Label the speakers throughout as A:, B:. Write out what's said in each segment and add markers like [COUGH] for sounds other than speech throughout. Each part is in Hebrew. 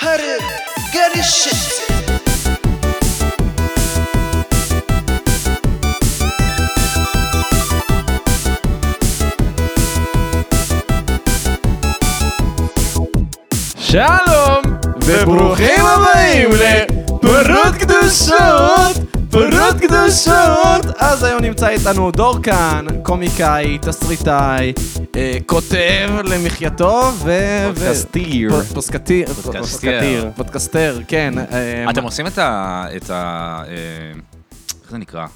A: Karı karışık.
B: שלום, וברוכים הבאים לפרות קדושות, פרות קדושות. אז היום נמצא איתנו דורקן, קומיקאי, תסריטאי, אה, כותב למחייתו, ו... ו-
C: פודקסטיר.
B: פ- פוסקטיר.
C: פודקסטיר.
B: פודקסטיר, פודקסטר, כן. אה,
C: אתם עושים את ה... את ה... אה, איך זה נקרא?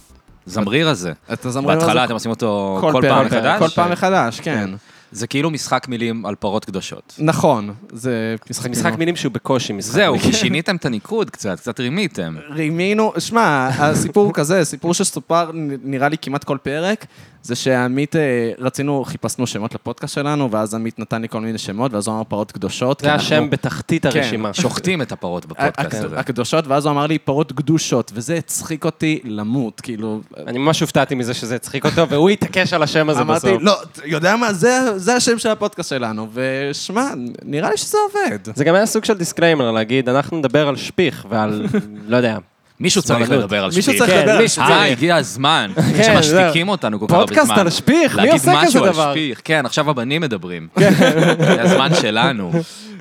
C: זמריר הזה.
B: את הזמרים
C: בהתחלה
B: הזה-
C: אתם עושים אותו
B: כל
C: כל
B: פרק,
C: פעם מחדש?
B: כל פעם מחדש, כן.
C: זה כאילו משחק מילים על פרות קדושות.
B: נכון, זה משחק
D: משחק
B: מילים.
D: מילים שהוא בקושי משחק
C: זהו,
B: אה,
D: מילים.
C: שיניתם את הניקוד קצת, קצת רימיתם.
B: רימינו, שמע, הסיפור הוא כזה, סיפור שסופר נ- נראה לי כמעט כל פרק, זה שעמית, אה, רצינו, חיפשנו שמות לפודקאסט שלנו, ואז עמית נתן לי כל מיני שמות, ואז הוא אמר פרות קדושות. כי
D: זה
B: אנחנו-
D: השם בתחתית
B: כן.
D: הרשימה.
C: שוחטים את
B: אה,
C: הפרות בפודקאסט
B: הק-
C: הזה.
B: הקדושות, ואז הוא אמר לי פרות גדושות, וזה הצחיק אותי למות, כאילו...
D: אני ממש הופתעתי מזה שזה הצחיק אותו, והוא התעקש על השם הזה
B: אמרתי,
D: בסוף.
B: לא, אתה יודע מה, זה, זה השם של הפודקאסט שלנו, ושמע, נראה לי שזה עובד.
D: זה גם היה סוג של דיסקליימר להגיד, אנחנו נדבר על שפיך ועל, לא יודע.
C: מישהו צריך
D: סבלנות.
C: לדבר על
B: מישהו
C: שפיך.
B: צריך
D: כן,
B: לדבר על
D: מישהו
C: אה,
D: צריך.
C: הגיע הזמן,
D: כן,
C: שמשתיקים
D: זהו.
C: אותנו כל כך הרבה זמן.
D: פודקאסט על שפיך, מי עושה
C: להגיד
D: כזה
C: משהו על
D: דבר?
C: שפיך, כן, עכשיו הבנים מדברים.
B: כן.
C: זה הזמן שלנו.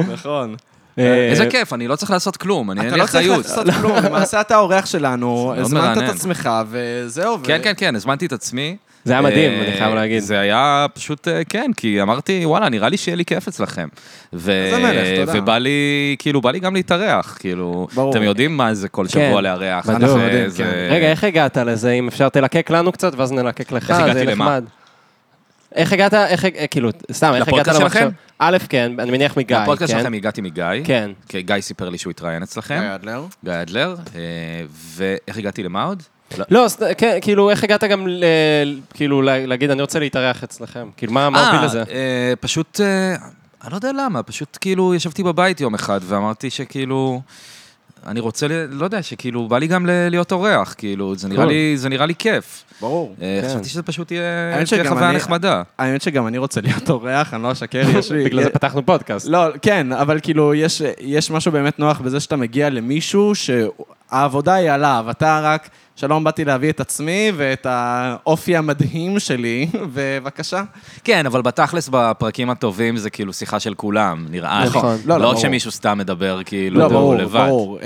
B: נכון.
D: אה,
C: איזה כיף, אני לא צריך לעשות כלום, אני אין
B: אתה
C: לי
B: לא צריך
C: אחריות.
B: לעשות [LAUGHS] כלום, למעשה אתה האורח שלנו,
C: מאוד
B: הזמנת את
C: מרענן.
B: עצמך, וזהו. ו-
C: כן, כן, כן, הזמנתי את עצמי.
D: זה היה מדהים,
C: אה,
D: אני חייב להגיד.
C: זה היה פשוט, אה, כן, כי אמרתי, וואלה, נראה לי שיהיה לי כיף אצלכם. ו-
B: אז המלך, תודה.
C: ובא לי, כאילו, בא לי גם להתארח, כאילו,
B: ברור.
C: אתם יודעים מה זה כל שבוע
D: כן.
C: לארח.
D: בדיוק.
C: אנחנו-
B: יודעים,
C: זה-
B: כן.
D: רגע, איך הגעת לזה? אם אפשר תלקק לנו קצת, ואז נלקק לך,
C: איך הגעתי
D: זה
C: למה?
D: נחמד. איך הגעת, איך, אה, כאילו, סתם, איך הגעת
C: לפודקאסט
D: למחשב?
C: שלכם?
D: א', כן, אני מניח מגיא,
C: בפודקאסט
D: כן?
C: שלכם הגעתי מגיא.
D: כן.
C: כי גיא סיפר לי שהוא התראיין אצלכם,
B: אה, אדלר?
C: גיא אדלר. אה, ואיך הגעתי למה עוד?
D: לא, אז, כן, כאילו, איך הגעת גם, ל- כאילו, לה- להגיד, אני רוצה להתארח אצלכם? כאילו, מה מה הוביל לזה?
C: אה, פשוט, אה, אני לא יודע למה, פשוט כאילו ישבתי בבית יום אחד ואמרתי שכאילו, אני רוצה, ל- לא יודע, שכאילו, בא לי גם ל- להיות אורח, כאילו, זה נראה
D: קול.
C: לי, זה נראה לי כיף.
B: ברור.
C: אה,
D: כן.
C: חשבתי שזה פשוט יהיה
B: האמת
C: תהיה
B: שגם
C: חוויה
B: אני-
C: נחמדה.
B: האמת שגם אני רוצה להיות אורח, אני לא אשקר, יש לי...
D: [LAUGHS] בגלל זה פתחנו פודקאסט.
B: לא, כן, אבל כאילו, יש, יש משהו באמת נוח בזה שאתה מגיע למישהו שהעבודה היא עליו, אתה רק, שלום, באתי להביא את עצמי ואת האופי המדהים שלי, [LAUGHS] ובבקשה.
C: כן, אבל בתכלס, בפרקים הטובים זה כאילו שיחה של כולם, נראה לי.
D: נכון.
B: לא, לא,
C: לא
B: ברור.
C: שמישהו סתם מדבר
B: לא,
C: כאילו
B: ברור,
C: לבד.
B: ברור.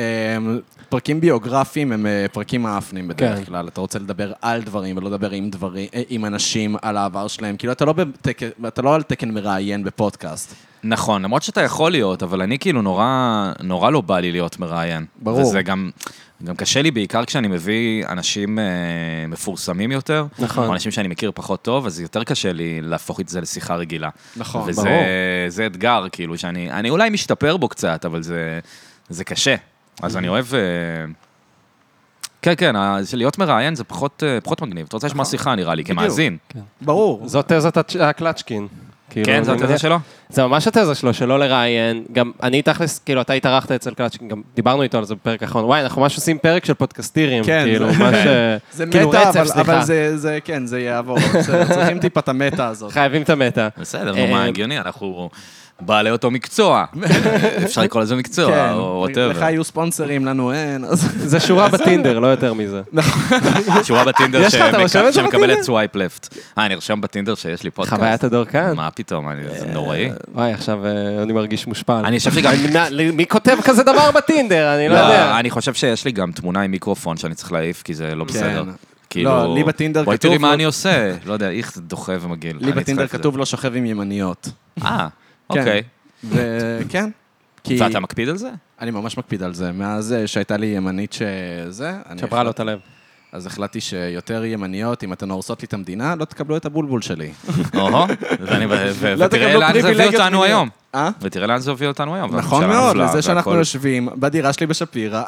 B: אמ, פרקים ביוגרפיים הם אה, פרקים מאפנים בדרך
D: כן.
B: כלל. אתה רוצה לדבר על דברים ולא לדבר עם דברים, אה, עם אנשים על העבר שלהם. כאילו, אתה לא בתק- אתה לא על תקן מראיין בפודקאסט.
C: נכון, למרות שאתה יכול להיות, אבל אני כאילו נורא, נורא לא בא לי להיות מראיין.
B: ברור.
C: וזה גם, גם קשה לי, בעיקר כשאני מביא אנשים אה, מפורסמים יותר,
D: נכון.
C: או אנשים שאני מכיר פחות טוב, אז יותר קשה לי להפוך את זה לשיחה רגילה.
B: נכון,
C: וזה,
B: ברור.
C: וזה אתגר, כאילו, שאני אני אולי משתפר בו קצת, אבל זה, זה קשה.
B: Mm-hmm.
C: אז אני אוהב... אה, כן, כן, ה- זה להיות מראיין זה פחות, אה, פחות מגניב. אתה רוצה לשמוע
B: נכון.
C: שיחה, נראה לי, כמאזין.
B: ברור.
D: זאת תזת הצ'- הקלצ'קין.
B: לא
D: כאילו,
C: כן, זאת
D: אני
C: התזה
D: מניח-
C: שלו?
D: זה ממש התזה שלו, שלא לראיין. גם אני תכלס, כאילו, אתה התארחת אצל קלצ'קין, גם דיברנו איתו על זה בפרק האחרון. וואי, אנחנו ממש עושים פרק של פודקסטירים,
B: כן,
D: כאילו,
B: זה-
D: ממש... אה,
B: זה
D: כאילו,
B: מטה,
D: רצף,
B: אבל,
D: סליחה.
B: אבל זה, זה, כן, זה
C: [LAUGHS]
B: יעבור. בסדר, צריכים טיפה את המטה הזאת.
D: חייבים את המטה.
C: בסדר,
D: אה,
C: נו, מה הגיוני, אנחנו בעלי
B: [LAUGHS]
C: אותו מקצוע. אפשר לקרוא לזה מקצוע,
B: כן,
C: או
B: לך
C: וואטאבר.
B: יהיו ספונסרים, לנו אין, אז... נכון.
D: זה שורה בטינדר, לא יותר מזה.
C: שורה בטינדר
D: יש לך, אתה
C: שמק-
D: רושם את זה
C: שמקבלת
D: בטינדר?
C: סווייפ לפט. אה, נרשם בטינדר שיש לי פודקאסט.
D: חוויית הדור כאן.
C: מה פתאום, אני-
B: אה,
C: זה נוראי.
D: וואי, עכשיו אה, אני מרגיש מושפל.
C: אני חושב שגם...
D: אני- מה, לי- מי כותב כזה דבר בטינדר? אני לא יודע.
C: לא, אני חושב שיש לי גם תמונה עם מיקרופון שאני צריך להעיף, כי זה לא בסדר. כאילו...
B: כן. לא, לי בטינדר
C: בואי
B: כתוב-
C: תראי מה אני עושה. לא יודע, איך זה דוחה ומגעיל.
B: לי
C: אני
B: בטינדר
C: אצטרף לזה.
B: כתוב לא שוכב עם ימניות.
C: אה,
B: כן.
C: אוקיי.
B: וכן. כי
C: ואתה מקפיד על זה?
B: אני ממש מקפיד על זה. מאז אה, שהייתה לי ימנית שזה, אני
D: שברה לו
B: החלט-
D: את הלב.
B: אז החלטתי שיותר ימניות, אם אתן הורסות לי את המדינה, לא תקבלו את הבולבול
C: [LAUGHS]
B: שלי.
C: אוהו. ואני- ו- ו-
B: לא
C: ותראה
B: תקבלו
C: לאן זה הביא
B: פריבילגיות
C: אותנו
B: מיניות.
C: היום.
B: אה?
C: ותראה לאן זה הוביל אותנו היום.
B: נכון
C: והממשלה
B: מאוד,
C: נפלה,
B: לזה שאנחנו
C: והכל.
B: יושבים בדירה שלי בשפירא.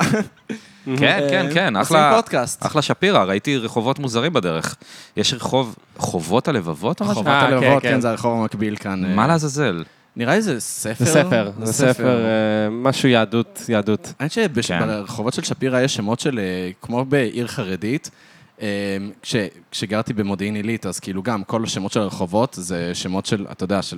C: כן,
B: אה,
C: כן, כן,
B: [LAUGHS] עושים
C: אחלה...
B: פודקאסט.
C: אחלה שפירא, ראיתי רחובות מוזרים בדרך. יש רחוב, חובות הלבבות או משהו?
B: חובת
D: אה, כן,
B: הלבבות,
D: כן.
B: כן, זה הרחוב המקביל כאן. אה,
C: מה לעזאזל?
B: נראה לי זה ספר.
D: זה ספר, זה ספר, אה, משהו יהדות, יהדות.
B: האמת
C: כן.
B: שברחובות של שפירא יש שמות של, אה, כמו בעיר חרדית, אה, כש- כשגרתי במודיעין עילית, אז כאילו גם כל השמות של הרחובות זה שמות של, אתה יודע, של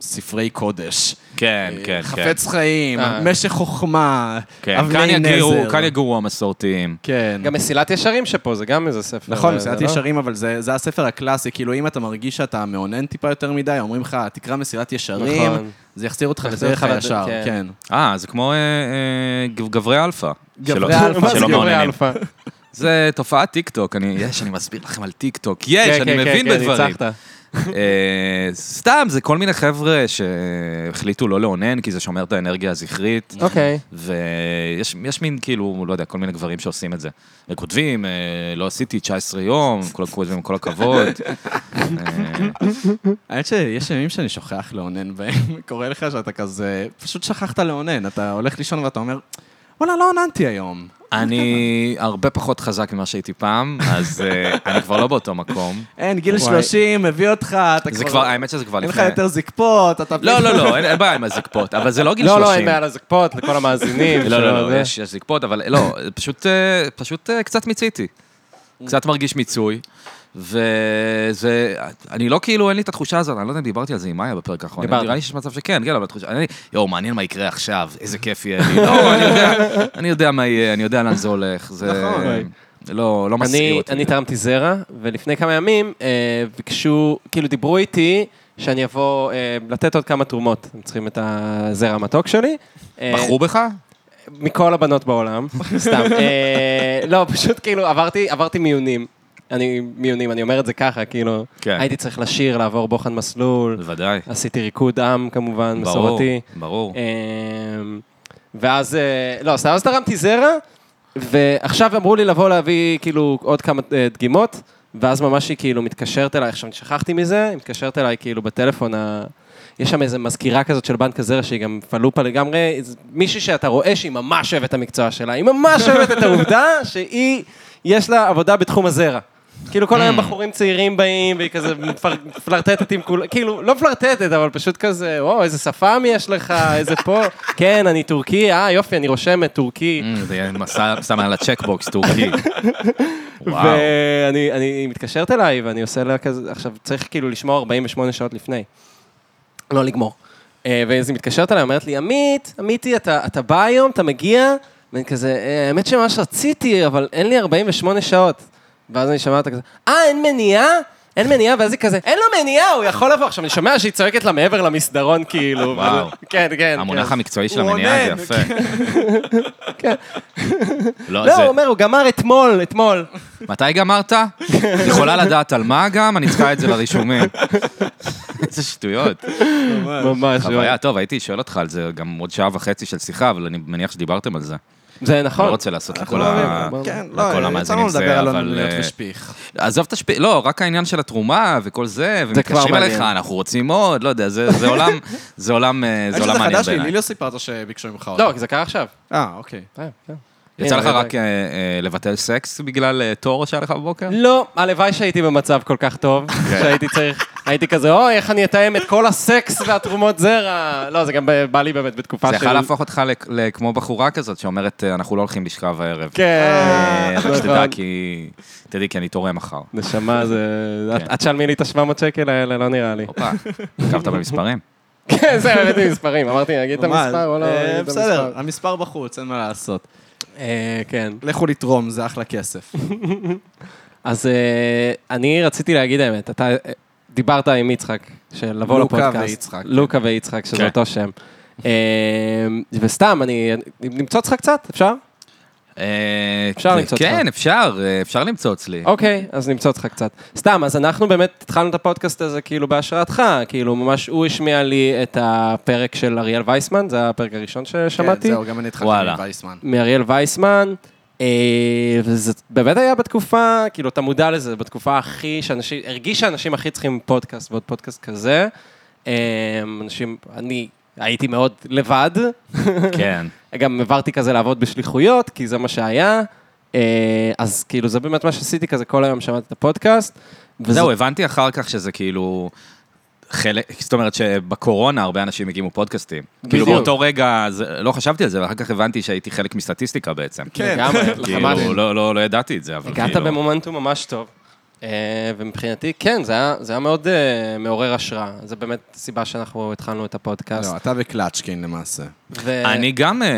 B: ספרי קודש.
C: כן, כן, כן.
B: אה, חפץ חיים,
D: אה.
B: משך חוכמה,
C: כן, כאן
B: אבני
C: יגורו-
B: נזר.
C: כאן יגורו המסורתיים.
B: כן.
D: גם מסילת ישרים שפה, זה גם איזה ספר.
B: נכון,
D: אה,
B: מסילת
D: זה לא?
B: ישרים, אבל זה, זה הספר הקלאסי, כאילו אם אתה מרגיש שאתה מאונן טיפה יותר מדי, אומרים לך, תקרא מסילת ישרים,
D: נכון.
B: זה יחזיר אותך
D: יחזיר
B: לדרך
D: אותך לד-
B: הישר,
D: כן.
B: כן.
C: אה, זה כמו אה, אה, גב- גברי אלפא.
B: גברי
C: שלא-
B: אלפא. מה זה
C: שלא
B: גברי
C: מעוניינים.
D: אלפא?
C: זה תופעת טיקטוק, אני, יש, אני מסביר לכם על טיקטוק. יש,
D: כן,
C: אני
D: כן,
C: מבין
D: כן,
C: בדברים.
D: ניצחת.
C: אה, סתם, זה כל מיני חבר'ה שהחליטו לא לאונן, כי זה שומר את האנרגיה הזכרית.
D: אוקיי.
C: ויש יש מין, כאילו, לא יודע, כל מיני גברים שעושים את זה. וכותבים, אה, לא עשיתי 19 יום, כל כותבים, כל הכבוד. אה,
B: האמת שיש ימים שאני שוכח לאונן בהם, [LAUGHS] קורה לך שאתה כזה, פשוט שכחת לאונן, אתה הולך לישון ואתה אומר, וואלה, לא אוננתי היום.
C: אני הרבה פחות חזק ממה שהייתי פעם, אז אה, אני כבר לא באותו מקום.
B: אין, גיל
D: וואי.
B: 30 מביא אותך, אתה
C: זה כבר, האמת שזה כבר
B: לא- אין לך
C: לפני...
B: יותר זקפות, אתה...
C: לא, לא, לא, אין- אין בעיה עם הזקפות, אבל זה לא גיל 30.
D: לא, לא, אין מעל הזקפות, לכל
C: [LAUGHS]
D: המאזינים.
C: לא, לא,
D: שלא
C: לא,
D: זה.
C: יש יש זקפות, אבל לא, פשוט, אה, פשוט אה, קצת מיציתי. קצת מרגיש מיצוי. וזה, אני לא כאילו, אין לי את התחושה הזאת, אני לא יודע אם דיברתי על זה עם מאיה בפרק האחרון.
D: דיברת.
C: נראה לי שיש מצב שכן, כן, אבל התחושה, אני, יואו, מעניין מה יקרה עכשיו, איזה כיף יהיה לי. לא, אני יודע, אני יודע מה יהיה, אני יודע לאן זה הולך. זה לא, לא מסעיר
D: נכון. אני,
C: אותי.
D: אני תרמתי זרע, ולפני כמה ימים אה, ביקשו, כאילו דיברו איתי שאני אבוא אה, לתת עוד כמה תרומות. הם צריכים את הזרע המתוק שלי. אה,
C: בחרו בך?
D: מכל הבנות בעולם,
C: [LAUGHS]
D: סתם. אה, לא, פשוט כאילו עברתי, עברתי מיונים. אני מיונים, אני אומר את זה ככה, כאילו,
C: כן.
D: הייתי צריך לשיר, לעבור בוחן מסלול,
C: בוודאי.
D: עשיתי ריקוד עם כמובן,
C: ברור,
D: מסורתי.
C: ברור.
D: אמ, ואז, אה, לא, סתם, אז תרמתי זרע, ועכשיו אמרו לי לבוא להביא כאילו עוד כמה אה, דגימות, ואז ממש היא כאילו מתקשרת אליי, עכשיו אני שכחתי מזה, היא מתקשרת אליי כאילו בטלפון ה... יש שם איזו מזכירה כזאת של בנק הזרע שהיא גם פלופה לגמרי, איז- מישהי שאתה רואה שהיא ממש אוהבת את המקצוע שלה, היא ממש אוהבת את העובדה שהיא, יש לה עבודה בתחום הזרע. כאילו כל היום בחורים צעירים באים, והיא כזה מפר- פלרטטת עם כולם, כאילו, לא מפלרטטת, אבל פשוט כזה, וואו, איזה שפם יש לך, איזה פה, כן, אני טורקי, אה, יופי, אני רושמת טורקי.
C: אמ, זה יהיה מסע, שם על הצ'קבוקס
D: [LAUGHS]
C: טורקי. וואו.
D: ואני אני, היא מתקשרת אליי, ואני עושה לה כזה, עכשיו צריך כאילו לשמוע 48 שעות לפני. לא לגמור. אה, ואז היא מתקשרת אליי, אומרת לי, עמית, עמיתי, אתה, אתה בא היום, אתה מגיע? ואני כזה, "אה, האמת שמה שרציתי, אבל אין לי 48 שעות. ואז אני שומע אותה כזה, אה, אין מניעה? אין מניעה, ואז היא כזה, אין לו מניעה, הוא יכול לבוא. עכשיו, אני שומע שהיא צועקת לה מעבר למסדרון, כאילו.
C: וואו.
D: אבל- כן, כן.
C: המונח
D: כן.
C: המקצועי של
B: הוא
C: המניעה
B: עונן,
C: זה יפה. לא,
D: לא,
C: זה-
D: הוא אומר, הוא גמר אתמול, אתמול.
C: מתי גמרת? יכולה לדעת על מה גם? אני צריכה את זה לרישומים. איזה שטויות.
D: ממש.
C: חוויה, טוב, הייתי שואל אותך על זה גם עוד שעה וחצי של שיחה, אבל אני מניח שדיברתם על זה.
D: זה
C: לא
D: נכון.
C: רוצה לעשות
B: כל
C: לכל ה...
B: ה... כן,
C: לכל
B: לא, יצא
C: המאזינים
B: לנו
C: זה,
B: לדבר על
C: אבל,
B: אוננויות
C: אה,
B: ושפיך.
C: עזוב את השפיל, לא, רק העניין של התרומה וכל זה, ומתקשרים
D: כבר
C: אליך,
D: מעניין.
C: אנחנו רוצים עוד, לא יודע, זה זה עולם, זה עולם, אה, זה
B: האמת
C: עולם
B: שזה
C: מעניין
B: חדש לי, לי
C: בעיניי.
B: לא סיפרת שביקשו ממך עוד.
D: לא, כי זה קרה עכשיו.
B: אה, אוקיי.
D: אה, כן.
C: יצא
D: הנה,
C: לך
D: רגע.
C: רק אה, אה, לבטל סקס בגלל אה, תור שהיה לך בבוקר?
D: לא, הלוואי שהייתי במצב כל כך טוב,
C: כן.
D: שהייתי צריך, הייתי כזה, אוי, איך אני אתאם את כל הסקס והתרומות זרע. לא, זה גם ב- בא לי באמת בתקופה
C: זה
D: של...
C: יכול להפוך אותך לכ- לכמו בחורה כזאת שאומרת, אה, אנחנו לא הולכים לשכב הערב.
D: כן,
C: אה, רק שתדע
D: נכון.
C: כי... תדעי כי אני תורם מחר.
D: נשמה, זה...
C: כן.
D: את- את תשלמי לי את ה-700 שקל האלה, לא נראה לי.
C: הופה, עקבת במספרים? אוקיי.
D: כן, זה, הבאתי מספרים. אמרתי, אני אגיד את
B: מה,
D: המספר או לא?
B: אה,
D: אני אגיד את
B: בסדר,
D: המספר.
B: המספר בחוץ, אין מה לעשות.
D: אה, כן.
B: לכו לתרום, זה אחלה כסף.
D: אז אה, אני רציתי להגיד האמת, אתה אה, דיברת עם יצחק, של לבוא
B: לוקה
D: לפודקאסט.
B: ויצחק.
D: לוקה ויצחק,
C: כן.
D: שזה אותו שם. אה, וסתם, אני... נמצוא אותך קצת, אפשר?
C: אה,
D: אפשר למצוא אותך.
C: כן, אפשר, אה, אפשר למצוא אצלי.
D: אוקיי, אז נמצא אותך קצת. סתם, אז אנחנו באמת התחלנו את הפודקאסט הזה כאילו בהשראתך, כאילו ממש הוא השמיע לי את הפרק של אריאל וייסמן, זה הפרק הראשון ששמעתי,
B: כן, זהו, גם אני התחלתי
C: וואלה.
B: מווייסמן.
D: מאריאל וייסמן, אה, וזה באמת היה בתקופה, כאילו אתה מודע לזה, בתקופה הכי, שאנשים, הרגיש שאנשים הכי צריכים פודקאסט, ועוד פודקאסט כזה. אה, אנשים, אני הייתי מאוד לבד,
C: כן.
D: גם עברתי כזה לעבוד בשליחויות, כי זה מה שהיה. אה, אז כאילו, זה באמת מה שעשיתי כזה, כל היום שמעתי את הפודקאסט. וזה-
C: זהו, הבנתי אחר כך שזה כאילו... חלק, זאת אומרת שבקורונה הרבה אנשים הקימו פודקאסטים. כאילו
D: בדיוק.
C: באותו רגע, זה, לא חשבתי על זה, ואחר כך הבנתי שהייתי חלק מסטטיסטיקה בעצם.
B: כן.
D: לגמרי,
C: כאילו,
D: לחמש.
C: לא, לא, לא ידעתי את זה, אבל
D: הגעת
C: כאילו...
D: במומנטום ממש טוב. אה, ומבחינתי, כן, זה היה, זה היה מאוד אה, מעורר השראה. זה באמת סיבה שאנחנו התחלנו את הפודקאסט.
B: לא, אתה וקלצ'קין למעשה.
D: ו...
C: אני גם אה,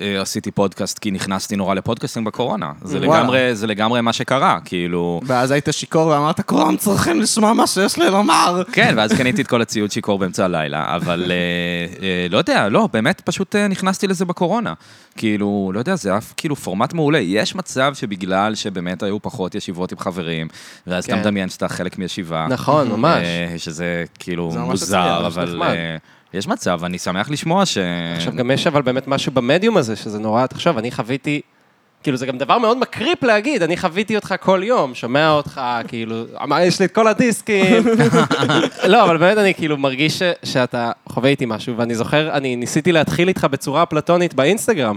C: אה, עשיתי פודקאסט, כי נכנסתי נורא לפודקאסטים בקורונה. זה
B: וואלה.
C: לגמרי- זה לגמרי מה שקרה, כאילו...
B: ואז היית שיכור ואמרת, כולם צריכים לשמוע מה שיש לי לומר.
C: כן, ואז קניתי את כל הציוד שיכור באמצע הלילה, אבל אה, אה, לא יודע, לא, באמת פשוט אה, נכנסתי לזה בקורונה. כאילו, לא יודע, זה אף כאילו פורמט מעולה. יש מצב שבגלל שבאמת היו פחות ישיבות עם חברים, ואז אתה
D: כן.
C: מדמיין שאתה חלק מישיבה.
D: נכון, ממש.
C: אה, שזה כאילו
B: זה ממש
C: מוזר,
B: מצליח,
C: אבל
D: נחמד.
C: אה, יש מצב, אני שמח לשמוע ש...
D: עכשיו, גם יש אבל באמת משהו במדיום הזה, שזה נורא, תחשוב, אני חוויתי, כאילו, זה גם דבר מאוד מקריפ להגיד, אני חוויתי אותך כל יום, שומע אותך, כאילו, אמר, יש לי את
B: [LAUGHS]
D: כל הדיסקים. לא, אבל באמת אני כאילו מרגיש ש- שאתה חווה איתי משהו, ואני זוכר, אני ניסיתי להתחיל איתך בצורה אפלטונית באינסטגרם,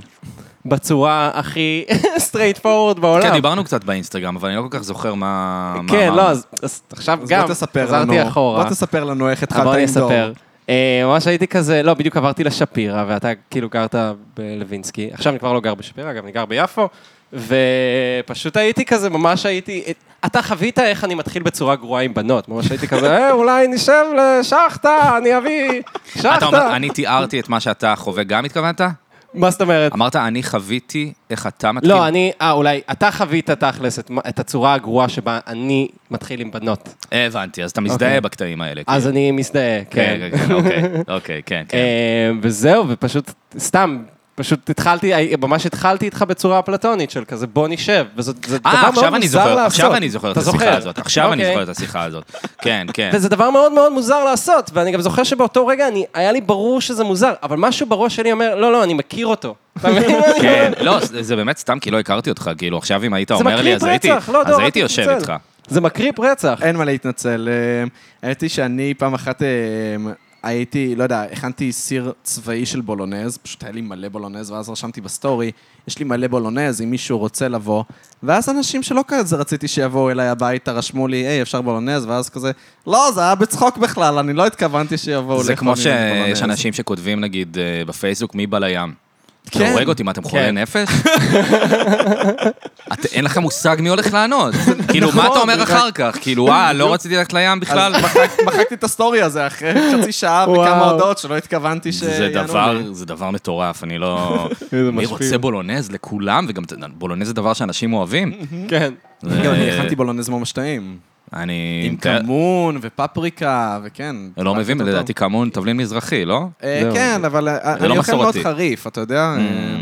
D: בצורה הכי [LAUGHS] סטרייט פורוורד
C: כן,
D: בעולם.
C: דיברנו קצת באינסטגרם, אבל אני לא כל כך זוכר מה... מה
D: לא, כן,
C: אמרנו.
D: לא, אז אז עכשיו
B: אז
D: גם,
B: בוא תספר לנו.
D: חזרתי אחורה.
B: בוא תספר לנו איך התחלת
D: אה,
B: עם דור.
D: בוא אני אספר. אה, ממש הייתי כזה, לא, בדיוק עברתי לשפירא, ואתה כאילו גרת בלווינסקי. עכשיו אני כבר לא גר בשפירא, אגב, אני גר ביפו. ופשוט הייתי כזה, ממש הייתי... אתה חווית איך אני מתחיל בצורה גרועה עם בנות. ממש הייתי כזה, אה, אולי נשב לשחטה, אני אביא
C: אתה אומר,
D: שחטה.
C: אני תיארתי את מה שאתה חווה, גם התכוונת?
D: מה זאת אומרת?
C: אמרת, כאילו- אני חוויתי איך אתה מתחיל.
D: לא, אני... אה, אולי אתה חווית תכלס את מה- את הצורה הגרועה שבה אני מתחיל עם בנות.
C: אה, הבנתי, אז אתה מזדהה בקטעים האלה.
D: אוקיי. אז
C: כאילו.
D: אני מזדהה, כן.
C: כן, כן, כן,
D: [LAUGHS]
C: אוקיי, אוקיי, כן, כן.
D: אה, וזהו, ופשוט, סתם, פשוט התחלתי, אה, ממש התחלתי איתך בצורה אפלטונית של כזה, בוא נשב, וזה זה דבר
C: אה,
D: מאוד מוזר
C: עכשיו אני זוכר,
D: לעשות.
C: עכשיו אני זוכר את
D: אתה
C: השיחה
D: זוכר?
C: הזאת. עכשיו אני
D: אוקיי.
C: זוכר את השיחה הזאת. כן, כן.
D: וזה דבר מאוד מאוד מוזר לעשות, ואני גם זוכר שבאותו רגע אני, היה לי ברור שזה מוזר, אבל משהו בראש שלי אומר, לא, לא, אני מכיר אותו.
C: [LAUGHS]
D: אתה מבין? מה אני
C: כן,
D: אומר?
C: לא, זה זה באמת סתם כי לא הכרתי אותך, כאילו, עכשיו אם היית
D: זה
C: אומר לי,
D: מקריפ
C: אז הייתי
D: רצח, לא,
C: אז
D: דור, אל
C: הייתי יושב
D: תתנצל.
C: איתך.
D: זה מקריפ רצח.
B: אין מה להתנצל. אה, האמת היא שאני פעם אחת אה, הייתי, לא יודע, הכנתי סיר צבאי של בולונז, פשוט היה לי מלא בולונז, ואז רשמתי בסטורי, יש לי מלא בולונז, אם מישהו רוצה לבוא. ואז אנשים שלא כזה רציתי שיבואו אליי הביתה, רשמו לי, היי, אפשר בולונז? ואז כזה, לא, זה היה בצחוק בכלל, אני לא התכוונתי שיבואו
C: זה
B: לאכול
C: כמו
B: ממני בולונז."
C: שיש אנשים שכותבים, נגיד, אה, בפייסבוק, מי בא לים.
B: כן.
C: אתה הורג אותי, מה, אתם חולי
D: כן. [LAUGHS]
C: נפש? את- אין לכם מושג מי הולך לענות.
D: [LAUGHS]
C: כאילו, מה
D: נכון,
C: אתה אומר אחר כך? כאילו, אה, לא רציתי ללכת לים בכלל?
B: אז מחק- מחקתי את הסטורי הזה אחרי חצי שעה וכמה
D: וואו.
B: הודעות שלא התכוונתי
C: זה
B: שיענו לי.
C: דבר, זה דבר מטורף, אני
B: [LAUGHS]
C: לא... מי רוצה בולונז לכולם, וגם בולונז זה דבר שאנשים אוהבים.
D: כן.
B: גם אני
C: אה,
B: הכנתי בולונז ממש טעים.
C: אני...
B: עם
C: מתאר-
B: כמון ופפריקה, וכן.
C: לא
B: טבעתי
C: מבין,
B: אותו
C: לדעתי כמון תבלין מזרחי, לא?
B: טוב. אה,
D: זהו.
B: כן, אבל אה,
C: לא
B: אני אוכל מאוד
C: מסורתי.
B: חריף, אתה יודע? אה,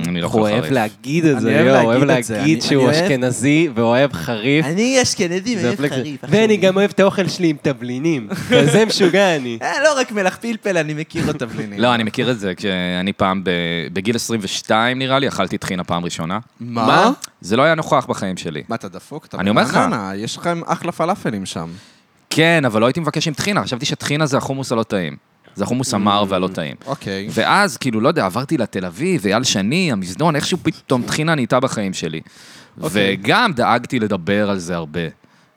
C: אני לא
D: הוא
C: יכול
D: אוהב
C: לחריף.
D: להגיד את
B: אני
D: זה,
B: אוהב
D: יואו, הוא אוהב
B: להגיד את זה,
D: להגיד
B: אני-
D: שהוא
B: אני אוהב-
D: אשכנזי ואוהב חריף.
A: אני אשכנזי
D: זה
A: ואוהב
D: הפלג זה.
A: חריף.
D: ואני גם אוהב את האוכל שלי עם
B: [LAUGHS]
D: תבלינים. כזה משוגע אני.
A: אה, לא רק מלח פלפל, אני מכיר
B: את
A: אותו.
B: הבלינים.
C: לא, אני מכיר את זה, כשאני פעם, ב- בגיל 22 נראה לי, אכלתי טחינה פעם ראשונה.
B: מה?
C: זה לא היה נוכח בחיים שלי.
B: מה, אתה דפוק? אתה
C: אני אומר לך.
B: ברעננה, יש לכם אחלה פלאפלים שם.
C: כן, אבל לא הייתי מבקש עם טחינה, חשבתי שטחינה זה החומוס הלא טעים. זה
B: Mm.
C: החומוס המר והלא טעים.
B: אוקיי.
C: ואז, כאילו, לא יודע, עברתי לתל אביב, ואייל שני, המזנון, איכשהו פתאום טחינה נהייתה בחיים שלי. וגם דאגתי לדבר על זה הרבה.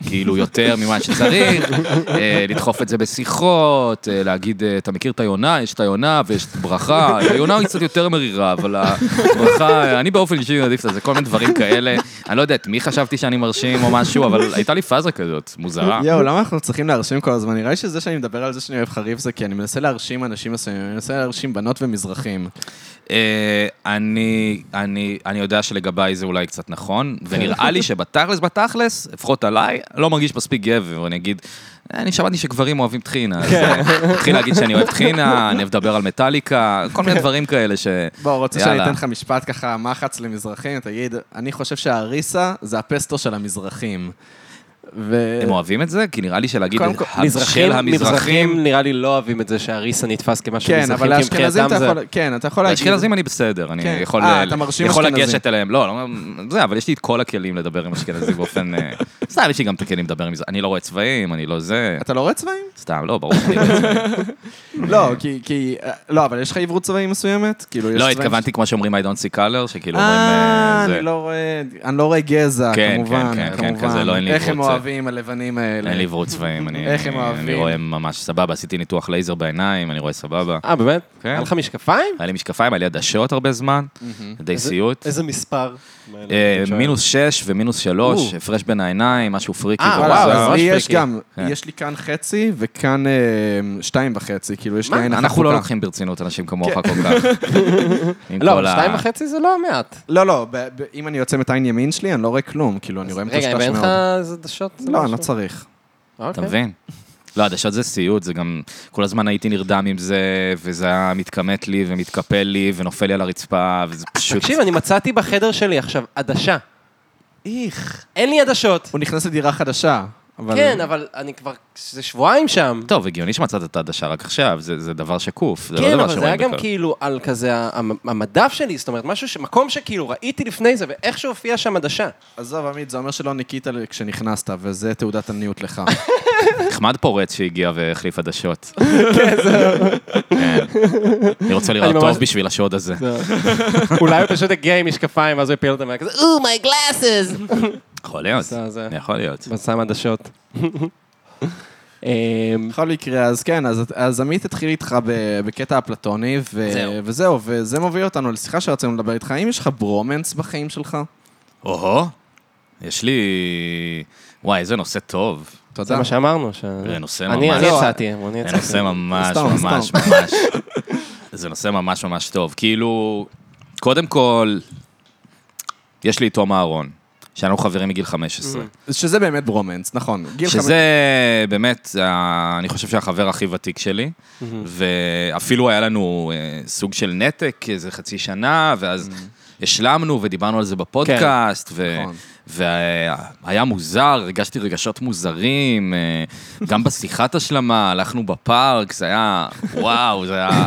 C: כאילו, יותר ממה שצריך, אה, לדחוף את זה בשיחות, אה, להגיד, אה, אתה מכיר את היונה? יש את היונה ויש את ברכה. היונה היא קצת יותר מרירה, אבל הברכה, אני באופן אישי מעדיף את זה, כל מיני דברים כאלה. אני לא יודע את מי חשבתי שאני מרשים או משהו, אבל הייתה לי פאזה כזאת, מוזרה.
B: יואו, למה אנחנו צריכים להרשים כל הזמן? נראה לי שזה שאני מדבר על זה שאני אוהב חריף זה כי אני מנסה להרשים אנשים מסוימים, אני מנסה להרשים בנות ומזרחים.
C: אה, אני, אני, אני יודע שלגביי זה אולי קצת נכון, ונראה לי שבתכלס, בתכלס, לפחות עליי, לא מרגיש מספיק גבר, אני אגיד, "אה, אני שמעתי שגברים אוהבים טחינה, אז אה, אתחיל להגיד שאני אוהב טחינה, אני אוהב לדבר על מטאליקה, כל מיני דברים כאלה ש...
B: בוא, רוצה שאני
C: יאללה.
B: אתן לך משפט ככה מחץ למזרחים? תגיד, אני חושב שהאריסה זה הפסטו של המזרחים. ו...
C: הם אוהבים את זה? כי נראה לי שלהגיד,
B: קודם כל,
C: "ה- של המזרחים,
D: מזרחים נראה לי לא אוהבים את זה שהריסה נתפס כמשהו
B: כן,
D: מזרחים,
B: אבל
D: כי
B: לאשכנזים אתה
D: מבחינתם זה...
B: יכול... כן, אתה יכול להגיד...
C: לאשכנזים אני בסדר, אני
B: כן.
C: יכול
B: אה,
C: ל-
B: אתה מרשים
C: יכול
B: אשכנזים.
C: לגשת אליהם, לא, לא, זה, אבל יש לי את כל הכלים לדבר עם אשכנזים באופן... אה, סתם, יש לי גם את הכלים לדבר עם זה, אני לא רואה צבעים, אני לא זה,
B: אתה לא רואה צבעים?
C: סתם, לא, ברור שאני לא רואה צבעים.
B: לא, כי- כי... אה, לא, אבל יש לך עברות צבעים מסוימת? כאילו, יש
C: לא,
B: צבעים
C: התכוונתי כמו שאומרים I don't see color,
B: ש-
C: שכאילו אומרים...
B: אה,
C: אה, זה.
B: אני לא רואה... אני לא רואה גזע,
C: כן,
B: כמובן.
C: כן, כן, כן,
B: כמובן.
C: כזה, לא, אין לי
B: איך הם
C: עברות
B: אוהבים, הלבנים האלה.
C: אין לי עברות צבעים, אני
B: איך הם
C: אני
B: אוהבים.
C: רואה ממש סבבה, עשיתי ניתוח לייזר בעיניים, אני רואה סבבה.
D: אה, באמת?
C: כן.
D: היה לך משקפיים?
C: היה לי משקפיים, היה לי עדשות הרבה זמן, די סיוט.
E: איזה מספר?
C: אה, מינוס שש ומינוס שלוש,
D: או.
C: הפרש בין העיניים, משהו פריקי.
D: אה,
C: ומוזר.
B: וואלה,
D: וואו, זה
B: אז
D: ממש
B: לי יש
D: פריקי.
B: גם,
C: כן.
B: יש לי כאן חצי וכאן אה, שתיים וחצי, כאילו יש לי
D: מה? כן.
B: עין אחת
C: אנחנו לא
B: חוקה.
C: לוקחים ברצינות אנשים כמוך כל כך.
D: [LAUGHS]
C: עם
D: לא,
C: כל
D: אבל
C: ה-
D: שתיים וחצי זה לא מעט.
B: לא, לא, ב- ב- אם אני עוצם את העין ימין שלי, אני לא רואה כלום, כאילו, אני רואה
D: רגע, אם
B: מטושטש
D: אין לך
B: מאוד.
D: איזה דשות?
B: לא, אני לא צריך.
C: אתה
D: אוקיי.
C: מבין? לא, עדשות זה סיוט, זה גם... כל הזמן הייתי נרדם עם זה, וזה היה מתכמת לי ומתקפל לי ונופל לי על הרצפה, וזה פשוט...
D: תקשיב, אני מצאתי בחדר שלי עכשיו עדשה.
B: איך.
D: אין לי עדשות.
B: הוא נכנס לדירה חדשה. אבל...
D: כן, אבל אני כבר... זה שבועיים שם.
C: טוב, הגיוני שמצאת את העדשה רק עכשיו, זה זה דבר שקוף, זה לא
D: כן,
C: דבר
D: אבל זה היה
C: שרואים
D: גם
C: בקלות.
D: כאילו על כזה המ- המדף שלי, זאת אומרת, משהו ש... מקום שכאילו ראיתי לפני זה, ואיכשהו הופיעה
C: [LAUGHS]
D: שם עדשה.
B: עזוב, עמית, זה אומר שלא ניקית ל- כשנכנסת, וזה תעודת עניות לך. [LAUGHS]
C: נחמד פורץ שהגיע והחליף
D: [LAUGHS]
C: עדשות. כן, אני רוצה לראות
D: אני ממש-
C: טוב בשביל השוד הזה.
D: אולי הוא פשוט הגיע עם משקפיים, ואז הוא הפיל אותם, והיה כזה, "אוה, my
C: [LAUGHS]
D: glasses!
C: יכול להיות,
D: זה- זה-
C: יכול להיות. [LAUGHS]
D: ושם עדשות. אמ,
B: בכל מקרה, אז כן, אז- אז עמית התחיל איתך ב- בקטע הפלטוני, ו-
C: זהו.
B: וזהו, וזה מוביל אותנו לשיחה שרצינו לדבר איתך. האם יש לך ברומנס בחיים שלך?
C: או-הו, יש לי... וואי, איזה נושא טוב.
D: זה
B: תודה.
D: מה שאמרנו. ש-
C: נושא
D: אני
C: ממש-
D: אני הצעתי, אני
C: זה
D: הצעתי.
C: נושא ממש
B: סתם,
C: ממש
B: סתם.
C: ממש, זה נושא ממש ממש טוב. כאילו, קודם כל, יש לי את תום אהרון, שאנחנו חברים מגיל 15.
D: Mm.
B: שזה באמת ברומנס, נכון. גיל
C: שזה באמת, אה, אני חושב שהחבר הכי ותיק שלי, ואפילו היה לנו אה, סוג של נתק איזה חצי שנה, ואז השלמנו ודיברנו על זה בפודקאסט, ו-
B: נכון.
C: והיה מוזר, הרגשתי רגשות מוזרים, אה, גם בשיחת השלמה, הלכנו בפארק, זה היה, וואו, זה היה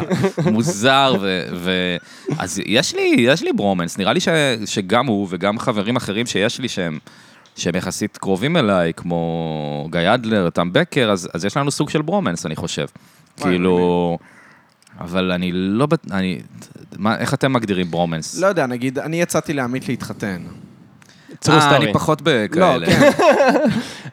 C: מוזר, ו... ו- אז יש לי, יש לי ברומנס, נראה לי ש- שגם הוא וגם חברים אחרים שיש לי שהם... שהם יחסית קרובים אליי, כמו גיא אדלר, תם בקר, אז, אז יש לנו סוג של ברומנס, אני חושב. כאילו... אבל אני לא... בט- אני... מה, איך אתם מגדירים ברומנס?
B: לא יודע, נגיד, אני יצאתי לעמית להתחתן.
D: True
C: אה, אני
D: story.
C: פחות בכאלה.
B: לא, כן,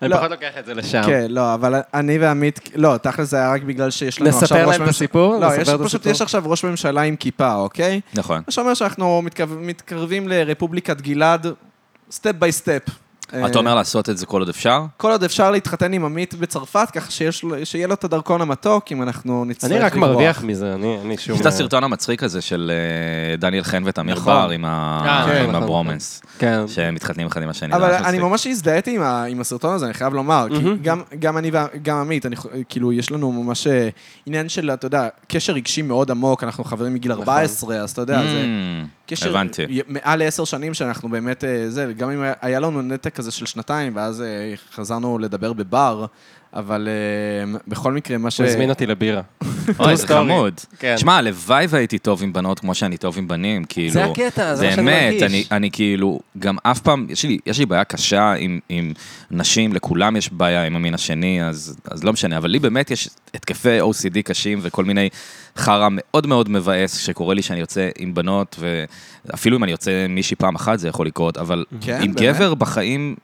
D: אני
B: לא.
D: פחות לוקח את זה לשם.
B: כן, לא, אבל אני ועמית, לא, תכל'ס זה היה רק בגלל שיש לנו
D: נספר
B: עכשיו
D: להם
B: ראש
D: את
B: ממשלה-
D: הסיפור?
B: לא,
D: נספר
B: יש
D: את
B: פשוט,
D: הסיפור?
B: יש עכשיו ראש ממשלה עם כיפה, אוקיי?
C: נכון.
B: מה שאומר שאנחנו מתקרב- מתקרבים לרפובליקת גלעד, סטפ ביי סטפ. אה,
C: אתה אומר לעשות את זה כל עוד אפשר?
B: כל עוד אפשר להתחתן עם עמית בצרפת, ככה שיש לו- שיהיה לו את הדרכון המתוק, אם אנחנו נצטרך
D: אני
B: לברוח.
D: רק מרוויח מזה, אני אני שום...
C: יש את הסרטון המצחיק הזה של אה, דניאל חן ותמיר
D: נכון.
C: בר עם ה-
D: אה,
C: עם
D: כן, נכון,
C: הברומנס,
D: כן.
C: שהם מתחתנים אחד עם השני. לא זה
B: אבל
C: ממש
B: אני
C: מצחיק.
B: ממש הזדהיתי עם ה- עם הסרטון הזה, אני חייב לומר. כי גם- גם אני וגם עמית, אני חו- כאילו, יש לנו ממש אה, עניין של, אתה יודע, קשר רגשי מאוד עמוק, אנחנו חברים מגיל
C: נכון.
B: 14, אז אתה יודע, זה...
C: Mm,
B: קשר
C: הבנתי.
B: י- מעל לעשר שנים שאנחנו באמת, אה, זה, גם אם היה- היה לנו נתק כזה של שנתיים, ואז אה, חזרנו לדבר בבר, אבל אה, בכל מקרה, מה ש...
D: הוא הזמין אותי לבירה.
C: אוי, זה
D: story.
C: חמוד.
D: כן.
C: שמע, הלוואי והייתי טוב עם בנות כמו שאני טוב עם בנים, כאילו...
D: זה הקטע, זה מה שאני מרגיש.
C: באמת, אני- אני כאילו, גם אף פעם, יש לי- יש לי בעיה קשה עם- עם נשים, לכולם יש בעיה עם המין השני, אז אז לא משנה, אבל לי באמת יש התקפי OCD קשים וכל מיני חרא מאוד מאוד מבאס שקורה לי שאני יוצא עם בנות, ואפילו אם אני יוצא עם מישהי פעם אחת זה יכול לקרות, אבל
B: כן,
C: עם
B: באמת?
C: גבר בחיים...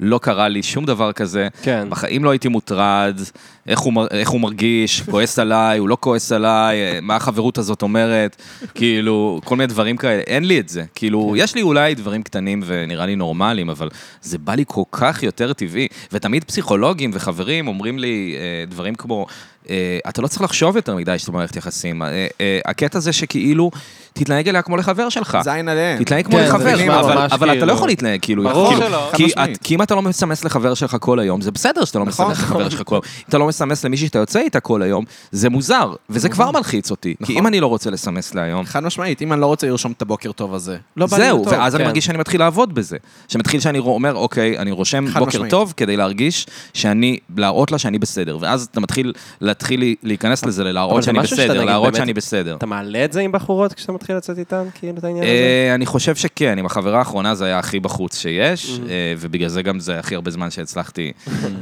C: לא קרה לי שום דבר כזה,
D: כן.
C: בחיים לא הייתי מוטרד, איך הוא, מר- איך הוא מרגיש, [LAUGHS] כועס עליי, הוא לא כועס עליי, אה, מה החברות הזאת אומרת, כאילו, כל מיני דברים כאלה, אין לי את זה. כאילו, יש לי אולי דברים קטנים ונראה לי נורמליים, אבל זה בא לי כל כך יותר טבעי. ותמיד פסיכולוגים וחברים אומרים לי אה, דברים כמו, אה, אתה לא צריך לחשוב יותר מדי שאתה במערכת יחסים. אה, אה, הקטע זה שכאילו, תתנהג אליה כמו לחבר שלך.
B: זין עליהם.
C: תתנהג כמו
D: כן, זה
C: לחבר,
D: מבינים,
C: מה,
D: אבל
C: אבל
D: ממש
C: אבל אתה לא
D: כאילו-
C: יכול להתנהג כאילו,
D: ברור
C: כאילו,
D: שלא.
C: כי
B: חד משמעית.
C: את- כי אם אתה לא מסמס לחבר שלך כל היום, זה בסדר שאתה לא
B: נכון.
C: מסמס לחבר שלך כל היום. אם אתה לא מסמס למישהי שאתה יוצא איתה כל היום, זה מוזר, וזה כבר מלחיץ אותי. כי אם אני לא רוצה לסמס לה היום,
B: חד משמעית, אם אני לא רוצה לרשום את הבוקר טוב הזה. לא בא לי
C: זהו,
B: לטוב.
C: ואז אני
D: כן.
C: מרגיש שאני מתחיל לעבוד בזה. שמתחיל שאני אומר, אוקיי, אני רושם
B: חד
C: בוקר
B: משמעית.
C: טוב כדי להרגיש שאני, להראות לה שאני בסדר. ואז אתה מתחיל להתחיל לי- להיכנס לזה,
D: אבל
C: להראות
D: זה
C: שאני
D: משהו שאתה
C: בסדר,
D: נגיד
C: להראות
D: באמת-
C: שאני בסדר.
D: אתה מעלה את זה עם בחורות כשאתה מתחיל לצאת איתן, כאילו, את העניין הזה?
C: אה, אני חושב שכן, עם החברה האחרונה זה היה הכי בחוץ שיש, אה, ובגלל זה גם זה הכי הרבה זמן שהצלחתי,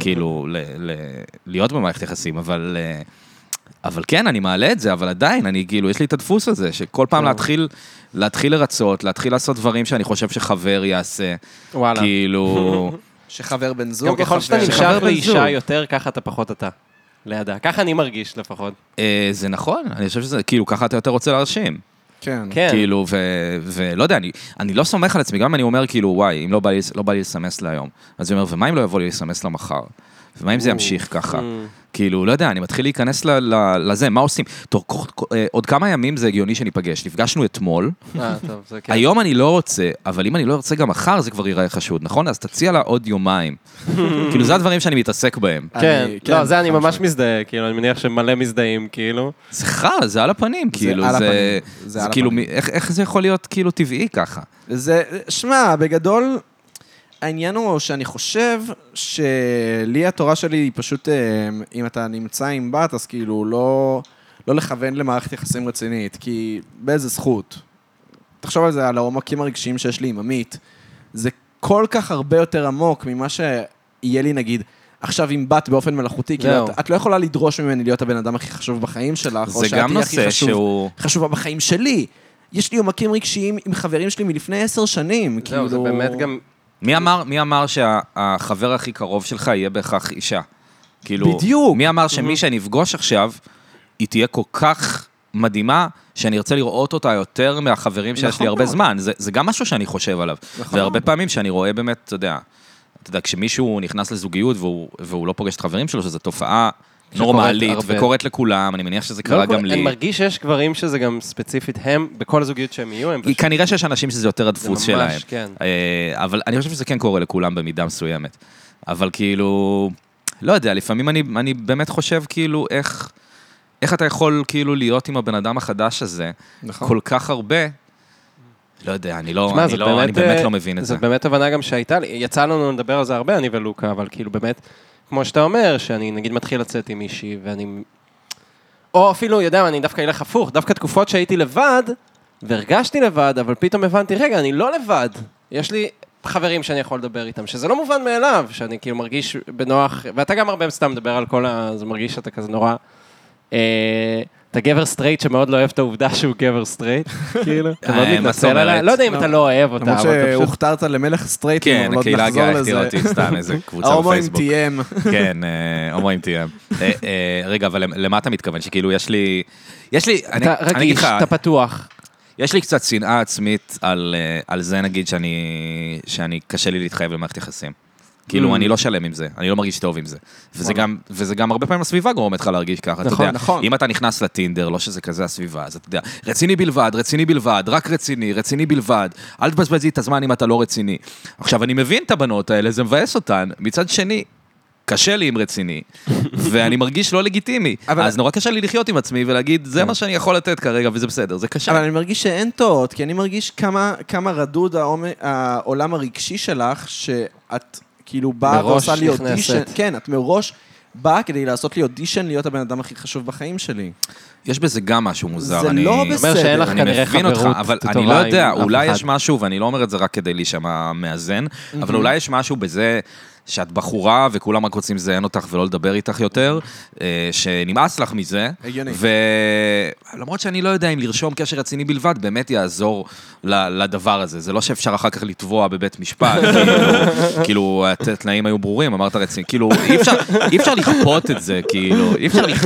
C: כאילו, ל- ל- להיות במערכת יחסים, אבל... אה, אבל כן, אני מעלה את זה, אבל עדיין, אני כאילו, יש לי את הדפוס הזה, שכל פעם להתחיל, להתחיל לרצות, להתחיל לעשות דברים שאני חושב שחבר יעשה.
D: וואלה.
C: כאילו,
A: שחבר בן
D: גם
A: זוג או
D: לא, ככל שאתה
A: חבר...
D: נמשך
C: בן זוג.
D: לאישה יותר, ככה אתה פחות אתה. לידה. ככה אני מרגיש לפחות.
C: אה, זה נכון, אני חושב שזה, כאילו, ככה אתה יותר רוצה להרשים.
B: כן.
D: כן.
C: כאילו, ו- ולא יודע, אני, אני לא סומך על עצמי, גם אם אני אומר, כאילו, וואי, אם לא בא לי, לא בא לי לסמס לה היום. אז אני אומר, ומה אם לא יבוא לי לסמס לה מחר? ומה אם זה ימשיך ככה?
B: אה.
C: כאילו, לא יודע, אני מתחיל להיכנס ל- ל- לזה, מה עושים? טוב, כל- אה, עוד כמה ימים זה הגיוני שניפגש. נפגשנו אתמול,
D: אה, טוב, זה כן.
C: היום אני לא רוצה, אבל אם אני לא ארצה גם מחר, זה כבר ייראה חשוד, נכון? אז תציע לה
B: [LAUGHS]
C: עוד יומיים. כאילו, זה הדברים שאני מתעסק בהם.
D: כן,
B: אני-
D: לא, זה אני
B: חד
D: ממש
B: משמעית.
D: מזדהה, כאילו, אני מניח שמלא מזדהים, כאילו.
C: זה חרא, זה על הפנים, כאילו,
B: על
C: זה...
B: הפנים, זה
C: זה
B: על
C: כאילו,
B: הפנים.
C: מי- איך- איך זה יכול להיות כאילו טבעי ככה?
B: זה, שמע, בגדול, העניין הוא שאני חושב שלי התורה שלי היא פשוט, אה, אם אתה נמצא עם בת, אז כאילו לא, לא לכוון למערכת יחסים רצינית, כי באיזה זכות. תחשוב על זה, על העומקים הרגשיים שיש לי עם עמית. זה כל כך הרבה יותר עמוק ממה שיהיה לי, נגיד, עכשיו עם בת באופן מלאכותי, כאילו,
D: זהו.
B: את, את לא יכולה לדרוש ממני להיות הבן אדם הכי חשוב בחיים שלך, או
C: זה
B: שאת
C: גם
B: תהיי הכי
C: נושא
B: חשוב.
C: שהוא...
B: חשובה בחיים שלי. יש לי עומקים רגשיים עם חברים שלי מלפני עשר שנים,
D: זהו,
B: כאילו...
D: זה באמת גם...
C: מי אמר, מי אמר שהחבר הכי קרוב שלך יהיה בהכרח אישה? כאילו,
B: בדיוק. Mm-hmm.
C: מי אמר שמי שאני אפגוש עכשיו, היא תהיה כל כך מדהימה, שאני ארצה לראות אותה יותר מהחברים שיש
B: נכון
C: לי הרבה
B: מאוד.
C: זמן. זה, זה גם משהו שאני חושב עליו.
B: נכון
C: והרבה
B: מאוד.
C: פעמים שאני רואה באמת, אתה יודע, אתה יודע, כשמישהו נכנס לזוגיות והוא, והוא לא פוגש את החברים שלו, שזו תופעה
D: שקורית
C: נורמלית
D: הרבה.
C: וקורית לכולם, אני מניח שזה
B: לא
C: קרה גם לי.
D: אני מרגיש שיש גברים שזה גם ספציפית הם, בכל הזוגיות שהם יהיו, הם
C: היא
D: פשוט...
C: כנראה שיש אנשים שזה יותר הדפוס
D: ממש,
C: שלהם.
D: כן.
C: אה, אבל אני חושב שזה כן קורה לכולם במידה מסוימת. אבל כאילו, לא יודע, לפעמים אני, אני באמת חושב כאילו איך, איך אתה יכול כאילו להיות עם הבן אדם החדש הזה
B: נכון.
C: כל כך הרבה. לא יודע, אני לא,
D: תשמע,
C: אני,
D: זאת
C: לא אני באמת
D: אה,
C: לא מבין את זה.
D: זאת באמת תובנה גם שהייתה לי, יצא לנו לדבר על זה הרבה, אני ולוקה, אבל כאילו באמת, כמו שאתה אומר, שאני נגיד מתחיל לצאת עם מישהי, ואני... או אפילו, יודע מה, אני דווקא אלך הפוך, דווקא תקופות שהייתי לבד, והרגשתי לבד, אבל פתאום הבנתי, רגע, אני לא לבד. יש לי חברים שאני יכול לדבר איתם, שזה לא מובן מאליו, שאני כאילו מרגיש בנוח, ואתה גם הרבה סתם מדבר על כל ה... זה מרגיש שאתה כזה נורא... אה, אתה גבר סטרייט שמאוד לא אוהב את העובדה שהוא גבר
C: [LAUGHS]
D: סטרייט, כאילו, אתה מאוד
C: אה, מה זאת
D: מתנצל עליה,
C: אומרת?
D: לא יודע אם אתה לא אוהב אותה,
B: למרות
D: אבל אתה פשוט
B: שהוכתרת למלך סטרייטים,
C: כן,
B: אבל עוד
C: הקהילה
B: נחזור
C: הגאה הכתירה
B: לזה.
C: אותי סתם איזה קבוצה
B: ההומואים
C: בפייסבוק.
B: תיאם.
D: [LAUGHS]
C: כן, אה, הומואים תהיה. אה, אה, רגע, אבל למה אתה מתכוון? שכאילו יש לי... יש לי... אני-
D: אתה
C: אני אגיד
D: רגיש,
C: לך,
D: אתה פתוח.
C: יש לי קצת שנאה עצמית על, אה, על זה, נגיד, שאני, שאני קשה לי להתחייב למערכת יחסים.
B: Mm.
C: כאילו, אני לא שלם עם זה, אני לא מרגיש טוב עם זה. וזה גם, וזה גם הרבה פעמים הסביבה גורמת לך להרגיש ככה, אתה
B: נכון,
C: יודע.
B: נכון.
C: אם אתה נכנס לטינדר, לא שזה כזה הסביבה, אז אתה יודע, רציני בלבד, רציני בלבד, רק רציני, רציני בלבד, אל תבזבזי את הזמן אם אתה לא רציני. עכשיו, אני מבין את הבנות האלה, זה מבאס אותן. מצד שני, קשה לי
B: [LAUGHS]
C: עם רציני, ואני מרגיש לא לגיטימי.
B: אבל- כן.
C: אז נורא קשה לי לחיות עם עצמי ולהגיד, זה מה שאני יכול לתת כרגע, וזה בסדר, זה קשה.
B: אבל אני מרגיש שאין טועות, כי אני מרגיש כמה, כמה רדוד העומ... העולם הרגשי שלך, שאת כאילו באה
D: מראש
B: ועושה לי אודישן.
D: נכנסת.
B: כן, את מראש באה כדי לעשות לי אודישן להיות הבן אדם הכי חשוב בחיים שלי.
C: יש בזה גם משהו מוזר.
B: זה
C: אני...
B: לא בסדר.
D: אומר שאין לך
C: אני
D: כנראה
C: מבין
D: חברות
C: אותך, אבל אני לא
D: טובה עם
C: יודע,
D: אף
C: אולי
D: אחד.
C: יש משהו, ואני לא אומר את זה רק כדי להישמע מאזן, אבל אולי יש משהו בזה שאת בחורה וכולם רק רוצים לזיין אותך ולא לדבר איתך יותר, אה, שנמאס לך מזה.
B: הגיוני.
C: ולמרות שאני לא יודע אם לרשום קשר רציני בלבד באמת יעזור ל- לדבר הזה. זה לא שאפשר אחר כך לתבוע
B: [LAUGHS]
C: בבית משפט, כאילו, כאילו, התנאים היו ברורים, אמרת רציני, כאילו, אי אפשר- אי אפשר לכפות את זה, כאילו, אי אפשר לכ-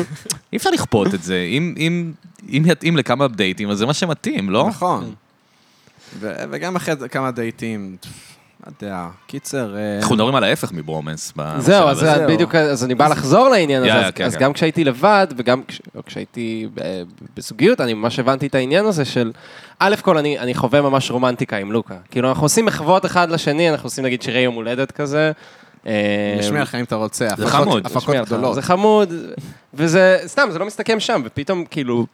C: אי אפשר לכפות את זה. אם- אם- אם יתאים לכמה דייטים, אז זה מה שמתאים, לא?
B: נכון. ו- וגם אחרי כמה דייטים, לא יודע. קיצר... אה,
C: אנחנו מדברים על ההפך מברומנס. בשלב
D: זהו, אז
C: הזה.
B: זהו.
D: בדיוק, אז אני בא לחזור לעניין
C: יא,
D: הזה. אז-
C: כן,
D: אז
C: כן.
D: גם כשהייתי לבד, וגם כש- או כשהייתי אה, בזוגיות, אני ממש הבנתי את העניין הזה של... א' כל, אני אני חווה ממש רומנטיקה עם לוקה. כאילו, אנחנו עושים מחוות אחד לשני, אנחנו עושים נגיד שירי יום הולדת כזה. אה,
B: נשמיע לך אם אתה רוצה.
C: זה
B: הפקות-
C: חמוד.
B: הפקות
D: נשמיע לך.
B: גדולות.
D: זה חמוד, וזה, סתם, זה לא מסתכם שם, ופתאום, כאילו,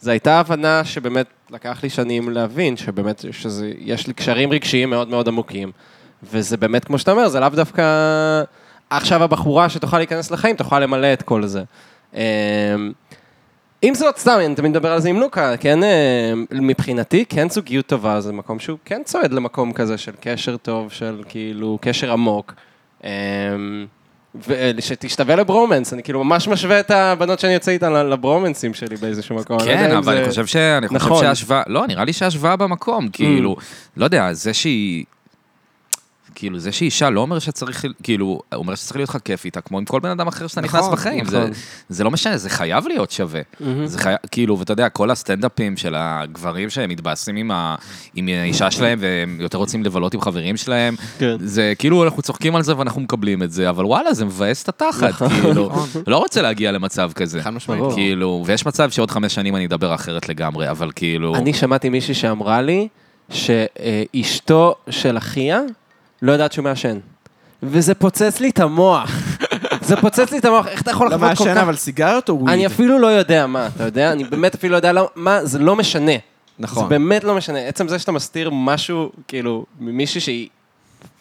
D: זו הייתה הבנה שבאמת לקח לי שנים להבין, שבאמת, שזה, יש לי קשרים רגשיים מאוד מאוד עמוקים, וזה באמת, כמו שאתה אומר, זה לאו דווקא... עכשיו הבחורה שתוכל להיכנס לחיים, תוכל למלא את כל זה. אמ, עם זאת, סתם, אני תמיד מדבר על זה עם לוקה, כן, אמ, מבחינתי, כן זוגיות טובה, זה מקום שהוא כן צועד למקום כזה של קשר טוב, של כאילו קשר עמוק. אמ, ושתשתווה לברומנס, אני כאילו ממש משווה את הבנות שאני יוצא איתן לברומנסים שלי באיזשהו מקום. אני לא יודע
C: כן,
D: אם
C: אבל
D: זה-
C: אני חושב ש- אני חושב
D: נכון. Mm.
C: שההשוואה, לא, נראה לי שההשוואה במקום, כאילו, לא יודע, זה שהיא... כאילו, זה שאישה לא אומר שצריך, כאילו, הוא אומר שצריך להיות לך כיף איתה, כמו עם כל בן אדם אחר שאתה נכנס
D: נכון,
C: בחיים. זה-
D: נכון. Mm-hmm.
C: זה לא משנה, זה חייב להיות שווה. זה חייב, כאילו, ואתה יודע, כל הסטנדאפים של הגברים שהם מתבאסים עם ה- עם האישה שלהם, והם יותר רוצים לבלות עם חברים שלהם,
D: כן.
C: זה כאילו, אנחנו צוחקים על זה ואנחנו מקבלים את זה, אבל וואלה, זה מבאס את התחת, כאילו. לא רוצה להגיע למצב כזה.
B: חד משמעית.
D: נכון. ברור.
C: כאילו, ויש מצב שעוד חמש שנים אני אדבר אחרת לגמרי, אבל כאילו...
D: אני שמעתי מישהי שאמרה לי שאשתו של אחיה לא יודעת שהוא מעשן. וזה פוצץ לי את המוח. [LAUGHS] זה פוצץ לי את המוח, איך אתה יכול
B: לא
D: לחוות כל
B: מעשן
D: כך...
B: אבל סיגריות או וויד?
D: אני אפילו לא יודע מה, אתה יודע? אני באמת אפילו לא יודע למה- מה, זה לא משנה.
B: נכון.
D: זה באמת לא משנה. עצם זה שאתה מסתיר משהו, כאילו, ממישהי שהיא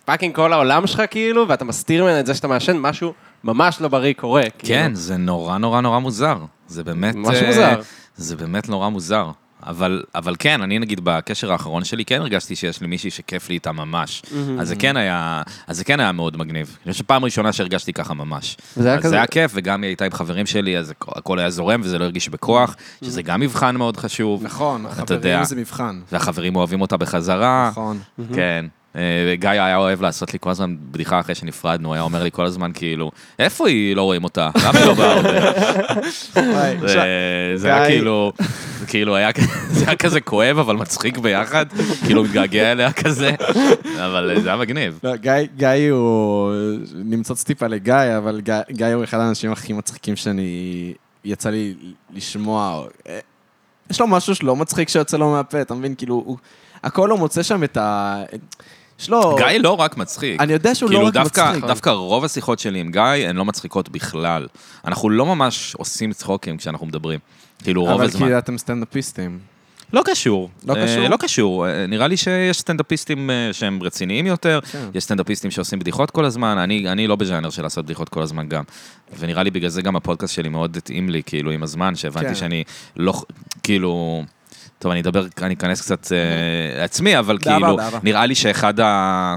D: פאקינג כל העולם שלך, כאילו, ואתה מסתיר ממנה את זה שאתה מעשן, משהו ממש לא בריא קורה. כאילו.
C: כן, זה נורא נורא נורא מוזר. זה באמת...
D: ממש
C: אה,
D: מוזר.
C: זה באמת נורא מוזר. אבל, אבל כן, אני נגיד בקשר האחרון שלי, כן הרגשתי שיש לי מישהי שכיף לי איתה ממש. אז זה כן היה, אז זה כן היה מאוד מגניב. אני חושב שפעם ראשונה שהרגשתי ככה ממש.
D: וזה היה
C: אז
D: כזה-
C: זה היה כיף, וגם היא הייתה עם חברים שלי, אז הכ- הכל היה זורם וזה לא הרגיש בכוח, שזה גם מבחן מאוד חשוב.
B: נכון,
C: אתה יודע. אה.
B: החברים זה מבחן.
C: והחברים אוהבים אותה בחזרה.
B: נכון.
C: כן. אה, גיא היה אוהב לעשות לי כל הזמן בדיחה אחרי שנפרדנו, היה אומר לי כל הזמן כאילו, איפה היא? לא רואים אותה, למה היא לא
B: [LAUGHS]
C: באה הרבה?
B: וואי,
C: [LAUGHS] זה-
B: עכשיו-
C: זה היה
B: גיא.
C: כאילו, זה כאילו היה, כ- [LAUGHS] זה היה כזה כואב אבל מצחיק ביחד, כאילו מתגעגע אליה כזה, אבל אה, זה היה מגניב.
B: לא, גיא, גיא הוא... נמצוץ טיפה לגיא, אבל גיא, גיא הוא אחד האנשים הכי מצחיקים שאני... יצא לי לשמוע. אה, יש לו משהו שלא מצחיק שיוצא לו מהפה, אתה מבין? כאילו, הוא... הכל הוא מוצא שם את ה... יש לו...
C: גיא לא רק מצחיק.
B: אני יודע שהוא לא
C: כאילו
B: רק
C: דווקא,
B: מצחיק.
C: דווקא רוב השיחות שלי עם גיא הן לא מצחיקות בכלל. אנחנו לא ממש עושים צחוקים כשאנחנו מדברים, כאילו רוב
B: אבל
C: הזמן.
B: כאילו אתם סטנדאפיסטים.
C: לא קשור.
B: לא
C: אה,
B: קשור?
C: לא קשור. אה, נראה לי שיש סטנדאפיסטים אה, שהם רציניים יותר,
B: כן.
C: יש סטנדאפיסטים שעושים בדיחות כל הזמן, אני אני לא בז'אנר של לעשות בדיחות כל הזמן גם. ונראה לי בגלל זה גם הפודקאסט שלי מאוד התאים לי, כאילו, עם הזמן,
B: כן.
C: שהבנתי שאני לא, ח- כאילו... טוב, אני אדבר, אני אכנס קצת אה, לעצמי, אבל
B: בעבר,
C: כאילו,
B: בעבר.
C: נראה לי שאחד ה...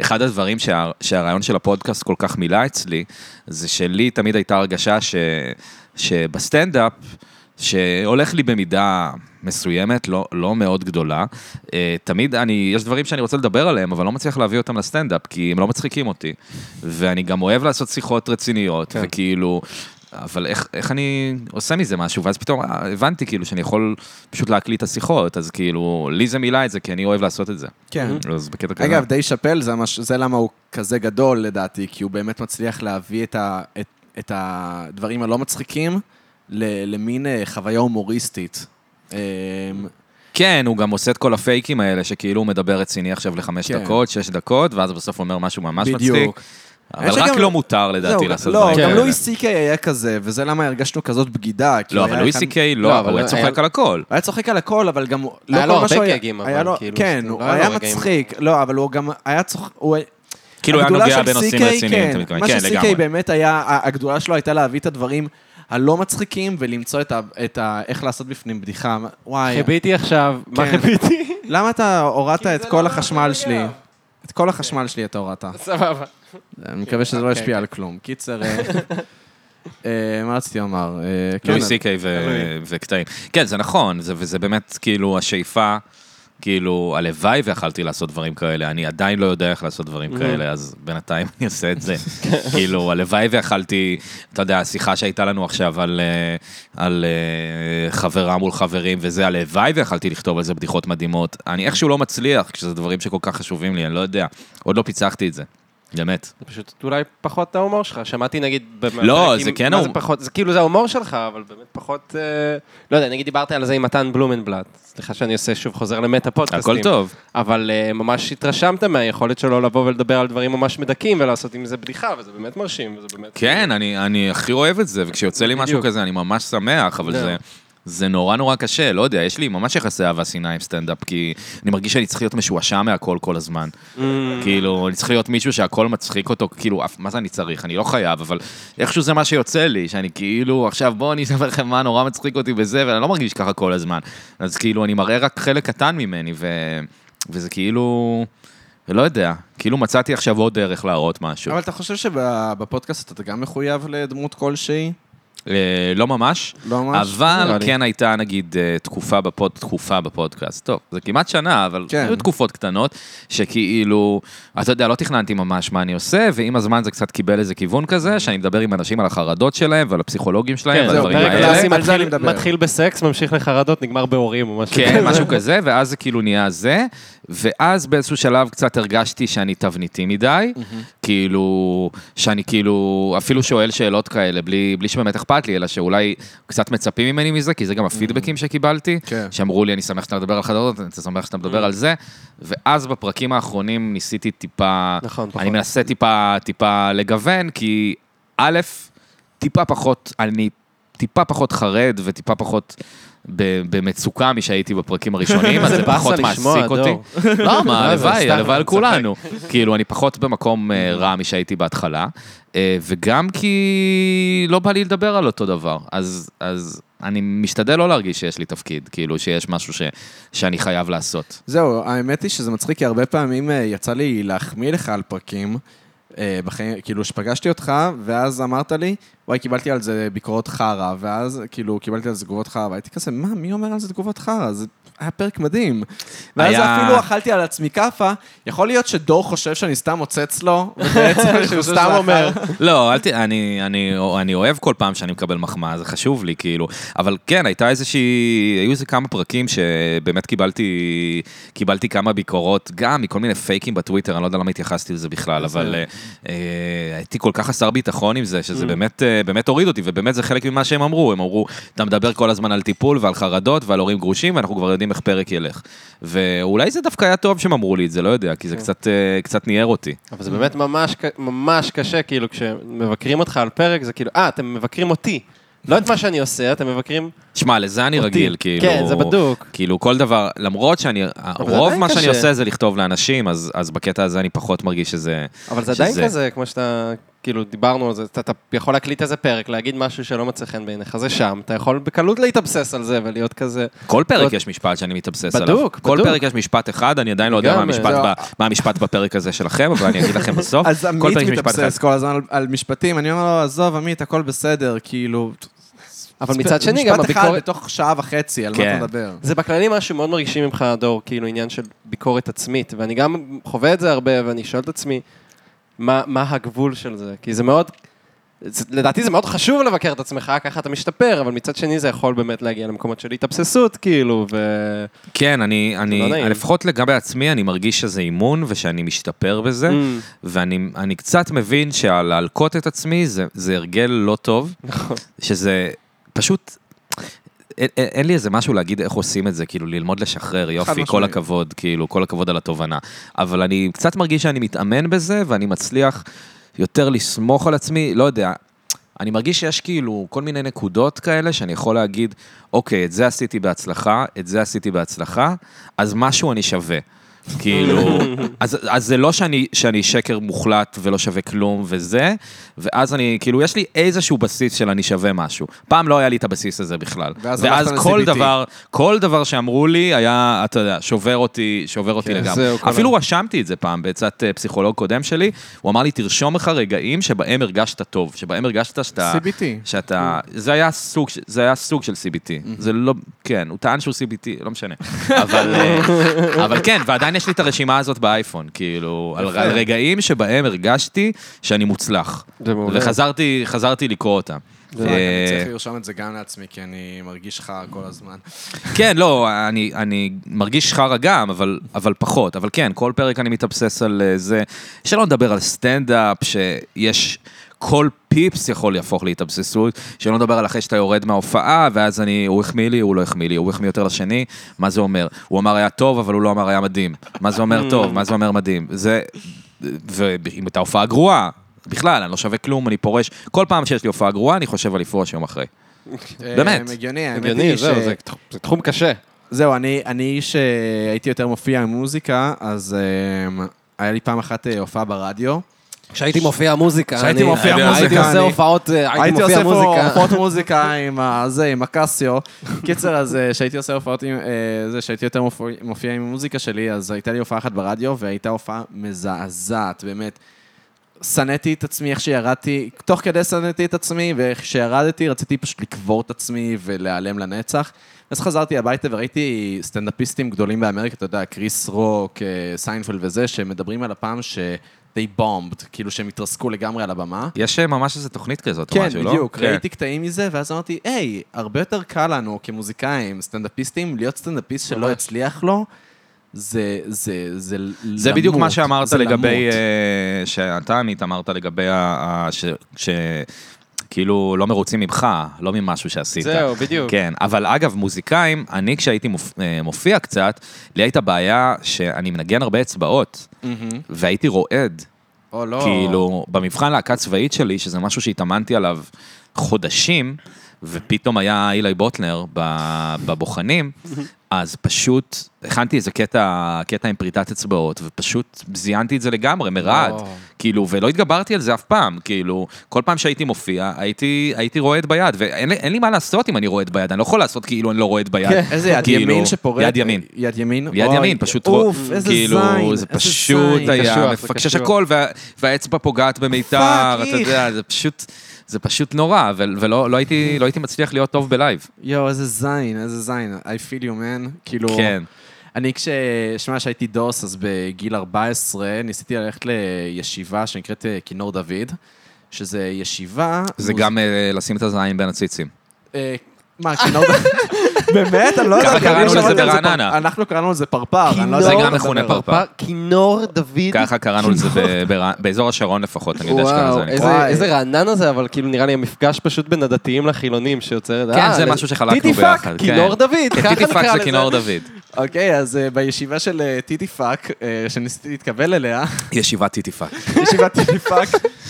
C: אחד הדברים שה, שהרעיון של הפודקאסט כל כך מילא אצלי, זה שלי תמיד הייתה הרגשה ש, שבסטנדאפ, שהולך לי במידה מסוימת, לא, לא מאוד גדולה, אה, תמיד אני, יש דברים שאני רוצה לדבר עליהם, אבל לא מצליח להביא אותם לסטנדאפ, כי הם לא מצחיקים אותי. ואני גם אוהב לעשות שיחות רציניות,
B: כן.
C: כן. וכאילו... אבל איך, איך אני עושה מזה משהו? ואז פתאום אה, הבנתי כאילו שאני יכול פשוט להקליט את השיחות, אז כאילו, לי זה מילא את זה, כי אני אוהב לעשות את זה.
B: כן.
C: אז בקטע כזה.
B: אגב, די שאפל, זה, המש... זה למה הוא כזה גדול לדעתי, כי הוא באמת מצליח להביא את, ה... את... את הדברים הלא מצחיקים ל... למין אה, חוויה הומוריסטית. אמ,
C: כן, הוא גם עושה את כל הפייקים האלה, שכאילו הוא מדבר רציני עכשיו לחמש
B: כן.
C: דקות, שש דקות, ואז בסוף הוא אומר משהו ממש מצחיק.
B: בדיוק.
C: אבל
B: יש
C: רק
B: גם-
C: לא מותר
B: זהו,
C: לדעתי לעשות כן.
B: לא,
C: דברים
B: גם
C: כאלה.
B: לואי סי קיי היה כזה, וזה למה הרגשנו כזאת בגידה. כי
C: לא,
B: הוא
C: אבל
B: היה
C: לואי
B: אחד-
C: סי קיי
D: לא,
C: לא,
D: אבל
C: הוא היה
B: אה,
D: היה-
C: צוחק על הכל.
B: הוא היה צוחק על הכל, אבל גם... הוא- לא
D: היה
B: כל
D: לו
B: מה שהוא
D: הרבה גגים,
B: היה
D: אבל
B: לו-
D: כאילו,
B: כן,
D: לא
B: הוא
D: היה לו
B: היה
D: רגעים.
B: מצחיק. לא, אבל הוא גם היה צוחק... הוא היה-
C: כאילו הוא היה
B: אה, הגדולה של
C: נוגע בנושאים
B: CK,
C: רציניים, אתה
B: כן,
C: מתכוון.
B: מה
C: כן,
B: של CK
C: לגמרי.
B: באמת היה, ה- הגדולה שלו הייתה להביא את הדברים הלא מצחיקים ולמצוא את ה... את ה- איך לעשות בפנים בדיחה. וואי,
D: חיביתי עכשיו, מה
B: כן.
D: חיביתי? [LAUGHS]
B: למה אתה הורדת את
D: זה
B: כל
D: לא
B: החשמל
D: נוגע.
B: שלי? את כל החשמל שלי אתה הורדת.
D: סבבה.
B: אני מקווה שזה לא
D: אוקיי,
B: ישפיע על כלום. קיצר, אה, אה, מה רציתי לומר? אה, כן,
C: לואי סי קיי ו-
D: לואי.
C: וקטעים. כן, זה נכון, זה- וזה באמת כאילו השאיפה, כאילו, הלוואי ויכלתי לעשות דברים כאלה, אני עדיין לא יודע איך לעשות דברים כאלה, אז בינתיים אני עושה את זה. [LAUGHS] כאילו, הלוואי ויכלתי, אתה יודע, השיחה שהייתה לנו עכשיו על, אה, על אה, חברה מול חברים וזה, הלוואי ויכלתי לכתוב על זה בדיחות מדהימות. אני איכשהו לא מצליח, כשזה דברים שכל כך חשובים לי, אני לא יודע. עוד לא פיצחתי את זה. באמת.
D: זה פשוט אולי פחות ההומור שלך. שמעתי נגיד... במ-
C: לא,
D: בפרקים-
C: זה כן
D: מה
C: ההומור.
D: זה פחות? זה כאילו זה ההומור שלך, אבל באמת פחות... אה, לא יודע, נגיד דיברתי על זה עם מתן בלומנבלט. סליחה שאני עושה שוב חוזר למטה פודקאסטים.
C: הכל טוב.
D: אבל אה, ממש התרשמת מהיכולת שלו לבוא ולדבר על דברים ממש מדכאים ולעשות עם זה בדיחה, וזה באמת מרשים, וזה באמת...
C: כן, אני, אני הכי אוהב את זה, וכשיוצא לי משהו
D: בדיוק.
C: כזה, אני ממש שמח, אבל
D: לא.
C: זה... זה נורא נורא קשה, לא יודע, יש לי ממש יחסי אהבה שנאה עם סטנדאפ, כי אני מרגיש שאני צריך להיות משועשע מהכל כל הזמן. כאילו, אני צריך להיות מישהו שהכל מצחיק אותו, כאילו, אף- מה זה אני צריך? אני לא חייב, אבל איכשהו זה מה שיוצא לי, שאני כאילו, עכשיו בואו אני אספר לכם מה נורא מצחיק אותי בזה, ואני לא מרגיש ככה כל הזמן. אז כאילו, אני מראה רק חלק קטן ממני, ו... וזה כאילו, לא יודע, כאילו מצאתי עכשיו עוד דרך להראות משהו.
B: אבל אתה חושב שבפודקאסט אתה גם מחויב לדמות כלשהי?
C: אה, לא ממש.
B: לא ממש,
C: אבל
B: נראה לי.
C: כן הייתה, נגיד, אה, תקופה, בפוד, תקופה בפודקאסט. טוב, זה כמעט שנה, אבל
B: כן.
C: היו תקופות קטנות, שכאילו, אתה יודע, לא תכננתי ממש מה אני עושה, ועם הזמן זה קצת קיבל איזה כיוון כזה, שאני מדבר עם אנשים על החרדות שלהם ועל הפסיכולוגים שלהם,
D: כן,
C: ועל
D: זהו,
C: הדברים
D: פרק
B: האלה.
D: קלאסי
B: על זה
D: מתחיל-
B: אני מדבר.
D: מתחיל בסקס, ממשיך לחרדות, נגמר בהורים או משהו
C: כן, משהו כזה, ואז זה כאילו נהיה זה, ואז באיזשהו שלב קצת הרגשתי שאני תבניתי מדי, כאילו, שאני כאילו אפילו שואל שאלות כאלה, בלי, בלי שבאמת אכפת לי, אלא שאולי קצת מצפים ממני מזה, כי זה גם הפידבקים שקיבלתי,
B: כן.
C: שאמרו לי, אני שמח שאתה מדבר על חדרות, אני שמח שאתה מדבר על זה, ואז בפרקים האחרונים ניסיתי טיפה,
D: נכון, פחות.
C: אני מנסה טיפה, טיפה לגוון, כי א', טיפה פחות, אני טיפה פחות חרד וטיפה פחות ב- במצוקה משהייתי בפרקים הראשונים, אז
D: זה
C: זה
D: באסה
C: פחות
D: לשמוע,
C: מעסיק אותי.
D: דור.
C: [LAUGHS] לא, מה,
D: לא, זה
C: הלוואי,
D: סתם,
C: הלוואי על
D: אני
C: כולנו. כאילו, אני פחות במקום אה, רע משהייתי בהתחלה, אה, וגם כי לא בא לי לדבר על אותו דבר. אז אז אני משתדל לא להרגיש שיש לי תפקיד, כאילו, שיש משהו ש- שאני חייב לעשות.
B: זהו, האמת היא שזה מצחיק, כי הרבה פעמים אה, יצא לי להחמיא לך על פרקים, אה, בחיים, כאילו, שפגשתי אותך, ואז אמרת לי, וואי, קיבלתי על זה ביקורות חרא, ואז כאילו קיבלתי על זה תגובות חרא, והייתי כזה, מה, מי אומר על זה תגובות חרא? זה היה פרק מדהים. ואז
C: היה-
B: אפילו אכלתי על עצמי כאפה, יכול להיות שדור חושב שאני סתם מוצץ לו,
D: [LAUGHS]
B: ובעצם שהוא
D: שזה
B: סתם
D: אחר.
B: אומר.
C: לא, אל ת... אני, אני, אני אוהב כל פעם שאני מקבל מחמאה, זה חשוב לי, כאילו. אבל כן, הייתה איזושהי... היו איזה כמה פרקים שבאמת קיבלתי, קיבלתי כמה ביקורות, גם מכל מיני פייקים בטוויטר, אני לא יודע למה התייחסתי לזה בכלל, אבל אה, אה, הייתי כל כך חסר ביטחון עם זה, שזה באמת, אה, באמת הוריד אותי, ובאמת זה חלק ממה שהם אמרו. הם אמרו, אתה מדבר כל הזמן על טיפול ועל חרדות ועל הורים גרושים, ואנחנו כבר יודעים איך פרק ילך. ואולי זה דווקא היה טוב שהם אמרו לי את זה, לא יודע, כי זה קצת, אה, קצת ניער אותי.
D: אבל זה באמת ממש, ק- ממש קשה, כאילו, כשמבקרים אותך על פרק, זה כאילו, אה, אתם מבקרים אותי. לא את מה שאני עושה, אתם מבקרים...
C: שמע, לזה אני
D: אותי.
C: רגיל, כאילו...
D: כן, זה בדוק.
C: כאילו, כל דבר, למרות שאני... רוב
D: עדיין
C: מה
D: קשה.
C: שאני עושה זה לכתוב לאנשים, אז, אז בקטע הזה אני פחות מרגיש שזה...
D: אבל זה עדיין
C: שזה-
D: כזה, כמו שאתה, כאילו, דיברנו על זה, אתה, אתה יכול להקליט איזה פרק, להגיד משהו שלא מצא חן בעיניך, זה שם, אתה יכול בקלות להתאבסס על זה ולהיות כזה.
C: כל פרק
D: עוד-
C: יש משפט שאני מתאבסס
D: בדוק,
C: עליו. כל
D: בדוק.
C: פרק יש משפט אחד, אני עדיין לא יודע
D: גם,
C: מה המשפט,
B: זה-
C: ב, מה המשפט בפרק הזה שלכם, אבל אני אגיד
D: [LAUGHS]
C: לכם בסוף.
B: אז
C: כל
B: עמית
C: פרק יש משפט אחד.
B: מתאבסס כל הזמן על- על משפטים, אני אומר לו, עזוב, עמית, הכל בסדר, כאילו...
D: אבל מצד שני, גם
B: משפט אחד
D: הביקורת...
B: בתוך שעה וחצי, על מה
C: כן.
B: אתה מדבר.
D: זה בכללי משהו מאוד מרגישים ממך, דור, כאילו עניין של ביקורת עצמית, ואני גם חווה את זה הרבה, ואני שואל את עצמי, מה, מה הגבול של זה? כי זה מאוד, זה, לדעתי זה מאוד חשוב לבקר את עצמך, ככה אתה משתפר, אבל מצד שני זה יכול באמת להגיע למקומות של התאבססות, כאילו, ו...
C: כן, אני,
D: לא
C: אני,
D: נעים.
C: לפחות לגבי עצמי, אני מרגיש שזה אימון ושאני משתפר בזה,
B: כן.
D: Mm.
C: ואני אני קצת מבין שלהלקוט את עצמי זה, זה הרגל לא טוב, שזה פשוט... אין, אין- אין לי איזה משהו להגיד איך עושים את זה, כאילו ללמוד לשחרר, יופי, כל
B: משמעית.
C: הכבוד, כאילו, כל הכבוד על התובנה. אבל אני קצת מרגיש שאני מתאמן בזה, ואני מצליח יותר לסמוך על עצמי, לא יודע. אני מרגיש שיש כאילו כל מיני נקודות כאלה שאני יכול להגיד, אוקיי, את זה עשיתי בהצלחה, את זה עשיתי בהצלחה, אז משהו אני שווה. כאילו, אז, אז זה לא שאני, שאני שקר מוחלט ולא שווה כלום וזה, ואז אני, כאילו, יש לי איזשהו בסיס של אני שווה משהו. פעם לא היה לי את הבסיס הזה בכלל.
B: ואז
C: ואז,
B: הלכת
C: כל
B: ל-CBT.
C: דבר, כל דבר שאמרו לי היה, אתה יודע, שובר אותי, שובר אותי
D: כן,
C: לגמרי.
D: זהו, כל
C: אפילו רשמתי את זה פעם בעצת אה, פסיכולוג קודם שלי, הוא אמר לי, תרשום לך רגעים שבהם הרגשת טוב, שבהם הרגשת שאתה...
B: CBT.
C: שאתה... זה היה סוג, ש- זה היה סוג של CBT.
D: Mm-hmm.
C: זה לא... כן, הוא טען שהוא CBT, לא משנה. אבל,
D: [LAUGHS]
C: אה, אבל כן, ועדיין יש לי את הרשימה הזאת באייפון, כאילו, על על רגעים שבהם הרגשתי שאני מוצלח.
D: זה מעולה.
C: וחזרתי חזרתי לקרוא אותה.
B: וואי, אני
C: אה,
B: צריך לרשום את זה גם לעצמי, כי אני מרגיש לך כל הזמן.
C: כן, לא, אני, אני מרגיש חרא גם, אבל, אבל פחות. אבל כן, כל פרק אני מתאבסס על אה, זה. שלא נדבר על סטנדאפ, שיש... כל פיפס יכול להפוך להתאבססות, שלא נדבר על אחרי שאתה יורד מההופעה, ואז אני, הוא החמיא לי, הוא לא החמיא לי, הוא החמיא יותר לשני, מה זה אומר? הוא אמר היה טוב, אבל הוא לא אמר היה מדהים. מה זה
B: Mm.
C: אומר טוב? מה זה אומר מדהים? זה... ואם הייתה הופעה גרועה, בכלל, אני לא שווה כלום, אני פורש. כל פעם שיש לי הופעה גרועה, אני חושב על לפרוש יום אחרי. באמת.
B: אה, הגיוני, האמת
D: הגיוני,
B: היא ש...
D: זהו, זה תח- זה תחום קשה.
B: זהו, אני, אני שהייתי יותר מופיע עם מוזיקה, אז אה, היה לי פעם אחת אה, הופעה ברדיו.
D: כשהייתי מופיע מוזיקה,
B: כשהייתי
D: אני-
B: מופיע
D: הייתי
B: מוזיקה,
D: עושה
B: אני-
D: הופעות, אה,
B: הייתי
D: הייתי מופיע
B: עושה פה
D: מוזיקה.
B: הופעות מוזיקה עם הזה, עם הקסיו. קיצר, אז אה, שהייתי עושה הופעות עם אה, זה, שהייתי יותר מופ- מופיע עם המוזיקה שלי, אז הייתה לי הופעה אחת ברדיו, והייתה הופעה מזעזעת, באמת. שנאתי את עצמי איך שירדתי, תוך כדי שנאתי את עצמי, ואיך שירדתי רציתי פשוט לקבור את עצמי ולהיעלם לנצח. אז חזרתי הביתה וראיתי סטנדאפיסטים גדולים באמריקה, אתה יודע, קריס רוק, אה, סיינפלד וזה, שמדברים על הפעם ש... they bombed, כאילו שהם התרסקו לגמרי על הבמה.
C: יש אה, ממש איזו תוכנית כזאת או
B: כן,
C: משהו, לא?
B: בדיוק, ראיתי קטעים מזה, ואז אמרתי, היי, הרבה יותר קל לנו כמוזיקאים, סטנדאפיסטים, להיות סטנדאפיסט שלא
D: ממש.
B: יצליח לו, זה, זה, זה למות.
C: זה בדיוק מה שאמרת
B: זה
C: לגבי,
B: למות.
C: אה, שאתה עמית אמרת לגבי, ה- ה- ש- ש- כאילו לא מרוצים ממך, לא ממשהו שעשית.
D: זהו, בדיוק.
C: כן, אבל אגב, מוזיקאים, אני כשהייתי מופ- אה, מופיע קצת, לי הייתה בעיה שאני מנגן הרבה אצבעות, והייתי רועד,
B: או לא.
C: כאילו, במבחן להקה צבאית שלי, שזה משהו שהתאמנתי עליו חודשים, ופתאום היה אילי בוטנר ב- בבוחנים, אז פשוט הכנתי איזה קטע, קטע עם פריטת אצבעות, ופשוט זיינתי את זה לגמרי, מרעד.
D: וואו.
C: כאילו, ולא התגברתי על זה אף פעם, כאילו, כל פעם שהייתי מופיע, הייתי, הייתי רועד ביד, ואין לי, אין לי מה לעשות אם אני רועד ביד, אני לא יכול לעשות כאילו אני לא רועד ביד.
B: כן, איזה יד
C: כאילו,
B: ימין שפורט.
C: יד ימין.
B: יד ימין?
C: יד
B: אוי,
C: ימין, פשוט
B: אוף,
C: רוא-
B: איזה זין.
C: כאילו, זה
B: איזה
C: פשוט
B: זין.
D: קשוח,
C: היה
D: זה
C: מפקשש
D: קשוח.
C: הכל, וה- והאצבע פוגעת במיתר,
B: פאק,
C: אתה יודע, זה פשוט, זה פשוט נורא, ו- ולא לא הייתי, לא הייתי מצליח להיות טוב בלייב.
B: יואו, איזה זין, איזה זין. I feel you, man. כאילו...
C: כן.
B: אני כש... שמע, כשהייתי דוס, אז בגיל 14, ניסיתי ללכת לישיבה שנקראת אה, כינור דוד, שזה ישיבה...
C: זה
B: מוז-
C: גם אה, לשים את הזין בין הציצים.
B: אה, מה, כינור דוד? [LAUGHS] באמת? אני לא יודע.
C: ככה
B: אני
C: קראנו
B: שמעתי
C: לזה
B: על פר-
C: ברעננה.
B: אנחנו קראנו לזה פרפר. אני לא
C: זה
B: יודע
C: גם נכון.
B: מה אתה
C: מכונה
B: מדבר.
C: פרפר.
E: כינור דוד.
C: ככה קראנו לזה ב-
B: [LAUGHS]
C: בר- באזור השרון לפחות, אני יודע שככה
D: וואו,
C: זה נקרא.
D: איזה-
B: וואי.
D: איזה רענן הזה, אבל כאילו נראה לי המפגש פשוט בין הדתיים לחילונים שיוצר את
C: כן,
D: אה,
C: זה
D: לזה-
C: משהו שחלקנו
D: טיטי פאק,
C: ביחד, כן.
D: כינור דוד, ככה
C: טיטי פאק
D: נקרא
C: זה
D: לזה.
C: כינור דוד.
B: אוקיי, אז אה, בישיבה של אה, טיטי פאק, אה, שניסיתי להתקבל אליה, [LAUGHS]
C: ישיבת טיטי פאק.
B: ישיבת טיטי פאק,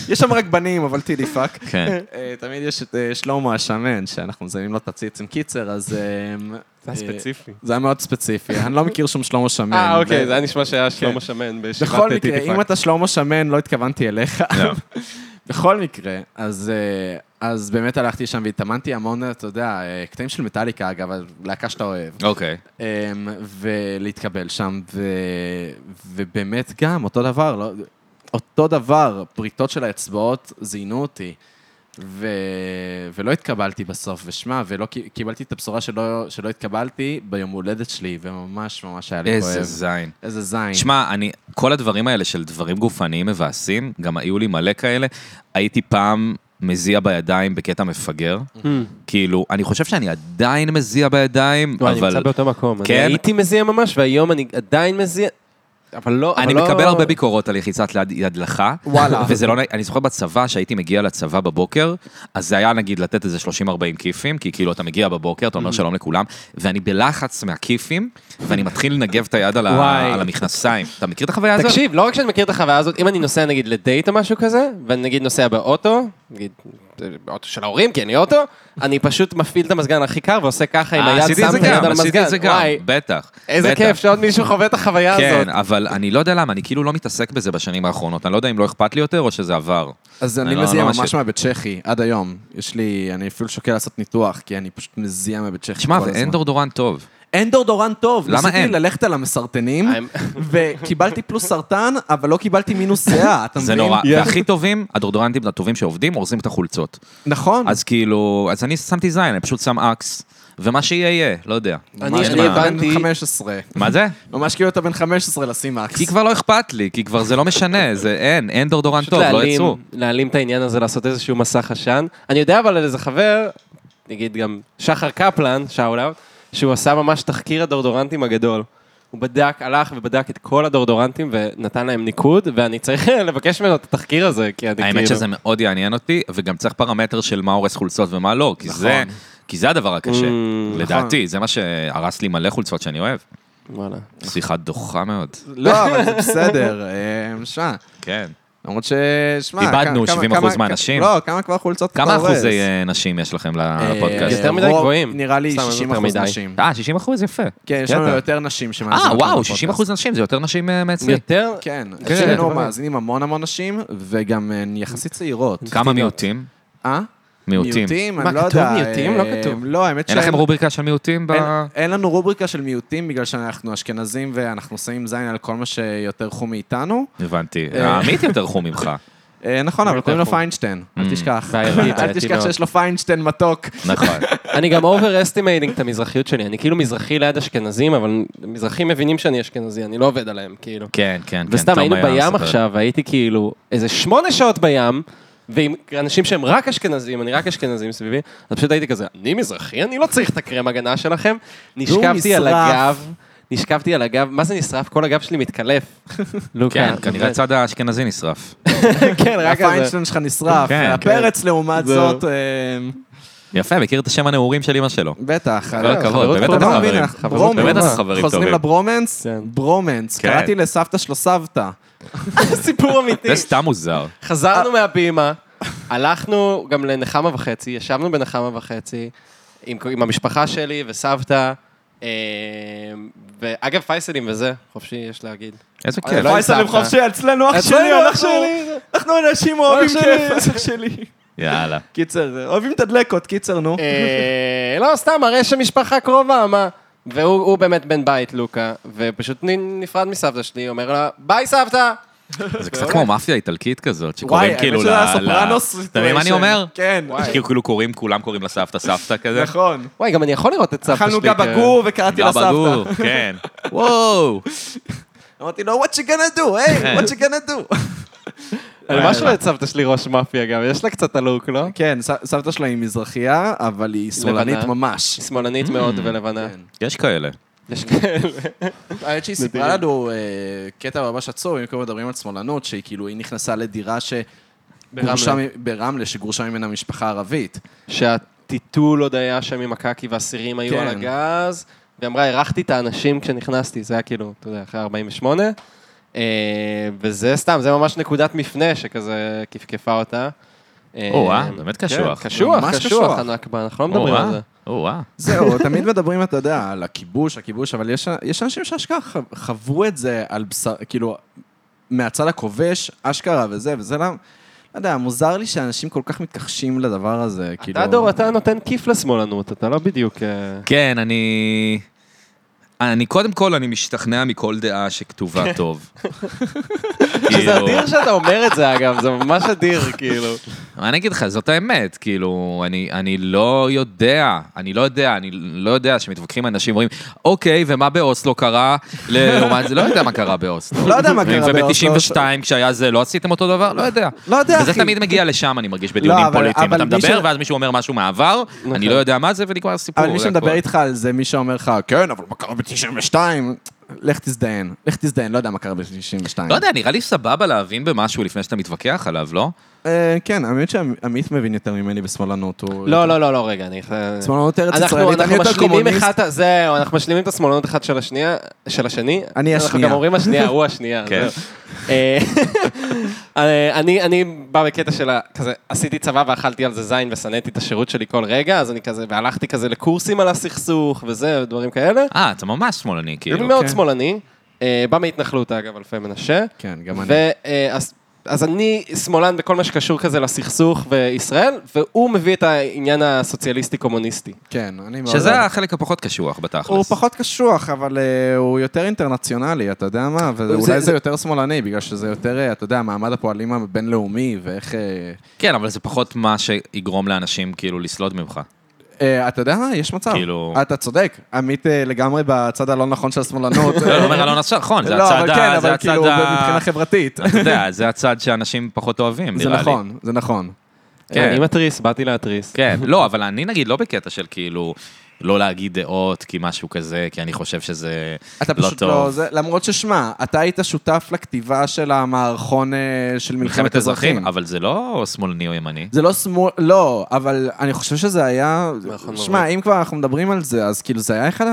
B: יש שם רק בנים, אבל טיטי פאק.
C: [LAUGHS] כן.
B: אה, תמיד יש את אה, שלמה השמן, שאנחנו מזיינים לו את הציצים קיצר, אז... אה,
D: זה
B: אה,
D: היה ספציפי.
B: זה היה מאוד ספציפי, אני לא מכיר שום שלמה שמן.
D: אה,
C: כן,
B: ו-
D: אוקיי, זה היה נשמע שהיה שלמה שמן בישיבת
B: בכל
D: טיטי
B: מקרה, אם
D: פאק.
B: אתה שלמה שמן, לא התכוונתי אליך.
C: לא.
B: [LAUGHS] בכל מקרה, אז, אה, אז באמת הלכתי שם והתאמנתי המון, אתה יודע, אה, קטעים של מטאליקה, אגב, על להקה שאתה אוהב.
C: אוקיי.
B: אמ, ולהתקבל שם, ו... ובאמת גם, אותו דבר, לא... אותו דבר, פריטות של האצבעות זיינו אותי, ו... ולא התקבלתי בסוף, ושמע, ולא קי- קיבלתי את הבשורה שלא, שלא התקבלתי ביום הולדת שלי, וממש ממש היה לי
C: איזה
B: כואב.
C: זין.
B: איזה זין.
C: שמע, אני, כל הדברים האלה של דברים גופניים מבאסים, גם היו לי מלא כאלה. הייתי פעם מזיע בידיים בקטע מפגר.
D: Mm.
C: כאילו, אני חושב שאני עדיין מזיע בידיים,
D: וואי, לא, אני
C: אבל
D: נמצא באותו מקום. אני
C: כן.
D: הייתי מזיע ממש, והיום אני עדיין מזיע. אבל לא,
C: אני
D: אבל לא-
C: מקבל הרבה ביקורות על יחיצת ליד- יד לך.
B: וואלה.
C: וזה לא נעים, אני זוכר בצבא, שהייתי מגיע לצבא בבוקר, אז זה היה נגיד לתת איזה 30-40 כיפים, כי כאילו אתה מגיע בבוקר, אתה
D: Mm.
C: אומר שלום לכולם, ואני בלחץ מהכיפים, ואני מתחיל לנגב את היד על ה-
D: וואי.
C: על המכנסיים. אתה מכיר את החוויה הזאת?
D: תקשיב, לא רק שאני מכיר את החוויה הזאת, אם אני נוסע נגיד לדייט או משהו כזה, ואני נגיד נוסע באוטו, נגיד באוטו של ההורים, כי אני אוטו, אני פשוט מפעיל את המזגן הכי קר ועושה ככה עם
C: אה,
D: היד,
C: עשיתי
D: שם
C: את זה
D: את היד
C: גם,
D: על
C: עשיתי
D: המזגן.
C: את זה גם,
D: וואי,
C: בטח.
D: איזה
C: בטח.
D: כיף שעוד מישהו חווה את החוויה
C: כן,
D: הזאת.
C: אבל אני לא יודע למה, אני כאילו לא מתעסק בזה בשנים האחרונות, אני לא יודע אם לא אכפת לי יותר או שזה עבר.
B: אז אני
C: אני לא-
B: מזיע
C: לא
B: ממש
C: משהו.
B: מהבית צ'כי, עד היום. יש לי, אני אפילו שוקל לעשות ניתוח, כי אני פשוט מזיע מהבית צ'כי
C: תשמע,
B: כל
C: ואין
B: הזמן.
C: דורדורן טוב.
B: אין דורדורן טוב.
C: למה אין?
B: ניסיתי ללכת על המסרטנים, [LAUGHS] וקיבלתי פלוס סרטן, אבל לא קיבלתי מינוס זיעה, אתה מבין?
C: זה נורא. והכי טובים, הדורדורנטים הטובים שעובדים, אורזים את החולצות.
B: נכון.
C: אז כאילו, אז אני שמתי זין, אני פשוט שם אקס, ומה שיהיה יהיה, לא יודע.
D: אני-
C: מה
B: ממש
C: יש
B: כאילו
C: מה-
B: אתה
D: הבנתי-
B: בן 15.
C: מה זה?
B: ממש כאילו אתה בן 15 לשים אקס.
C: כי כבר לא אכפת לי, כי כבר זה לא משנה, זה אין, אין דורדורן
D: פשוט
C: טוב, לא
D: להעלים-
C: יצאו.
D: להעלים את העניין הזה, לעשות איזשהו מסך עשן. אני יודע אבל על איזה חבר, נגיד גם שחר קפלן, שאול אאוט, שהוא עשה ממש תחקיר הדורדורנטים הגדול. הוא בדק, הלך ובדק את כל הדורדורנטים ונתן להם ניקוד, ואני צריך [LAUGHS] לבקש ממנו את התחקיר הזה, כי אני כאילו...
C: האמת שזה מאוד יעניין אותי, וגם צריך פרמטר של מה הורס חולצות ומה לא, כי זה... כי זה הדבר הקשה,
D: Mm,
C: לדעתי, זה מה שהרס לי מלא חולצות שאני אוהב.
D: וואלה.
C: שיחה דוחה מאוד.
B: לא, אבל זה בסדר. [LAUGHS] אה, שמע,
C: כן.
B: למרות ש... שמע...
C: איבדנו
B: כמה-
C: 70%
B: כמה-
C: מהאנשים.
B: לא, כמה כבר חולצות
C: כמה
B: כבר
C: אחוזי
B: יש?
C: אה, נשים יש לכם
B: אה,
C: לפודקאסט?
D: יותר מדי
B: רוב-
D: גבוהים.
B: נראה לי
D: סתם,
B: 60
D: יותר
B: אחוז
D: מדי.
B: נשים.
C: אה, 60 אחוז, יפה.
B: כן, יש
C: קטע.
B: לנו יותר נשים שמאזינות.
C: אה,
B: לנו
C: וואו,
B: בפודקאסט.
C: 60 אחוז נשים, זה יותר נשים אה, מאצלי.
D: יותר?
B: כן,
D: כן,
B: אצלנו
D: אבל-
B: מאזינים המון המון נשים, וגם אה, הן יחסית צעירות.
C: כמה מיעוטים?
B: אה?
C: מיעוטים.
B: מיעוטים,
D: מה,
B: אני לא
D: כתוב
B: יודע.
D: מיעוטים? לא
B: אה,
D: כתוב.
B: לא, האמת
C: אין לכם רובריקה של מיעוטים ב...
B: אין- אין לנו רובריקה של מיעוטים, בגלל שאנחנו אשכנזים ואנחנו שמים זין על כל מה שיותר חום מאיתנו.
C: הבנתי.
B: אה.
C: העמית יותר חום ממך.
B: אה, נכון, אבל קוראים לו
D: יותר חור.
B: פיינשטיין, אל
C: לא Mm,
B: תשכח. [LAUGHS]
D: בעייתי,
B: אל
D: בעייתי
B: תשכח
D: מאוד.
B: שיש לו פיינשטיין מתוק.
C: נכון.
D: אני גם overestimating את המזרחיות שלי, אני כאילו מזרחי ליד אשכנזים, אבל מזרחים מבינים שאני אשכנזי, אני לא עובד עליהם, כאילו.
C: כן, כן, כן.
D: וסתם
C: תום
D: היינו
C: היה
D: בים
C: מספר.
D: עכשיו, הייתי כאילו איזה שמונה שעות בים, ועם אנשים שהם רק אשכנזים, אני רק אשכנזים סביבי, אז פשוט הייתי כזה, אני מזרחי, אני לא צריך את הקרם הגנה שלכם. נשכבתי על
A: נשרף.
D: הגב, נשכבתי על הגב, מה זה נשרף? כל הגב שלי מתקלף. לוקה,
C: כן,
D: באמת.
C: כנראה הצד האשכנזי נשרף.
D: כן, רק על זה.
B: הפיינשטיין שלך נשרף.
C: כן,
B: הפרץ, לעומת
D: זהו.
B: זאת, אה,
C: יפה, מכיר את השם הנעורים של אמא שלו.
B: בטח.
C: כל הכבוד,
D: חברות
C: באמת
D: פה
B: אתה
C: אנחנו
B: לא מבין,
C: חברים.
B: אנחנו
D: חברות
B: ברומנס.
C: באמת אנחנו חברים
B: חוזרים
C: טובים.
B: לברומנס?
D: כן.
B: ברומנס.
C: כן.
B: קראתי לסבתא שלו סבתא.
D: סיפור אמיתי.
C: זה סתם מוזר.
D: חזרנו
C: אה.
D: מהבימה, הלכנו גם לנחמה וחצי, ישבנו בנחמה וחצי, עם, עם המשפחה שלי וסבתא, אה, ואגב פייסלים וזה, חופשי יש להגיד.
C: איזה
D: אה,
C: כיף.
D: לא- פייסל עם חופשי,
B: אצלנו
D: אח שלי,
B: לא
D: אנחנו-
B: אנחנו אנשים
D: אוהבים כיף,
B: אח שלי.
C: יאללה.
B: קיצר, אוהבים את הדלקות, קיצר, נו.
D: אה, לא, סתם, הרי שמשפחה קרובה, מה? והוא הוא באמת בן בית, לוקה, ופשוט נ- נפרד מסבתא שלי, אומר לה, ביי סבתא!
C: זה קצת כמו מאפיה איטלקית כזאת, שקוראים כאילו ל...
B: האמת
C: ל-
B: שזה היה סופרנוס
C: אתה מבין מה אני
B: situation.
C: אומר?
B: כן,
C: כאילו כאילו קוראים, כולם קוראים לסבתא סבתא כזה.
B: נכון.
D: וואי, גם אני יכול לראות את סבתא שלי. כאילו.
B: אכלנו
D: כ-
B: גבה גור וקראתי
C: גבא
B: לסבתא.
C: גור, כן. וואו.
B: אמרתי לו, what you gonna do,
C: כן.
B: היי, what you gonna do.
D: אני משהו את סבתא שלי ראש מאפיה גם, יש לה קצת הלוק, לא?
B: כן, ס- סבתא שלה היא מזרחייה, אבל היא שמאלנית ממש.
D: היא שמאלנית מאוד ולבנה.
C: יש כאלה.
D: יש כאלה.
B: האמת שהיא סיפרה לנו אה, קטע ממש עצוב, אם כבר מדברים על שמאלנות, שהיא כאילו, היא נכנסה לדירה ש... גורשה מ- ברמלה, שגורשה ממנה משפחה ערבית.
D: שהטיטול עוד היה שם עם הקקי והסירים היו
B: כן.
D: על הגז, והיא אמרה, הרחתי את האנשים כשנכנסתי, זה היה כאילו, אתה יודע, אחרי 48. אה, וזה סתם, זה ממש נקודת מפנה שכזה כפכפה אותה. אה,
C: או-אה, באמת קשוח.
D: כן, קשוח,
B: ממש
D: קשוח,
B: קשוח. אה,
D: הנכבה, אנחנו לא מדברים
C: אה.
D: על זה.
C: או-אה.
B: זהו, תמיד מדברים, אתה יודע, על הכיבוש, הכיבוש, אבל יש, יש אנשים שאשכרה ח- חוו את זה על בשר, כאילו, מהצד הכובש, אשכרה וזה, וזה למה, לא יודע, מוזר לי שאנשים כל כך מתכחשים לדבר הזה, כאילו...
D: אתה דור, אתה נותן כיף לשמאלנות, אתה לא בדיוק... אה,
C: כן, אני... אני קודם כל, אני משתכנע מכל דעה
B: [LAUGHS]
C: שכתובה טוב.
D: שזה
C: כאילו,
D: אדיר שאתה אומר את זה, אגב, זה ממש אדיר,
B: [LAUGHS]
D: כאילו.
C: אני אגיד לך, זאת האמת, כאילו, אני, אני לא יודע, אני לא יודע, אני לא יודע שמתווכחים אנשים ואומרים, אוקיי, ומה באוסלו קרה? לעומת זה, לא יודע מה קרה באוסלו.
B: לא יודע מה קרה באוסלו.
C: וב-92 כשהיה זה, לא עשיתם אותו דבר? לא יודע.
B: לא יודע,
C: וזה
B: אחי.
C: תמיד מגיע לשם, אני מרגיש, בדיונים
B: לא, אבל-
C: פוליטיים.
B: אבל
C: אתה
B: מי
C: מדבר,
B: ש- נכון.
C: ואז מישהו אומר משהו מהעבר, אני לא יודע מה זה, ונגמר הסיפור.
B: אבל מי
C: זה
B: שמדבר
C: הכל.
B: איתך על זה, מי שאומר לך, כן, אבל מה קרה ב-92? לך תזדיין, לך תזדיין, לא יודע מה קרה ב-92.
C: לא יודע, נראה לי סבבה להבין במשהו לפני שאתה מתווכח עליו, לא?
B: כן, האמת שעמית מבין יותר ממני בשמאלנות. הוא-
D: לא, לא, לא, לא, רגע, אני...
B: שמאלנות ארץ
D: אנחנו-
B: ישראלית, אני
D: אנחנו
B: יותר
D: משלימים
B: קומוניסט.
D: אחד, זהו, אנחנו משלימים את השמאלנות אחד של השנייה, של השני.
B: אני
D: אנחנו
B: השנייה.
D: גם אומרים השנייה, הוא השנייה.
C: כן.
D: זהו. אה, [LAUGHS] אה, אני אני בא בקטע של ה- כזה, עשיתי צבא ואכלתי על זה זין ושנאתי את השירות שלי כל רגע, אז אני כזה, והלכתי כזה לקורסים על הסכסוך וזה, דברים כאלה.
C: אה, אתה ממש שמאלני,
D: אני
C: כאילו.
D: מאוד
B: כן.
D: שמאלני, אה, בא מהתנחלות אגב, אלפי מנשה.
B: כן, גם אני.
D: ו- אה, אז- אז אני שמאלן בכל מה שקשור כזה לסכסוך וישראל, והוא מביא את העניין הסוציאליסטי-קומוניסטי.
B: כן, אני מאוד...
C: שזה החלק הפחות קשוח בתכלס.
B: הוא פחות קשוח, אבל אה, הוא יותר אינטרנציונלי, אתה יודע מה?
D: זה-
B: ואולי
D: זה-
B: זה יותר שמאלני, בגלל שזה יותר, אה, אתה יודע, מעמד הפועלים הבינלאומי, ואיך... אה,
C: כן, אבל זה פחות מה שיגרום לאנשים כאילו לסלוד ממך.
B: אה, אתה יודע מה? יש מצב.
C: כאילו-
B: אתה צודק. עמית אה, לגמרי בצד הלא נכון של השמאלנות.
C: לא, אני אומר, אלון עשה, נכון, [LAUGHS] זה
B: לא,
C: הצד
B: אבל כן,
C: ה... זה
B: אבל
C: הצד
B: כאילו,
C: ה...
B: מבחינה חברתית.
C: אתה יודע, זה הצד שאנשים פחות אוהבים,
B: זה
C: נראה לי.
B: נכון, זה נכון.
C: כן.
D: אני מתריס, באתי להתריס.
C: כן, לא, אבל אני נגיד לא בקטע של כאילו, לא להגיד דעות, כי משהו כזה, כי אני חושב שזה
B: אתה
C: לא
B: פשוט לא...
C: טוב.
B: זה- למרות ששמע, אתה היית שותף לכתיבה של המערכון אה, של מלחמת אזרחים.
C: אבל זה לא שמאלני או ימני.
B: זה לא שמאל, לא, אבל אני חושב שזה היה...
D: נכון,
B: שמע,
D: נכון.
B: אם כבר אנחנו מדברים על זה, אז כאילו זה היה אחד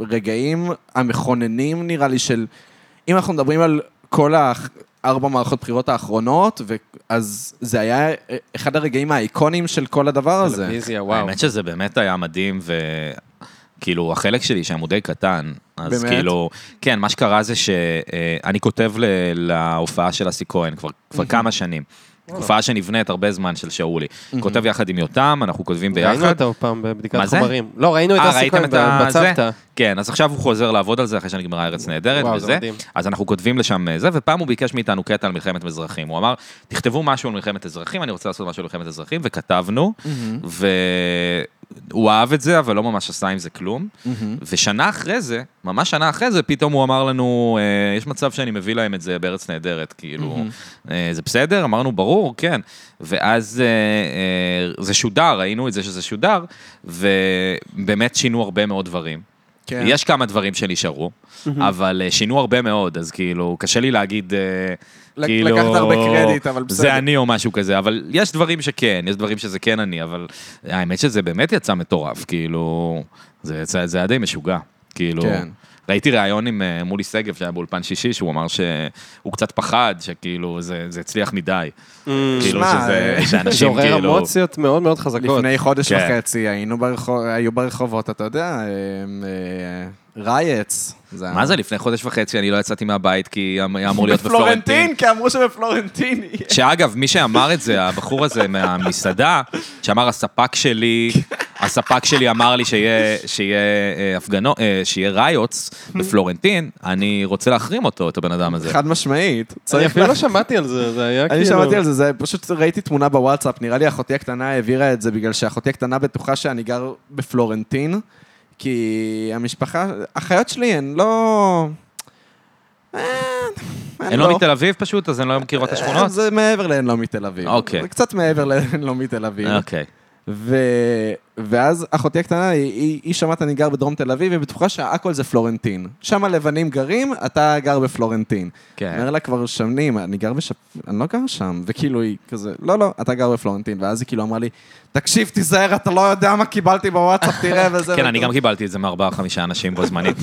B: הרגעים המכוננים, נראה לי, של... אם אנחנו מדברים על כל הארבע מערכות בחירות האחרונות, ו- אז זה היה אחד הרגעים האיקונים של כל הדבר הזה.
D: טלוויזיה, וואו.
C: האמת שזה באמת היה מדהים, וכאילו, החלק שלי שם הוא די קטן. אז
B: באמת?
C: כאילו, כן, אה, מה שקרה זה שאני כותב ל- להופעה של אסי כהן כבר כבר כמה שנים. תקופה שנבנית הרבה זמן של שאולי. כותב יחד עם יותם, אנחנו כותבים
D: ראינו
C: ביחד.
D: אותו פעם בבדיקת
C: מה זה?
D: חומרים. לא, ראינו את
C: אה,
D: יוסי
C: ראיתם
D: כהן
C: את ה-
D: בצוותא.
C: זה? כן, אז עכשיו הוא חוזר לעבוד על זה אחרי שנגמרה ארץ נהדרת
D: וואו, זה
C: וזה.
D: מדהים.
C: אז אנחנו כותבים לשם אה, זה, ופעם הוא ביקש מאיתנו קטע על מלחמת אזרחים. הוא אמר, תכתבו משהו על מלחמת אזרחים, אני רוצה לעשות משהו על מלחמת אזרחים, וכתבנו, והוא אהב את זה, אבל לא ממש עשה עם זה כלום. ושנה אחרי זה, ממש שנה אחרי זה, פתאום הוא אמר לנו, אה, יש מצב שאני מביא להם את זה בארץ נהדרת, כאילו, אה, זה בסדר? אמרנו, ברור, כן. ואז אה, אה, זה שודר, ראינו את זה שזה שודר, ובאמת שינו הרבה מאוד דברים.
B: כן.
C: יש כמה דברים שנשארו, אבל אה, שינו הרבה מאוד, אז כאילו, קשה לי להגיד, אה,
B: לק-
C: כאילו...
B: לקחת הרבה קרדיט, אבל בסדר.
C: זה אני או משהו כזה, אבל יש דברים שכן, יש דברים שזה כן אני, אבל האמת שזה באמת יצא מטורף, כאילו... זה יצא, זה היה די משוגע, כאילו...
B: כן.
C: ראיתי ראיון עם אה, מולי שגב שהיה באולפן שישי, שהוא אמר שהוא קצת פחד, שכאילו זה, זה הצליח מדי. כאילו
B: Mm. שמע,
C: שזה,
B: אה,
D: זה
C: שאנשים
D: עורר
C: כאילו...
D: אמוציות מאוד מאוד חזקות.
B: לפני חודש
C: כן.
B: וחצי היינו ברחוב, היו ברחובות, אתה יודע, אה, רייטס.
C: מה זה, לפני חודש וחצי אני לא יצאתי מהבית כי היה אמור להיות בפלורנטין.
A: בפלורנטין, כי אמרו שבפלורנטין יהיה.
C: שאגב, מי שאמר את זה, הבחור הזה מהמסעדה, שאמר, הספק שלי, הספק שלי אמר לי שיהיה, שיהיה אה, הפגנות, אה, שיהיה ריוטס בפלורנטין, אני רוצה להחרים אותו, את הבן אדם הזה.
B: חד משמעית.
D: אני
B: צריך
D: אפילו
B: לה...
D: לא שמעתי על זה, זה היה כאילו...
B: אני שמעתי על זה, זה פשוט ראיתי תמונה בוואטסאפ, נראה לי אחותי הקטנה העבירה את זה בגלל שאחותי הקטנה בטוחה שאני גר בפלורנטין, כי המשפחה, אחיות שלי הן לא... אה,
C: הן לא מתל אביב פשוט, אז הן לא מכירות את השכונות?
B: [LAUGHS] זה מעבר להן לא מתל אביב.
C: אוקיי.
B: זה קצת מעבר להן לא מתל אביב.
C: אוקיי.
B: ו... ואז אחותי הקטנה, היא, היא, היא שמעת אני גר בדרום תל אביב, היא בטוחה שהכל זה פלורנטין. שם הלבנים גרים, אתה גר בפלורנטין.
C: כן.
B: אומר לה כבר שנים, אני גר בשפ... אני לא גר שם. וכאילו היא כזה, לא, לא, אתה גר בפלורנטין. ואז היא כאילו אמרה לי, תקשיב, תיזהר, אתה לא יודע מה קיבלתי בוואטסאפ,
C: [LAUGHS]
B: תראה, וזה...
C: כן, אני גם קיבלתי את זה מארבעה, חמישה אנשים
B: [LAUGHS]
C: בו זמנית.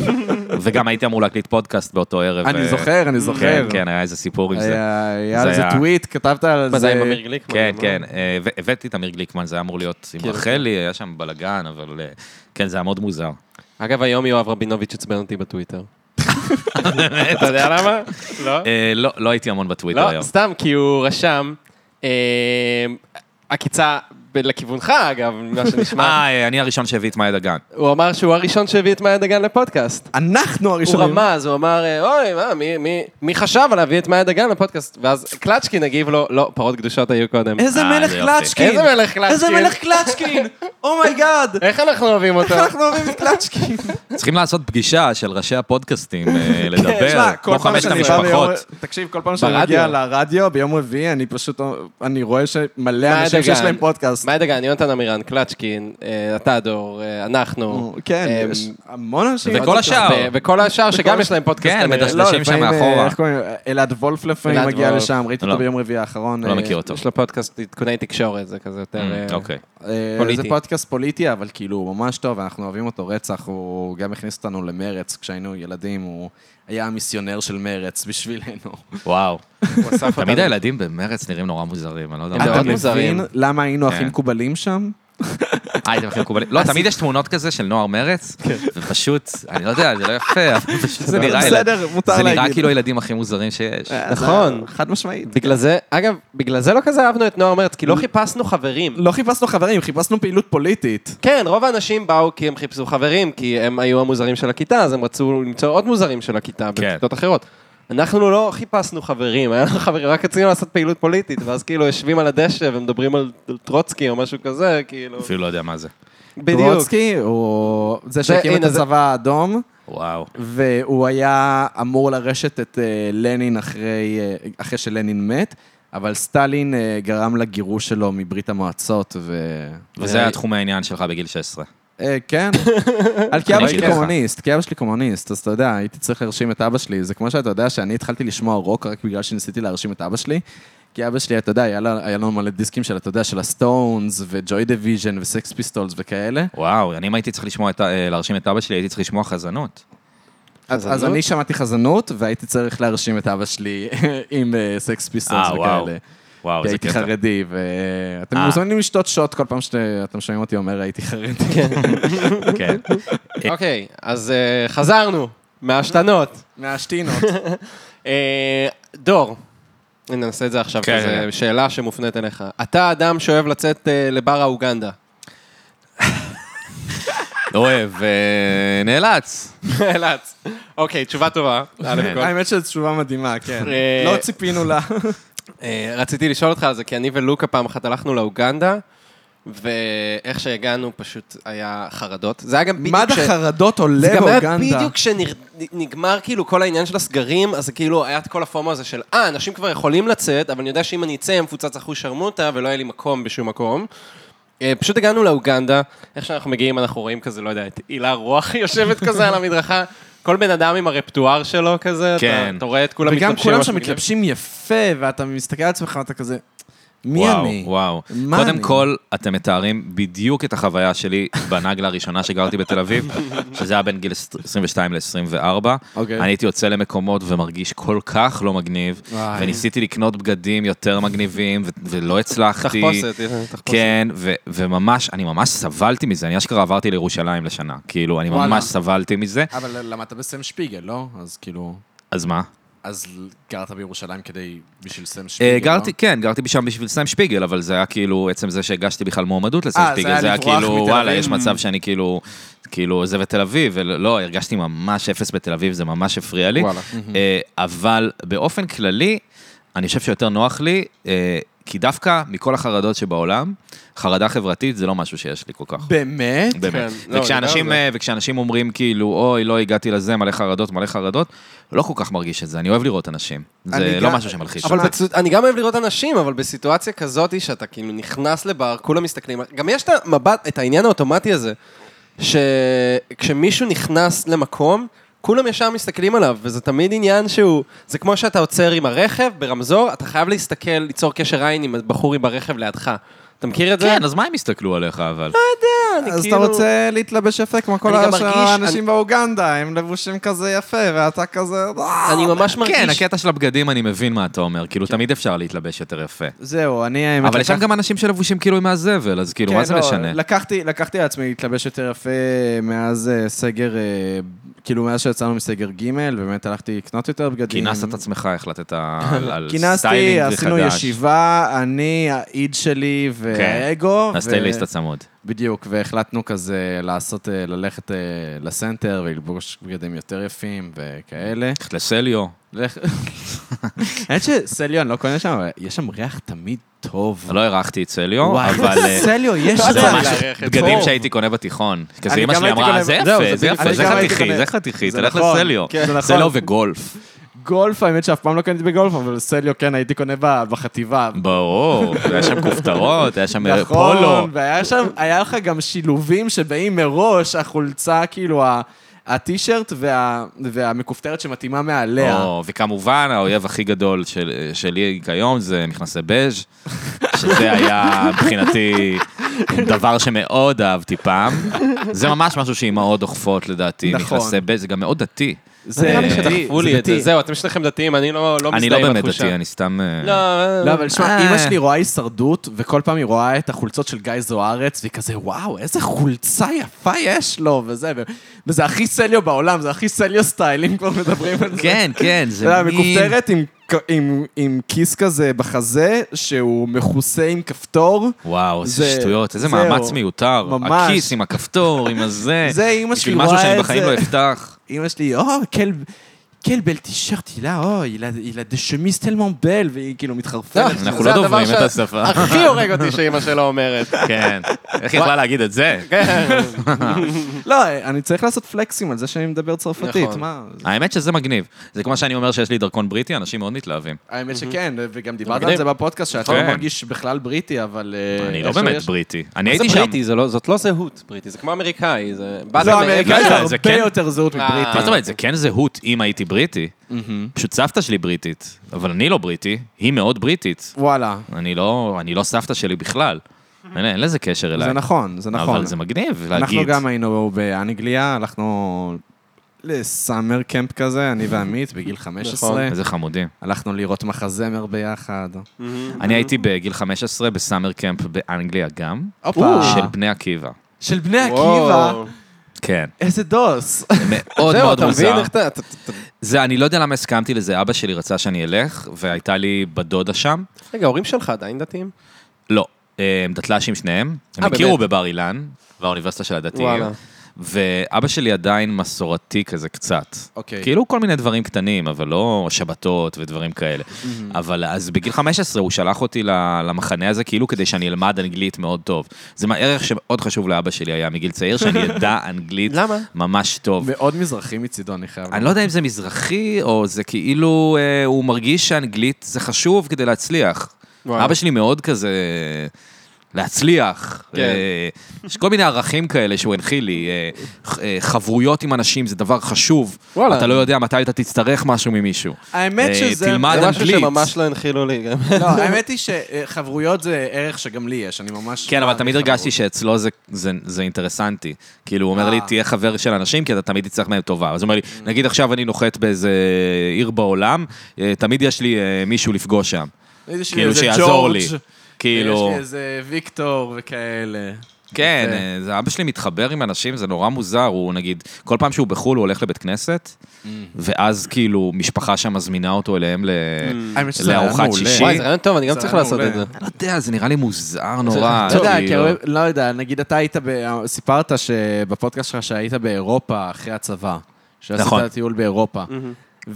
C: וגם הייתי אמור להקליט פודקאסט באותו ערב.
B: לא-" אני
C: אה,
B: זוכר, אני זוכר.
C: כן, כן, היה איזה סיפור עם זה.
B: היה היה
C: זה
B: על זה
C: היה-
B: טוויט, כתבת על
D: מה זה היה עם
B: זה...
D: אמיר גליקמן?
C: כן,
D: אמר?
C: כן, אה, ו- הבאתי את אמיר גליקמן, זה היה אמור להיות עם
D: כן.
C: רחלי, היה שם בלאגן, אבל אה, כן, זה היה מאוד מוזר.
D: אגב, היום יואב רבינוביץ' עצבן אותי בטוויטר. אתה יודע למה? לא.
C: אה, לא, לא הייתי המון בטוויטר
D: לא,
C: היום.
D: סתם, כי הוא רשם אה, עקיצה ב- לכיוונך, אגב, ממה שנשמע.
C: אה, אה, אני הראשון שהביא את מאי דגן.
D: הוא אמר שהוא הראשון שהביא את מאיה דגן לפודקאסט.
B: אנחנו
D: הוא
B: הראשונים.
D: רמז, הוא אמר, אה, אוי, מה, מי- מי- מי חשב על להביא את מאיה דגן לפודקאסט? ואז קלצ'קין הגיב לו, לא, פרות קדושות היו קודם.
A: איזה
C: אה,
A: מלך
C: זה יופי.
A: קלצ'קין.
D: איזה מלך קלצ'קין.
A: איזה מלך קלצ'קין.
C: [LAUGHS]
B: Oh
A: אומייגאד.
D: איך אנחנו אוהבים אותו?
A: איך אנחנו אוהבים את
C: [LAUGHS]
A: קלצ'קין.
C: צריכים לעשות פגישה של ראשי הפודקאסטים, אה, לדבר,
B: תשמע, כל
C: כמו
B: פעם
C: חמשת
B: שאני בא ביום-
C: המשפחות.
B: תקשיב, כל פעם שאני
D: ברדיו.
B: מגיע לרדיו ביום רביעי, אני פשוט, אני רואה שמלא
D: מאיה
B: אנשים שיש
D: דגן.
B: להם פודקאסט.
D: מאיה דגן, יונתן עמירן, קלצ'קין, אה, אתה דור, אה, אנחנו.
B: כן,
C: אמ,
D: אה,
B: יש המון אנשים.
C: וכל השאר.
D: ו- וכל השאר שגם יש להם פודקאסט.
C: כן,
D: כנראה.
C: מדשדשים.
B: לא,
C: אנשים
B: לפעמים,
C: שם
B: אה,
C: מאחורה.
B: איך קוראים? אלעד וולף לפעמים
D: אלעד
B: מגיע
D: וולף.
B: לשם, ראיתי
C: לא.
B: אותו ביום רביעי האחרון.
C: לא
B: אה,
C: מכיר אותו.
D: יש לו פודקאסט עדכוני תקשורת, זה כזה יותר... אה,
C: אוקיי.
B: אה,
D: פוליטי.
B: זה פודקאסט פוליטי, אבל כאילו, הוא ממש טוב, אנחנו אוהבים אותו רצח, הוא גם הכניס אותנו למרץ כשהיינו ילדים, הוא היה המיסיונר של מרץ בשבילנו.
C: וואו.
D: הוא אסף אותנו.
C: תמיד הילדים במרץ נראים נורא מוזרים, אני לא יודע.
D: הם מאוד
B: אתה
C: מה.
D: מוזרים.
B: מבין למה היינו הכי
C: כן.
B: מקובלים שם?
C: אה, הייתם הכי מקובלים. לא, תמיד יש תמונות כזה של נוער מרץ, ופשוט, אני לא יודע, זה לא יפה, אבל פשוט זה נראה...
B: בסדר, מותר
C: זה נראה
B: להגיד.
C: כאילו הילדים הכי מוזרים שיש.
D: נכון.
B: חד משמעית.
D: בגלל זה, אגב, בגלל זה לא כזה אהבנו את נוער מרץ, כי לא חיפשנו חברים.
B: לא חיפשנו חברים, חיפשנו פעילות פוליטית.
D: כן, רוב האנשים באו כי הם חיפשו חברים, כי הם היו המוזרים של הכיתה, אז הם רצו למצוא עוד מוזרים של הכיתה
C: כן.
D: בכיתות אחרות. אנחנו לא חיפשנו חברים, היה לנו חברים, רק רצינו לעשות פעילות פוליטית, ואז כאילו יושבים על הדשא ומדברים על על טרוצקי או משהו כזה, כאילו...
C: אפילו לא יודע מה זה.
D: בדיוק.
B: טרוצקי הוא זה
D: הנה,
B: שהקים את
D: זה-
B: הצבא האדום,
C: וואו.
B: והוא היה אמור לרשת את אה, לנין אחרי אה, אחרי שלנין מת, אבל סטלין אה, גרם לגירוש שלו מברית המועצות, ו...
C: וזה היה תחום העניין שלך בגיל 16.
B: אה,
C: [LAUGHS]
B: כן. על כי אבא
C: אני
B: שלי
C: אגיד לך.
B: קומוניסט, כי אבא שלי קומוניסט, אז אתה יודע, הייתי צריך להרשים את אבא שלי. זה כמו שאתה יודע שאני התחלתי לשמוע רוק רק בגלל שניסיתי להרשים את אבא שלי. כי אבא שלי, אתה יודע, היה לו- היה לנו מלא דיסקים של, אתה יודע, של הסטונס, וג'וי דיוויז'ן, וסקס פיסטולס וכאלה.
C: וואו, אני אם הייתי צריך לשמוע, את ה- אה, להרשים את אבא שלי, הייתי צריך לשמוע חזנות.
B: אז, אז
D: חזנות?
B: אני שמעתי חזנות, והייתי צריך להרשים את אבא שלי [LAUGHS] עם אה, סקס פיסטולס
C: אה, וואו.
B: וכאלה.
C: וואו,
B: כי
C: איזה
B: הייתי
C: קטע.
B: חרדי, ואתם
C: אה.
B: מוזמנים לשתות שוט כל פעם שאתם שומעים אותי אומר הייתי חרדי.
C: [LAUGHS] כן.
D: אוקיי, אז אה, חזרנו מהשתנות.
B: מהשתינות.
D: אה, דור, הנה, נעשה את זה עכשיו,
C: כן,
D: כי
C: כן,
D: זו
C: כן.
D: שאלה שמופנית אליך. אתה אדם שאוהב לצאת אה,
C: [LAUGHS]
D: לבר האוגנדה.
C: לא אוהב, אה, נאלץ.
D: נאלץ. אוקיי, תשובה
C: [LAUGHS]
D: טובה. א' כל.
B: [LAUGHS] האמת שזו תשובה מדהימה, כן.
D: אה,
B: לא ציפינו לה.
D: אה, רציתי לשאול אותך על זה, כי אני ולוקה פעם אחת הלכנו לאוגנדה, ואיך שהגענו פשוט היה חרדות. זה היה גם בדיוק
B: מד החרדות עולה
D: זה גם היה
B: באוגנדה.
D: בדיוק כשנגמר כאילו כל העניין של הסגרים, אז זה כאילו היה את כל הפומו הזה של, אה, אנשים כבר יכולים לצאת, אבל אני יודע שאם אני אצא, הם מפוצץ אחוז שרמוטה, ולא היה לי מקום בשום מקום. אה, פשוט הגענו לאוגנדה, איך שאנחנו מגיעים, אנחנו רואים כזה, לא יודע, את הילה רוח [LAUGHS] יושבת כזה על המדרכה. כל בן אדם עם הרפטואר שלו כזה,
C: כן.
D: אתה, אתה רואה את כולם
B: וגם
D: מתלבשים.
B: כולם
D: משהו
B: שם
D: מגניב.
B: מתלבשים יפה, ואתה מסתכל על עצמך ואתה כזה, מי
C: וואו,
B: אני?
C: וואו.
B: מה
C: קודם
B: אני?
C: כל, אתם מתארים בדיוק את החוויה שלי בנגלה הראשונה שגרתי
B: [LAUGHS]
C: בתל אביב, שזה היה בין גיל 22 ל-24.
B: אוקיי.
C: אני הייתי יוצא למקומות ומרגיש כל כך לא מגניב,
B: וואי.
C: וניסיתי לקנות בגדים יותר מגניבים, ו- ולא הצלחתי.
D: תחפושת, אה, תחפושת.
C: כן, ו- וממש, אני ממש סבלתי מזה, אני אשכרה עברתי לירושלים לשנה. כאילו, אני
B: וואלה.
C: ממש סבלתי מזה.
B: אבל למדת בסם שפיגל, לא? אז כאילו...
C: אז מה?
B: אז גרת בירושלים כדי, בשביל סם לא?
C: אה, גרתי, כן, גרתי בשם בשביל סם שפיגל, אבל זה היה כאילו, עצם זה שהגשתי בכלל מועמדות לסם
B: אה, זה
C: שפיגל,
B: היה
C: זה היה
B: לברוח
C: כאילו,
B: מתל
C: וואלה,
B: אביב.
C: יש מצב שאני כאילו, כאילו עוזב את תל אביב, ולא, לא, הרגשתי ממש אפס בתל אביב, זה ממש הפריע לי.
D: וואלה.
C: אה, אבל באופן כללי, אני חושב שיותר נוח לי, אה, כי דווקא מכל החרדות שבעולם, חרדה חברתית זה לא משהו שיש לי כל כך.
B: באמת?
C: באמת.
D: כן, לא,
C: וכשאנשים,
D: לגמרי.
C: אה, וכשאנשים אומרים כאילו, אוי, לא הגעתי לזה, מלא חרדות, מלא חרדות, לא כל כך מרגיש את זה, אני אוהב לראות אנשים. זה
B: אני
C: לא
B: גם-
C: משהו שמלחיש אותי.
D: אבל בצו- אני גם אוהב לראות אנשים, אבל בסיטואציה כזאת שאתה כאילו נכנס לבר, כולם מסתכלים, גם יש את המבט, את העניין האוטומטי הזה, שכשמישהו נכנס למקום, כולם ישר מסתכלים עליו, וזה תמיד עניין שהוא, זה כמו שאתה עוצר עם הרכב ברמזור, אתה חייב להסתכל, ליצור קשר עין עם הבחור עם הרכב לידך. אתה מכיר את זה?
C: כן, אז מה הם יסתכלו עליך אבל?
D: אני
B: אז אתה
D: כאילו-
B: רוצה להתלבש יפה כמו כל
D: אני גם
B: השאר
D: מרגיש-
B: האנשים באוגנדה, הם לבושים כזה יפה, ואתה כזה... "אה,
D: אני ממש
C: כן,
D: מרגיש...
C: הקטע של הבגדים, אני מבין מה אתה אומר,
B: כן.
C: כאילו תמיד אפשר להתלבש יותר יפה.
B: זהו, אני האמת...
C: אבל יש שם
B: לקחתי-
C: גם אנשים שלבושים כאילו מהזבל, אז כאילו,
B: כן,
C: מה זה
B: לא,
C: משנה?
B: לקחתי, לקחתי על עצמי להתלבש יותר יפה מאז אה, סגר, אה, כאילו מאז שיצאנו מסגר ג', באמת הלכתי לקנות יותר בגדים.
C: כינסת את עצמך,
B: [LAUGHS]
C: החלטת על על
B: כינסתי,
C: סטיילינג
B: עשינו
C: חדש. כן.
B: ישיבה, אני, האיד שלי והאגו. ו-
C: הסטייליסט הצמוד.
B: בדיוק, והחלטנו כזה לעשות, אה, ללכת אה, לסנטר וללבוש בגדים יותר יפים וכאלה.
C: הלכת לסליו. [LAUGHS]
B: לך- האמת שסליו, אני לא קונה שם, אבל יש שם ריח תמיד טוב.
C: לא הרחתי את סליו,
B: וואי,
C: אבל... אה,
B: סליו, יש
C: זה
B: שם.
C: ממש
D: ללכת.
C: בגדים
D: טוב.
C: שהייתי קונה בתיכון. כזה
B: אני
C: אמא
B: גם
C: שלי
B: הייתי
C: אמרה,
B: קונה-
C: זה
B: זהו,
C: יפה,
B: זה
C: זה
B: בדיוק,
C: יפה,
B: אני
C: זה
B: גם הייתי
C: חתיכי,
B: קונה-
C: זה חתיכי,
B: זה
C: תלך
B: נכון,
C: לסליו. לא
B: כן, זה
C: סליו
B: נכון.
C: וגולף.
B: גולף, האמת שאף פעם לא קניתי בגולף, אבל סליו כן, הייתי קונה ב- בחטיבה.
C: ברור, היה שם כופתרות, היה שם אה, פולו.
B: נכון, והיה שם, היה לך גם שילובים שבאים מראש, החולצה, כאילו, ה- הטישרט וה- והמכופתרת שמתאימה מעליה.
C: או, וכמובן, האויב הכי גדול של, שלי כיום זה מכנסי בז', שזה היה מבחינתי דבר שמאוד אהבתי פעם. זה ממש משהו שאימהות דוחפות לדעתי,
B: נכון.
C: מכנסי בז', זה גם מאוד דתי.
D: לא
B: זה
C: נראה לי
B: דתי,
D: שדחפו לי את זה.
B: דתי.
D: זהו, אתם שניכם דתיים, אני לא לא
C: אני
D: מזדהה
C: לא
D: עם
C: באמת
D: התחושה.
C: דתי, אני סתם... אה,
D: לא,
B: לא, אבל שמע,
C: אה.
B: אימא שלי רואה הישרדות, וכל פעם היא רואה את החולצות של גיא זוארץ, והיא כזה, וואו, איזה חולצה יפה יש לו, וזה, ו- וזה הכי סליו בעולם, זה הכי סליו סטיילים, כבר מדברים על זה.
C: כן, כן,
B: אתה יודע,
C: זה מין...
B: לא, מכופתרת עם ק- עם- עם כיס כזה בחזה, שהוא מכוסה עם כפתור.
C: וואו, איזה
B: זה-
C: שטויות, איזה
B: זהו.
C: מאמץ מיותר.
B: ממש.
C: הכיס עם הכפתור, עם הזה.
B: [LAUGHS] זה, אימא שלי
C: בשביל משהו
B: רואה
C: שאני
B: את
C: בחיים
B: זה.
C: לא
B: [LAUGHS]
C: אפתח.
B: אימא שלי, או, כל... כel oh, bel t-shirt il a, oh, il a, il a des chemises tellement belles, והיא כאילו מתחרפנת.
C: אנחנו לא
D: זה הדבר
C: דוברים את
D: ש-
C: השפה.
D: הכי הורג אותי שאימא שלו אומרת.
C: כן. איך היא יכלה להגיד את זה?
D: כן.
B: לא, אני צריך לעשות פלקסים על זה שאני מדבר צרפתית,
D: נכון.
B: מה? זה-
C: האמת שזה מגניב. זה כמו שאני אומר שיש לי דרכון בריטי, אנשים מאוד מתלהבים.
B: האמת שכן, וגם דיברת
C: מגניב.
B: על זה בפודקאסט, שאתה לא
C: כן.
B: מרגיש בכלל בריטי, אבל... אה,
C: אני לא
B: איכשהו
C: באמת
B: יש-
C: בריטי. אני
D: זה
C: הייתי שם.
D: בריטי, זה לא- זאת לא זהות בריטי, זה כמו אמריקאי, זה... באת
B: לא,
D: מאיפה-
B: אמריקאי
C: לא,
B: זה
C: זה
B: הרבה
C: כן.
B: יותר זהות מבריטי.
C: מה זאת אומרת, זה כן זהות אם הייתי בריטי. פשוט סבתא שלי בריטית, אבל אני לא בריטי, היא מאוד בריטית.
B: וואלה,
C: אני לא, אני לא סבתא שלי בכלל. אין, אין לזה קשר אליי.
B: זה נכון, זה נכון.
C: אבל זה מגניב להגיד.
B: אנחנו גם היינו באנגליה, הלכנו לסאמר קמפ כזה, אני ועמית, בגיל 15.
C: איזה חמודים.
B: הלכנו לראות מחזמר ביחד.
D: כן.
C: אני הייתי בגיל 15 בסאמר קמפ באנגליה גם,
B: הופה.
C: של בני עקיבא.
B: של בני
D: וואו.
B: עקיבא.
C: כן.
B: איזה דוס. [LAUGHS]
C: מאוד
D: זהו,
C: מאוד
D: אתה מבין
C: מוזר.
D: איך אתה... אתה- אתה-
C: זה, אני לא יודע למה הסכמתי לזה, אבא שלי רצה שאני אלך, והייתה לי בת דודה שם.
D: רגע, ההורים שלך עדיין דתיים?
C: לא, אה, הם דתל"שים שניהם. הם
D: אה,
C: הכירו
D: באמת?
C: בבר אילן, באוניברסיטה של הדתיים.
D: וואלה.
C: ואבא שלי עדיין מסורתי כזה קצת.
B: אוקיי.
C: כאילו כל מיני דברים קטנים, אבל לא שבתות ודברים כאלה.
D: Mm-hmm.
C: אבל אז בגיל 15 הוא שלח אותי ל- למחנה הזה, כאילו כדי שאני אלמד אנגלית מאוד טוב. זה מה- ערך שמאוד חשוב לאבא שלי היה מגיל צעיר,
D: [LAUGHS]
C: שאני אדע אנגלית
D: למה?
C: ממש טוב.
B: מאוד מזרחי מצידו, אני חייב.
C: אני לא יודע אם זה מזרחי, או זה כאילו, אה, הוא מרגיש שאנגלית זה חשוב כדי להצליח.
D: וואלה.
C: אבא שלי מאוד כזה... להצליח,
D: כן.
C: אה, יש כל מיני ערכים כאלה שהוא הנחיל לי, אה, ח- אה, חברויות עם אנשים זה דבר חשוב,
D: וואלה.
C: אתה לא יודע מתי אתה תצטרך משהו ממישהו.
B: האמת
C: אה,
B: שזה...
C: תלמד
D: זה משהו
C: אנגלית.
D: שממש לא הנחילו לי. גם.
B: לא, האמת היא שחברויות זה ערך שגם לי יש, אני ממש...
C: כן, אבל תמיד
B: חברות.
C: הרגשתי שאצלו זה- זה זה אינטרסנטי. כאילו, הוא אומר לי,
B: אה.
C: תהיה חבר של אנשים, כי אתה תמיד תצטרך מהם טובה. אז הוא אומר לי, נגיד עכשיו אני נוחת באיזה עיר בעולם, אה, תמיד יש לי אה, מישהו לפגוש שם.
B: יש לי
C: כאילו,
B: איזה
C: שיעזור
B: ג'ורג',
C: לי.
B: יש
C: כאילו,
B: לי איזה ויקטור וכאלה.
C: כן,
B: יפה.
C: אה, זה אבא שלי מתחבר עם אנשים, זה נורא מוזר, הוא נגיד, כל פעם שהוא בחו"ל הוא הולך לבית כנסת,
B: Mm.
C: ואז כאילו משפחה שם מזמינה אותו אליהם ל-
B: האמת שזה רעיון
C: לארוחת
B: מעולה.
C: שישי.
D: [LAUGHS] וואי, זה רעיון טוב, אני גם
B: Mm. זה
D: צריך
B: רעיון
D: לעשות
B: מעולה.
D: את זה.
C: אני לא יודע, זה נראה לי מוזר נורא.
B: אתה יודע, כי
C: כאילו.
B: הרבה- לא יודע, נגיד אתה היית, ב- סיפרת שבפודקאסט שלך שהיית באירופה אחרי הצבא. שעשית
C: נכון.
B: טיול באירופה.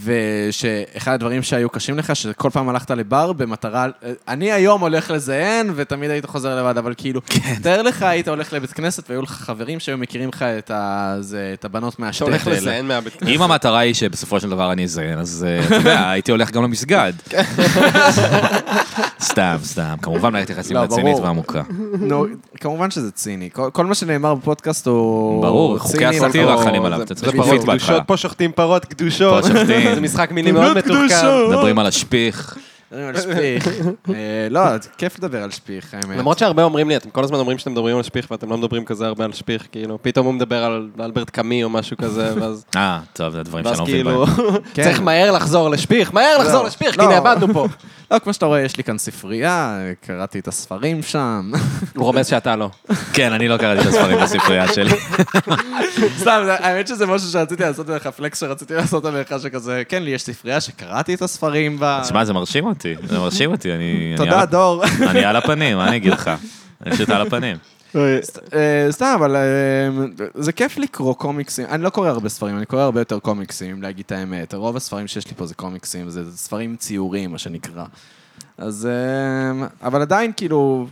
B: ושאחד הדברים שהיו קשים לך, שכל פעם הלכת לבר במטרה, אני היום הולך לזיין, ותמיד היית חוזר לבד, אבל כאילו,
C: כן.
B: תאר לך, היית הולך לבית כנסת, והיו לך חברים שהיו מכירים לך את ה- זה- את הבנות
D: אתה
B: מהשטט האלה.
D: הולך לזיין מהבית כנסת.
C: אם המטרה היא שבסופו של דבר אני אזיין, אז אה,
B: [LAUGHS]
C: אתה יודע, הייתי הולך גם למסגד. סתם, סתם. כמובן, מערכת יחסים
B: לא,
C: רצינית
B: ברור.
C: ועמוקה.
B: נו, כמובן שזה ציני. כל, כל מה שנאמר בפודקאסט הוא...
C: ברור,
B: הוא
C: חוקי
B: ציני, אבל
C: הסאטירה
B: הוא-
C: חלים עליו.
D: זה-
C: אתה
D: זה
C: צריך
D: פרות
C: פיפית בהתחלה.
D: קדושות, פה שוחטים פרות קדושות.
C: פה
D: [LAUGHS]
C: שוחטים.
D: זה משחק מילים מאוד
B: פרות
D: מתוחכם.
B: קדושות.
C: מדברים על השפיך.
B: מדברים על [LAUGHS] שפיך. אה, לא, כיף לדבר על שפיך, האמת.
D: למרות שהרבה אומרים לי, אתם כל הזמן אומרים שאתם מדברים על שפיך ואתם לא מדברים כזה הרבה על שפיך, כאילו, פתאום הוא מדבר על אלברט קאמי או משהו כזה, [LAUGHS] ואז...
C: אה, טוב, זה הדברים שאני
D: ואז
C: לא מבין בהם.
D: כאילו,
B: כן.
D: [LAUGHS] צריך מהר לחזור לשפיך, מהר לחזור לשפיך, כי
B: לא.
D: נאבדנו פה.
B: לא, כמו שאתה רואה, יש לי כאן ספרייה, קראתי את הספרים שם.
D: הוא רומז שאתה לא.
C: כן, אני לא קראתי את הספרים בספרייה שלי.
B: [LAUGHS] סתם, זה- האמת שזה משהו שרציתי לעשות עליך, פלקס שרציתי לעשות עליך, שכזה, כן, לי יש ספרייה שקראתי את הספרים בה.
C: תשמע, זה מרשים אותי, זה מרשים אותי, אני... אני על
B: תודה,
C: הפ-
B: דור.
C: אני על הפנים, מה אני אגיד לך? אני פשוט על הפנים.
B: אה, סתם, אבל אה, זה כיף לקרוא קומיקסים. אני לא קורא הרבה ספרים, אני קורא הרבה יותר קומיקסים, להגיד את האמת. רוב הספרים שיש לי פה זה קומיקסים, זה ספרים ציורים, מה שנקרא. אז... אה, אבל עדיין, כאילו...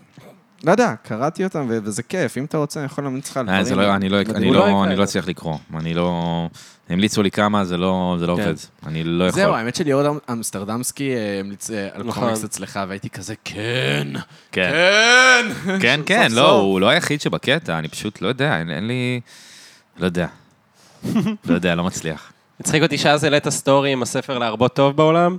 B: לא יודע, קראתי אותם, ו- וזה כיף. אם אתה רוצה, אני יכול להמליץ לך על
C: אה,
B: דברים.
C: זה לא- אני לא- אני
B: מדהים.
D: הוא לא
C: לא
D: יקרא
C: אני
D: את
C: לא
D: זה.
C: אצליח לקרוא. אני לא... המליצו לי כמה, זה לא זה לא
D: כן.
C: עובד. אני לא יכול.
B: זהו, האמת שליאור אמ-, אמסטרדמסקי אה, המליץ אה, על
D: נכון.
B: קומיקס אצלך, והייתי כזה, כן,
C: כן,
B: כן.
C: כן, כן,
B: סוף
C: לא,
B: סוף.
C: הוא לא היחיד שבקטע, אני פשוט לא יודע, אין- אין לי... לא יודע. לא יודע, לא מצליח.
D: הצחיק אותי שאז העלית סטורי עם הספר להרבות טוב בעולם.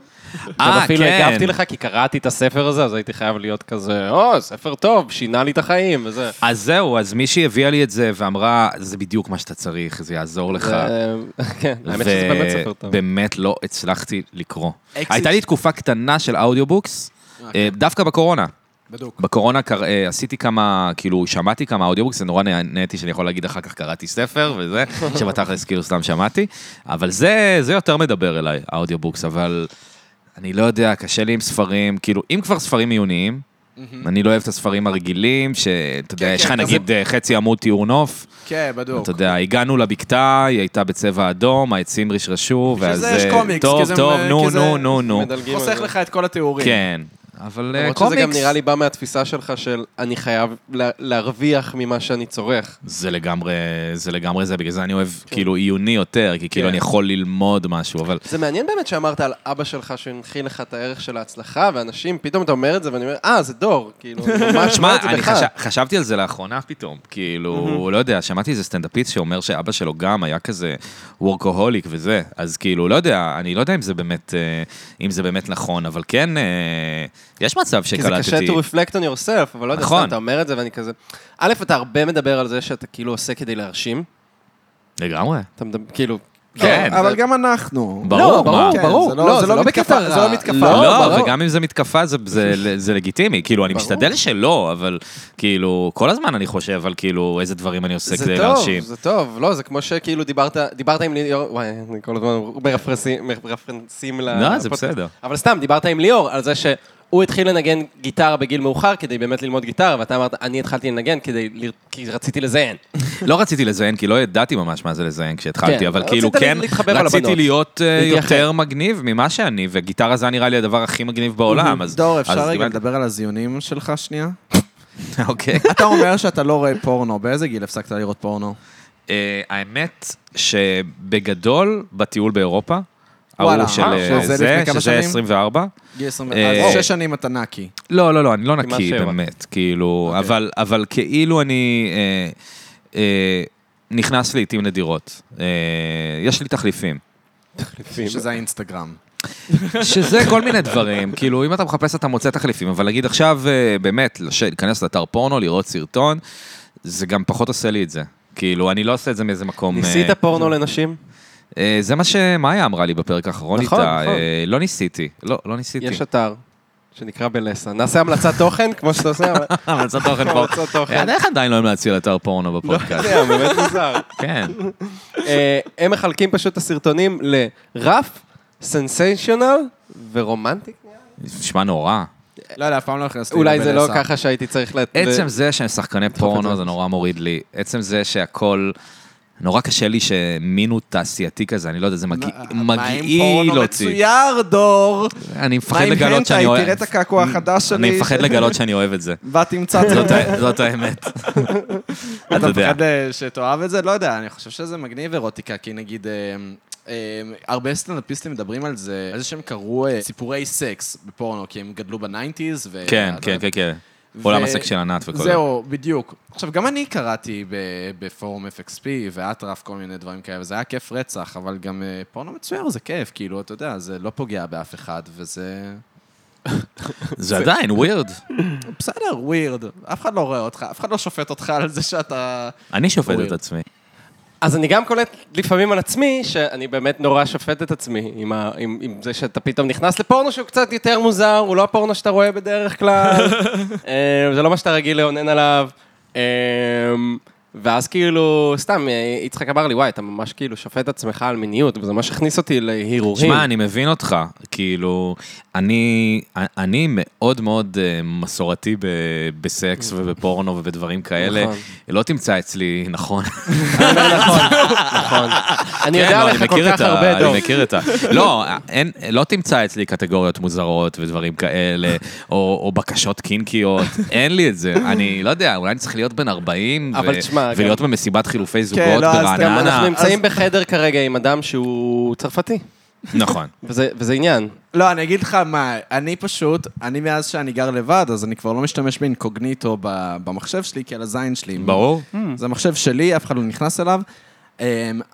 C: אה,
D: אה, אפילו
C: כן.
D: הגבתי לך, כי קראתי את הספר הזה, אז הייתי חייב להיות כזה, או, ספר טוב, שינה לי את החיים, וזה.
C: אז זהו, אז מישהי הביאה לי את זה ואמרה, זה בדיוק מה שאתה צריך, זה יעזור לך.
D: זה- כן, האמת שזה באמת ספר טוב.
C: ובאמת לא הצלחתי לקרוא.
B: אקזיט.
C: הייתה לי תקופה קטנה של אודיובוקס,
B: אה,
C: אה, דווקא בקורונה.
B: בדוק.
C: בקורונה קר- אה, עשיתי כמה, כאילו, שמעתי כמה אודיובוקס, זה נורא נהניתי שאני יכול להגיד אחר כך קראתי ספר
B: [LAUGHS]
C: וזה, שבתכלס כאילו סתם שמעתי, אבל זה, זה יותר מדבר אליי, האודיובוקס, אבל אני לא יודע, קשה לי עם ספרים, כאילו, אם כבר ספרים עיוניים, אני לא אוהב את הספרים הרגילים, שאתה יודע,
B: כן,
C: יש לך
B: כן, אתה
C: נגיד אה, חצי עמוד תיאור נוף,
B: כן, בדוק.
C: אתה יודע, הגענו לבקתה, היא הייתה בצבע אדום, העצים רשרשו,
B: בשביל
C: ואז...
B: זה יש
C: אה,
B: קומיקס, כי
C: טוב,
B: זה-
C: טוב,
B: כי
C: נו,
B: זה-
C: נו, נו, נו.
D: מדלגים על
B: חוסך
D: זה.
B: לך את כל התיאורים.
C: כן, אבל אה,
D: למרות שזה גם
C: קומיקס...
D: נראה לי בא מהתפיסה שלך של אני חייב לה- להרוויח ממה שאני צורך.
C: זה לגמרי, זה לגמרי זה, בגלל זה אני אוהב כאילו עיוני יותר, כי כאילו
D: כן.
C: אני יכול ללמוד משהו, אבל...
D: זה מעניין באמת שאמרת על אבא שלך שהנחיל לך את הערך של ההצלחה, ואנשים, פתאום אתה אומר את זה ואני אומר, אה, זה דור, כאילו, [LAUGHS] אני ממש רואה
C: [LAUGHS] שמע,
D: את זה
C: אני
D: בך.
C: חשב- חשבתי על זה לאחרונה פתאום, כאילו, לא יודע, שמעתי איזה סטנדאפיסט שאומר שאבא שלו גם היה כזה וורקוהוליק וזה, אז כאילו, לא יודע, אני לא יודע אם זה באמת, אה, אם זה באמת נכון, אבל כן, אה, יש מצב
D: כי זה
C: שקלטתי.
D: קשה to reflect on yourself, אבל לא יודע,
C: נכון.
D: סתם אתה אומר את זה ואני כזה... א', אתה הרבה מדבר על זה שאתה כאילו עושה כדי להרשים,
C: לגמרי.
D: אתה מדבר, כאילו,
C: כן.
B: לא, אבל גם אנחנו.
C: ברור, מה?
B: כן,
D: ברור.
B: זה לא-
D: לא,
B: זה
D: זה
B: לא
D: לא
B: מתקפה,
D: בקטע רע.
B: זה לא מתקפה.
C: לא,
D: ברור.
C: וגם אם זה מתקפה, זה- זה זה לגיטימי. כאילו, אני משתדל שלא, אבל כאילו, כל הזמן אני חושב על כאילו איזה דברים אני עושה
D: זה
C: כדי
D: טוב,
C: להרשים.
D: זה טוב, לא, זה כמו שכאילו דיברת, דיברת עם ליאור, וואי, אני כל הזמן מרפרסים- מרפרנסים ל...
C: לא, זה
D: לפודקאסט.
C: בסדר.
D: אבל סתם, דיברת עם ליאור על זה שהוא התחיל לנגן גיטרה בגיל מאוחר כדי באמת ללמוד גיטרה, ואתה אמרת, אני התחלתי לנגן כדי, ל- כי רציתי לזיין.
C: [LAUGHS] לא רציתי לזיין, כי לא ידעתי ממש מה זה לזיין
D: כן,
C: כשהתחלתי, אבל
D: רצית
C: כאילו
D: לה-
C: כן,
D: להתחבר על
C: רציתי
D: הבנות.
C: להיות אה,
D: להתייחד.
C: יותר מגניב ממה שאני, וגיטרה זה היה נראה לי הדבר הכי מגניב בעולם, אז...
B: דור,
C: אז
B: אפשר רגע
C: קיבלתי-
B: לדבר על הזיונים שלך שנייה?
C: [LAUGHS] אוקיי.
B: [LAUGHS] אתה אומר שאתה לא רואה פורנו, באיזה גיל הפסקת לראות פורנו?
C: אה, האמת שבגדול, בטיול באירופה,
B: וואלה,
C: ההוא של
B: אה,
C: אה,
B: שזה
C: זה,
B: לפני כמה
C: שזה
B: שנים?
C: 24.
B: גיל 20,
C: אה,
B: אז שש שנים אתה נקי.
C: לא, לא, לא, אני לא
D: כמעט
C: נקי,
D: שבע.
C: באמת, כאילו,
D: אוקיי.
C: אבל, אבל כאילו אני אה, אה, נכנס לעיתים נדירות. אה, יש לי תחליפים.
B: שזה האינסטגרם.
C: שזה כל מיני דברים, [LAUGHS] כאילו, אם אתה מחפש אתה מוצא תחליפים, אבל להגיד עכשיו, אה, באמת, לש- להיכנס לאתר פורנו, לראות סרטון, זה גם פחות עושה לי את זה. כאילו, אני לא עושה את זה מאיזה מקום... אה,
D: ניסית פורנו לנשים?
C: אה, זה מה שמאיה אמרה לי בפרק האחרון
D: נכון,
C: איתה.
D: נכון.
C: אה, לא ניסיתי. לא, לא ניסיתי.
D: יש אתר שנקרא בלסה. נעשה המלצת תוכן, כמו שאתה עושה, אבל...
C: [LAUGHS] המלצת תוכן פה.
D: המלצת תוכן.
C: אה, איך עדיין לא המלצתי על אתר פורנו בפודקאסט?
D: [LAUGHS] זה באמת מוזר.
C: כן.
D: אה, הם מחלקים פשוט את הסרטונים לרף, סנסיישנל ורומנטי.
C: נשמע נורא.
B: לא יודע, אף פעם לא נכנסתי
D: אולי זה לא
B: לבלסה.
D: ככה שהייתי צריך לת...
C: עצם זה שהם שחקני
D: את
C: פורנו
D: זה.
C: זה נורא מוריד לי. עצם זה שהכל... נורא קשה לי שמין הוא תעשייתי כזה, אני לא יודע, זה מגעי- מגעיל אותי.
B: מצויר, דור.
C: אני
B: מה
C: מפחד
B: עם
C: לגלות שאני
B: הנטאי?
C: אוהב...
B: תראה את הקעקוע החדש שלי.
C: אני מפחד לגלות שאני אוהב את זה.
B: בת
C: [LAUGHS]
B: תמצא את זה.
C: זאת
B: [LAUGHS]
C: ה- זאת האמת.
B: אתה
C: אתה יודע.
B: מפחד אה, שתאהב את זה? לא יודע, אני חושב שזה מגניב אירוטיקה, כי נגיד... אה, אה, הרבה סטנדאפיסטים מדברים על זה, על זה שהם קראו אה, סיפורי סקס בפורנו, כי הם גדלו בניינטיז.
C: כן, כן, כן, כן. עולם הסק של ענת וכל זה.
B: אוקיי. זהו, בדיוק. עכשיו, גם אני קראתי ב- בפורום FXP ואטרף, כל מיני דברים כאלה, וזה היה כיף רצח, אבל גם אה, פורנו מצויר זה כיף, כאילו, אתה יודע, זה לא פוגע באף אחד, וזה...
C: זה עדיין, ווירד.
B: בסדר, ווירד. אף אחד לא רואה אותך, אף אחד לא שופט אותך על זה שאתה...
C: אני שופט
B: ווירד.
C: את עצמי.
D: אז אני גם קולט לפעמים על עצמי, שאני באמת נורא שופט את עצמי, עם, ה... עם... עם זה שאתה פתאום נכנס לפורנו שהוא קצת יותר מוזר, הוא לא הפורנו שאתה רואה בדרך [LAUGHS] כלל, אה, זה לא מה שאתה רגיל לאונן עליו. אה, ואז כאילו, סתם, אה, יצחק אמר לי, וואי, אתה ממש כאילו שופט את עצמך על מיניות, וזה ממש הכניס אותי להרהורים.
C: שמע, אני מבין אותך. כאילו, אני, אני מאוד מאוד אה, מסורתי ב, בסקס ובפורנו ובדברים כאלה.
D: נכון.
C: לא תמצא אצלי, נכון. [LAUGHS]
D: נכון. אני
C: כן,
D: יודע
C: לא,
D: עליך כל
C: מכיר
D: כך
C: את ה-
D: הרבה, דור.
C: אני מכיר
D: [LAUGHS]
C: את ה... לא, אין- לא תמצא אצלי קטגוריות מוזרות ודברים כאלה, או או בקשות קינקיות, אין לי את זה. אני לא יודע, אולי אני צריך להיות בן 40,
D: אבל
C: ו-
D: תשמע, גם- כן,
C: ולהיות במסיבת חילופי זוגות
B: לא, אז גם
D: גם
C: ברעננה.
D: אנחנו נמצאים בחדר כרגע עם אדם שהוא צרפתי,
C: נכון.
D: וזה וזה עניין.
B: לא, אני אגיד לך מה, אני פשוט, אני מאז שאני גר לבד, אז אני כבר לא משתמש באינקוגניטו ב- במחשב שלי, כי על הזין שלי.
D: [LAUGHS]
C: ברור.
D: Mm.
B: זה המחשב שלי, אף אחד לא נכנס אליו. אמ,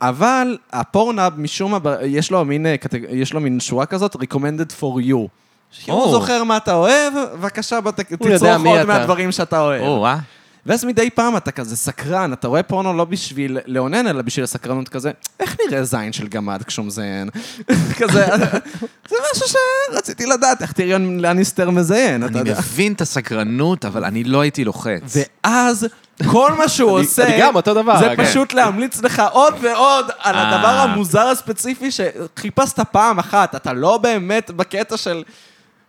B: אבל הפורנאב, משום מה, ב- יש לו מין, אה, קטג- יש לו מין שורה כזאת, recommended for you.
D: Oh.
B: אם הוא
C: או.
B: זוכר מה אתה אוהב, בבקשה, בוא ת-
D: יודע
B: תצרוך
D: מי
B: עוד
D: אתה. Oh.
B: מהדברים שאתה אוהב.
C: או, אה?
B: ואז מדי פעם אתה כזה סקרן, אתה רואה פורנו לא בשביל לאונן, אלא בשביל הסקרנות כזה, איך נראה זין של גמד כשהוא מזיין? [LAUGHS] כזה, זה משהו שרציתי לדעת, איך תריון לניסטר מזיין, כן, אתה
C: אני
B: יודע.
C: מבין את הסקרנות, אבל אני לא הייתי לוחץ.
B: ואז כל מה שהוא
D: אני-
B: עושה,
D: אני גם אותו דבר,
B: זה
D: כן.
B: פשוט להמליץ לך עוד ועוד על
C: אה.
B: הדבר המוזר הספציפי שחיפשת פעם אחת, אתה לא באמת בקטע של,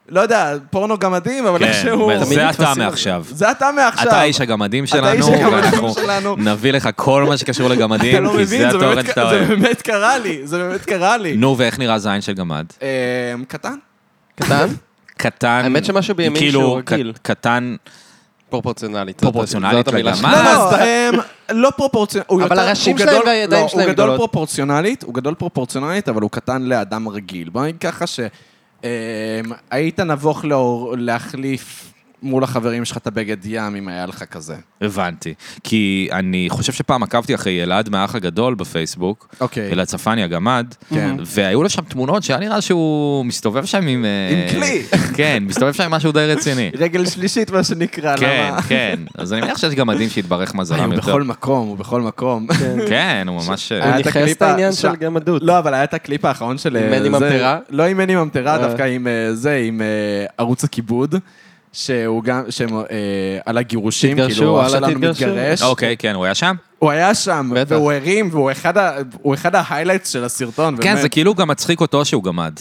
B: לא יודע, פורנו גמדים, אבל
C: כן,
B: איכשהו...
C: זה אתה מעכשיו.
B: זה אתה מעכשיו.
C: אתה האיש הגמדים שלנו,
B: האיש הגמדים
C: ואנחנו
B: שלנו.
C: נביא לך כל מה שקשור
B: אתה
C: לגמדים,
B: לא
C: כי זה
B: מבין, זה
C: התורן
B: באמת,
C: שאתה
B: זה
C: אוהב.
B: באמת קרה לי, זה באמת קרה לי.
C: נו, ואיך נראה זין של גמד?
B: אמ, קטן?
D: קטן,
C: קטן,
D: האמת שמשהו בימין
C: כאילו,
D: שהוא
C: ק-
D: רגיל.
C: קטן,
D: פרופורציונלית. זאת-
C: פרופורציונלית
D: זאת המילה
C: לגמרי.
B: לא,
D: שלי.
C: מה?
B: לא, אמ, לא פרופורציונלית. הוא
D: אבל
B: יותר-
D: הראשים
B: הוא
D: שלהם
B: גדול-
D: והידיים
B: לא,
D: שלהם
B: הוא גדול
D: גדולות.
B: פרופורציונלית, הוא גדול פרופורציונלית, אבל הוא קטן לאדם רגיל. בוא נגיד ככה ש... אמ, היית נבוך לאור- להחליף מול החברים שלך את הבגד ים, אם היה לך כזה.
C: הבנתי. כי אני חושב שפעם עקבתי אחרי אלעד מהאח הגדול בפייסבוק,
B: אוקיי.
C: אלעד צפני הגמד,
B: כן.
C: והיו לו שם תמונות שהיה נראה שהוא מסתובב שם עם... אה,
B: עם כלי.
C: [LAUGHS] כן, מסתובב שם עם משהו די רציני.
B: רגל שלישית, מה שנקרא,
C: כן, כן. אז אני מניח שיש גמדים שהתברך מזלם
B: הוא
C: יותר.
B: בכל מקום, הוא בכל מקום.
C: כן, הוא ממש...
B: היה
D: הוא
B: את
D: ניכס
B: הקליפ
D: את העניין
B: ש-
D: של גמדות.
B: לא, אבל היה את הקליפ האחרון של...
D: עם מני
B: זה-
D: ממטרה?
B: לא עם מני ממטרה,
D: אה.
B: דווקא עם אה, זה, עם אה, ערוץ הכיבוד. שהוא גם, שהם אה, על הגירושים,
D: התגרשו,
B: כאילו, אח
D: וואלה,
B: שלנו
D: תתגרשו.
B: מתגרש.
C: אוקיי, כן, הוא היה שם?
B: הוא היה שם,
D: בטח.
B: והוא הרים, והוא אחד ה- הוא אחד ההיילייטס של הסרטון,
C: כן,
B: באמת.
C: זה כאילו גם מצחיק אותו שהוא גמד.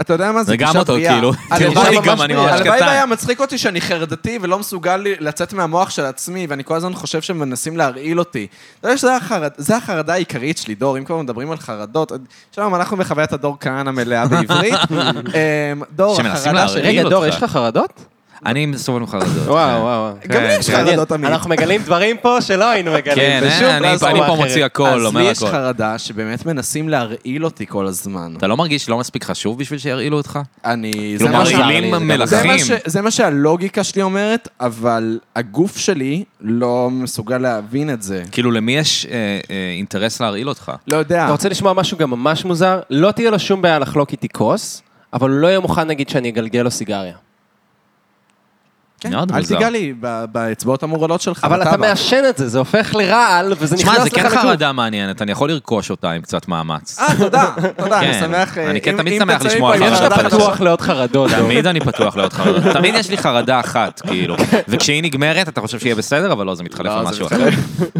B: אתה יודע מה, זה
C: זה גם
B: גישה
C: אותו,
B: בריאה.
C: כאילו.
B: הלוואי
C: גם אני ממש
B: הלוואי
C: קטן.
B: והיה מצחיק אותי שאני חרדתי ולא מסוגל לי- לצאת מהמוח של עצמי, ואני כל הזמן חושב שמנסים להרעיל אותי. אתה יודע שזה החרד- זה החרדה העיקרית שלי, דור, אם כבר מדברים על חרדות, שלום, אנחנו בחוויית הדור כהנא מלאה
C: [LAUGHS]
B: בעברית. אמ, דור,
C: שמנסים
B: החרדה
C: להרעיל.
B: שלי...
D: רגע,
C: אותך.
D: דור, יש לך חרדות?
C: אני סובל מחרדות.
D: וואו, וואו.
B: גם לי יש
D: כן.
B: חרדות
D: מעניין.
B: תמיד.
D: אנחנו מגלים דברים פה שלא היינו מגלים.
C: כן,
D: בשום
C: אה, אני
D: פלטפורמה
C: אני פה
D: אחרת.
C: מוציא הכל,
B: אז לי
C: אומר
B: יש
C: הכל.
B: חרדה שבאמת מנסים להרעיל אותי כל הזמן.
C: אתה לא מרגיש לא מספיק חשוב בשביל שירעילו אותך?
B: אני... זה
C: כאילו,
B: מה ש-
C: מרעילים
D: זה גם-
B: זה מה,
C: מלכים.
B: ש, זה מה שהלוגיקה שלי אומרת, אבל הגוף שלי לא מסוגל להבין את זה.
C: כאילו, למי יש אה, אה, אינטרס להרעיל אותך?
B: לא יודע.
D: אתה רוצה לשמוע משהו גם ממש מוזר? לא תהיה לו שום בעיה לחלוק איתי כוס, אבל הוא לא יהיה מוכן, נגיד, שאני אגלגל לו סיגריה.
B: כן,
C: מאוד
B: אל
C: מוזר.
B: תיגע לי ב- באצבעות המורלות שלך.
D: אבל אתה
B: בטבע.
D: מעשן את זה, זה הופך לרעל, וזה נכנס לך
C: שמע, זה
D: לגוף.
C: כן חרדה מעניינת, אני יכול לרכוש אותה עם קצת מאמץ.
B: אה, תודה, תודה, אני
C: כן.
B: שמח. אה,
C: אני כן
B: אם-
C: תמיד
B: אם
C: שמח
B: תצא
C: לשמוע
B: מפה עם
C: על
D: איך
C: חרדה
D: שאתה
B: חרדה
D: פתוח
B: חדשה.
D: לעוד חרדות. דור.
C: תמיד אני פתוח לעוד חרדות. תמיד יש לי חרדה אחת, כאילו. וכשהיא נגמרת, אתה חושב שיהיה בסדר, אבל לא, זה מתחלף
B: לא,
C: על
B: זה
C: משהו אחר.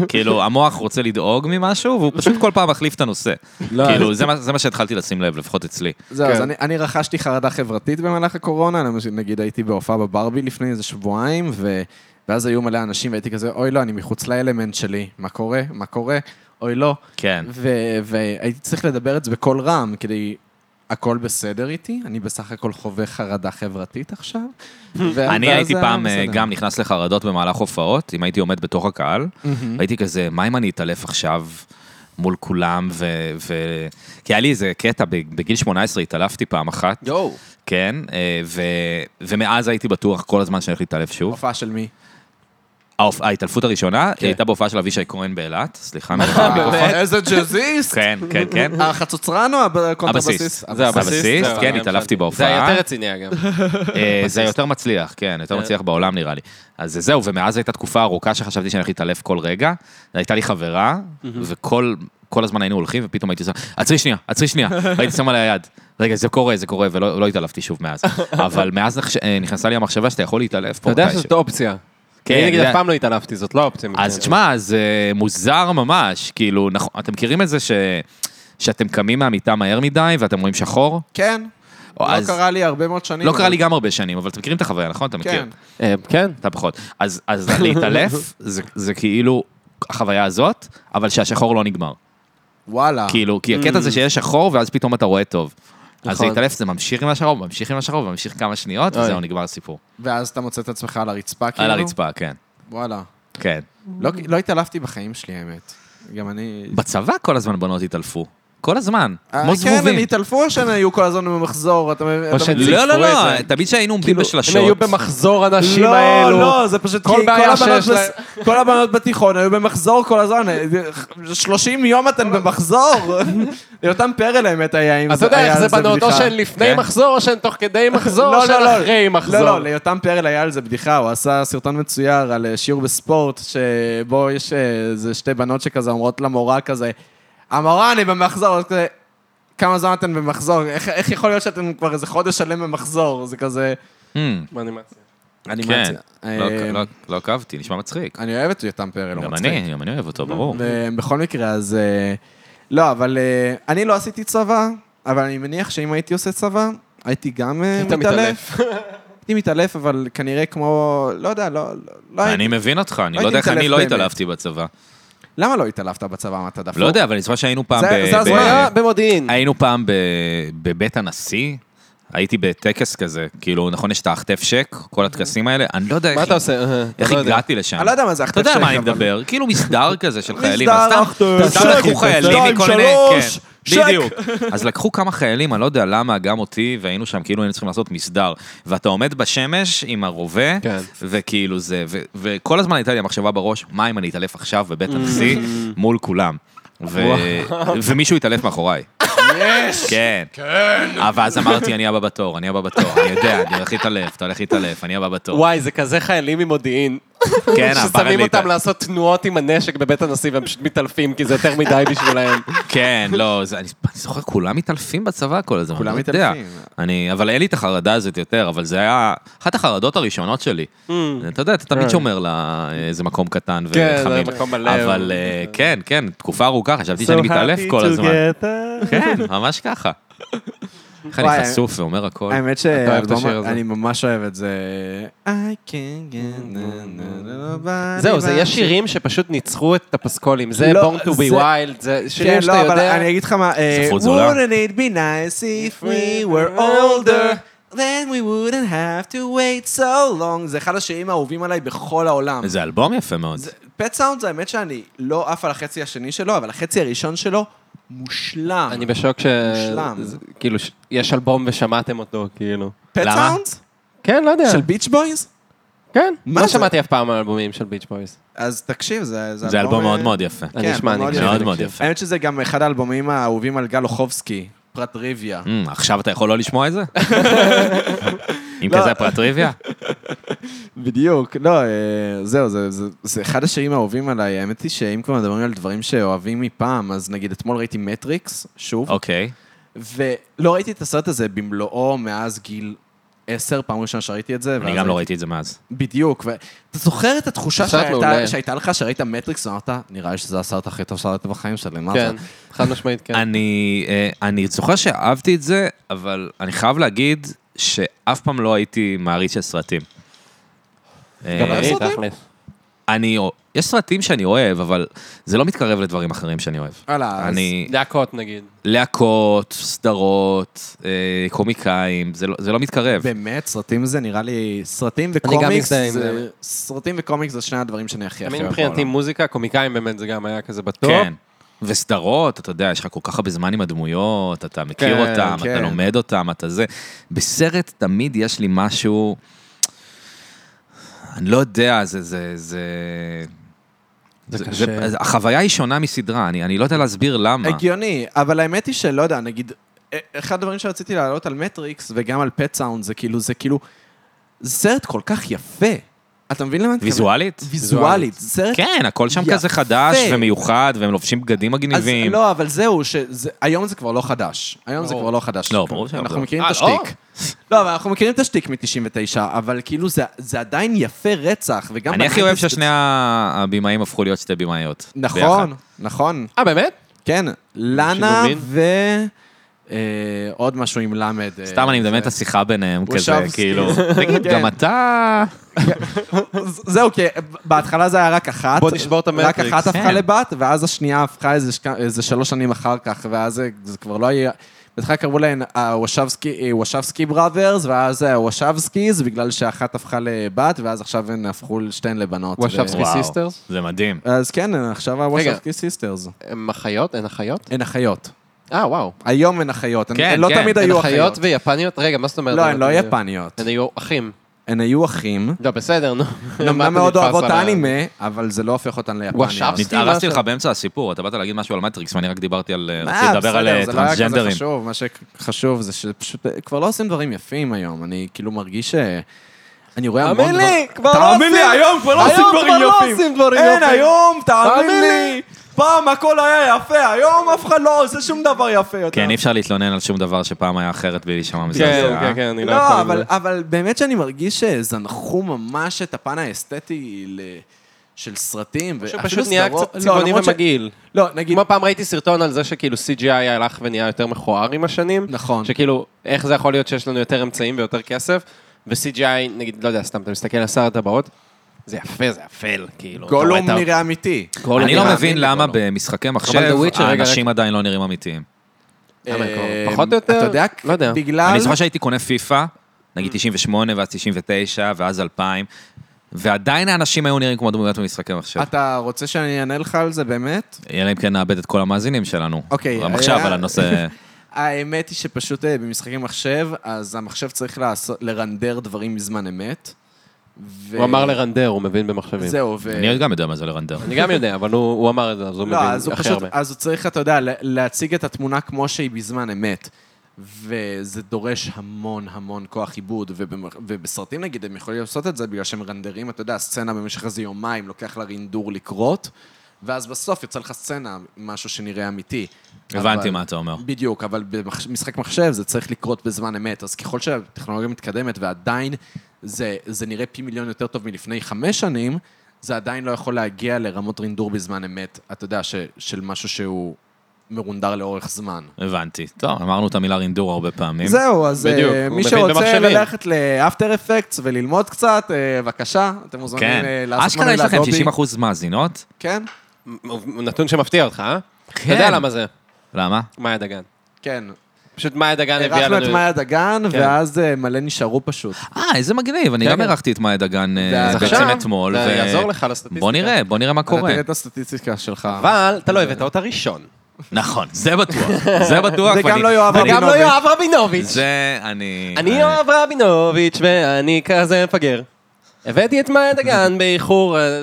C: כאילו, המוח רוצה לדאוג ממשהו, והוא פשוט כל פעם מחליף את הנושא.
D: לא,
C: כאילו, זה מה- זה מה שהתחלתי לשים לב, לפחות אצלי.
B: זהו, אז
D: כן.
B: אני- אני רכשתי חרדה חברתית במהלך הקורונה, למשל, נגיד הייתי בהופעה בברבי לפני איזה שבועיים, ו- ואז היו מלא אנשים והייתי כזה, אוי לא, אני מחוץ לאלמנט שלי, מה קורה? מה קורה? אוי לא.
C: כן.
B: ו- והייתי צריך לדבר את זה בקול רם, כדי... הכל בסדר איתי? אני בסך הכל חווה חרדה חברתית עכשיו? ו-
C: [LAUGHS] אני
B: ואז
C: הייתי
B: זה
C: פעם
B: היה
C: אה,
B: בסדר.
C: גם נכנס לחרדות במהלך הופעות, אם הייתי עומד בתוך הקהל,
B: Mm-hmm.
C: הייתי כזה, מה אם אני אתעלף עכשיו מול כולם, ו... ו- כי היה לי איזה קטע, ב- בגיל 18 התעלפתי פעם אחת,
D: יואו.
C: כן, אה, ו... ומאז הייתי בטוח כל הזמן שאני הולך להתעלף שוב.
B: הופעה של מי?
C: ההופ- ההתעלפות הראשונה
B: כן.
C: הייתה בהופעה של אבישי כהן באילת, סליחה, מלך המיקרופון.
B: איזה ג'אזיסט!
C: כן, כן, כן.
B: החצוצרן או הקונטרבסיסט?
C: הבסיס. הבסיס,
D: זהו,
C: כן,
D: אני
C: התעלפתי
D: הבנתי.
C: בהופעה.
D: זה יותר רציני, אגב.
C: אה, זה יותר מצליח, כן, יותר מצליח בעולם נראה לי. אז זהו, ומאז הייתה תקופה ארוכה שחשבתי שאני הולך להתעלף כל רגע. הייתה לי חברה, וכל כל הזמן היינו הולכים, ופתאום הייתי שם, עצרי שנייה, עצרי שנייה, והייתי שם עליה יד. רגע, זה קורה, זה קורה, ולא לא התעלפתי שוב מאז. אבל מאז נחש- אה, נכנסה לי המחשבה שאתה יכול להתעלף
D: אתה
C: פה
D: יודע
C: מתישהו.
D: שזאת אופציה.
C: כן,
D: אני נגיד
C: אני יודע.
D: אף פעם לא התעלפתי, זאת לא אופציה.
C: אז
D: מבחינתי.
C: תשמע, זה מוזר ממש, כאילו, נכון, אתם מכירים את זה ש... שאתם קמים מהמיטה מהר מדי ואתם רואים שחור?
B: כן.
C: או
B: לא
C: אז-
B: קרה לי הרבה מאוד שנים.
C: לא
B: אבל-
C: קרה לי גם הרבה שנים, אבל אתם מכירים את החוויה, נכון? אתה מכיר.
B: כן.
D: אה, כן.
C: אתה פחות. אז, אז
B: [LAUGHS]
C: להתעלף, זה, זה כאילו החוויה הזאת, אבל שהשחור לא נגמר.
B: וואלה.
C: כאילו, כי הקטע
B: Mm.
C: זה שיש שחור, ואז פתאום אתה רואה טוב. אז
D: נכון.
C: להתעלף זה ממשיך עם השחור, ממשיך עם השחור, וממשיך כמה שניות,
D: אוי.
C: וזהו, נגמר הסיפור.
B: ואז אתה מוצא את עצמך על הרצפה, כאילו?
C: על הרצפה, כן.
B: וואלה.
C: כן.
B: לא- לא התעלפתי בחיים שלי, האמת. גם אני...
C: בצבא כל הזמן בנות התעלפו. כל הזמן.
B: אה,
C: כמו
B: כן, הם
C: זבובים.
B: התעלפו או שהם היו כל הזמן במחזור? אתה מבין? אתה
D: שהם
B: מבין?
C: לא, לא,
D: ציפו
C: לא,
D: את זה.
C: תמיד שהיינו עומדים
D: כאילו,
C: בשלשות.
D: הם היו במחזור הנשים
B: לא,
D: האלו.
B: לא, זה פשוט
D: כל
B: כי כל
D: בעיה
B: הבנות
D: שיש
B: בס- כל הבנות בתיכון היו במחזור כל הזמן. 30 יום אתן
D: [LAUGHS]
B: במחזור. יותם פרל, האמת, היה עם זה.
D: אתה יודע
B: היה
D: איך
B: על
D: זה בנות, או
B: בדיחה.
D: שהן לפני
C: כן.
D: מחזור, או שהן תוך כדי מחזור, או
B: לא,
D: שהן
B: לא, לא.
D: אחרי מחזור.
B: לא, לא, ליותם פרל היה על זה בדיחה, הוא עשה סרטון מצויר על אה, שיעור בספורט, שבו יש אה, איזה שתי בנות שכזה אומרות למורה כזה, המורה, אני במחזור, אז כזה, כמה זמן אתן במחזור? איך, איך יכול להיות שאתן כבר איזה חודש שלם במחזור? זה כזה...
C: Hmm,
D: מה אני אה, מציע?
B: אני
C: כן.
B: אה,
C: לא- לא- לא עקבתי, נשמע מצחיק.
B: אני אוהב את יותם פרל, הוא
C: גם
B: מצחיק.
C: אני, גם אני אוהב אותו, ברור.
D: אה,
B: בכל מקרה, אז... אה, לא, אבל אה, אני לא עשיתי צבא, אבל אני מניח שאם הייתי עושה צבא, הייתי גם אה,
D: היית
B: מתעלף. הייתי מתעלף, אבל כנראה כמו... לא יודע, לא... לא- לא
D: אה,
B: הייתי...
C: אני מבין אותך, אני
B: לא
C: לא יודע איך
B: הייתי
C: אני לא
B: מתעלף באמת.
C: התעלפתי בצבא.
B: למה לא התעלפת בצבא? מה אתה דפוק?
C: לא יודע, אבל אני זוכר שהיינו פעם...
B: זה-
C: ב-
B: זה
C: ב-
B: הזמן.
D: הוא היה במודיעין.
C: היינו פעם ב- בבית הנשיא, הייתי בטקס כזה, כאילו, נכון, יש את הכתף שק, כל הטקסים האלה, אני לא יודע
D: מה
C: איך-
D: אתה עושה? אה, אתה
C: איך
D: לא יודע.
C: הגעתי לשם.
B: אני לא יודע מה זה הכתף
C: אתה יודע על
B: שק,
C: מה אני
B: אבל-
C: מדבר, כאילו מסדר כזה של חיילים,
B: מסדר,
C: אז סתם-
B: הכתף
C: סתם
B: שק,
C: לקחו חיילים
B: שתיים,
C: מכל מיני...
B: שלוש,
C: כן.
A: שק.
C: בדיוק. אז לקחו כמה חיילים, אני לא יודע למה, גם אותי, והיינו שם, כאילו היינו צריכים לעשות מסדר. ואתה עומד בשמש עם הרובה,
D: כן.
C: וכאילו זה, ו- וכל הזמן הייתה לי המחשבה בראש, מה אם אני אתעלף עכשיו בבית הנשיא מול כולם? ו- ומישהו התעלף מאחוריי. יש! כן. כן. אבל אז אמרתי, אני הבא בתור, אני הבא בתור, אני יודע, אני הולך להתעלף, אתה הולך להתעלף, אני הבא בתור.
D: וואי, זה כזה חיילים ממודיעין.
C: כן, הבא
D: ששמים אותם לעשות תנועות עם הנשק בבית הנשיא והם פשוט מתעלפים, כי זה יותר מדי בשבילהם.
C: כן, לא, זה, אני, אני זוכר, כולם מתעלפים בצבא כל הזמן.
B: כולם
C: אני לא יודע.
B: מתעלפים.
C: אני, אבל אין לי את החרדה הזאת יותר, אבל זה היה אחת החרדות הראשונות שלי. אתה יודע, אתה
B: כן.
C: תמיד שומר לאיזה מקום קטן
D: כן, זה
C: וחמים.
D: מקום מלא.
C: אבל אה, כן, כן, תקופה ארוכה, חשבתי שאני מתעלף כל הזמן. כן, ממש ככה. איך
B: וואי,
C: אני חשוף ואומר הכל.
B: האמת
D: אוהב את השיר
B: שהאלבום,
D: הזה?
B: אני ממש אוהב את זה. I can get nobody
D: Mm, זהו, זה,
B: but
D: יש
B: you.
D: שירים שפשוט ניצחו את הפסקולים. זה
B: לא,
D: Born to be
B: זה-
D: wild, זה
B: כן,
D: שירים שאתה
B: לא, אבל
D: יודע.
B: אני אגיד לך מה, אה,
C: ספרות זולה.
B: wouldn't it be nice if we were older, then we wouldn't have to wait so long. זה אחד השירים האהובים עליי בכל העולם.
C: זה אלבום יפה מאוד.
B: פט סאונד זה האמת שאני לא עף על החצי השני שלו, אבל החצי הראשון שלו מושלם.
D: אני בשוק ש...
B: מושלם.
D: זה- כאילו, ש- יש אלבום ושמעתם אותו, כאילו.
B: פט
C: למה?
B: סאונד?
D: כן, לא יודע.
B: של ביץ' בויז?
D: כן.
B: מה
D: לא
B: זה?
D: שמעתי אף פעם על אלבומים של ביץ' בויז.
B: אז תקשיב, זה
C: זה אלבום מאוד
B: אה,
C: מאוד יפה.
D: אני אשמע, אני
B: מאוד
D: אקשיב,
B: יפה.
C: מאוד מאוד
D: אני אקשיב.
C: יפה.
B: האמת שזה גם אחד האלבומים האהובים על גל אוחובסקי, פרט ריביה.
C: אמ, עכשיו אתה יכול לא
B: [LAUGHS]
C: לשמוע את זה?
B: לא.
C: עם כזה פרט טריוויה?
B: בדיוק, לא, אה, זהו, זה, זה, זה אחד השירים האהובים עליי. האמת היא שאם כבר מדברים על דברים שאוהבים מפעם, אז נגיד אתמול ראיתי מטריקס, שוב,
C: אוקיי.
B: ולא ראיתי את הסרט הזה במלואו מאז גיל עשר, פעם ראשונה שראיתי את זה.
C: אני
B: ואז
C: גם לא ראיתי את זה מאז.
B: בדיוק, ואתה זוכר את התחושה
D: סרט מעולה.
B: שהייתה, שהייתה לך שראית מטריקס, ואמרת, נראה לי שזה הסרט הכי טוב שראית בחיים שלי, מה זה?
D: כן, חד משמעית כן.
C: אני, אה, אני זוכר שאהבתי את זה, אבל אני חייב להגיד שאף פעם לא הייתי מעריץ של סרטים. אה,
D: גם אני,
B: סרטים?
D: תכל'ס.
C: אני, יש סרטים שאני אוהב, אבל זה לא מתקרב לדברים אחרים שאני אוהב.
B: וואלה, אז-
C: אני,
D: להקות נגיד.
C: להקות, סדרות, אה, קומיקאים, זה לא- זה לא מתקרב.
B: באמת, סרטים זה נראה לי, סרטים
D: גם
B: וקומיקס,
D: מזדהה עם
B: זה-
D: זה.
B: סרטים וקומיקס זה שני הדברים שאני הכי הכי
D: תמיד
B: אוהב.
D: מבחינתי
B: בעולם.
D: מוזיקה, קומיקאים באמת, זה גם היה כזה
B: לא?
D: בטופ.
C: כן. וסדרות, אתה יודע, יש לך כל כך הרבה זמן עם הדמויות, אתה מכיר
D: כן,
C: אותם, אתה
B: כן.
C: לומד אותם, אתה זה. בסרט תמיד יש לי משהו... אני לא יודע, זה... זה, זה...
D: זה
C: זה-
D: קשה.
C: זה- החוויה היא שונה מסדרה, אני, אני לא יודע להסביר למה.
B: הגיוני, אבל האמת היא שלא יודע, נגיד, א- אחד הדברים שרציתי להעלות על מטריקס וגם על פט סאונד, זה כאילו, זה כאילו, זה סרט כל כך יפה. אתה מבין למה אני מתכוון?
C: ויזואלית?
B: ויזואלית, זה סרט...
C: כן, הכל שם
B: יפה.
C: כזה חדש ומיוחד, והם לובשים בגדים
B: אז
C: מגניבים.
B: לא, אבל זהו, שזה- היום זה כבר לא חדש. היום זה כבר לא חדש.
C: לא, ברור שהיום זה
B: אנחנו
C: לא.
B: מכירים
D: אה,
B: את
D: לא?
B: השטיק. לא, אבל אנחנו מכירים את השטיק מ-99, אבל כאילו זה- זה עדיין יפה רצח, וגם...
C: אני הכי
B: ב-
C: אוהב ששני ה- הבמאים הפכו להיות שתי במאיות.
B: נכון,
C: ביחד.
B: נכון.
D: אה, באמת?
B: כן, לנה
D: שילומים?
B: ו... אה, עוד משהו עם למד. אה,
C: סתם אני מדמיין
B: זה-
C: את השיחה ביניהם, כזה,
B: וושבסקי.
C: כאילו, תגיד,
B: [LAUGHS] כן.
C: גם אתה...
B: ז- זהו, כי בהתחלה זה היה רק אחת.
D: בוא נשבור את
B: רק
D: המטריקס.
B: אחת הפכה
C: כן.
B: לבת, ואז השנייה הפכה איזה שק- איזה שלוש שנים אחר כך, ואז זה- זה כבר לא היה... בהתחלה קראו להן הוושבסקי בראברס, ואז הוושבסקיז, בגלל שאחת הפכה לבת, ואז עכשיו הן הפכו שתיהן לבנות.
D: וושבסקי.
B: ו-
C: וואו,
D: Sisters?
C: זה מדהים.
B: אז כן, הן עכשיו הוושבסקי סיסטרס.
D: הם אחיות? הן אחיות?
B: הן אחיות.
D: אה, וואו.
B: היום הן אחיות. הן-
C: כן,
B: הן לא
C: כן.
B: תמיד
D: הן
B: היו
D: אחיות
B: אחיות.
D: ויפניות? רגע, מה זאת אומרת?
B: לא, הן לא
D: היו-
B: יפניות.
D: הן היו אחים.
B: הן היו אחים.
D: לא, בסדר, נו.
B: הן
D: מה אתה
B: אמנם מאוד
D: נתפס
B: אוהבות
D: על ה-
B: אנימה, אבל זה לא הופך אותן ליפניות.
D: וושבסקי?
C: הרסתי לך
D: משהו.
C: באמצע הסיפור, אתה באת להגיד משהו על מטריקס ואני רק דיברתי על...
B: מה,
C: רציתי לדבר על
B: בסדר,
C: אה,
B: זה לא היה
C: טרנסג'נדרים.
B: כזה חשוב, מה שחשוב זה שפשוט אה, כבר לא עושים דברים יפים היום, אני כאילו מרגיש ש... אני רואה המון
D: תאמין
B: דבר...
D: לי, כבר לא עושים-
B: כבר
D: היום כבר לא עושים דברים
B: אין,
D: יפים.
B: היום,
D: תאמין
B: תאמין
D: לי.
B: לי. פעם הכל היה יפה, היום אף אחד לא עושה שום דבר יפה יותר.
C: כן, אי אפשר להתלונן על שום דבר שפעם היה אחרת בלי להישמע מזה.
D: לא. כן, כן, כן, אני לא יכול...
B: לא, אבל, אבל באמת שאני מרגיש שזנחו ממש את הפן האסתטי ל... של סרטים, לא,
D: שפשוט נהיה קצת צבעוני
B: למרות ש-
D: ומגעיל.
B: לא, נגיד,
D: כמו פעם ראיתי סרטון על זה שכאילו CGI הלך ונהיה יותר מכוער עם השנים.
B: נכון.
D: שכאילו, איך זה יכול להיות שיש לנו יותר אמצעים ויותר כסף, ו-CGI, נגיד, לא יודע, סתם, אתה מסתכל על שר הטבעות, זה יפה, זה אפל, כאילו. אתה רואה
B: גולום
D: את ה-
B: נראה אמיתי.
D: גולום
C: אני לא
D: נראה-
C: מבין למה במשחקי
D: אבל
C: מחשב
D: The Witcher, רגע,
C: האנשים עדיין לא נראים אמיתיים.
D: למה,
B: אה,
D: כבר פחות או יותר?
B: אתה יודע,
D: לא יודע.
B: בגלל...
C: אני זוכר שהייתי קונה פיפא, נגיד 98 ואז 99 ואז 2000, ועדיין האנשים היו נראים כמו דמויות ממשחקי מחשב.
B: אתה רוצה שאני אענה לך על זה באמת?
C: אלא אם כן נאבד את כל המאזינים שלנו.
B: אוקיי,
C: גם עכשיו
D: אה,
B: היה-
C: על הנושא...
B: האמת היא שפשוט אה, במשחקי מחשב, אז המחשב צריך לעשות, לרנדר דברים בזמן אמת. ו...
D: הוא אמר לרנדר, הוא מבין במחשבים.
B: אה, זהו, ו...
C: אני עוד גם יודע מה זה לרנדר.
D: אני גם יודע, אבל הוא הוא אמר את זה, אז הוא
B: לא, אז
D: מבין
B: הוא
D: הכי
B: פשוט,
D: הרבה.
B: אז הוא צריך, אתה יודע, לה- להציג את התמונה כמו שהיא בזמן אמת. וזה דורש המון המון כוח עיבוד, ובמ- ובסרטים נגיד הם יכולים לעשות את זה בגלל שהם רנדרים, אתה יודע, סצנה במשך איזה יומיים לוקח לרינדור לקרות, ואז בסוף יוצא לך סצנה, משהו שנראה אמיתי.
C: הבנתי
B: אבל-
C: מה אתה אומר.
B: בדיוק, אבל במשחק מחשב זה צריך לקרות בזמן אמת, אז ככל שהטכנולוגיה מתקדמת ועדיין זה, זה נראה פי מיליון יותר טוב מלפני חמש שנים, זה עדיין לא יכול להגיע לרמות רינדור בזמן אמת, אתה יודע, ש, של משהו שהוא מרונדר לאורך זמן.
C: הבנתי. טוב, אמרנו את המילה רינדור הרבה פעמים.
B: זהו, אז
D: כן. בדיוק,
B: אה,
D: הוא
B: מי
D: מבין
B: שרוצה
D: במחשבים.
B: ללכת לאפטר אפקט וללמוד קצת, אה, בבקשה, אתם מוזמנים אה,
C: כן.
B: לעשות
C: אשכרה
B: מנוי
C: יש לכם
B: לאדובי.
C: 60% מאזינות?
B: כן,
D: נתון שמפתיע אותך, אה? אתה יודע למה זה?
C: למה?
D: מאיה דגן.
B: כן.
D: פשוט מאיה דגן הביאה
B: אירחנו
D: לנו...
B: את מאיה דגן,
D: כן.
B: ואז אה, מלא נשארו פשוט.
C: אה, איזה מגניב, אני גם
D: כן.
C: אירחתי את מאיה דגן אה,
B: אז
C: בעצם
D: עכשיו,
C: אתמול.
D: זה
C: ו-
D: יעזור לך לסטטיסטיקה.
C: בוא נראה, בוא נראה מה
B: אתה
C: קורה.
B: תראה את הסטטיסטיקה שלך.
D: אבל אתה לא הבאת אותה ראשון.
C: נכון, זה בטוח, זה בטוח.
B: זה גם
C: ואני-
B: לא יואב
C: ואני-
D: וגם לא
B: רבינוביץ'.
D: יואב רבינוביץ'.
C: זה אני...
D: אני
C: אה,
D: יואב רבינוביץ' ואני כזה מפגר. הבאתי את מאיה דגן באיחור. אה, אה,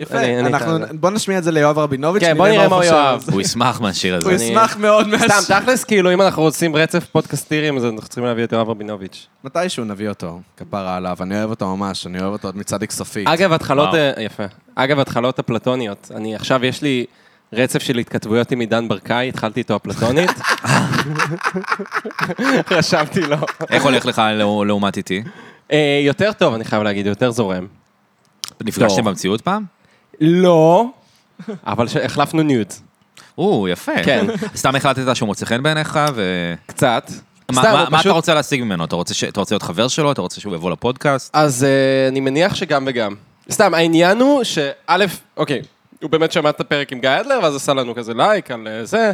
B: יפה,
D: אני- אני
B: אנחנו,
D: איתך.
B: בוא נשמיע את זה ליואב רבינוביץ',
D: כן, בוא נראה מה הוא
B: חושב על
D: יאהב.
B: זה.
C: הוא ישמח מהשיר הזה.
B: הוא
D: אני-
B: ישמח מאוד מהשיר.
D: סתם, תכלס, כאילו, אם אנחנו רוצים רצף פודקאסטירים, אז אנחנו צריכים להביא את יואב רבינוביץ'.
B: מתישהו נביא אותו, כפרה עליו, אני אוהב אותו ממש, אני אוהב אותו עוד מצד כספי.
D: אגב, התחלות...
C: וואו.
D: אה, יפה. אגב, התחלות אפלטוניות. אני עכשיו, יש לי רצף של התכתבויות עם עידן ברקאי, התחלתי איתו אפלטונית.
C: [LAUGHS]
D: רשמתי לו.
C: איך הולך לך לא- לעומת איתי?
D: אה, יותר טוב, אני חייב להגיד, יותר זורם.
C: נפגשתם במציאות פעם?
D: לא. אבל ש- החלפנו ניוד.
C: או, יפה.
D: כן.
C: סתם החלטת שהוא מוצא חן בעיניך, ו...
D: קצת.
C: מה-
D: סתם,
C: מה-
D: הוא
C: מה אתה
D: פשוט-
C: רוצה להשיג ממנו? אתה רוצה ש- אתה רוצה להיות חבר שלו? אתה רוצה שהוא יבוא לפודקאסט?
D: אז אה, אני מניח שגם וגם. סתם, העניין הוא שא', אוקיי, הוא באמת שמע את הפרק עם גיא אדלר, ואז עשה לנו כזה לייק על אה, זה.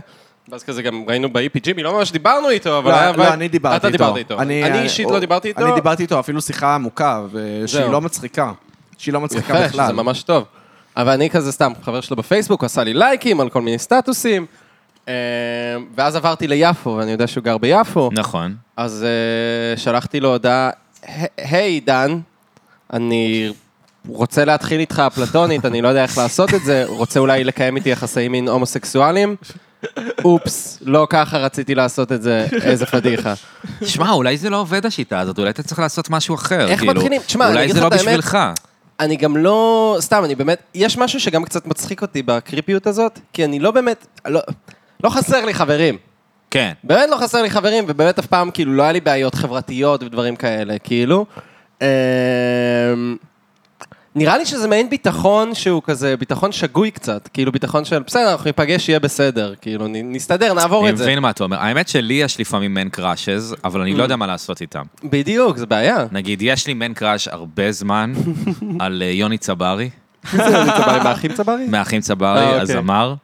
D: ואז כזה גם ראינו ב-EPG, לא ממש דיברנו איתו, אבל
B: לא,
D: היה...
B: לא,
D: וייב-
B: אני דיברתי איתו. אה,
D: אתה דיברת איתו. אני אישית
B: הוא-
D: לא דיברתי איתו.
B: אני דיברתי איתו אפילו שיחה עמוקה, ושהיא
D: זהו.
B: לא מצחיקה. שהיא לא מצחיקה
D: יפה,
B: בכלל.
D: שזה ממש טוב. אבל אני כזה סתם חבר שלו בפייסבוק, הוא עשה לי לייקים על כל מיני סטטוסים. אה, ואז עברתי ליפו, ואני יודע שהוא גר ביפו.
B: Mm.
C: נכון.
D: אז uh, שלחתי לו הודעה, "ה- היי דן, אני רוצה להתחיל איתך אפלטונית, אני לא יודע איך לעשות את זה, רוצה אולי לקיים איתי יחסי מין הומוסקסואלים? אופס, לא ככה רציתי לעשות את זה, איזה פדיחה.
C: שמע, אולי זה לא עובד השיטה הזאת, אולי אתה צריך לעשות משהו אחר.
D: איך
C: כאילו.
D: מתחילים? תשמע, אני
C: אולי
D: אגיד
C: זה
D: לך
C: לא
D: את האמת.
C: בשבילך.
D: אני גם לא, סתם, אני באמת, יש משהו שגם קצת מצחיק אותי בקריפיות הזאת, כי אני לא באמת, לא, לא חסר לי חברים.
C: כן.
D: באמת לא חסר לי חברים, ובאמת אף פעם כאילו לא היה לי בעיות חברתיות ודברים כאלה, כאילו. אמ, נראה לי שזה מעין ביטחון שהוא כזה, ביטחון שגוי קצת, כאילו ביטחון של בסדר, אנחנו ניפגש, יהיה בסדר, כאילו נ- נסתדר, נעבור
C: אני
D: את זה. Mm.
C: מבין מה אתה אומר. האמת שלי יש לפעמים מן קראשז, אבל אני לא יודע מה לעשות איתם.
D: בדיוק, זה בעיה.
C: נגיד, יש לי מן קראש הרבה זמן
D: [LAUGHS]
C: על אה, יוני צברי,
D: צברי, מהאחים צברי?
C: מהאחים
D: אה,
C: צברי,
D: אוקיי. Mm,
C: הזמר.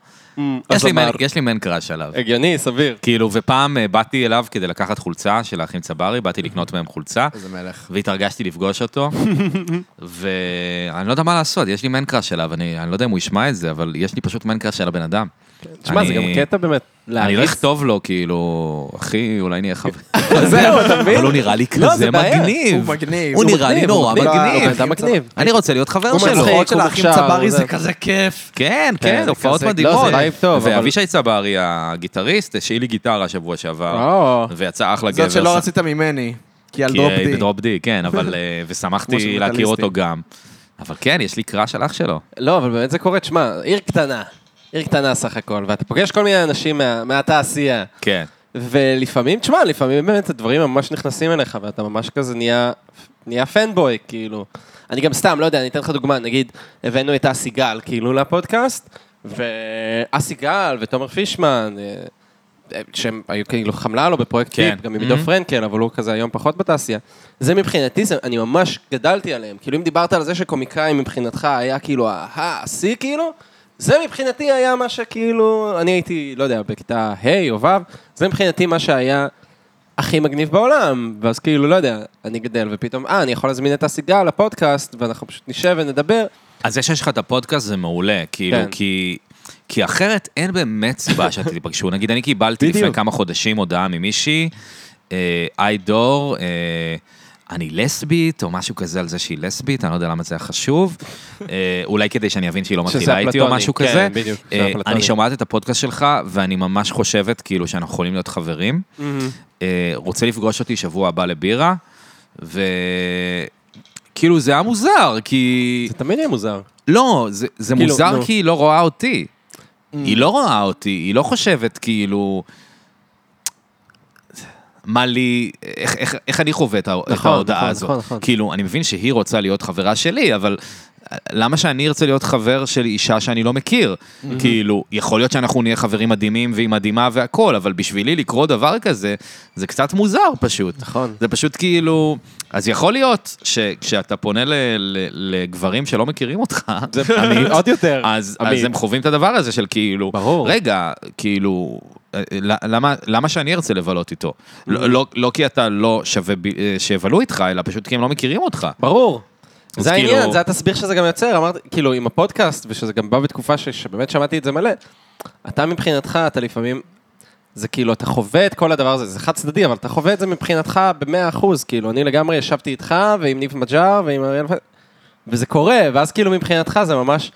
C: יש לי מן- יש לי מן קראש עליו.
D: הגיוני, סביר.
C: כאילו, ופעם אה, באתי אליו כדי לקחת חולצה של האחים צברי, באתי לקנות מהם חולצה,
B: איזה מלך.
C: והתרגשתי
B: [LAUGHS]
C: לפגוש אותו, ואני לא יודע מה לעשות, יש לי מן קראש עליו, אני אני לא יודע אם הוא ישמע את זה, אבל יש לי פשוט מן קראש על הבן אדם.
D: תשמע, זה גם
C: אני-
D: קטע באמת
C: אני
D: להעריץ.
C: לא אכתוב לו, כאילו, אחי, אולי נהיה
D: [LAUGHS]
C: חבר.
D: זהו, אתה מבין?
C: אבל הוא נראה לי
D: לא, זה
C: כזה
D: בעיה.
C: מגניב.
B: הוא מגניב.
C: הוא
B: הוא
C: נראה לי
D: מגניב, הוא
C: נורא
D: מגניב.
C: מגניב.
D: הוא בן אדם מגניב.
C: אני רוצה להיות חבר
D: הוא
C: שלו.
D: מצחיק.
B: ההופעות של
D: הוא
B: האחים
D: מוכשר,
B: צברי
D: הוא
B: זה
D: זה.
B: כזה כיף.
C: כן, כן,
B: זה
C: הופעות
B: כזה- לא,
C: מדהימות.
D: זה וייב טוב, אבל-
C: ואבישי צברי, הגיטריסט, השאיל לי גיטרה שבוע שעבר,
D: או.
C: ויצא אחלה גבר.
B: זאת שלא רצית ממני, כי על
C: כי,
B: דרופ
C: אה,
B: די.
C: בדרופ די, כן,
B: [LAUGHS]
C: אבל... אה,
B: כמו
C: ושמחתי
B: שמטאליסטים.
C: להכיר אותו גם. אבל כן, יש לי קראש על אח שלו.
D: לא, אבל באמת זה קורה, תשמע, עיר קטנה. עיר קטנה סך הכל, ואתה פוגש כל מיני אנשים מה- מהתעשייה.
C: כן.
D: ולפעמים, תשמע, לפעמים באמת הדברים ממש נכנסים אליך, ואתה ממש כזה נהיה, נהיה פנבוי, כאילו. אני גם סתם, לא יודע, אני אתן לך דוגמה, נגיד, הבאנו את אסי גל, כאילו, לפודקאסט, ואסי גל ותומר פישמן, אה, אה, שהם היו כאילו חמלה לו בפרויקט
C: כן.
D: כן. טיפ, גם עם עידו
C: Mhm.
D: פרנקל, אבל הוא כזה היום פחות בתעשייה. זה מבחינתי, זה, אני ממש גדלתי עליהם. כאילו, אם דיברת על זה שקומיקאי מבחינתך היה כאילו ה-השיא, כאילו, זה מבחינתי היה מה שכאילו, אני הייתי, לא יודע, בכיתה ה' או ו', זה מבחינתי מה שהיה הכי מגניב בעולם. ואז כאילו, לא יודע, אני גדל, ופתאום, אה, אני יכול להזמין את הסיגל לפודקאסט, ואנחנו פשוט נשב ונדבר.
C: אז זה שיש לך את הפודקאסט זה מעולה, כאילו,
D: כן.
C: כי... כי אחרת אין באמת סיבה [LAUGHS] שאתם תיפגשו. נגיד, אני קיבלתי לפני
B: בדיוק.
C: כמה חודשים הודעה ממישהי, אה, איי דור, אה, אני לסבית, או משהו כזה על זה שהיא לסבית, אני לא יודע למה זה היה חשוב. אה, אולי כדי שאני אבין שהיא לא
D: שזה
C: מתחילה איתי או
D: אפלטוני,
C: משהו
D: כן,
C: כזה.
D: בדיוק, שזה
C: אה,
D: אפלטוני.
C: אני שומעת את הפודקאסט שלך, ואני ממש חושבת כאילו שאנחנו יכולים להיות חברים.
D: Mm-hmm.
C: אה, רוצה לפגוש אותי שבוע הבא לבירה, וכאילו זה היה מוזר, כי...
D: זה תמיד יהיה מוזר.
C: לא, זה, זה
D: כאילו,
C: כאילו, מוזר
D: נו. Mm.
C: כי היא לא רואה אותי. היא לא רואה אותי, היא לא חושבת כאילו... מה לי, איך, איך, איך אני חווה את, ה- את
D: נכון,
C: ההודעה
D: נכון,
C: הזאת.
D: נכון, נכון.
C: כאילו, אני מבין שהיא רוצה להיות חברה שלי, אבל למה שאני ארצה להיות חבר של אישה שאני לא מכיר?
D: Mm-hmm.
C: כאילו, יכול להיות שאנחנו נהיה חברים מדהימים והיא מדהימה והכול, אבל בשבילי לקרוא דבר כזה, זה קצת מוזר פשוט.
D: נכון.
C: זה פשוט כאילו... אז יכול להיות שכשאתה פונה ל, ל, לגברים שלא מכירים אותך, [LAUGHS] עמית,
D: [LAUGHS] עוד יותר.
C: אז,
D: עמית.
C: אז הם חווים את הדבר הזה של כאילו,
D: ברור.
C: רגע, כאילו, אה, אה, למה, למה שאני ארצה לבלות איתו? לא, לא, לא כי אתה לא שווה ב- אה, שיבלו איתך, אלא פשוט כי הם לא מכירים אותך.
D: ברור.
C: אז
D: זה
C: כאילו-
D: העניין, זה התסביר שזה גם יוצר, אמרתי, כאילו, עם הפודקאסט, ושזה גם בא בתקופה ש- שבאמת שמעתי את זה מלא. אתה מבחינתך, אתה לפעמים, זה כאילו, אתה חווה את כל הדבר הזה, זה חד צדדי, אבל אתה חווה את זה מבחינתך במאה אחוז, כאילו, אני לגמרי ישבתי איתך, ועם ניב מג'אר, ועם אריאל, פ- וזה קורה, ואז כאילו מבחינתך זה ממש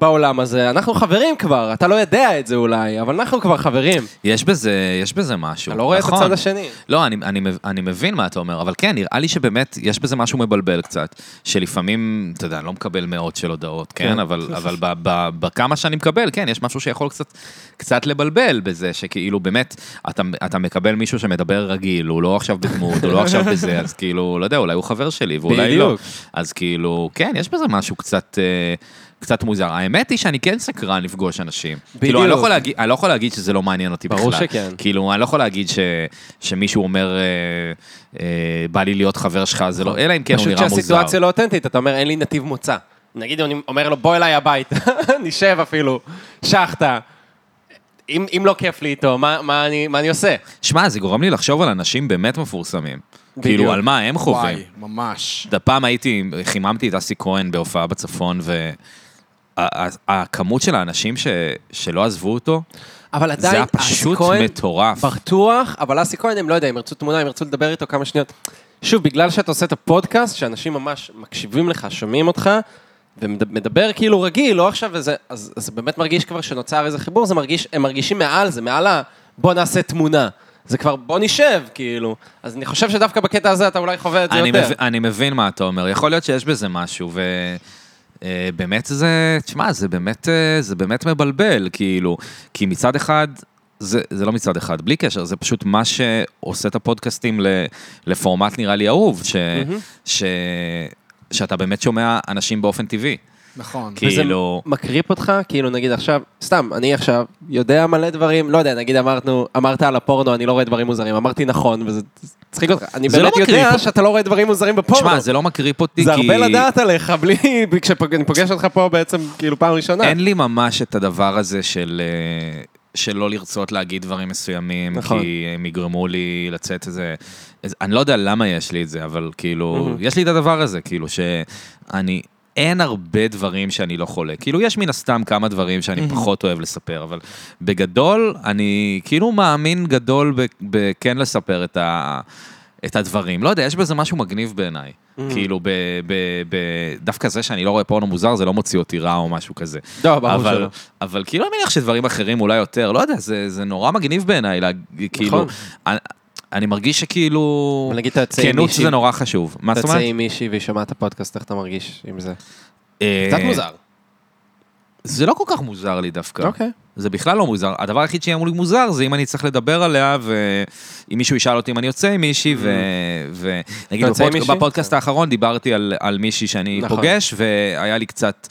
D: בעולם הזה, אנחנו חברים כבר, אתה לא יודע את זה אולי, אבל אנחנו כבר חברים.
C: יש בזה, יש בזה משהו.
D: אתה לא רואה את
C: נכון.
D: הצד השני.
C: לא, אני, אני, מב- אני מבין מה אתה אומר, אבל כן, נראה לי שבאמת יש בזה משהו מבלבל קצת, שלפעמים, אתה יודע, אני לא מקבל מאות של הודעות, כן?
D: כן.
C: כן. אבל, אבל ב, ב, בכמה שאני מקבל, כן, יש משהו שיכול קצת, קצת לבלבל בזה, שכאילו באמת, אתה, אתה מקבל מישהו שמדבר רגיל, הוא לא עכשיו בדמות, הוא לא עכשיו בזה, אז כאילו, לא יודע, אולי הוא חבר שלי, ואולי לא.
D: בדיוק.
C: אז כאילו, כן, יש בזה משהו קצת... אה, קצת מוזר. האמת היא שאני כן סקרן לפגוש אנשים. בדיוק. כאילו, אני לא,
D: בדיוק.
C: יכול להגיד, אני לא יכול להגיד שזה לא מעניין אותי
D: ברור
C: בכלל.
D: שכן.
C: כאילו, אני לא יכול להגיד ש, שמישהו אומר, אה, אה, בא לי להיות חבר שלך, זה לא, אלא אם כן הוא
D: פשוט
C: נראה מוזר.
D: שהסיטואציה לא אותנטית, אתה אומר, אין לי נתיב מוצא. נגיד אני אומר לו, בוא אליי הביתה, [LAUGHS] נשב אפילו, שחטה. אם, אם לא כיף לי איתו, מה, מה, אני, מה אני עושה?
C: שמע, זה גורם לי לחשוב על אנשים באמת מפורסמים. כאילו, על מה הם חווים.
B: וואי, ממש.
C: את הפעם הייתי, חיממתי את אסי כהן בהופעה בצפון, והכמות של האנשים ש, שלא עזבו אותו,
D: אבל
C: זה
D: עדיין,
C: היה פשוט
D: אסי כהן
C: מטורף.
D: בטוח, אבל אסי כהן, הם לא יודע, הם ירצו תמונה, הם ירצו לדבר איתו כמה שניות. שוב, בגלל שאתה עושה את הפודקאסט, שאנשים ממש מקשיבים לך, שומעים אותך, ומדבר כאילו רגיל, לא עכשיו איזה, אז אז זה באמת מרגיש כבר שנוצר איזה חיבור, זה מרגיש, הם מרגישים מעל זה, מעל ה... בוא נעשה תמונה. זה כבר, בוא נשב, כאילו. אז אני חושב שדווקא בקטע הזה אתה אולי חווה את זה
C: אני,
D: יותר.
C: מב... אני מבין מה אתה אומר, יכול להיות שיש בזה משהו, ובאמת זה, תשמע, זה באמת, אה, זה באמת מבלבל, כאילו, כי מצד אחד, זה, זה לא מצד אחד, בלי קשר, זה פשוט מה שעושה את הפודקאסטים ל... לפורמט נראה לי אהוב, ש... ש... שאתה באמת שומע אנשים באופן טבעי.
B: נכון.
D: וזה
C: כאילו,
D: מקריפ אותך, כאילו נגיד עכשיו, סתם, אני עכשיו יודע מלא דברים, לא יודע, נגיד אמרנו, אמרת על הפורנו, אני לא רואה דברים מוזרים, אמרתי נכון, וזה צחיק אותך, אני
C: זה
D: באמת
C: לא
D: יודע
C: מקריפ.
D: שאתה לא רואה דברים מוזרים בפורנו.
C: תשמע, זה לא מקריפ אותי,
D: זה
C: כי...
D: הרבה לדעת עליך, בלי, [LAUGHS] כשאני פוגש אותך פה בעצם, כאילו פעם ראשונה.
C: אין לי ממש את הדבר הזה של... אה, של לא לרצות להגיד דברים מסוימים,
D: נכון.
C: נכון. כי הם יגרמו לי לצאת איזה... איזה... אני לא יודע למה יש לי את זה, אבל כאילו,
D: Mhm.
C: יש לי את הדבר הזה, כאילו, שאני... אין הרבה דברים שאני לא חולה. כאילו, יש מן הסתם כמה דברים שאני פחות אוהב לספר, אבל בגדול, אני כאילו מאמין גדול ב- בכן לספר את, ה... את הדברים. לא יודע, יש בזה משהו מגניב בעיניי. כאילו, ב, ב, ב, דווקא זה שאני לא רואה פורנו מוזר, זה לא מוציא אותי רע או משהו כזה.
D: לא, ברור
C: אבל-
D: שלא.
C: אבל כאילו, אני מניח שדברים אחרים אולי יותר, לא יודע, זה, זה נורא מגניב בעיניי, לה- כאילו, אני, אני מרגיש שכאילו,
D: אבל נגיד אתה יוצא עם
C: כנות
D: מישהי-
C: זה נורא חשוב. מה זאת
D: תצא
C: אומרת?
D: עם מישהי והיא שומעת את הפודקאסט, איך אתה מרגיש עם זה?
C: אה,
D: קצת מוזר.
C: זה לא כל כך מוזר לי דווקא.
D: אוקיי.
C: זה בכלל לא מוזר. הדבר היחיד שיהיה לי מוזר זה אם אני צריך לדבר עליה, ואם מישהו ישאל אותי אם אני יוצא עם מישהי, ו... ו... נגיד
D: Mm. אתה יוצא עם
C: בפודק-
D: מישהי? כן.
C: בפודקאסט האחרון דיברתי על, על מישהי שאני
D: נכון.
C: פוגש, והיה לי קצת,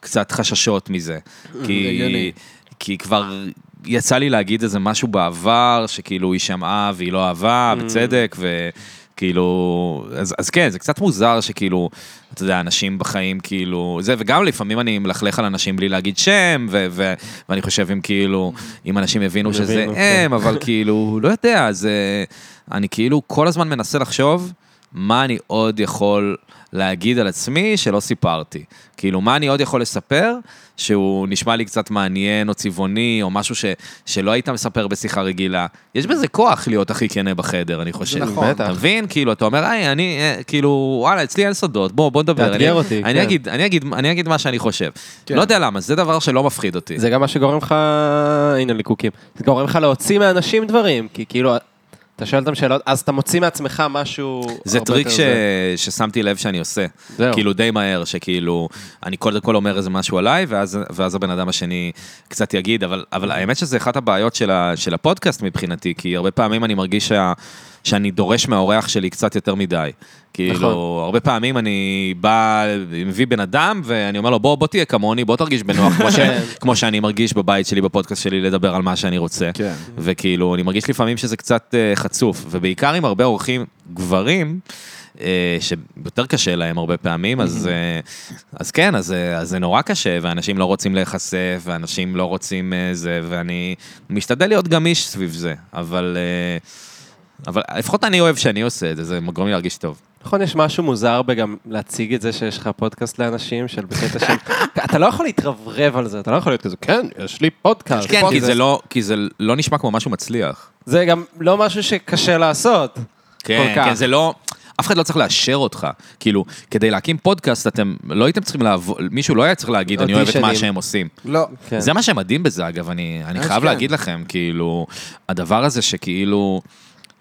C: קצת חששות מזה.
D: Mm,
B: הגיוני.
C: כי... כי כבר
D: Mm.
C: יצא לי להגיד איזה משהו בעבר, שכאילו היא שמעה והיא לא אהבה, בצדק, ו... כאילו, אז, אז כן, זה קצת מוזר שכאילו, אתה יודע, אנשים בחיים כאילו, זה, וגם לפעמים אני מלכלך על אנשים בלי להגיד שם, ו, ו, ואני חושב אם כאילו, אם אנשים יבינו
D: יבינו,
C: שזה
D: כן.
C: הם,
D: [LAUGHS]
C: אבל כאילו, לא יודע, זה... אני כאילו כל הזמן מנסה לחשוב מה אני עוד יכול להגיד על עצמי שלא סיפרתי. כאילו, מה אני עוד יכול לספר שהוא נשמע לי קצת מעניין או צבעוני, או משהו ש, שלא היית מספר בשיחה רגילה. יש בזה כוח להיות הכי כנה בחדר, אני חושב.
A: נכון.
D: בטח.
C: אתה מבין? כאילו, אתה אומר, היי, אני, אה, כאילו, וואלה, אצלי אין סודות, בוא, בוא נדבר.
D: תאתגר
C: אני-
D: אותי,
C: אני
D: כן.
C: אגיד, אני אגיד, אני אגיד מה שאני חושב.
B: כן.
C: לא יודע למה, זה דבר שלא מפחיד אותי.
D: זה גם מה שגורם לך, הנה ליקוקים, זה גורם לך להוציא מאנשים דברים, כי כאילו, אתה שואל אותם שאלות, אז אתה מוציא מעצמך משהו...
C: זה
D: הרבה
C: טריק
D: יותר
C: ש...
D: זה.
C: ששמתי לב שאני עושה.
D: זהו.
C: כאילו די מהר, שכאילו, אני קודם כל אומר איזה משהו עליי, ואז, ואז הבן אדם השני קצת יגיד, אבל, אבל האמת שזה אחת הבעיות של, ה, של הפודקאסט מבחינתי, כי הרבה פעמים אני מרגיש שה, שאני דורש מהאורח שלי קצת יותר מדי. כאילו,
D: נכון.
C: הרבה פעמים אני בא, מביא בן אדם, ואני אומר לו, בוא, בוא תהיה כמוני, בוא תרגיש בנוח, כמו, ש,
D: כן.
C: כמו שאני מרגיש בבית שלי, בפודקאסט שלי, לדבר על מה שאני רוצה.
B: כן.
C: וכאילו, אני מרגיש לפעמים שזה קצת אה, חצוף, ובעיקר עם הרבה אורחים גברים, אה, שיותר קשה להם הרבה פעמים, אז, אה, אז כן, אז, אה, אז זה נורא קשה, ואנשים לא רוצים להיחשף, ואנשים לא רוצים אה, זה, ואני משתדל להיות גמיש סביב זה, אבל... אה, אבל לפחות אני אוהב שאני עושה את זה, זה גורם לי להרגיש טוב.
D: נכון, יש משהו מוזר בגם להציג את זה שיש לך פודקאסט לאנשים, של בקטע של... [LAUGHS] אתה לא יכול להתרברב על זה, אתה לא יכול להיות כזה, כן, יש לי פודקאסט.
C: כן, כי
D: פודקאסט."
C: זה לא, כי זה לא נשמע כמו משהו מצליח.
D: זה גם לא משהו שקשה לעשות.
C: כן,
D: כל כך.
C: כן, זה לא... אף אחד לא צריך לאשר אותך. כאילו, כדי להקים פודקאסט, אתם לא הייתם צריכים לעבוד, מישהו לא היה צריך להגיד, אני אוהב את מה
D: אודישנים.
C: שהם עושים.
A: לא.
D: כן.
C: זה מה שמדהים בזה, אגב, אני, אני
A: אז
C: חייב
A: כן.
C: להגיד לכם, כאילו, הדבר הזה שכאילו,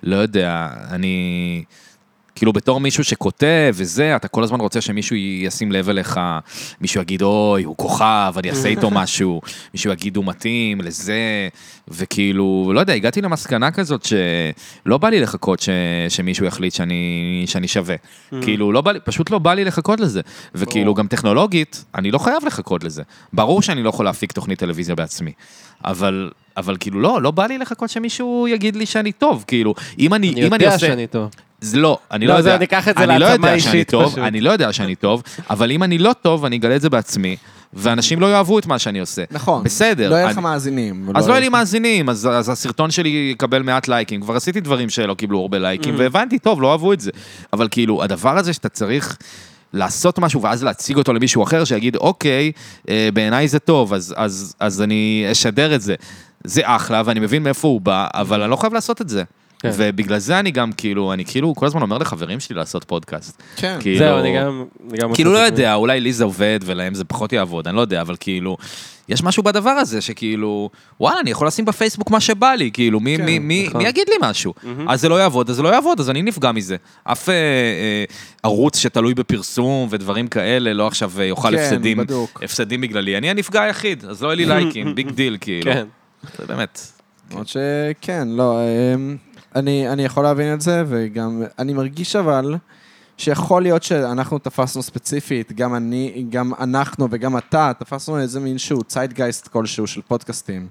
C: לא יודע, אני... כאילו בתור מישהו שכותב וזה, אתה כל הזמן רוצה שמישהו ישים לב אליך, מישהו יגיד, אוי, הוא כוכב, אני אעשה איתו משהו, מישהו יגיד, הוא מתאים לזה, וכאילו, לא יודע, הגעתי למסקנה כזאת שלא בא לי לחכות ש... שמישהו יחליט שאני, שאני שווה. כאילו, לא בא לי, פשוט לא בא לי לחכות לזה. וכאילו, גם טכנולוגית, אני לא חייב לחכות לזה. ברור שאני לא יכול להפיק תוכנית טלוויזיה בעצמי, אבל... אבל כאילו לא, לא בא לי לחכות שמישהו יגיד לי שאני טוב, כאילו, אם אני,
D: אני
C: אם אני
D: יודע
C: עושה...
D: שאני טוב.
C: זה לא, אני
D: לא,
C: לא,
D: זה
C: יודע.
D: אני אקח את זה
C: אני לא
D: להעצמה
C: יודע שאני
D: אישית
C: טוב,
D: פשוט.
C: אני לא יודע שאני טוב, אבל אם אני לא טוב, אני אגלה את זה בעצמי, ואנשים לא יאהבו את מה שאני עושה.
B: נכון.
C: בסדר.
B: לא יהיה
C: אני-
B: לך מאזינים.
C: אז לא היה לי מאזינים, אז, אז הסרטון שלי יקבל מעט לייקים. כבר עשיתי דברים שלא קיבלו הרבה לייקים, והבנתי, טוב, לא אהבו את זה. אבל כאילו, הדבר הזה שאתה צריך לעשות משהו ואז להציג אותו למישהו אחר, שיגיד, אוקיי, אה, בעיניי זה טוב, אז, אז, אז אני אשדר את זה. זה אחלה, ואני מבין מאיפה הוא בא, אבל אני לא חייב לעשות את זה.
D: כן.
C: ובגלל זה אני גם כאילו, אני כאילו כל הזמן אומר לחברים שלי לעשות פודקאסט.
B: כן.
C: כאילו-
D: זהו, אני גם... אני גם
C: כאילו לא
D: מוצא את
C: יודע, אולי לי זה עובד ולהם זה פחות יעבוד, אני לא יודע, אבל כאילו, יש משהו בדבר הזה שכאילו, וואלה, אני יכול לשים בפייסבוק מה שבא לי, כאילו, מי, מי, מי,
D: נכון.
C: מי יגיד לי משהו? אז זה לא יעבוד, אז זה לא יעבוד, אז אני נפגע מזה. אף אה, אה, ערוץ שתלוי בפרסום ודברים כאלה, לא עכשיו אה, יאכל
B: כן,
C: הפסדים,
B: בדוק.
C: הפסדים בגללי, אני הנפגע היחיד, אז לא יהיה לי לייקים, ביג דיל, כאילו.
D: כן.
C: זה באמת.
B: למרות שכן, לא, אמ, אני, אני יכול להבין את זה, וגם, אני מרגיש אבל, שיכול להיות שאנחנו תפסנו ספציפית, גם אני, גם אנחנו וגם אתה, תפסנו איזה מין שהוא ציידגייסט כלשהו של פודקאסטים,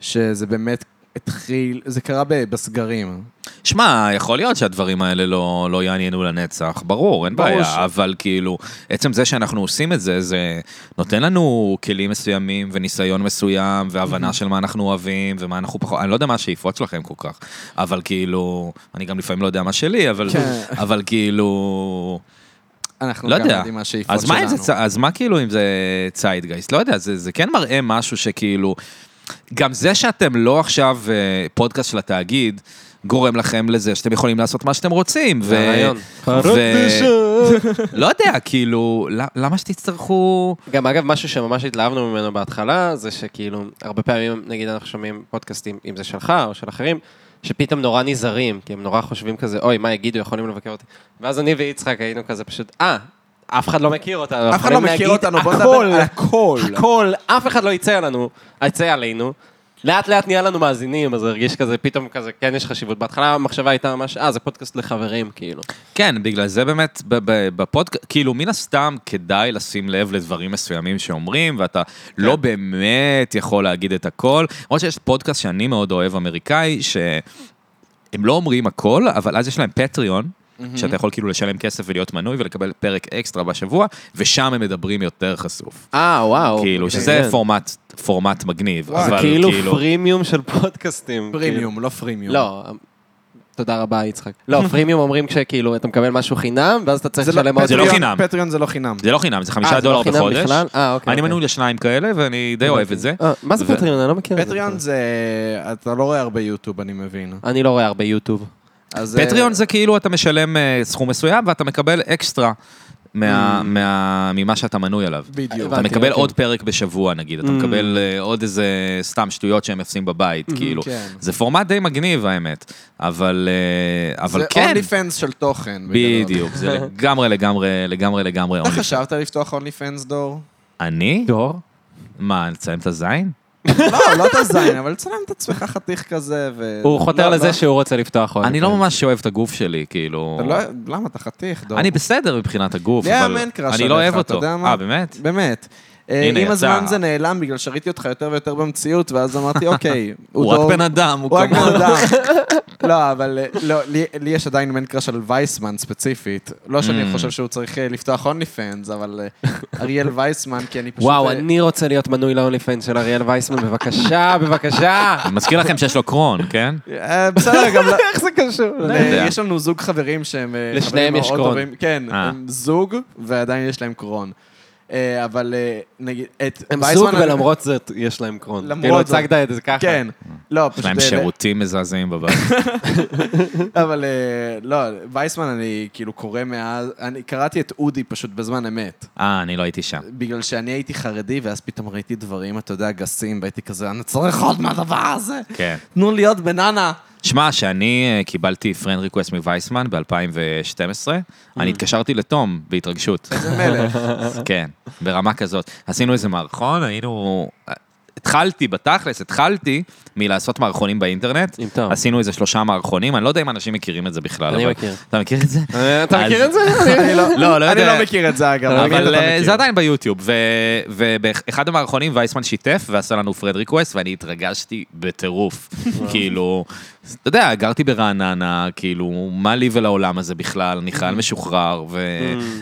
B: שזה באמת התחיל, זה קרה ב- בסגרים.
C: שמע, יכול להיות שהדברים האלה לא, לא יעניינו לנצח, ברור, אין
B: ברור
C: בעיה,
B: ש-
C: ש... אבל כאילו, עצם זה שאנחנו עושים את זה, זה נותן לנו כלים מסוימים וניסיון מסוים, והבנה של מה אנחנו אוהבים ומה אנחנו פחות, אני לא יודע מה השאיפות שלכם כל כך, אבל כאילו, אני גם לפעמים לא יודע מה שלי, אבל,
B: כן.
C: אבל כאילו...
B: אנחנו
C: לא
B: גם
C: יודע.
B: יודעים מה השאיפות
C: אז
B: שלנו.
C: מה, אם זה, צ- אז מה כאילו אם זה ציידגייסט? לא יודע, זה, זה כן מראה משהו שכאילו... גם זה שאתם לא עכשיו אה, פודקאסט של התאגיד, גורם לכם לזה שאתם יכולים לעשות מה שאתם רוצים. ו...
D: הרעיון.
C: לא יודע, כאילו, ל- למה שתצטרכו...
D: גם אגב, משהו שממש התלהבנו ממנו בהתחלה, זה שכאילו, הרבה פעמים, נגיד, אנחנו שומעים פודקאסטים, אם זה שלך או של אחרים, שפתאום נורא נזהרים, כי הם נורא חושבים כזה, אוי, מה יגידו, יכולים לבקר אותי. ואז אני ויצחק היינו כזה פשוט, אה, אף אחד לא מכיר אותנו.
B: אף אחד לא
D: יכולים
B: מכיר
D: להגיד
B: אותנו, בוא נדבר
D: הכל,
B: על הכל.
D: הכל, אף אחד לא יצא לנו, יצא עלינו. לאט לאט נהיה לנו מאזינים, אז זה הרגיש כזה, פתאום כזה, כן יש חשיבות. בהתחלה המחשבה הייתה ממש, אה, זה פודקאסט לחברים, כאילו.
C: כן, בגלל זה באמת, בפודקאסט, כאילו, מן הסתם כדאי לשים לב לדברים מסוימים שאומרים, ואתה
D: כן.
C: לא באמת יכול להגיד את הכל. למרות שיש פודקאסט שאני מאוד אוהב, אמריקאי, שהם לא אומרים הכל, אבל אז יש להם פטריון. שאתה יכול כאילו לשלם כסף ולהיות מנוי ולקבל פרק אקסטרה בשבוע, ושם הם מדברים יותר חשוף.
D: אה, וואו.
C: כאילו,
D: כן.
C: שזה פורמט, פורמט מגניב,
D: זה
C: אבל
D: כאילו
C: כאילו...
D: פרימיום של פודקאסטים.
A: פרימיום, לא פרימיום.
D: לא. תודה רבה, יצחק. לא, פרימיום אומרים כשכאילו אתה מקבל משהו חינם, ואז אתה צריך
A: זה
D: לשלם עוד...
C: זה לא
A: פטריון-
C: חינם.
A: פטריון זה לא חינם.
C: זה לא חינם, זה
D: אה,
C: חמישה
D: זה לא
C: דולר
D: חינם
C: בחודש.
D: בכלל? אה, אוקיי.
C: אני
D: אוקיי.
C: מנוי לשניים כאלה, ואני די אוהב את זה.
D: אה, מה זה
C: ו-
D: פטריון? אני לא מכיר את זה.
A: פטריון זה... אתה לא רואה הרבה יוטיוב, אני מבין.
D: אני לא רואה הרבה יוטיוב.
A: אז,
C: פטריון
A: אה,
C: זה כאילו אתה משלם אה, סכום מסוים ואתה מקבל אקסטרה מה- מה- ממה שאתה מנוי עליו.
A: בדיוק.
C: אתה
D: הבנתי,
C: מקבל
D: אוקיי.
C: עוד פרק בשבוע נגיד, אתה מקבל אה, עוד איזה סתם שטויות שהם עושים בבית, כאילו.
A: כן.
C: זה פורמט די מגניב האמת, אבל אה, אבל
A: זה
C: כן,
A: אונלי פנס של תוכן. בגדול.
C: בדיוק, זה לגמרי לגמרי לגמרי לגמרי
A: אתה
C: אונלי.
A: חשבת לפתוח אונלי פנס
C: [LAUGHS]
A: דור?
C: אני?
D: דור?
C: מה, לצלם את הזין?
A: לא, לא את הזין, אבל תצלם את עצמך חתיך כזה ו...
D: הוא חותר
A: לא,
D: לזה
A: לא.
D: שהוא רוצה לפתוח עוד.
C: אני לא ממש אוהב את הגוף שלי, כאילו.
A: אתה לא- למה אתה חתיך, דור?
C: אני בסדר מבחינת הגוף,
A: לי היה
C: אבל
A: מן קראש
C: אני לא
A: עליך,
C: אוהב
A: אתה
C: אותו.
A: יודע מה?
C: אה, באמת?
A: באמת. אה,
C: הנה,
A: עם
C: יצא.
A: הזמן זה נעלם בגלל שראיתי אותך יותר ויותר במציאות, ואז
C: [LAUGHS]
A: אמרתי, אוקיי,
C: הוא רק
A: דור-
C: בן אדם,
A: הוא
C: הוא
A: רק בן
C: כמונו. [LAUGHS]
A: אדם. לא, אבל אה, לא, לי לי יש עדיין מן קראש על וייסמן ספציפית. לא שאני
C: Mm.
A: חושב שהוא צריך אה, לפתוח אונלי פנס, אבל אה, אריאל וייסמן, כי אני פשוט...
D: וואו,
A: אה,
D: אני רוצה להיות מנוי ל-only fan של אריאל וייסמן, בבקשה, בבקשה.
C: אני מזכיר לכם שיש לו קרון, כן?
A: אה, בסדר, גם...
C: [LAUGHS]
A: לא-
D: איך זה קשור?
A: אבל,
C: לא יודע.
A: אה, יש לנו זוג חברים שהם אה,
D: לשניהם
A: חברים
D: יש
A: מאוד
D: קרון.
A: טובים. כן,
C: אה.
A: הם זוג, ועדיין יש להם קרון. אה, אבל אה, נגיד, את
D: הם זוג
A: וייסמן-
D: ולמרות זאת יש להם קרון.
A: למרות
D: כאילו
A: זאת.
D: הצגת את זה ככה.
A: כן. לא,
C: יש
A: פשוט...
C: להם
A: אה,
C: שירותים מזעזעים
D: [LAUGHS]
C: בבית.
A: אבל אה, לא, וייסמן אני כאילו קורא מאז, אני קראתי את אודי פשוט בזמן אמת.
C: אה, אני לא הייתי שם.
A: בגלל שאני הייתי חרדי, ואז פתאום ראיתי דברים, אתה יודע, גסים, והייתי כזה, אני צריך עוד מהדבר הזה.
C: כן.
A: תנו לי עוד בננה. [LAUGHS]
C: שמע, שאני אה, קיבלתי פרנד ריקווסט מווייסמן ב-2012,
D: אה.
C: אני התקשרתי לתום
D: [LAUGHS]
C: בהתרגשות.
A: זה מלך.
C: כן, ברמה כזאת. עשינו איזה מערכון, היינו... התחלתי, בתכלס, התחלתי מלעשות מערכונים באינטרנט.
D: עם תום.
C: עשינו איזה שלושה מערכונים, אני לא יודע אם אנשים מכירים את זה בכלל.
D: אני
C: אבל-
D: מכיר.
C: אתה מכיר את זה?
D: אה, אתה
C: אז-
D: מכיר את זה?
A: [LAUGHS] אני
C: לא, לא
A: אני
C: יודע.
A: לא מכיר את זה, אגב. תמיד
C: אבל
A: אתה
C: אה,
A: מכיר.
C: זה עדיין ביוטיוב, ו- ובאחד המערכונים וייסמן שיתף ועשה לנו פרד ריקווסט, ואני התרגשתי
D: [LAUGHS]
C: בטירוף. כאילו, אתה יודע, גרתי ברעננה, כאילו, מה לי ולעולם הזה בכלל, אני
D: Mm.
C: חייל משוחרר,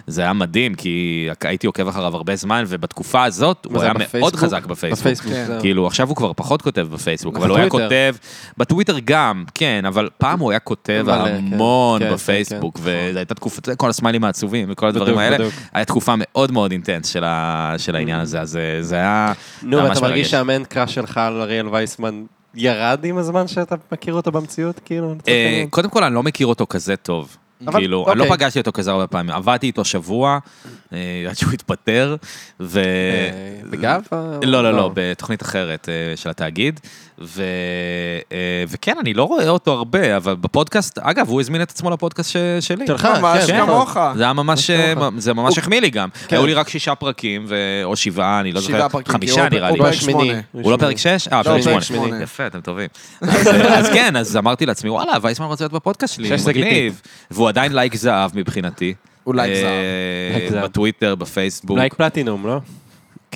C: וזה היה מדהים, כי הייתי עוקב אחריו הרבה זמן, ובתקופה הזאת הוא
D: זה
C: היה
D: בפייסבוק?
C: מאוד חזק בפייסבוק.
D: בפייסבוק,
A: כן.
D: זהו.
C: כאילו, עכשיו הוא כבר פחות כותב בפייסבוק, אבל הוא היה
D: בטוויטר.
C: כותב, בטוויטר גם, כן, אבל פעם הוא היה כותב
D: מלא, כן.
C: המון
D: כן, כן,
C: בפייסבוק, וזו הייתה תקופה, כל הסמיילים העצובים וכל הדברים
D: בדיוק,
C: האלה,
D: בדיוק.
C: הייתה תקופה מאוד מאוד אינטנס של ה- של העניין
D: Mm.
C: הזה, אז אה, זה היה
D: נו,
C: ממש
D: ואתה לא, מרגיש
C: מרגש.
D: שהמן קראש שלך על אריאל וייסמן ירד עם הזמן שאתה מכיר אותו במציאות? כאילו, לצורך
C: אה,
D: העניין?
C: קודם כל, אני לא מכיר אותו כזה טוב.
D: אבל-
C: כאילו, אני לא
D: אוקיי.
C: פגשתי אותו כזה הרבה פעמים, עבדתי איתו שבוע, אה, עד שהוא התפטר, ו...
D: אה, בגב?
C: לא, לא, לא, בתוכנית אחרת אה, של התאגיד. ו... אה, וכן, אני לא רואה אותו הרבה, אבל בפודקאסט, אגב, הוא הזמין את עצמו לפודקאסט ש... שלי.
D: שלך,
A: ממש
D: כן.
A: כמוך.
C: זה היה ממש,
D: מה
C: אה,
D: שלומך?
C: זה ממש החמיא לי גם. היו לי רק שישה פרקים, ו- או שבעה, אני לא זוכר.
A: שבעה פרקים, כי
C: חמישה
A: הוא-
C: נראה
A: הוא
C: לי.
A: פרק
D: בשמיני.
A: שמונה.
C: הוא לא פרק 6? אה,
A: פרק שמונה.
C: פרק 8. יפה, אתם טובים. אז, אה, אז כן, אז אמרתי לעצמי, וואלה, וייסמן רוצה להיות בפודקאסט שלי,
D: שש זה
C: מגניב. והוא עדיין לייק זהב מבחינתי.
A: הוא לייק
C: אה,
D: לייק זהב.
C: בטוויטר, בפייסבוק.
D: לייק פלטינום, לא?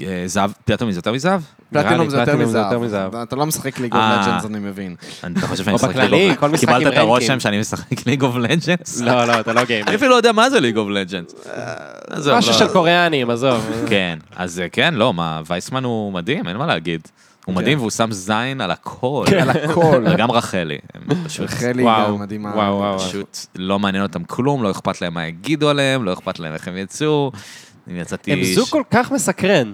C: אה, זהב, פלטינום זה יותר מזהב?
D: נראה
A: פלטינום
D: לי,
A: זה יותר
D: פלטינום זה יותר
A: מזהב.
D: מזהב.
A: אתה לא משחק ליג
C: אה.
A: אוף לג'אנס, אני
D: [LAUGHS]
A: מבין.
C: אני- אתה חושב שאני
D: או
C: משחק ליג
D: בכללי,
C: אוף
D: כל משחק עם
C: קיבלת את הרושם
D: רנקים.
C: שאני משחק ליג אוף לג'נדס?
D: לא, לא, [LAUGHS] אתה לא גיימר.
C: אני אפילו לא יודע מה זה ליג אוף לג'נדס.
A: אה,
C: לא.
D: משהו של קוריאנים, עזוב.
C: כן, אז אה, כן, לא, מה, וייסמן הוא מדהים, אין מה להגיד. הוא מדהים והוא שם זין על הכל.
A: כן. על הכל.
C: וגם רחלי. הם פשוט-
A: רחלי
D: וואו,
A: גם מדהימה.
D: וואו, וואו.
C: פשוט לא מעניין אותם כלום, לא אכפת להם מה יגידו עליהם, לא אכפת להם איך הם יצאו. אני יצאתי...
D: הם זוג כל כך מסקרן.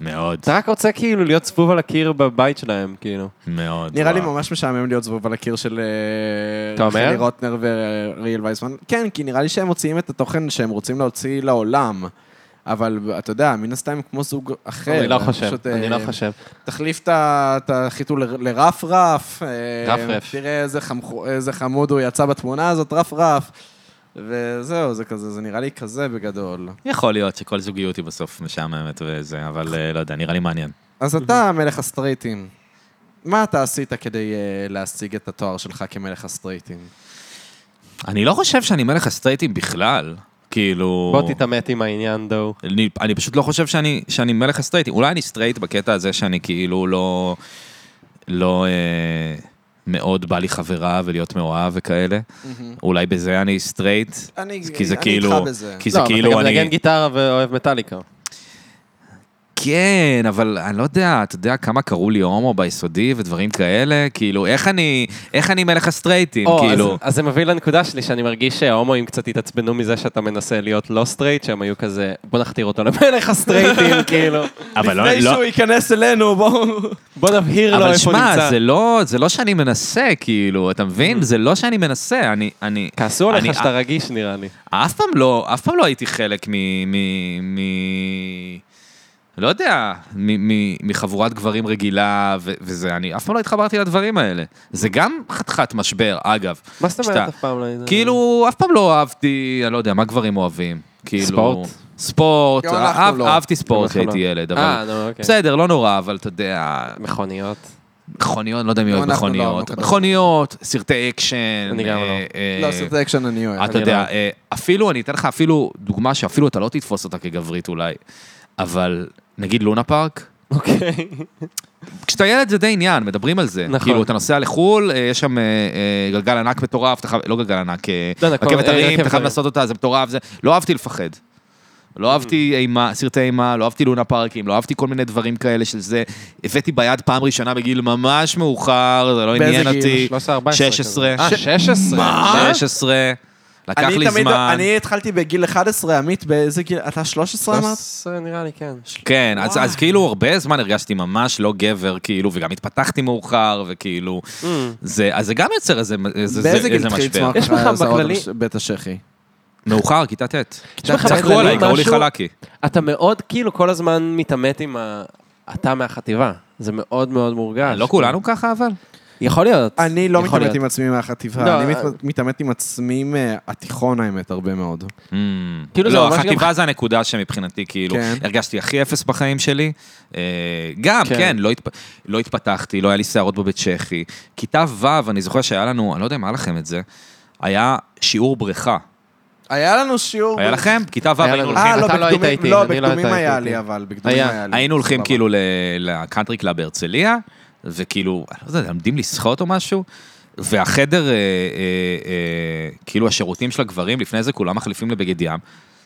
C: מאוד,
D: אתה רק רוצה כאילו להיות צפוב על הקיר בבית שלהם, כאילו.
C: מאוד.
A: נראה לי
C: וואו.
A: ממש משעמם להיות זבוב על הקיר של אה,
D: לא- אתה אומר?
A: רחלי רוטנר ואריאל וייסמן. כן, כי נראה לי שהם מוציאים את התוכן שהם רוצים להוציא לעולם. אבל אתה יודע, מן הסתם הם כמו זוג אחר.
D: אני לא
A: הם
D: חושב,
A: פשוט,
D: אני
A: אה,
D: לא חושב.
A: תחליף את ה- את החיתול ל- לרף רף. אה,
D: רף רף.
A: תראה איזה חמחו- איזה חמוד הוא יצא בתמונה הזאת, רף רף. וזהו, זה כזה, זה נראה לי כזה בגדול.
C: יכול להיות שכל זוגיות היא בסוף משעממת וזה, אבל אה, לא יודע, נראה לי מעניין.
A: אז אתה מלך הסטרייטים. מה אתה עשית כדי אה, להשיג את התואר שלך כמלך הסטרייטים?
C: אני לא חושב שאני מלך הסטרייטים בכלל. כאילו...
D: בוא תתעמת עם העניין, דו.
C: אני, אני פשוט לא חושב שאני, שאני מלך הסטרייטים. אולי אני סטרייט בקטע הזה שאני כאילו לא... לא... אה, מאוד בא לי חברה ולהיות מאוהב וכאלה. אולי בזה אני סטרייט,
A: אני
C: כי זה
A: אני
C: כאילו...
A: איתך בזה.
C: כי זה כאילו
D: לא,
C: אני...
D: אבל אתה גם מנגן גיטרה ואוהב מטאליקה.
C: כן, אבל אני לא יודע, אתה יודע כמה קראו לי הומו ביסודי ודברים כאלה? כאילו, איך אני, איך אני מלך הסטרייטים?
D: או,
C: כאילו,
D: אז- אז זה מביא לנקודה שלי, שאני מרגיש שההומואים קצת התעצבנו מזה שאתה מנסה להיות לא סטרייט, שהם היו כזה, בוא נכתיר אותו למלך
C: [LAUGHS]
D: הסטרייטים, כאילו.
C: אבל לא...
A: לפני
C: לא-
A: שהוא ייכנס אלינו, בואו...
D: בוא נבהיר לו
C: אבל
D: איפה הוא
C: שמע,
D: נמצא. Mm.
C: זה לא, זה לא שאני מנסה, כאילו, אתה מבין? זה לא שאני מנסה, אני... אני
D: כעסו
C: אני-
D: עליך שאתה רגיש, נראה לי.
C: אף פעם לא, אף פעם לא הייתי חלק מ... מ... מ... לא יודע, מ, מ, מחבורת גברים רגילה ו, וזה, אני אף פעם לא התחברתי לדברים האלה. זה גם חתיכת משבר, אגב.
D: מה זאת
C: שאתה-
D: אומרת אף פעם לא...
C: כאילו, אף פעם לא אהבתי, אני לא יודע, מה גברים אוהבים? כאילו...
D: ספורט?
C: ספורט,
A: גם אנחנו
C: אהב,
A: לא.
C: אהבתי ספורט
D: גם אנחנו
C: כשהייתי
D: לא.
C: ילד,
D: אה,
C: אבל...
D: נו, אוקיי.
C: בסדר, לא נורא, אבל אתה יודע,
D: מכוניות.
C: מכוניות, לא יודע מי
A: גם
C: אוהב
A: אנחנו לא אהבנו
C: מכוניות.
A: כדורגל.
C: מכוניות, סרטי אקשן.
D: אני גם
C: אה,
D: לא.
C: אה,
A: לא, סרטי אקשן אני אוהב.
C: אתה
D: אני
C: יודע,
D: לא.
C: אה, אפילו, אני אתן לך אפילו דוגמה שאפילו אתה לא תתפוס אותה כגברית אולי, אבל נגיד לונה פארק,
D: אוקיי.
C: [LAUGHS] כשאתה ילד זה די עניין, מדברים על זה.
D: נכון.
C: כאילו, אתה נוסע לחו"ל, אה, יש שם אה, אה, גלגל ענק מטורף, אתה חייב, לא גלגל ענק, אה,
D: לא יודע, כל-
C: רכבת
D: אה,
C: הרים,
D: רכבת
C: אתה חייב
D: הרים.
C: לעשות אותה, זה מטורף, זה... לא אהבתי לפחד. לא אהבתי אימה, סרטי אימה, לא אהבתי לונה פארקים, לא אהבתי כל מיני דברים כאלה של זה. הבאתי ביד פעם ראשונה בגיל ממש מאוחר, זה לא
A: באיזה
C: עניין
A: גיל?
C: אותי.
D: 13-14.
C: 16.
D: אה, 16?
A: מה?
C: 16, לקח
A: אני
C: לי
A: תמיד,
C: זמן.
A: אני התחלתי בגיל 11, עמית, באיזה גיל? אתה 13 אמרת?
D: 13 נראה לי, כן.
C: כן, אז,
A: וואי.
C: אז כאילו הרבה זמן הרגשתי ממש לא גבר, כאילו, וגם התפתחתי מאוחר, וכאילו, זה, אז זה גם יוצר איזה, איזה,
A: באיזה
C: איזה,
A: גיל
C: איזה
A: התחיל
C: משבר.
A: לצמוח
D: יש
A: לך
D: בכלל
A: זרעות
D: בכללי-
A: על ש- בית השחי?
C: מאוחר, כיתה ט'.
D: יש לך
C: צחקו
D: בכללי
C: עליי, קראו לי
D: משהו-
C: חלקי.
D: אתה מאוד כאילו כל הזמן מתעמת עם ה... אתה מהחטיבה. זה מאוד מאוד מורגש.
C: לא כולנו ככה, אבל?
D: יכול להיות.
A: אני לא
D: יכול
A: מתעמת
D: להיות.
A: עם עצמי מהחטיבה,
D: לא,
A: אני
D: אה.
A: מת- מתעמת עם עצמי מהתיכון האמת הרבה מאוד.
C: Mm.
D: כאילו, זה
C: לא,
D: ממש גם-
C: החטיבה זה הנקודה שמבחינתי, כאילו,
A: כן.
C: הרגשתי הכי אפס בחיים שלי. אה, גם,
D: כן.
C: כן, לא, התפ... לא התפתחתי, לא היה לי שערות בבית צ'כי. כיתה ו', אני זוכר שהיה לנו, אני לא יודע אם היה לכם את זה, היה שיעור בריכה.
A: היה לנו שיעור...
C: היה לכם? כיתה ו'
D: אה, היה
C: היינו
D: לנו.
C: הולכים
A: אה, לא,
D: אתה לא היית איתי,
A: בקדומים, לא,
D: אני לא
A: בקדומים
D: הייתי
A: היה
D: איתי.
A: לי, אבל בקדומים
D: היה.
A: היה לי.
C: היינו הולכים
A: סבבה.
C: כאילו ל- לקאנטרי קלאב בהרצליה, וכאילו, אני לא יודע, למדים לשחות או משהו, והחדר, אה, אה, אה, כאילו השירותים של הגברים, לפני זה כולם מחליפים לבגד ים,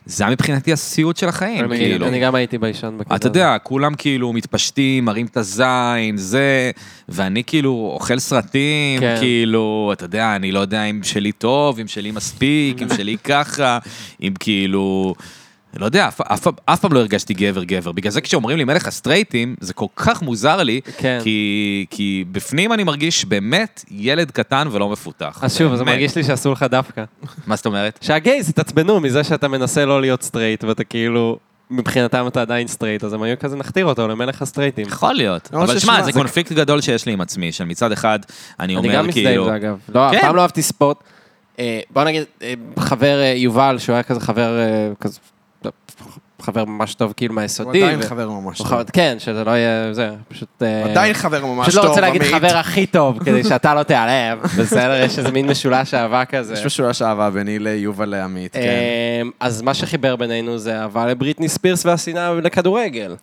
C: זה היה מבחינתי הסיוט של החיים,
D: אני-
C: כאילו.
D: אני גם הייתי ביישן בכיתה.
C: אתה יודע, כולם כאילו מתפשטים, מרים את הזין, זה, ואני כאילו אוכל סרטים,
D: כן.
C: כאילו, אתה יודע, אני לא יודע אם שלי טוב, אם שלי מספיק, אם שלי ככה, אם כאילו... לא יודע, אף, אף, אף פעם לא הרגשתי גבר-גבר. בגלל זה כשאומרים לי מלך הסטרייטים, זה כל כך מוזר לי,
D: כן.
C: כי, כי בפנים אני מרגיש באמת ילד קטן ולא מפותח.
D: אז שוב, אז
C: באמת.
D: מרגיש לי שעשו לך דווקא.
C: מה זאת אומרת?
D: שהגייז התעצבנו מזה שאתה מנסה לא להיות סטרייט, ואתה כאילו, מבחינתם אתה עדיין סטרייט, אז הם היו כזה נכתיר אותו למלך הסטרייטים.
C: יכול להיות.
A: לא,
C: אבל
A: ששמע,
C: שמע, זה
A: זה-
C: קונפליקט גדול שיש לי עם עצמי, של מצד אחד, אני אומר
D: אני
C: כאילו...
D: גם מזדהה עם זה אגב. לא, אף
C: כן.
D: פעם לא אהבתי ספורט. אה, בוא נגיד, אה, חבר אה, יובל, שהוא היה כזה חבר, אה, כזה, לא, חבר ממש טוב כאילו
A: הוא
D: מהיסודי.
A: עדיין
D: ו-
A: חבר ממש
D: הוא
A: טוב.
D: חבר- כן, שזה לא יהיה, זה, פשוט... אה,
A: עדיין חבר ממש טוב.
D: פשוט לא רוצה להגיד
A: עמית.
D: חבר הכי טוב, כדי שאתה לא
A: [LAUGHS]
D: תיעלב. בסדר, יש איזה מין משולש אהבה כזה.
A: יש משולש אהבה ביני ליובל לעמית, כן.
D: אמ, אז מה שחיבר בינינו זה אהבה לבריטני ספירס והשנאה
C: [LAUGHS]
D: לכדורגל.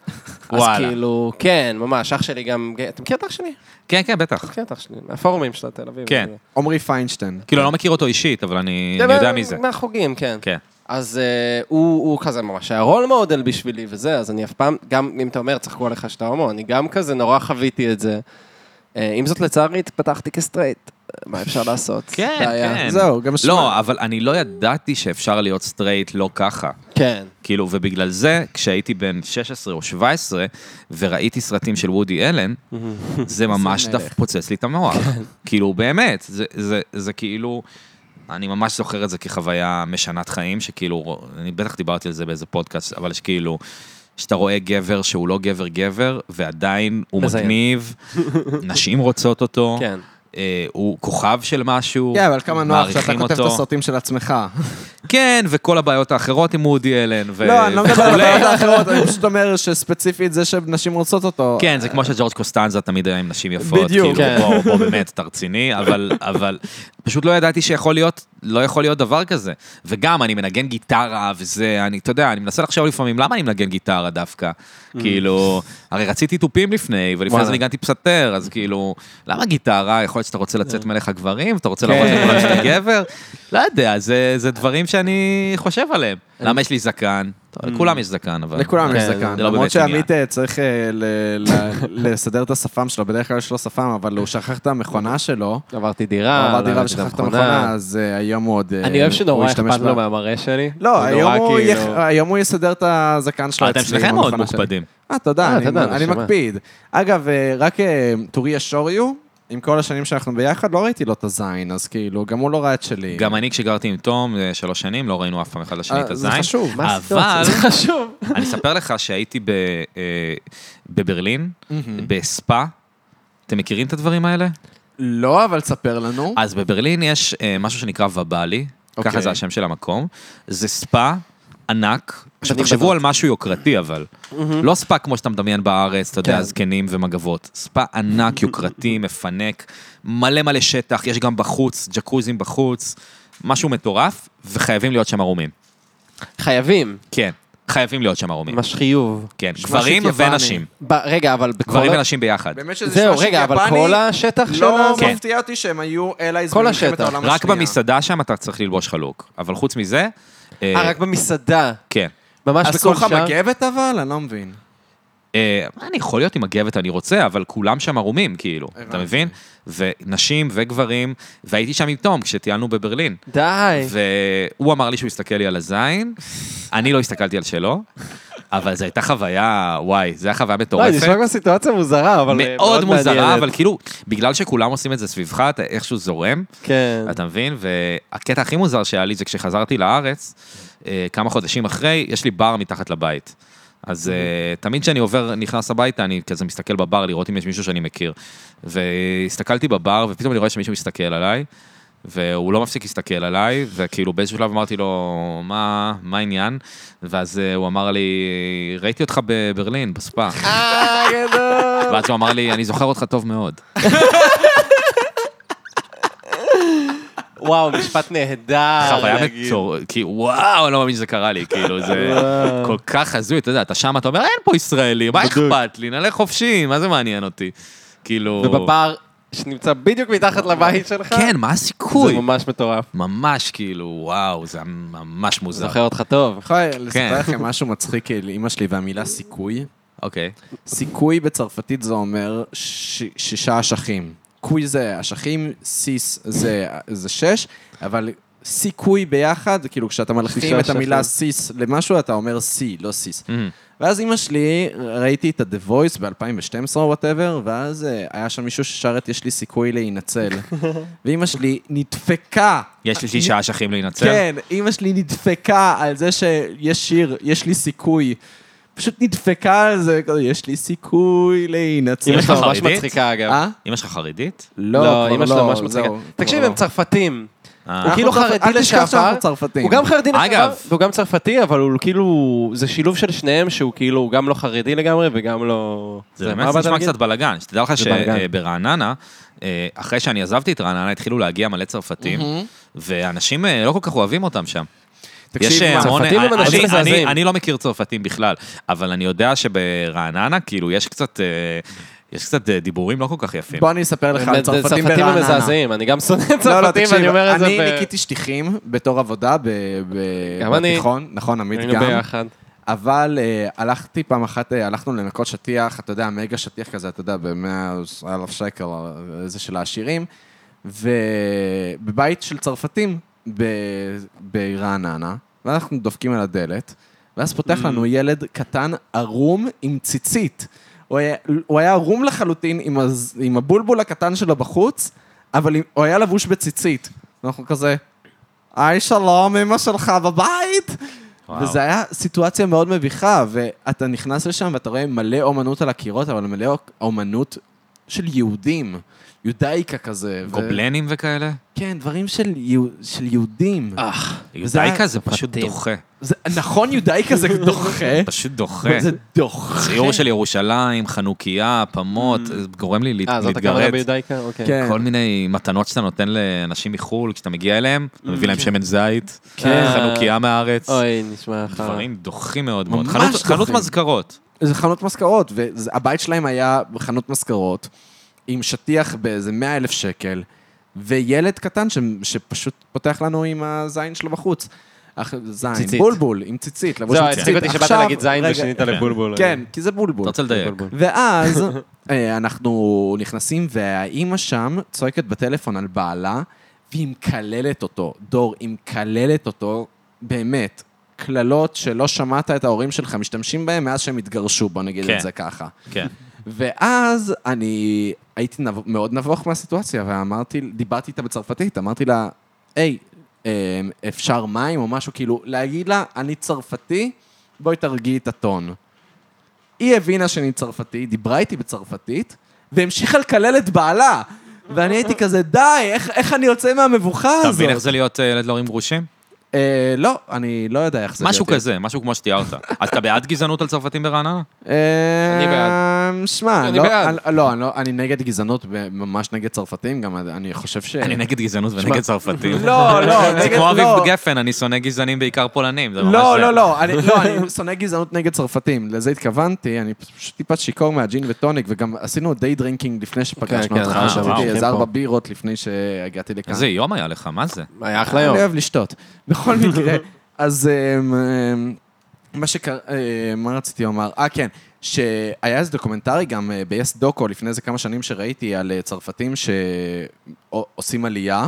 C: וואלה.
D: אז כאילו, כן, ממש, אח שלי גם... גיי. אתה מכיר את אח שלי?
C: כן, כן, בטח.
D: אתה מכיר את אח שלי, מהפורומים של תל אביב.
C: כן.
A: עמרי פיינשטיין.
C: כאילו, אני לא מכיר אותו אישית, אבל אני
A: כן,
C: אני יודע מי זה.
D: מהחוגים, כן.
C: כן.
D: אז אה, הוא הוא כזה ממש היה רול מודל בשבילי וזה, אז אני אף פעם, גם אם אתה אומר, צחקו עליך שאתה הומו, אני גם כזה נורא חוויתי את זה. אה, עם זאת, לצערי, התפתחתי כסטרייט. מה אפשר לעשות?
C: כן,
D: בעיה.
C: כן.
A: זהו, גם שמע.
C: לא, אבל אני לא ידעתי שאפשר להיות סטרייט לא ככה.
D: כן.
C: כאילו, ובגלל זה, כשהייתי בן 16 או 17, וראיתי סרטים של וודי
A: [LAUGHS]
C: אלן, זה ממש
A: מלך. כן.
C: דף פוצץ לי את המוח. כאילו, באמת, זה- זה- זה כאילו... אני ממש זוכר את זה כחוויה משנת חיים, שכאילו, אני בטח דיברתי על זה באיזה פודקאסט, אבל שכאילו, שאתה רואה גבר שהוא לא גבר-גבר, ועדיין הוא
A: [LAUGHS]
D: מזיין.
C: מגניב, נשים רוצות אותו,
D: כן.
C: אה, הוא כוכב של משהו,
A: כן, אבל כמה נוח שאתה
C: מעריכים
A: כותב את
C: אותו.
A: הסרטים של עצמך.
C: כן, וכל הבעיות האחרות עם וודי אלן. ו-
B: לא, אני לא מדבר על
C: וכולי.
B: הבעיות האחרות, אני פשוט אומר שספציפית זה שנשים רוצות אותו.
C: כן, זה כמו שג'ורג' קוסטנזה תמיד היה עם נשים יפות.
B: אה, בדיוק.
C: כאילו,
D: כן.
C: בוא, בוא באמת, אתה רציני, אבל, אבל פשוט לא ידעתי שיכול להיות, לא יכול להיות דבר כזה. וגם, אני מנגן גיטרה וזה, אני, אתה יודע, אני מנסה לחשוב לפעמים, למה אני מנגן גיטרה דווקא?
B: Mm.
C: כאילו, הרי רציתי תופים לפני, ולפני
D: וואלה.
C: זה ניגנתי פסנתר, אז כאילו, למה גיטרה? יכול להיות שאתה רוצה
B: כן.
C: לצאת מלך הגברים, אתה רוצה להראות לכולם שאתה גבר? לא יודע, זה, זה דברים שאני חושב עליהם. למה יש לי זקן? טוב, לכולם יש זקן, אבל...
B: לכולם יש
D: כן,
B: זקן.
C: זה לא
B: למרות
C: באמת עניין.
B: שעמית אה, צריך אה, ל- [LAUGHS] ל- לסדר את השפם שלו, בדרך כלל יש לו שפם, אבל הוא שכח את המכונה שלו.
D: עברתי
B: הוא
D: דירה,
B: עבר דירה
D: למדתי
B: ושכח את המכונה, אז אה, היום הוא עוד... אה,
D: אני אוהב שנורא
B: הוא ישתמש
D: אכפת לו
B: בה.
D: מהמראה שלי.
B: לא,
D: זה
B: היום
D: נורא
B: הוא
D: כאילו-
B: יח- היום הוא יסדר את הזקן שלו
C: אה,
B: אצלי.
C: אתם שניכם
B: עם
C: מאוד
B: המכונה שלי.
C: מוקפדים.
B: אה, תודה,
D: אה,
B: אני-
D: תודה,
B: אני
D: נשמה.
B: מקפיד. אגב, אה, רק אה, טוריה שוריו, עם כל השנים שאנחנו ביחד, לא ראיתי לו את הזין, אז כאילו, גם הוא לא ראה את שלי.
C: גם אני כשגרתי עם תום אה, שלוש שנים, לא ראינו אף פעם אחד לשני
B: אה,
C: את
B: זה
C: הזין.
B: חשוב,
D: מה זה
C: אבל
D: זה [LAUGHS] חשוב.
C: [LAUGHS] אני אספר לך שהייתי ב- אה, בברלין, בספא. אתם מכירים את הדברים האלה?
B: לא, אבל ספר לנו.
C: אז בברלין יש אה, משהו שנקרא ובלי,
B: אוקיי.
C: ככה זה השם של המקום. זה ספא ענק. עכשיו
D: בנים
C: תחשבו
D: בנות.
C: על משהו יוקרתי אבל. לא ספא כמו שאתה מדמיין בארץ, אתה יודע, זקנים ומגבות. ספא ענק, יוקרתי, מפנק, מלא מלא שטח, יש גם בחוץ, ג'קוזים בחוץ, משהו מטורף, וחייבים להיות שם ערומים.
D: חייבים,
C: כן, חייבים להיות שם ערומים.
D: ממש לא- חיוב.
C: כן, גברים
B: שיט יפני.
C: ונשים.
D: ב- רגע, אבל בכל...
C: גברים ונשים ביחד.
B: באמת שזה
D: זהו,
B: שיט
D: רגע, אבל
B: יפני,
D: כל השטח של
B: לא
D: הזה?
B: מפתיע אותי שהם היו אלייז
D: כל
B: במלחמת
D: השטח.
B: העולם השנייה.
C: רק במסעדה שם אתה צריך ללבוש חלוק. אבל חוץ מזה, אה,
D: אה, רק במסעדה.
C: כן.
D: ממש
B: אסור
D: בכל
B: לך
D: שער.
B: מגבת אבל? אני לא מבין.
C: אה, אני יכול להיות עם מגבת אני רוצה, אבל כולם שם ערומים, כאילו,
B: הבנתי.
C: אתה מבין? ונשים וגברים, והייתי שם עם תום כשטיילנו בברלין.
D: די. לא,
C: והוא אמר לי שהוא הסתכל לי על הזין, אני לא הסתכלתי על שלו, אבל זו הייתה חוויה, וואי, זו הייתה חוויה
D: לא,
C: מטורפת.
D: זה נשמע כמו סיטואציה מוזרה, אבל... אה,
C: מאוד מוזרה,
D: מעניינת.
C: אבל כאילו, בגלל שכולם עושים את זה סביבך, אתה איכשהו זורם.
D: כן.
C: אתה מבין? והקטע הכי מוזר שהיה לי זה כשחזרתי לארץ, אה, כמה חודשים אחרי, יש לי בר מתחת לבית. אז אה, תמיד כשאני עובר, נכנס הביתה, אני כזה מסתכל בבר לראות אם יש מישהו שאני מכיר. והסתכלתי בבר, ופתאום אני רואה שמישהו מסתכל עליי, והוא לא מפסיק להסתכל עליי, וכאילו באיזשהו שלב אמרתי לו, מה, מה העניין? ואז אה, הוא אמר לי, ראיתי אותך בברלין, בספה.
D: [LAUGHS] אה, גדול.
C: ואז הוא אמר לי, אני זוכר אותך טוב מאוד.
D: וואו, משפט נהדר.
C: חוויה
D: להגיד.
C: מצור... כי וואו, אני לא מאמין שזה קרה לי, כאילו, זה
D: וואו.
C: כל כך הזוי, אתה יודע, אתה שם, אתה אומר, אין פה ישראלים, מה
D: בדיוק.
C: אכפת לי, נלך חופשי, מה זה מעניין אותי? כאילו...
D: ובבר שנמצא בדיוק מתחת לבית שלך.
C: כן, מה הסיכוי?
D: זה ממש מטורף.
C: ממש כאילו, וואו, זה היה ממש מוזר.
D: זוכר אותך טוב.
B: יכול לספר
C: כן.
B: לכם משהו מצחיק
A: כאילו,
B: על אימא שלי והמילה סיכוי?
C: אוקיי.
B: סיכוי בצרפתית זה אומר ש- שישה אשכים. קוי זה אשכים, סיס זה, זה שש, אבל סיכוי ביחד, כאילו כשאתה
D: שישה
B: מלחים את המילה
D: אשכים. Mm.
B: סיס למשהו, אתה אומר סי, לא סיס.
C: אמ,
B: ואז אימא שלי, ראיתי את ה-The Voice ב-2012 או וואטאבר, ואז אה, היה שם מישהו ששר את יש לי סיכוי
D: [LAUGHS]
B: להינצל. ואימא שלי נדפקה.
C: יש לי
D: אה,
C: שישה אשכים להינצל.
B: כן, אימא שלי נדפקה על זה שיש שיר, יש לי סיכוי. פשוט נדפקה על זה, כזה, יש לי סיכוי להינצל.
D: אמא שלך ממש
C: חרדית?
D: מצחיקה, אגב.
B: אה?
C: אמא שלך חרדית?
D: לא,
B: כבר
D: אמא שלו ממש מצחיקה.
B: זהו,
D: תקשיב,
B: כבר לא.
D: הם צרפתים.
C: אה.
D: הוא כאילו
B: אנחנו צרפ-
D: חרדי
B: אל תשכח
D: לשעבר.
B: שאנחנו צרפתים.
D: הוא גם חרדי לשעבר,
C: אגב.
D: והוא גם צרפתי, אבל הוא כאילו... זה שילוב של שניהם, שהוא כאילו הוא גם לא חרדי לגמרי וגם לא...
C: זה באמת
D: מה באת
C: נשמע
D: להגיד?
C: קצת בלאגן, שתדע לך
D: בלאגן.
C: שברעננה, אה, אחרי שאני עזבתי את רעננה, התחילו להגיע מלא צרפתים, ואנשים אה, לא כל כך אוהבים אותם שם. יש
B: תקשיב,
C: אה,
B: מה,
C: המון...
D: צרפתים הם
C: אני-
D: אנשים
C: אני-
D: מזעזעים.
C: אני לא מכיר צרפתים בכלל, אבל אני יודע שברעננה, כאילו, יש קצת... אה, יש קצת אה, דיבורים לא כל כך יפים.
B: בוא אני אספר לך על
D: באמת, זה
B: צרפתים
D: צרפתים הם
B: ברעננה.
D: מזעזעים, אני גם שונא
B: לא, לא,
D: צרפתים,
B: תקשיב,
D: ואני אומר את זה
B: אני
D: ב-
B: ניקיתי שטיחים בתור עבודה ב- ב-
D: גם אני.
B: בתיכון, נכון, עמית
D: היינו
B: גם.
D: ביחד.
B: אבל אה, הלכתי פעם אחת, אה, הלכנו לנקות שטיח, אתה יודע, מגה שטיח כזה, אתה יודע, ב-100 אלף שקל, אה, זה של העשירים, ובבית של צרפתים ב- ברעננה, ואנחנו דופקים על הדלת, ואז פותח לנו ילד קטן ערום עם ציצית. הוא היה- הוא היה ערום לחלוטין עם הז- עם הבולבול הקטן שלו בחוץ, אבל עם- הוא היה לבוש בציצית. אנחנו כזה, היי שלום, אמא שלך בבית!
C: וואו.
B: וזה היה סיטואציה מאוד מביכה, ואתה נכנס לשם ואתה רואה מלא אומנות על הקירות, אבל מלא אומנות של יהודים. יודאיקה כזה. ו-
C: גובלנים וכאלה?
B: כן, דברים של יהו- של יהודים. וזה
C: יודאיקה
B: היה
C: זה פשוט
B: צרפתים.
C: דוחה.
B: זה- נכון, יודאיקה [LAUGHS] זה דוחה.
C: פשוט דוחה.
B: זה דוחה.
C: ציור של ירושלים, חנוכיה, פמות, זה גורם לי להת-
D: Mm. אה, זאת הכוונה
C: להתגרד.
D: ביודאיקה? אוקיי.
B: כן.
C: כל מיני מתנות שאתה נותן לאנשים מחו"ל, כשאתה מגיע אליהם, אתה מביא להם שמן זית,
D: כן.
C: חנוכיה מהארץ,
D: אוי, נשמע לך...
C: דברים אה. דוחים מאוד מאוד.
B: ממש
C: חנות-
B: דוחים.
C: חנות מזכרות.
B: זה חנות מזכרות, והבית שלהם היה חנות מזכרות, עם שטיח באיזה 100 אלף שקל, וילד קטן ש, שפשוט פותח לנו עם הזין שלו בחוץ. אך, זין,
D: ציצית.
B: בולבול, עם ציצית, לבוש
D: זהו,
B: עם
D: הצחיק
B: ציצית.
D: אותי שבאת
B: עכשיו-
D: להגיד זין
B: רגע,
D: ושינית לבולבול.
B: כן, כי זה בולבול.
C: אתה רוצה לדייק.
D: בולבול.
B: ואז אה, אנחנו נכנסים, והאימא שם צועקת בטלפון על בעלה, והיא מקללת אותו. דור, היא מקללת אותו, באמת, קללות שלא שמעת את ההורים שלך משתמשים בהם מאז שהם התגרשו, בוא נגיד
C: כן.
B: את זה ככה.
C: כן.
B: ואז אני הייתי נב... מאוד נבוך מהסיטואציה, ואמרתי, דיברתי איתה בצרפתית, אמרתי לה, היי, אמ, אפשר מים או משהו, כאילו, להגיד לה, אני צרפתי, בואי תרגיעי את הטון. היא הבינה שאני צרפתי, דיברה איתי בצרפתית, והמשיכה לקלל את בעלה. ואני הייתי כזה, די, איך, איך אני יוצא מהמבוכה
C: אתה
B: הזאת?
C: מבין איך זה להיות אה, ילד להורים גרושים?
B: אה, לא, אני לא יודע איך זה.
C: משהו
B: להיות.
C: כזה, משהו כמו שתיארת. אז אתה בעד גזענות על צרפתים ברעננה?
B: אה,
D: אני
B: שמע,
D: אני
B: לא-
D: בעד.
B: אני- לא, אני לא- אני נגד גזענות, ממש נגד צרפתים, גם אני חושב
D: [LAUGHS]
B: ש...
C: [LAUGHS] אני נגד גזענות ונגד צרפתים.
B: לא, לא,
C: [LAUGHS]
B: [LAUGHS]
C: זה
B: נגד-
C: כמו אביב
B: לא.
C: גפן, אני שונא גזענים בעיקר פולנים. זה ממש
B: לא,
C: זה.
B: לא, לא, אני לא, אני שונא גזענות נגד צרפתים, לזה התכוונתי, אני פשוט טיפה שיכור מהג'ין וטוניק, וגם עשינו דיי דרינקינג לפני
D: כן,
B: שפגשנו
D: כן,
B: אותך,
C: אה, וואו.
B: שתיתי
D: כן,
B: איזה
D: פה.
B: ארבע בירות לפני שהגעתי לכאן.
C: איזה יום היה לך, מה זה?
D: היה אחלה יום.
B: אני אוהב לשתות. בכל מקרה, אז אמ, אמ, מה שקרה, מה רציתי לומר? אה, כן, שהיה איזה דוקומנטרי גם אה, ב-yes דוקו לפני איזה כמה שנים שראיתי על אה, צרפתים שעושים עלייה.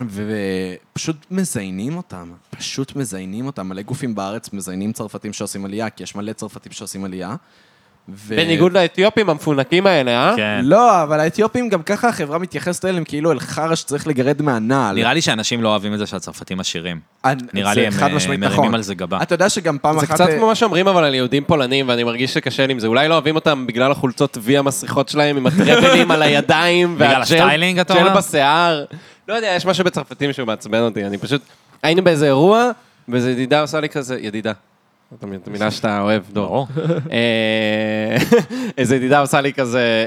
B: ופשוט מזיינים אותם, פשוט מזיינים אותם. מלא גופים בארץ מזיינים צרפתים שעושים עלייה, כי יש מלא צרפתים שעושים עלייה. ו-
D: בניגוד לאתיופים המפונקים האלה, אה?
C: כן.
B: לא, אבל האתיופים, גם ככה החברה מתייחסת אליהם כאילו אל חרא שצריך לגרד מהנעל.
C: נראה לי שאנשים לא אוהבים את זה שהצרפתים עשירים.
B: אני-
C: נראה
B: זה
C: לי הם
B: חד
C: אה,
B: משמעית
C: מרימים
B: נכון.
C: על זה גבה.
B: אתה יודע שגם פעם
D: זה
B: אחת... אה,
D: קצת כמו מה שאומרים אבל על יהודים פולנים, ואני מרגיש שקשה לי עם זה. אולי לא אוהבים אותם בגלל החולצות וי המסריחות שלהם, עם הטרבלים על
C: [LAUGHS]
D: הידיים,
C: בגלל
D: והג'ל-
C: הסטיילינג, אתה
D: ג'ל
C: אומר?
D: בשיער. לא יודע, יש משהו בצרפתים שהוא מעצבן אותי, אני פשוט... היינו באיזה אירוע, ואיזה ידידה עושה לי כזה, ידידה. זאת אומרת, מילה שאתה אוהב, דור.
C: ברור.
D: [LAUGHS] אה, איזה ידידה עושה לי כזה,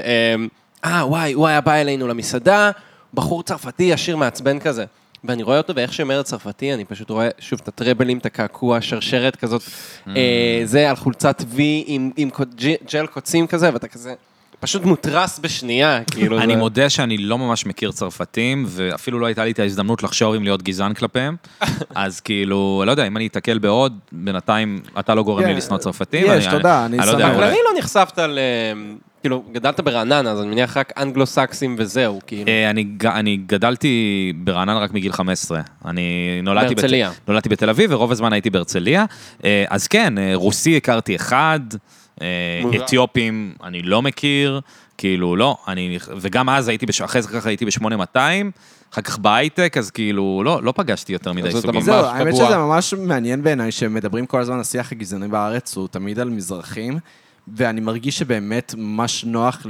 D: אה, אה, וואי, הוא היה בא אלינו למסעדה, בחור צרפתי עשיר מעצבן כזה. ואני רואה אותו, ואיך שאומר צרפתי, אני פשוט רואה שוב את הטראבלים, את הקעקוע, שרשרת כזאת,
C: Mm.
D: אה, זה על חולצת וי עם- עם קו- ג'י- ג'ל קוצים כזה, ואתה כזה פשוט מותרס בשנייה, כאילו.
C: אני
D: זה-
C: מודה שאני לא ממש מכיר צרפתים, ואפילו לא הייתה לי את ההזדמנות לחשוב אם להיות
B: [LAUGHS]
C: גזען כלפיהם. אז כאילו, לא יודע, אם אני אתקל בעוד, בינתיים אתה לא גורם לי
B: כן,
C: לשנוא צרפתים.
B: יש,
C: אני-
B: תודה, אני
C: לא יודע,
B: שמח.
C: אולי-
D: בכללי לא נחשפת ל... כאילו, גדלת ברעננה, אז אני מניח רק אנגלו-סקסים וזהו, כאילו.
C: אה, אני, ג- אני גדלתי ברעננה רק מגיל 15. אני נולדתי,
D: בהרצליה.
C: בת, נולדתי בתל אביב, ורוב הזמן הייתי בהרצליה. אה, אז כן, אה, רוסי הכרתי אחד, אה,
D: מוזר.
C: אתיופים אני לא מכיר, כאילו לא, אני, וגם אז הייתי, בש, אחרי זה ככה הייתי ב-8200, אחר כך בהייטק, אז כאילו לא, לא פגשתי יותר מדי
D: אז אתה
C: סוגים.
D: ממש
B: זהו, האמת
D: בבועה.
B: שזה ממש מעניין בעיניי, שמדברים כל הזמן, השיח הגזעני בארץ הוא תמיד על מזרחים, ואני מרגיש שבאמת ממש נוח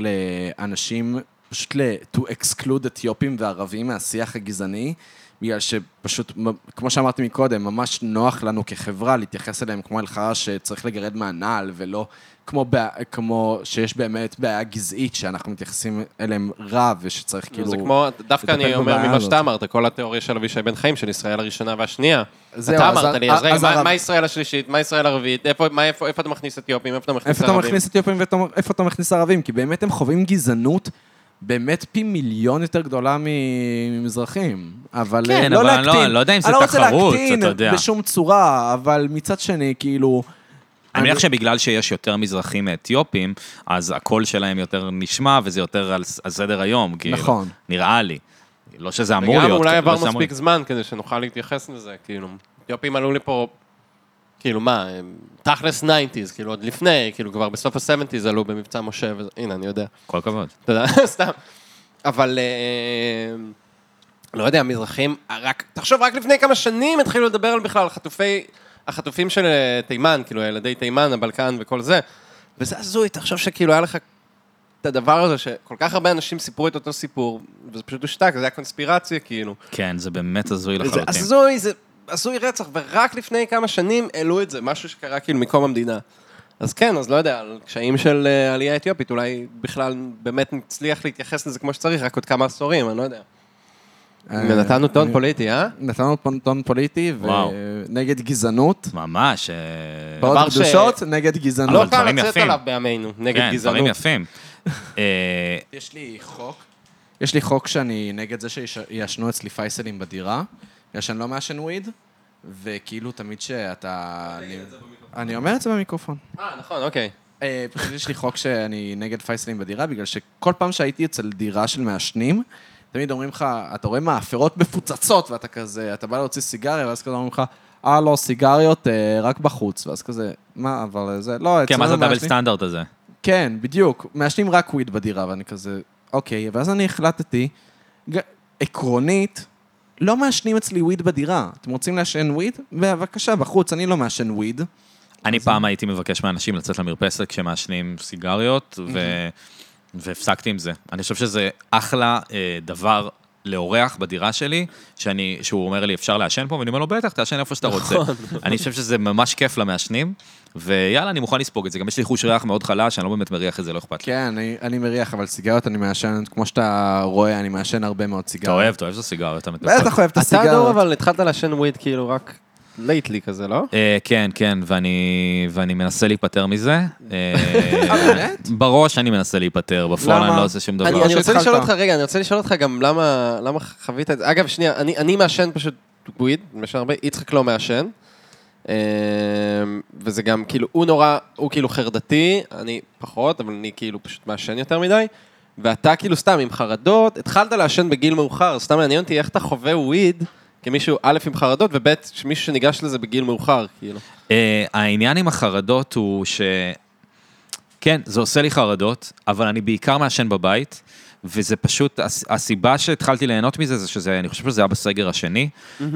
B: לאנשים, פשוט ל- to exclude אתיופים וערבים מהשיח הגזעני, בגלל שפשוט, מ- כמו שאמרתי מקודם, ממש נוח לנו כחברה להתייחס אליהם כמו אל חרא שצריך לגרד מהנעל, ולא כמו, בע... כמו שיש באמת בעיה גזעית, שאנחנו מתייחסים אליהם רע, ושצריך
C: לא,
B: כאילו...
D: זה כמו, דווקא
B: לטפל
D: אני אומר
B: בבעיה
D: ממה
B: הזאת.
D: שאתה אמרת, כל התיאוריה של אבישי בן חיים, של ישראל הראשונה והשנייה.
B: זהו,
D: אתה
B: אז
D: אמרת
B: ה-
D: לי, אז רגע,
B: אז
D: מה-
B: הרב-
D: מה ישראל השלישית, מה ישראל הרביעית, איפה- מה- איפה איפה אתה מכניס אתיופים, איפה אתה מכניס
B: איפה אתה
D: ערבים?
B: מכניס אתיופים ואיפה אתה מכניס ערבים? כי באמת הם חווים גזענות באמת פי מיליון יותר גדולה מ- ממזרחים. אבל
C: כן,
B: אה, לא
C: אבל אני
B: להקטין.
C: לא- אני לא יודע אם זה
B: אני לא
C: תחרות,
B: רוצה להקטין
C: אתה יודע.
B: בשום צורה, אבל מצד שני, כאילו...
C: אני מניח שבגלל שיש יותר מזרחים מאתיופים, אז הקול שלהם יותר נשמע, וזה יותר על, ס- על סדר היום, כאילו.
B: נכון.
C: נראה לי. לא שזה אמור להיות.
D: וגם אולי
C: לא
D: עבר
C: שזה אמור
D: מספיק זמן כדי שנוכל להתייחס לזה, כאילו. אתיופים עלו לפה, כאילו מה, הם- תכלס 90's, כאילו עוד לפני, כאילו כבר בסוף ה-70's עלו במבצע משה, וזה- הנה, אני יודע.
C: כל הכבוד.
D: תודה, [LAUGHS] סתם. אבל אה, לא יודע, המזרחים, רק, תחשוב, רק לפני כמה שנים התחילו לדבר על בכלל חטופי, החטופים של אה, תימן, כאילו ילדי תימן, הבלקן וכל זה. וזה הזוי, תחשוב שכאילו היה לך את הדבר הזה שכל כך הרבה אנשים סיפרו את אותו סיפור, וזה פשוט הושתק, זה היה קונספירציה, כאילו.
C: כן, זה באמת הזוי
D: זה
C: לחלוטין.
D: הזוי, זה הזוי רצח, ורק לפני כמה שנים העלו את זה, משהו שקרה כאילו מקום המדינה. אז כן, אז לא יודע, על קשיים של אה, עלייה אתיופית, אולי בכלל באמת נצליח להתייחס לזה כמו שצריך, רק עוד כמה עשורים, אני לא יודע. ונתנו טון פוליטי, אה?
A: נתנו פונטון פוליטי,
C: וואו.
A: ונגד גזענות.
C: ממש. אה,
A: פרות
D: דבר ש-
A: קדושות נגד גזענות.
D: לא
C: אבל
D: קל
C: דברים
D: לצאת
C: יפים.
D: עליו בימינו, נגד
C: כן, דברים
D: גזענות.
C: יפים. אה,
A: יש לי חוק. יש לי חוק שאני נגד זה שיעשנו אצלי פייסלים בדירה, בגלל שאני לא מעשן וויד, וכאילו תמיד שאתה... אני- אני אומר את זה במיקרופון.
D: אה, נכון, אוקיי.
A: אה, פשוט יש לי חוק שאני נגד פייסלים בדירה, בגלל שכל פעם שהייתי אצל דירה של מעשנים, תמיד אומרים לך, אתה רואה מאפרות מפוצצות, ואתה כזה, אתה בא להוציא סיגריה, ואז כזה אומרים לך, אה, לא, סיגריות אה, רק בחוץ, ואז כזה, מה, אבל זה, לא,
C: כן,
A: אצלנו
C: מה זה הדאבל
A: מעשנים-
C: סטנדרט הזה?
A: כן, בדיוק. מעשנים רק וויד בדירה, ואני כזה, אוקיי, ואז אני החלטתי, ג- עקרונית, לא מעשנים אצלי וויד בדירה. אתם רוצים לעשן וויד? בבקשה, בחוץ, אני לא מעשן וויד.
C: אני פעם הייתי מבקש מאנשים לצאת למרפסת כשמעשנים סיגריות, ו... והפסקתי עם זה. אני חושב שזה אחלה אה, דבר לאורח בדירה שלי, שאני, שהוא אומר לי, אפשר לעשן פה? ואני אומר לו, בטח, תעשן איפה שאתה רוצה. אני חושב שזה ממש כיף למעשנים, ויאללה, אני מוכן לספוג את זה. גם יש לי חוש ריח מאוד חלש, אני לא באמת מריח את זה, לא אכפת לי.
A: כן, אני, אני מריח, אבל סיגריות אני מעשן, כמו שאתה רואה, אני מעשן הרבה מאוד
C: אתה
A: סיגריות.
C: אוהב, אתה אוהב את הסיגריות, אתה מתנצל.
A: בטח אוהב את
D: אתה דור,
A: הסיגריות.
D: אבל התחלת לעשן וויד כאילו רק לייטלי כזה, לא?
C: אה, כן, כן, ואני, ואני מנסה להיפטר מזה. אה,
A: באמת?
C: בראש אני מנסה להיפטר, בפועל
A: למה?
C: אני לא עושה שום דבר.
D: אני,
A: או
D: אני רוצה
A: שהתחלת.
D: לשאול אותך, רגע, אני רוצה לשאול אותך גם למה, למה חווית את זה. אגב, שנייה, אני, אני מעשן פשוט וויד, מעשן הרבה, יצחק לא מעשן. אמ, וזה גם כאילו, הוא נורא, הוא כאילו חרדתי, אני פחות, אבל אני כאילו פשוט מעשן יותר מדי. ואתה כאילו סתם עם חרדות, התחלת לעשן בגיל מאוחר, אז סתם מעניין אותי איך אתה חווה וויד כמישהו, א', עם חרדות, וב', מישהו שניגש לזה בגיל מאוחר, כאילו.
C: אה, העניין עם החרדות הוא ש... כן, זה עושה לי חרדות, אבל אני בעיקר מעשן בבית, וזה פשוט, הס- הסיבה שהתחלתי ליהנות מזה, זה שזה, אני חושב שזה היה בסגר השני,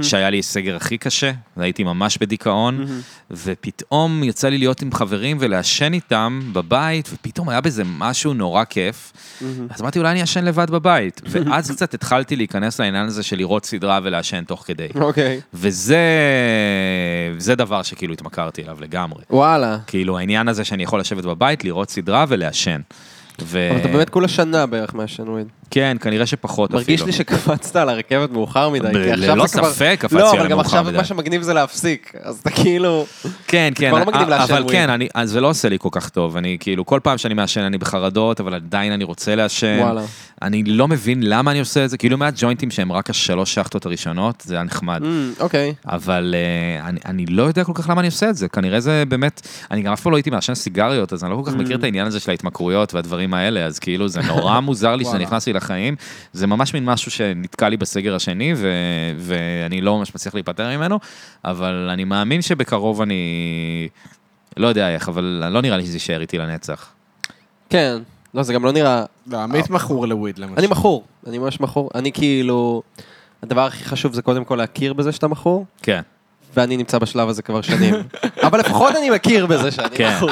C: שהיה לי סגר הכי קשה, והייתי ממש בדיכאון, ופתאום יצא לי להיות עם חברים ולעשן איתם בבית, ופתאום היה בזה משהו נורא כיף. אז אמרתי, אולי אני אעשן לבד בבית. ואז קצת התחלתי להיכנס לעניין הזה של לראות סדרה ולעשן תוך כדי.
D: אוקיי.
C: וזה זה דבר שכאילו התמכרתי אליו לגמרי.
D: וואלה.
C: כאילו העניין הזה שאני יכול לשבת בבית, לראות סדרה ולעשן. ו...
D: אבל אתה באמת כולה שנה בערך מעשן וויד.
C: כן, כנראה שפחות אפילו.
D: מרגיש לי שקפצת על הרכבת מאוחר מדי,
C: ב-
D: כי עכשיו
C: ללא
D: אתה כבר...
C: ספק קפצתי
D: לא,
C: עליה
D: אבל גם
C: מאוחר
D: עכשיו
C: מדי.
D: מה שמגניב זה להפסיק, אז אתה כאילו...
C: כן, כן,
D: כבר לא מגניב
C: א-
D: לעשן
C: אבל
D: וויד.
C: כן, אני, אז זה לא עושה לי כל כך טוב. אני כאילו, כל פעם שאני מעשן אני בחרדות, אבל עדיין אני רוצה לעשן.
D: וואלה.
C: אני לא מבין למה אני עושה את זה. כאילו, מהג'וינטים שהם רק השלוש שחטות הראשונות, זה היה נחמד.
D: אמ, אוקיי.
C: אבל אה, אני, אני לא יודע כל כך למה אני עושה את זה, כנראה זה באמת, אני גם אף פעם לא הייתי מעשן סיגריות, אז אני לא כל כך מכיר
D: Mm.
C: את העניין הזה של ההתמכרויות והדברים האלה, אז כאילו זה
D: [LAUGHS]
C: נורא מוזר לי שזה
A: וואלה.
C: נכנס לי לחיים, זה ממש מין משהו שנתקע לי בסגר השני, ו, ואני לא ממש מצליח להיפטר ממנו, אבל אני מאמין שבקרוב אני, לא יודע איך, אבל לא נראה לי שזה יישאר איתי לנצח.
D: כן. לא, זה גם לא נראה...
A: לא, עמית מכור לוויד, למשל.
D: אני מכור, אני ממש מכור. אני כאילו... הדבר הכי חשוב זה קודם כל להכיר בזה שאתה מכור,
C: כן,
D: ואני נמצא בשלב הזה כבר
C: [LAUGHS]
D: שנים. אבל לפחות אני מכיר בזה שאני
C: כן.
D: מכור.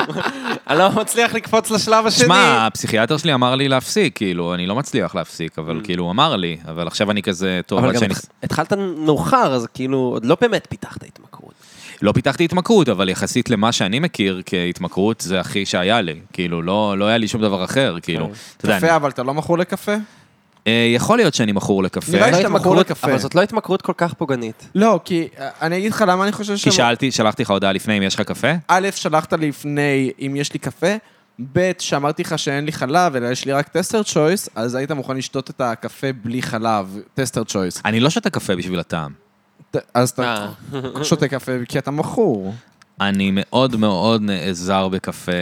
D: אני לא מצליח לקפוץ לשלב השני.
C: שמע, הפסיכיאטר שלי אמר לי להפסיק, כאילו, אני לא מצליח להפסיק, אבל כאילו הוא אמר לי, אבל עכשיו אני כזה, טוב,
D: Mm. אבל
C: עד
D: גם
C: שאני...
D: התח- התחלת מאוחר, אז כאילו, עוד לא באמת פיתחת התמכרות.
C: לא פיתחתי התמכרות, אבל יחסית למה שאני מכיר כהתמכרות, זה הכי שהיה לי. כאילו, לא, לא היה לי שום דבר אחר, כאילו. אתה יודע, אני-
A: כן. קפה, אבל אתה לא מכור לקפה?
C: אה, יכול להיות שאני מכור לקפה,
A: נראה לי
D: לא
A: שאתה מכור
D: התמכרות-
A: לקפה.
D: אבל זאת לא התמכרות כל כך פוגענית.
A: לא, כי אה, אני אגיד לך למה אני חושב
C: כי
A: שאתה...
C: שאלתי, שלחתי לך הודעה לפני אם יש לך קפה?
A: א', שלחת לי לפני אם יש לי קפה, ב', שאמרתי לך שאין לי חלב, אלא יש לי רק טסטר צ'ויס, אז היית מוכן לשתות את הקפה בלי חלב, טסטר צ'ויס.
C: אני לא שותה קפה בשביל הטעם.
A: ת- אז
D: אה.
A: אתה שותה קפה כי אתה מכור.
C: אני מאוד מאוד נעזר בקפה.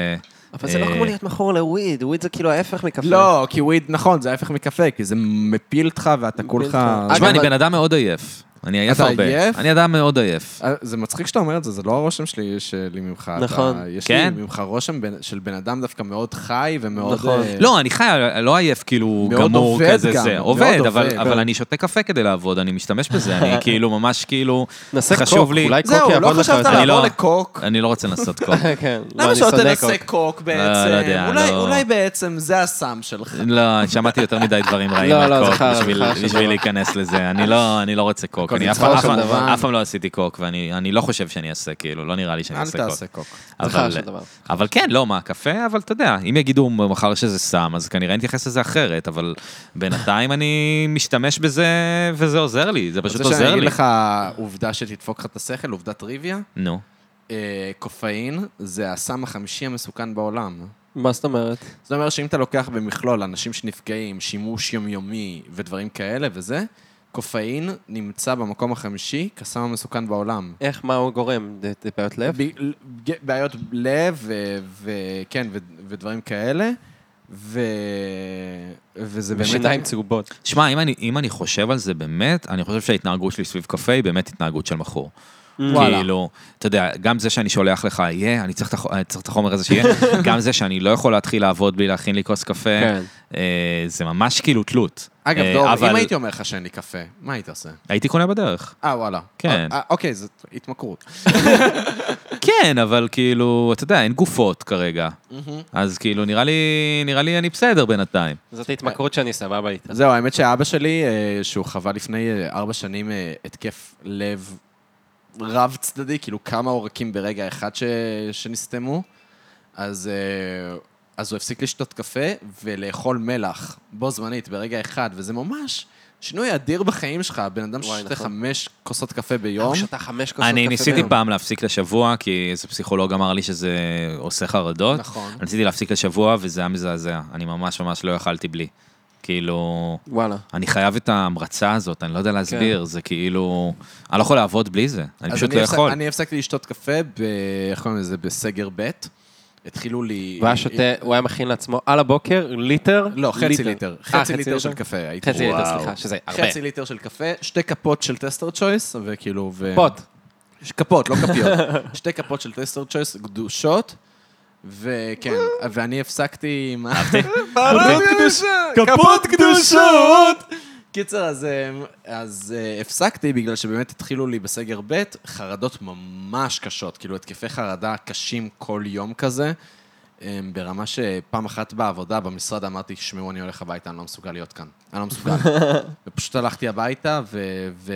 D: אבל זה לא
C: אה,
D: כמו להיות מכור לוויד, וויד זה כאילו ההפך מקפה.
A: לא, כי וויד, נכון, זה ההפך מקפה, כי זה מפיל אותך ואתה כולך...
D: אותך. אגב,
C: תשמע, אני
D: אבל-
C: בן אדם מאוד עייף. אני עייף
A: אתה
C: הרבה.
A: עייף?
C: אני אדם מאוד עייף.
A: אה, זה מצחיק שאתה אומר את זה, זה לא הרושם שלי, שלי ממך.
D: נכון.
A: אתה, יש
C: כן.
A: לי ממך רושם בן, של בן אדם דווקא מאוד חי ומאוד...
D: נכון.
A: אה,
C: לא, אני חי, לא עייף כאילו
A: מאוד
C: גמור
A: עובד
C: כזה
A: גם,
C: זה.
A: מאוד
C: עובד, אבל-
A: עובד. אה.
C: אבל אני שותה קפה כדי לעבוד, אני משתמש
A: [LAUGHS]
C: בזה, אני כאילו ממש כאילו...
D: נסה
C: חשוב
D: קוק,
C: לי-
D: אולי קוק
A: זהו, לא
D: יעבוד לך
A: חשבת
D: יותר.
C: אני
A: לעבור
C: לא-
A: לקוק?
C: אני לא רוצה לנסות
A: [LAUGHS]
C: קוק.
D: [LAUGHS] כן, לא,
A: למה
D: אני
A: שלא
D: שונא
A: תנסה
D: קוק.
A: קוק
C: לא יודע,
A: בעצם? אולי-
C: לא.
A: אולי בעצם זה הסם שלך.
C: לא, שמעתי יותר מדי דברים רעים
D: לא, לא,
C: על
D: זה
C: קוק
D: חרא, זה
C: בשביל-
D: חרא של דבר.
C: בשביל להיכנס לזה. אני לא אני לא רוצה קוק.
A: הכל
C: אני
A: זה
C: אף פעם-
A: צחוק
C: אף פעם-
A: של דבר.
C: אף פעם לא עשיתי קוק, ואני אני לא חושב שאני אעשה, כאילו, לא נראה לי שאני
A: אל
C: אעשה קוק.
A: תעשה קוק.
D: זה חרא
C: אבל-
D: של דבר.
C: אבל כן, לא, מה, קפה, אבל אתה יודע, אם יגידו מחר שזה סם, אז כנראה אני אתייחס לזה אחרת, אבל בינתיים אני משתמש בזה, וזה עוזר לי, זה פשוט
A: רוצה שאני
C: עוזר
A: אגיד
C: לי.
A: לך עובדה שתדפוק לך את השכל, עובדת טריוויה?
C: נו.
A: אה, קופאין זה הסם החמישי המסוכן בעולם.
D: מה זאת אומרת?
A: זה אומר שאם אתה לוקח במכלול אנשים שנפגעים, שימוש יומיומי ודברים כאלה וזה, קופאין נמצא במקום החמישי כסם המסוכן בעולם.
D: איך, מה הוא גורם? זה- זה בעיות לב?
A: ב- ג- בעיות לב ו- וכן, ו- ודברים כאלה, ו... וזה באמת...
D: בשיניים צהובות.
C: שמע, אם אני, אם אני חושב על זה באמת, אני חושב שההתנהגות שלי סביב קפה היא באמת התנהגות של מכור.
A: Mm. וואלה.
C: כאילו, אתה יודע, גם זה שאני שולח לך, יהיה, אני צריך את הח- אני צריך את החומר הזה
A: [LAUGHS]
C: שיהיה, גם זה שאני לא יכול להתחיל לעבוד בלי להכין לי כוס קפה,
D: כן.
C: אה, זה ממש כאילו תלות.
A: אגב,
C: אה,
A: דור,
C: אבל
A: אם הייתי אומר לך שאין לי קפה, מה היית עושה?
C: הייתי קונה בדרך.
A: אה, וואלה.
C: כן.
A: אה, אה, אוקיי, זאת התמכרות.
C: כן, אבל כאילו, אתה יודע, אין גופות כרגע.
A: Mm-hmm.
C: אז כאילו, נראה לי, נראה לי אני בסדר בינתיים.
D: זאת התמכרות שאני סבבה איתה.
A: זהו, האמת שאבא שלי, אה, שהוא חווה לפני אה, ארבע שנים אה, התקף לב רב צדדי, כאילו כמה עורקים ברגע אחד ש... שנסתמו, אז, אה, אז הוא הפסיק לשתות קפה ולאכול מלח בו זמנית, ברגע אחד, וזה ממש שינוי אדיר בחיים שלך, בן אדם
D: וואי,
A: ששותה
D: נכון.
A: חמש כוסות קפה
D: הוא
A: ביום.
D: שתה חמש כוסות
C: אני
D: קפה
C: ניסיתי
D: ביום.
C: פעם להפסיק לשבוע, כי איזה פסיכולוג אמר לי שזה עושה חרדות.
A: נכון.
C: ניסיתי להפסיק לשבוע, וזה היה מזעזע. אני ממש ממש לא יכלתי בלי. כאילו,
D: וואלה.
C: אני חייב את ההמרצה הזאת, אני לא יודע להסביר, זה כאילו... אני לא יכול לעבוד בלי זה, אני
A: כן. אז
C: פשוט לא
A: הפס-
C: יכול.
A: אני הפסקתי לשתות קפה, ב... איך קוראים לזה? בסגר ב'. התחילו לי...
D: הוא היה שותה, הוא היה מכין לעצמו על הבוקר ליטר.
A: לא, חצי ליטר.
D: אה,
A: חצי ליטר של קפה. הייתי-
D: חצי ליטר,
C: וואו.
D: סליחה, שזה הרבה.
A: חצי ליטר של קפה, שתי כפות של טסטר צ'ויס, וכאילו... ו...
D: פוט.
A: ש- כפות, לא
D: [LAUGHS]
A: כפיות. שתי כפות של טסטר צ'ויס גדושות, וכן,
D: אה.
A: ואני הפסקתי עם... [LAUGHS] כפות קדושות! כפות קדושות! קיצר, אז, אמ, אז אה, הפסקתי בגלל שבאמת התחילו לי בסגר ב' חרדות ממש קשות, כאילו התקפי חרדה קשים כל יום כזה, אמ, ברמה שפעם אחת בעבודה במשרד אמרתי, שמעו, אני הולך הביתה, אני לא מסוגל להיות כאן. אני לא [LAUGHS] מסוגל. ופשוט הלכתי הביתה ו-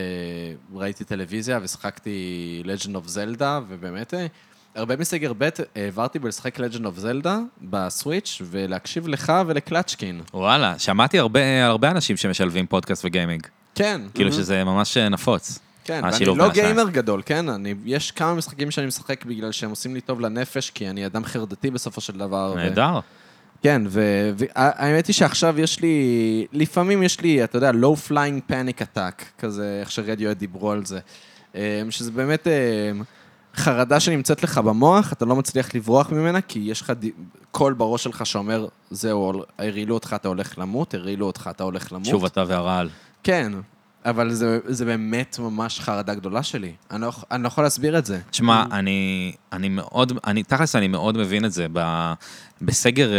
A: וראיתי טלוויזיה ושיחקתי Legend of Zelda, ובאמת, אה, הרבה מסגר ב' העברתי בלשחק Legend of Zelda בסוויץ' ולהקשיב לך ולקלצ'קין.
C: וואלה, שמעתי הרבה הרבה אנשים שמשלבים פודקאסט וגיימינג.
A: כן,
C: כאילו שזה ממש אה, נפוץ.
A: כן, ואני
C: השילוב
A: לא
C: בין השניים.
A: גיימר גדול, כן? אני, יש כמה משחקים שאני משחק בגלל שהם עושים לי טוב לנפש, כי אני אדם חרדתי בסופו של דבר. ו-
C: נהדר.
A: כן, והאמת היא שעכשיו יש לי, לפעמים יש לי, אתה יודע, low flying panic attack, כזה, איך שרדיואט דיברו על זה. אמ, שזה באמת אמ, חרדה שנמצאת לך במוח, אתה לא מצליח לברוח ממנה, כי יש לך די- קול בראש שלך שאומר, זהו, הרעילו אותך, אתה הולך למות, הרעילו אותך, אתה הולך למות.
C: שוב אתה והרעל.
A: כן, אבל זה, זה באמת ממש חרדה גדולה שלי. אני לא, אני לא יכול להסביר את זה.
C: שמע,
D: כן.
C: אני, אני מאוד, אני, תכלס אני מאוד מבין את זה. ב, בסגר, אה,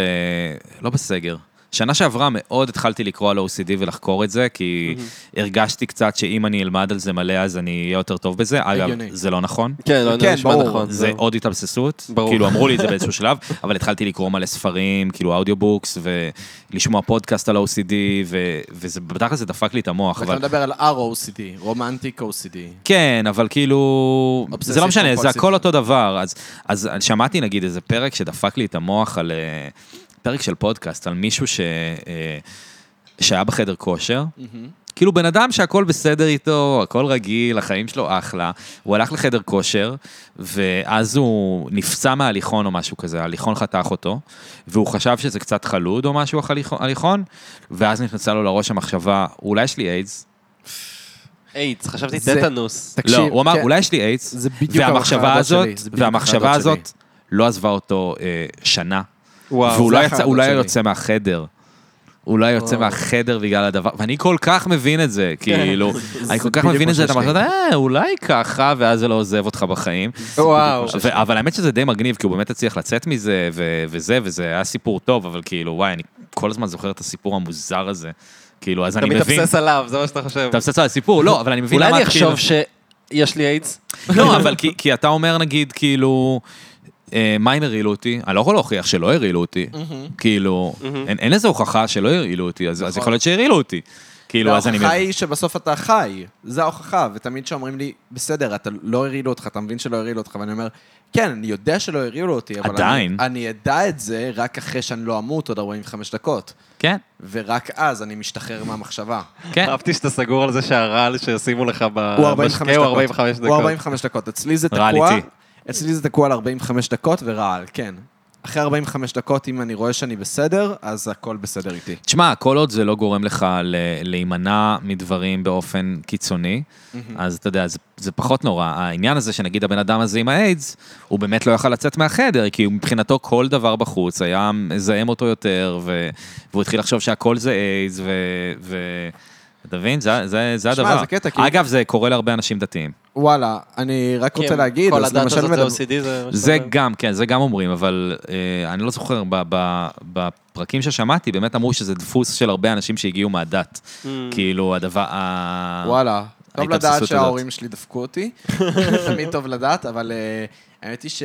C: לא בסגר. שנה שעברה מאוד התחלתי לקרוא על OCD ולחקור את זה, כי הרגשתי קצת שאם אני אלמד על זה מלא, אז אני אהיה יותר טוב בזה. אגב,
A: הגיוני.
C: זה לא נכון.
D: כן, לא
A: כן,
D: נשמע
A: ברור.
D: נכון.
C: זה
D: זהו.
C: עוד התאבססות,
D: ברור.
C: כאילו אמרו לי
D: [LAUGHS]
C: את זה באיזשהו שלב, אבל התחלתי לקרוא מלא ספרים, כאילו אודיובוקס, ולשמוע פודקאסט על OCD, ו- וזה בדרך כלל זה דפק לי את המוח,
A: ואתה
C: אבל...
A: מדבר על R-OCD, רומנטיק OCD.
C: כן, אבל כאילו,
A: Obsessive
C: זה לא משנה, זה
A: compulsive.
C: הכל אותו דבר. אז, אז שמעתי נגיד איזה פרק שדפק לי את המוח על... אה, פרק של פודקאסט, על מישהו ש... אה, שהיה בחדר כושר. כאילו בן אדם שהכל בסדר איתו, הכל רגיל, החיים שלו אחלה, הוא הלך לחדר כושר, ואז הוא נפצע מההליכון או משהו כזה, ההליכון חתך אותו, והוא חשב שזה קצת חלוד או משהו, ההליכון- ההליכון, ואז נכנסה לו לראש המחשבה, אולי יש לי איידס,
D: איידס, חשבתי
A: זה-
D: טטנוס.
C: לא, הוא אמר,
A: כן.
C: אולי יש לי איידס,
A: זה בדיוק
C: והמחשבה
A: החרדות
C: הזאת,
A: שלי, זה בדיוק
C: והמחשבה
A: החרדות
C: הזאת לא עזבה אותו אה, שנה,
A: וואו,
C: והוא
A: זה
C: לא יצא-
A: החרדות
C: הוא לא היה
A: שלי.
C: יוצא מהחדר. הוא לא היה יוצא מהחדר בגלל הדבר, ואני כל כך מבין את זה, כאילו, אני כל כך מבין את זה, אתה
A: בדיוק מה
C: חושב, אה, אולי ככה, ואז זה לא עוזב אותך בחיים.
D: וואו.
C: ו- אבל האמת שזה די מגניב, כי הוא באמת הצליח לצאת מזה, ו- וזה, וזה היה סיפור טוב, אבל כאילו, וואי, אני כל הזמן זוכר את הסיפור המוזר הזה. כאילו, אז
D: אתה
C: אני מבין...
D: מתאבסס עליו, זה מה שאתה חושב.
C: אתה מבסס על הסיפור, לא, אבל אני מבין
D: אולי
C: למה...
D: אני
C: כאילו-
D: אחשוב שיש לי איידס?
C: לא, אבל כי- כי אתה אומר, נגיד, כאילו... אה, מה אם הרעילו אותי? אני לא יכול להוכיח שלא הרעילו אותי. כאילו, אין- אין לזה הוכחה שלא הרעילו אותי, אז אז יכול להיות שהרעילו אותי.
A: לא,
C: כאילו, אז אני
B: ההוכחה
C: מבין.
B: היא שבסוף אתה חי, זה ההוכחה, ותמיד כשאומרים לי, בסדר, אתה לא הרעילו אותך, אתה מבין שלא הרעילו אותך, ואני אומר, כן, אני יודע שלא הרעילו אותי, אבל
C: עדיין.
B: אני, אני אדע את זה רק אחרי שאני לא אמות עוד 45 דקות,
C: כן,
B: ורק אז אני משתחרר מהמחשבה.
C: כן.
D: אהבתי שאתה סגור על זה שהרעל שישימו לך
B: הוא
D: במשקה
B: 45
D: אה, הוא
B: דקות.
D: 45 דקות.
B: הוא 45 דקות. אצלי זה
C: רע
B: תקוע,
C: לי טי.
B: אצלי זה תקוע על 45 דקות ורעל, כן. אחרי 45 דקות, אם אני רואה שאני בסדר, אז הכל בסדר איתי.
C: תשמע, כל עוד זה לא גורם לך ל- להימנע מדברים באופן קיצוני, אז אתה יודע, זה, זה פחות נורא. העניין הזה שנגיד הבן אדם הזה עם האיידס, הוא באמת לא יכל לצאת מהחדר, כי הוא- מבחינתו כל דבר בחוץ היה מזהם אותו יותר, ו, והוא התחיל לחשוב שהכל זה איידס, ו... ו... אתה מבין? זה, זה, זה
B: שמע,
C: הדבר.
B: זה קטע, כי-
C: אגב, זה קורה להרבה אנשים דתיים.
B: וואלה, אני רק רוצה להגיד,
D: כן, כל
B: אז
D: הדת
B: למשל
D: הזאת
B: מדבר-
D: זה OCD, זה... מה שאתה
C: זה
D: אומר?
C: גם, כן, זה גם אומרים, אבל אה, אני לא זוכר, ב, ב, בפרקים ששמעתי, באמת אמרו שזה דפוס של הרבה אנשים שהגיעו מהדת. כאילו, הדבר...
D: אה,
C: ה-
B: וואלה, טוב
C: ההתאבססות
B: לדעת
C: הזאת.
B: שההורים שלי דפקו
D: [LAUGHS]
B: אותי, תמיד טוב לדעת, אבל אה, האמת היא ש...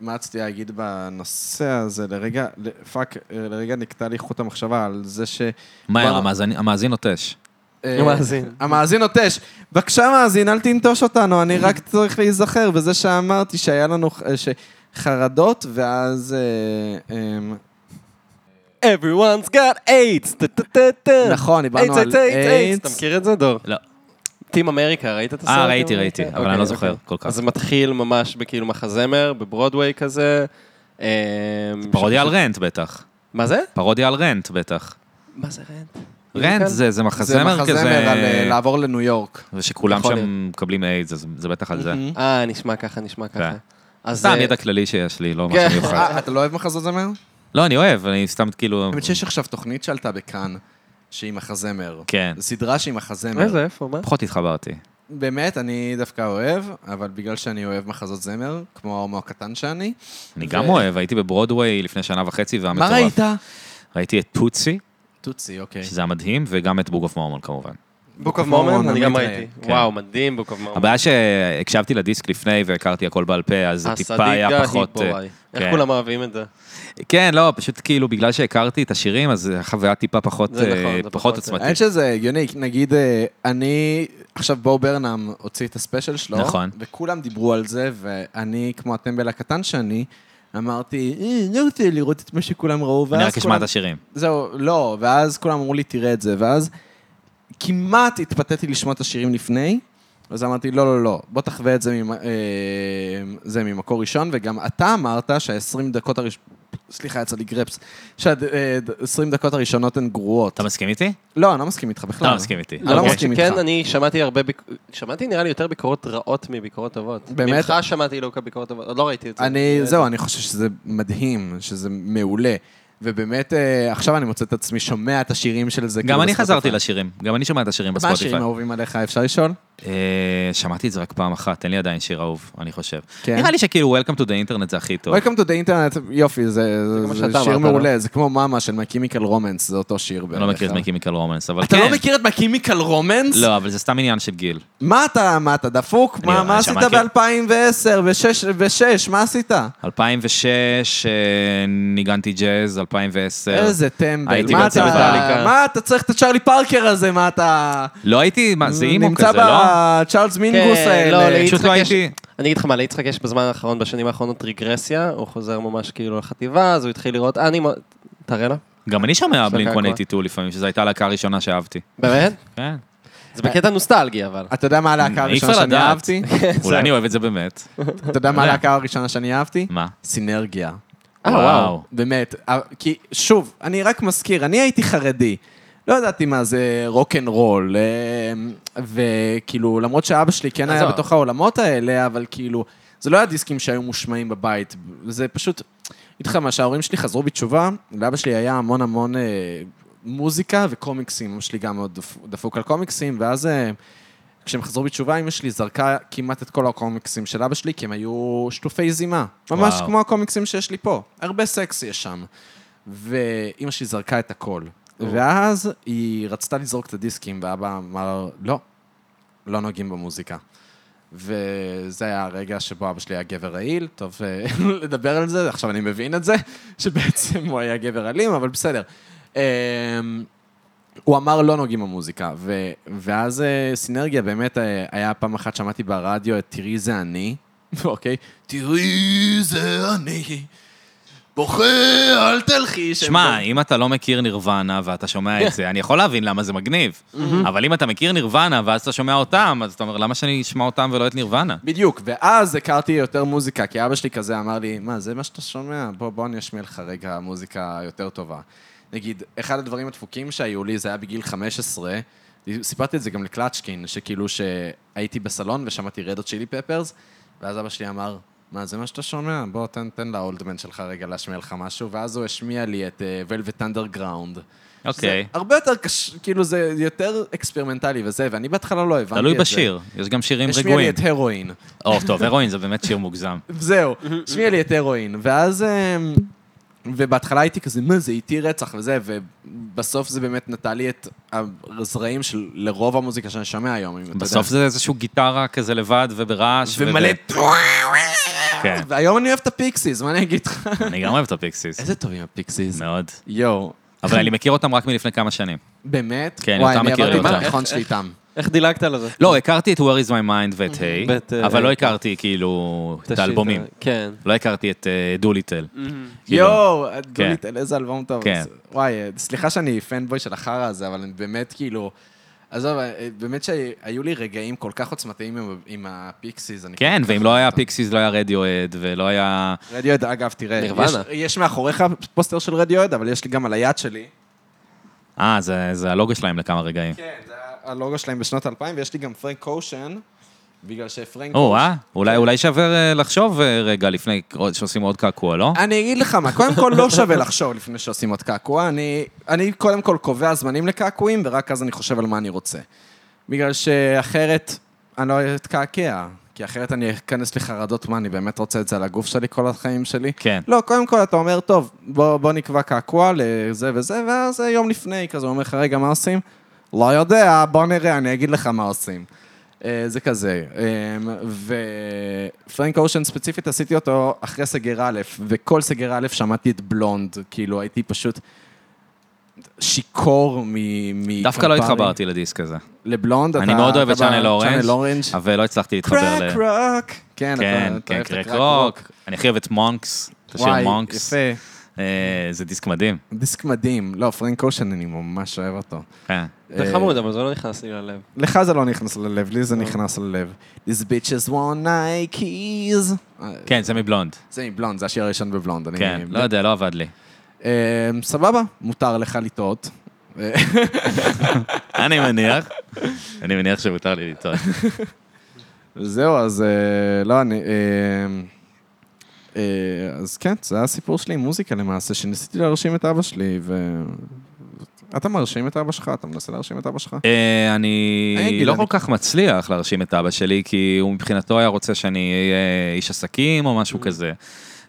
B: מה רציתי להגיד
D: [LAUGHS]
B: בנושא הזה, לרגע, ל- פאק, אה, לרגע נקטע לי חוט המחשבה על זה ש...
C: מהר,
B: בר-
C: המאזין- המאזין נוטש.
D: כן.
B: אה,
D: המאזין.
B: המאזין נוטש. בבקשה, מאזין, אל תנטוש אותנו, אני רק צריך להיזכר בזה שאמרתי שהיה לנו אה, ש- חרדות, ואז... אה, אמ,
D: Everyone's got AIDS.
B: נכון, דיברנו על
D: איידס.
B: איידס.
D: אתה מכיר את זה, דור?
C: לא.
D: טים אמריקה, ראית את הסרט?
C: אה, ראיתי,
D: Team
C: ראיתי,
D: America?
C: אבל אני
D: אוקיי,
C: לא זוכר
D: אוקיי.
C: כל כך.
D: אז זה מתחיל ממש בכאילו מחזמר, בברודוויי כזה. אמ,
C: פרודיה
D: ש-
C: על רנט בטח.
D: מה זה?
C: פרודיה על רנט בטח.
D: מה זה רנט?
C: רנט
D: כן.
C: זה זה
B: זה
C: מחזמר
B: מחזמר על אה,
C: כזה,
B: לעבור לניו יורק.
C: ושכולם
D: יכול להיות.
C: שם מקבלים איידס, אז זה בטח על זה.
D: אה, נשמע ככה, נשמע ככה.
C: כן.
D: אז
C: סתם
D: אה,
C: ידע כללי שיש לי, לא
D: כן.
C: משהו מיוחד.
B: אה, אתה לא אוהב מחזמר?
C: לא, אני אוהב, אני סתם כאילו...
B: האמת שיש עכשיו תוכנית שעלתה בכאן, שהיא מחזמר.
C: כן.
B: סדרה שהיא מחזמר.
D: איזה, איפה, מה?
C: פחות התחברתי.
B: באמת, אני דווקא אוהב, אבל בגלל שאני אוהב מחזות זמר, כמו ההומו הקטן שאני.
C: אני גם אוהב, הייתי בברודוויי לפני שנה וחצי, והיה מטורף. ראיתי את פוצי,
B: טוצי, אוקיי.
C: שזה היה מדהים, וגם את בוג אוף מורמון כמובן.
D: בוק אוף מורמן? אני גם
B: מתראה.
D: ראיתי.
C: כן.
D: וואו, מדהים בוק אוף מורמן.
C: הבעיה שהקשבתי לדיסק לפני והכרתי הכל בעל פה, אז זה טיפה היה פחות... אה,
D: איך
C: כן.
D: כולם אוהבים את זה?
C: כן, לא, פשוט כאילו בגלל שהכרתי את השירים, אז החוויה טיפה פחות,
D: זה נכון,
C: אה,
D: זה
C: פחות
D: פחות,
C: עוצמתית.
B: האמת שזה הגיוני, נגיד, אה, אני, עכשיו בואו ברנם הוציא את הספיישל שלו,
C: נכון.
B: וכולם דיברו על זה, ואני, כמו הטמבל הקטן שאני, אמרתי, "אה, לא רוצה לראות את מה שכולם ראו, ואז
C: אני רק אשמע
B: כולם-
C: את השירים.
B: זהו, לא, ואז כולם אמרו לי, תראה את זה, ואז כמעט התפתיתי לשמוע את השירים לפני, אז אמרתי, לא, לא, לא, בוא תחווה את זה, ממ... אה, זה ממקור ראשון, וגם אתה אמרת שה-20 דקות הראשונות, סליחה, יצא לי גרפס, שה-20 דקות הראשונות הן גרועות.
C: אתה מסכים איתי?
B: לא, אני לא מסכים איתך בכלל.
C: אתה לא מסכים איתי.
B: אני לא
C: אוקיי.
B: מסכים
D: כן,
B: איתך.
D: אני שמעתי הרבה, ביק- שמעתי נראה לי יותר ביקורות רעות מביקורות טובות.
B: באמת?
D: ממך שמעתי לא ביקורות טובות, עוד לא ראיתי את זה.
B: אני, זהו, אני חושב שזה מדהים, שזה מעולה. ובאמת, אה, עכשיו אני מוצא את עצמי שומע את השירים של זה.
C: גם
B: כאילו,
C: אני חזרתי
B: בספוטיפיי.
C: לשירים, גם אני שומע את השירים
B: מה
C: בספוטיפיי.
B: השירים האהובים עליך, אפשר לשאול?
C: אה, שמעתי את זה רק פעם אחת, אין לי עדיין שיר אהוב, אני חושב.
B: כן.
C: נראה לי שכאילו Welcome to the Internet זה הכי טוב.
B: Welcome to the Internet, יופי, זה,
D: כמו
B: זה
D: שאתה
B: שיר
D: אמרת, לא?
B: מעולה, זה כמו מאמה של My Chemical Romance, זה אותו שיר
C: אני לא מכיר את
B: בערך.
C: מקימיקל רומנס, אבל כן.
B: אה, אתה לא מכיר את My Chemical Romance?
C: לא, אבל זה סתם עניין של גיל.
B: מה אתה, מה אתה דפוק? מה,
C: אני
B: מה עשית
C: שמעתי-
B: ב-2010, ב-2006, מה עשית?
C: 2006, אה, ניגנתי ג'אז, 2010.
B: איזה טמבל,
C: הייתי
B: מה
C: בצוות
B: אתה,
D: הליגה.
B: מה אתה צריך את הצ'ארלי פארקר הזה, מה אתה... אה,
C: לא הייתי, מה, זה אימו
B: נמצא
C: כזה, לא?
B: בצ'ארלס מינגוס
D: לא,
B: האלה.
D: ליצחק
C: פשוט לא
D: יש-
C: הייתי...
D: אני אגיד לך מה, ליצחק יש בזמן האחרון, בשנים האחרונות רגרסיה, הוא חוזר ממש כאילו לחטיבה, אז הוא התחיל לראות, אה, אני, מ- תראה לה.
C: גם אני שומע
D: הפסקה
C: בלינק
D: הכל.
C: 182 לפעמים, שזו הייתה הלהקה הראשונה שאהבתי. [LAUGHS]
D: באמת?
C: כן.
D: זה בקטע נוסטלגי אבל.
B: אתה יודע מה הלהקה
C: אי
B: הראשונה
C: אפשר
B: שאני
C: לדעת.
B: אהבתי?
C: כן. אולי אני אוהב את זה באמת.
B: אתה יודע מה הלהקה הראשונה שאני אהבתי?
C: מה?
B: סינרגיה.
D: אה, וואו.
B: באמת, אה, כי שוב, אני רק מזכיר, אני הייתי חרדי. לא ידעתי מה זה רוקנרול, אה, וכאילו, למרות שאבא שלי כן היה
D: עזוב.
B: בתוך העולמות האלה, אבל כאילו, זה לא היה דיסקים שהיו מושמעים בבית, זה פשוט, אגיד לך מה, שההורים שלי חזרו בתשובה, לאבא שלי היה המון המון אה, מוזיקה וקומיקסים, אמא שלי גם מאוד דפ- דפוק על קומיקסים, ואז אה, כשהם חזרו בתשובה, אמא שלי זרקה כמעט את כל הקומיקסים של אבא שלי, כי הם היו שטופי זימה. ממש
C: וואו.
B: כמו הקומיקסים שיש לי פה. הרבה סקס יש שם. ואימא שלי זרקה את הכל. ואז היא רצתה לזרוק את הדיסקים, ואבא אמר, לא, לא נוגעים במוזיקה. וזה היה הרגע שבו אבא שלי היה גבר רעיל, טוב אה, [LAUGHS] לדבר על זה, עכשיו אני מבין את זה, [LAUGHS] שבעצם הוא היה גבר אלים, אבל בסדר. אמ, הוא אמר לא נוגעים במוזיקה, ו- ואז אה, סינרגיה באמת אה, היה פעם אחת שמעתי ברדיו את תראי זה אני, [LAUGHS] אוקיי? תראי זה אני, בוכה אל תלכי.
A: כן,
B: שהם
C: שמע, אם אתה לא מכיר נירוונה ואתה שומע את זה, אני יכול להבין למה זה מגניב. אבל אם אתה מכיר נירוונה ואז אתה שומע אותם, אז אתה אומר, למה שאני אשמע אותם ולא את נירוונה?
B: בדיוק, ואז הכרתי יותר מוזיקה, כי אבא שלי כזה אמר לי, מה, זה מה שאתה שומע? בוא, בוא אני אשמיע לך רגע מוזיקה יותר טובה. נגיד, אחד הדברים הדפוקים שהיו לי, זה היה בגיל 15, סיפרתי את זה גם לקלצ'קין, שכאילו שהייתי בסלון ושמעתי רד צ'ילי פפרס, ואז אבא שלי אמר, מה, זה מה שאתה שומע? בוא, תן, תן לאולדמן שלך רגע להשמיע לך משהו, ואז הוא השמיע לי את אה, ולווט אנדרגראונד.
C: אוקיי.
B: הרבה יותר קש... כאילו, זה יותר אקספרימנטלי וזה, ואני בהתחלה לא הבנתי את זה.
C: תלוי בשיר, יש גם שירים
B: השמיע לי
C: רגועים.
B: את הרואין.
C: או, טוב, הרואין זה באמת שיר מוגזם. [LAUGHS]
B: זהו,
C: אוקיי.
B: השמיע לי את הרואין. ואז... אמ, ובהתחלה הייתי כזה, מה זה איטי רצח וזה, ובסוף זה באמת נתן לי את הזרעים של לרוב המוזיקה שאני שומע היום, אם אתה יודע.
C: בסוף זה איזשהו גיטרה כזה לבד וברעש. וב-
B: ומלא...
C: כן,
B: והיום אני אוהב את הפיקסיס, מה אני אגיד
C: [LAUGHS]
B: לך?
C: אני גם אוהב את הפיקסיס.
B: איזה טובים הפיקסיס.
C: מאוד.
B: יואו.
C: אבל אני מכיר אותם רק מלפני כמה שנים.
B: באמת?
C: כן,
B: וואי,
C: אתה מכיר
B: אני עברתי
C: אותם.
B: מהתיכון שלי
C: [LAUGHS]
B: איתם.
D: איך דילגת על זה?
C: לא, הכרתי את Where is my mind ואת
D: ואת,
C: היי,
D: אה,
C: אבל
D: היי.
C: לא הכרתי כאילו את
D: תשאיר
C: האלבומים.
D: כן.
C: לא הכרתי את דוליטל. Mm-hmm.
B: יואו, דולית, על איזה אלבום טוב.
C: כאילו- כן.
B: אז- וואי, סליחה שאני פנבוי של החרא הזה, אבל אני באמת כאילו... עזוב, אה, באמת שהיו לי רגעים כל כך עוצמתיים עם- עם הפיקסיס. אני
C: כן,
B: כל כך
C: ואם לא היה
B: אוהב אותם.
C: פיקסיס, לא היה רדיואד, ולא היה...
B: רדיואד, אגב, תראה, יש,
D: נירוונה.
B: יש מאחוריך פוסטר של רדיואד, אבל יש לי גם על היד שלי.
C: אה, זה זה הלוגו שלהם לכמה רגעים.
B: כן, זה הלוגו שלהם בשנות 2000, ויש לי גם פרנק קושן, בגלל שפרנק
C: או, אה? אולי- אולי שווה אה, לחשוב אה, רגע לפני עוד- שעושים עוד קעקוע, לא?
B: אני אגיד לך מה, קודם כל לא שווה לחשוב לפני שעושים עוד קעקוע, אני, אני קודם כל קובע זמנים לקעקועים, ורק אז אני חושב על מה אני רוצה. בגלל שאחרת אני לא אתקעקע, כי אחרת אני אכנס לחרדות מה, אני באמת רוצה את זה על הגוף שלי כל החיים שלי?
C: כן.
B: לא, קודם כל אתה אומר, טוב, בוא, בוא נקבע קעקוע לזה וזה, ואז יום לפני כזה הוא אומר לך, רגע, מה עושים? לא יודע, בוא נראה, אני אגיד לך מה עושים. אה, זה כזה. ופרנק אושן ספציפית, עשיתי אותו אחרי סגר א', וכל סגר א' שמעתי את בלונד, כאילו הייתי פשוט שיכור מ... מ-
C: דווקא לא
B: קמפרי.
C: התחברתי לדיסק הזה.
B: לבלונד,
C: אני מאוד אוהב את
B: אתה ב-
C: צ'אנל אורנג',
B: צ'אנל אורנג'.
C: אבל לא הצלחתי להתחבר
B: קרק
C: ל...
B: רוק. כן, אתה-
C: כן,
B: אתה
C: כן,
B: אוהב את
C: קרק
B: הקרק
C: רוק. אני הכי אוהב את מונקס, את השיר
B: וואי,
C: מונקס.
B: יפה.
C: אה, זה דיסק מדהים.
B: דיסק מדהים. לא, פרנק אושן, אני ממש אוהב אותו.
C: כן.
D: זה חמוד, אבל זה לא נכנס לי ללב.
B: לך זה לא נכנס ללב, לי זה נכנס ללב. These bitches want Nikes. אה,
C: כן, זה מבלונד.
B: זה מבלונד, זה השיר הראשון בבלונד. אני-
C: כן, לא יודע, לא עבד לי.
B: אה, סבבה, מותר לך לטעות.
C: אני מניח, אני מניח שמותר לי לטעות.
B: זהו, אז אה, לא, אני... אה, אה, אז כן, זה היה הסיפור שלי עם מוזיקה למעשה, שניסיתי להרשים את אבא שלי, ו... אתה מרשים את אבא שלך, אתה מנסה להרשים את אבא שלך?
C: אה, אני
B: אני אגיד,
C: לא
B: אני-
C: כל כך מצליח להרשים את אבא שלי, כי הוא מבחינתו היה רוצה שאני אהיה איש עסקים או משהו כזה.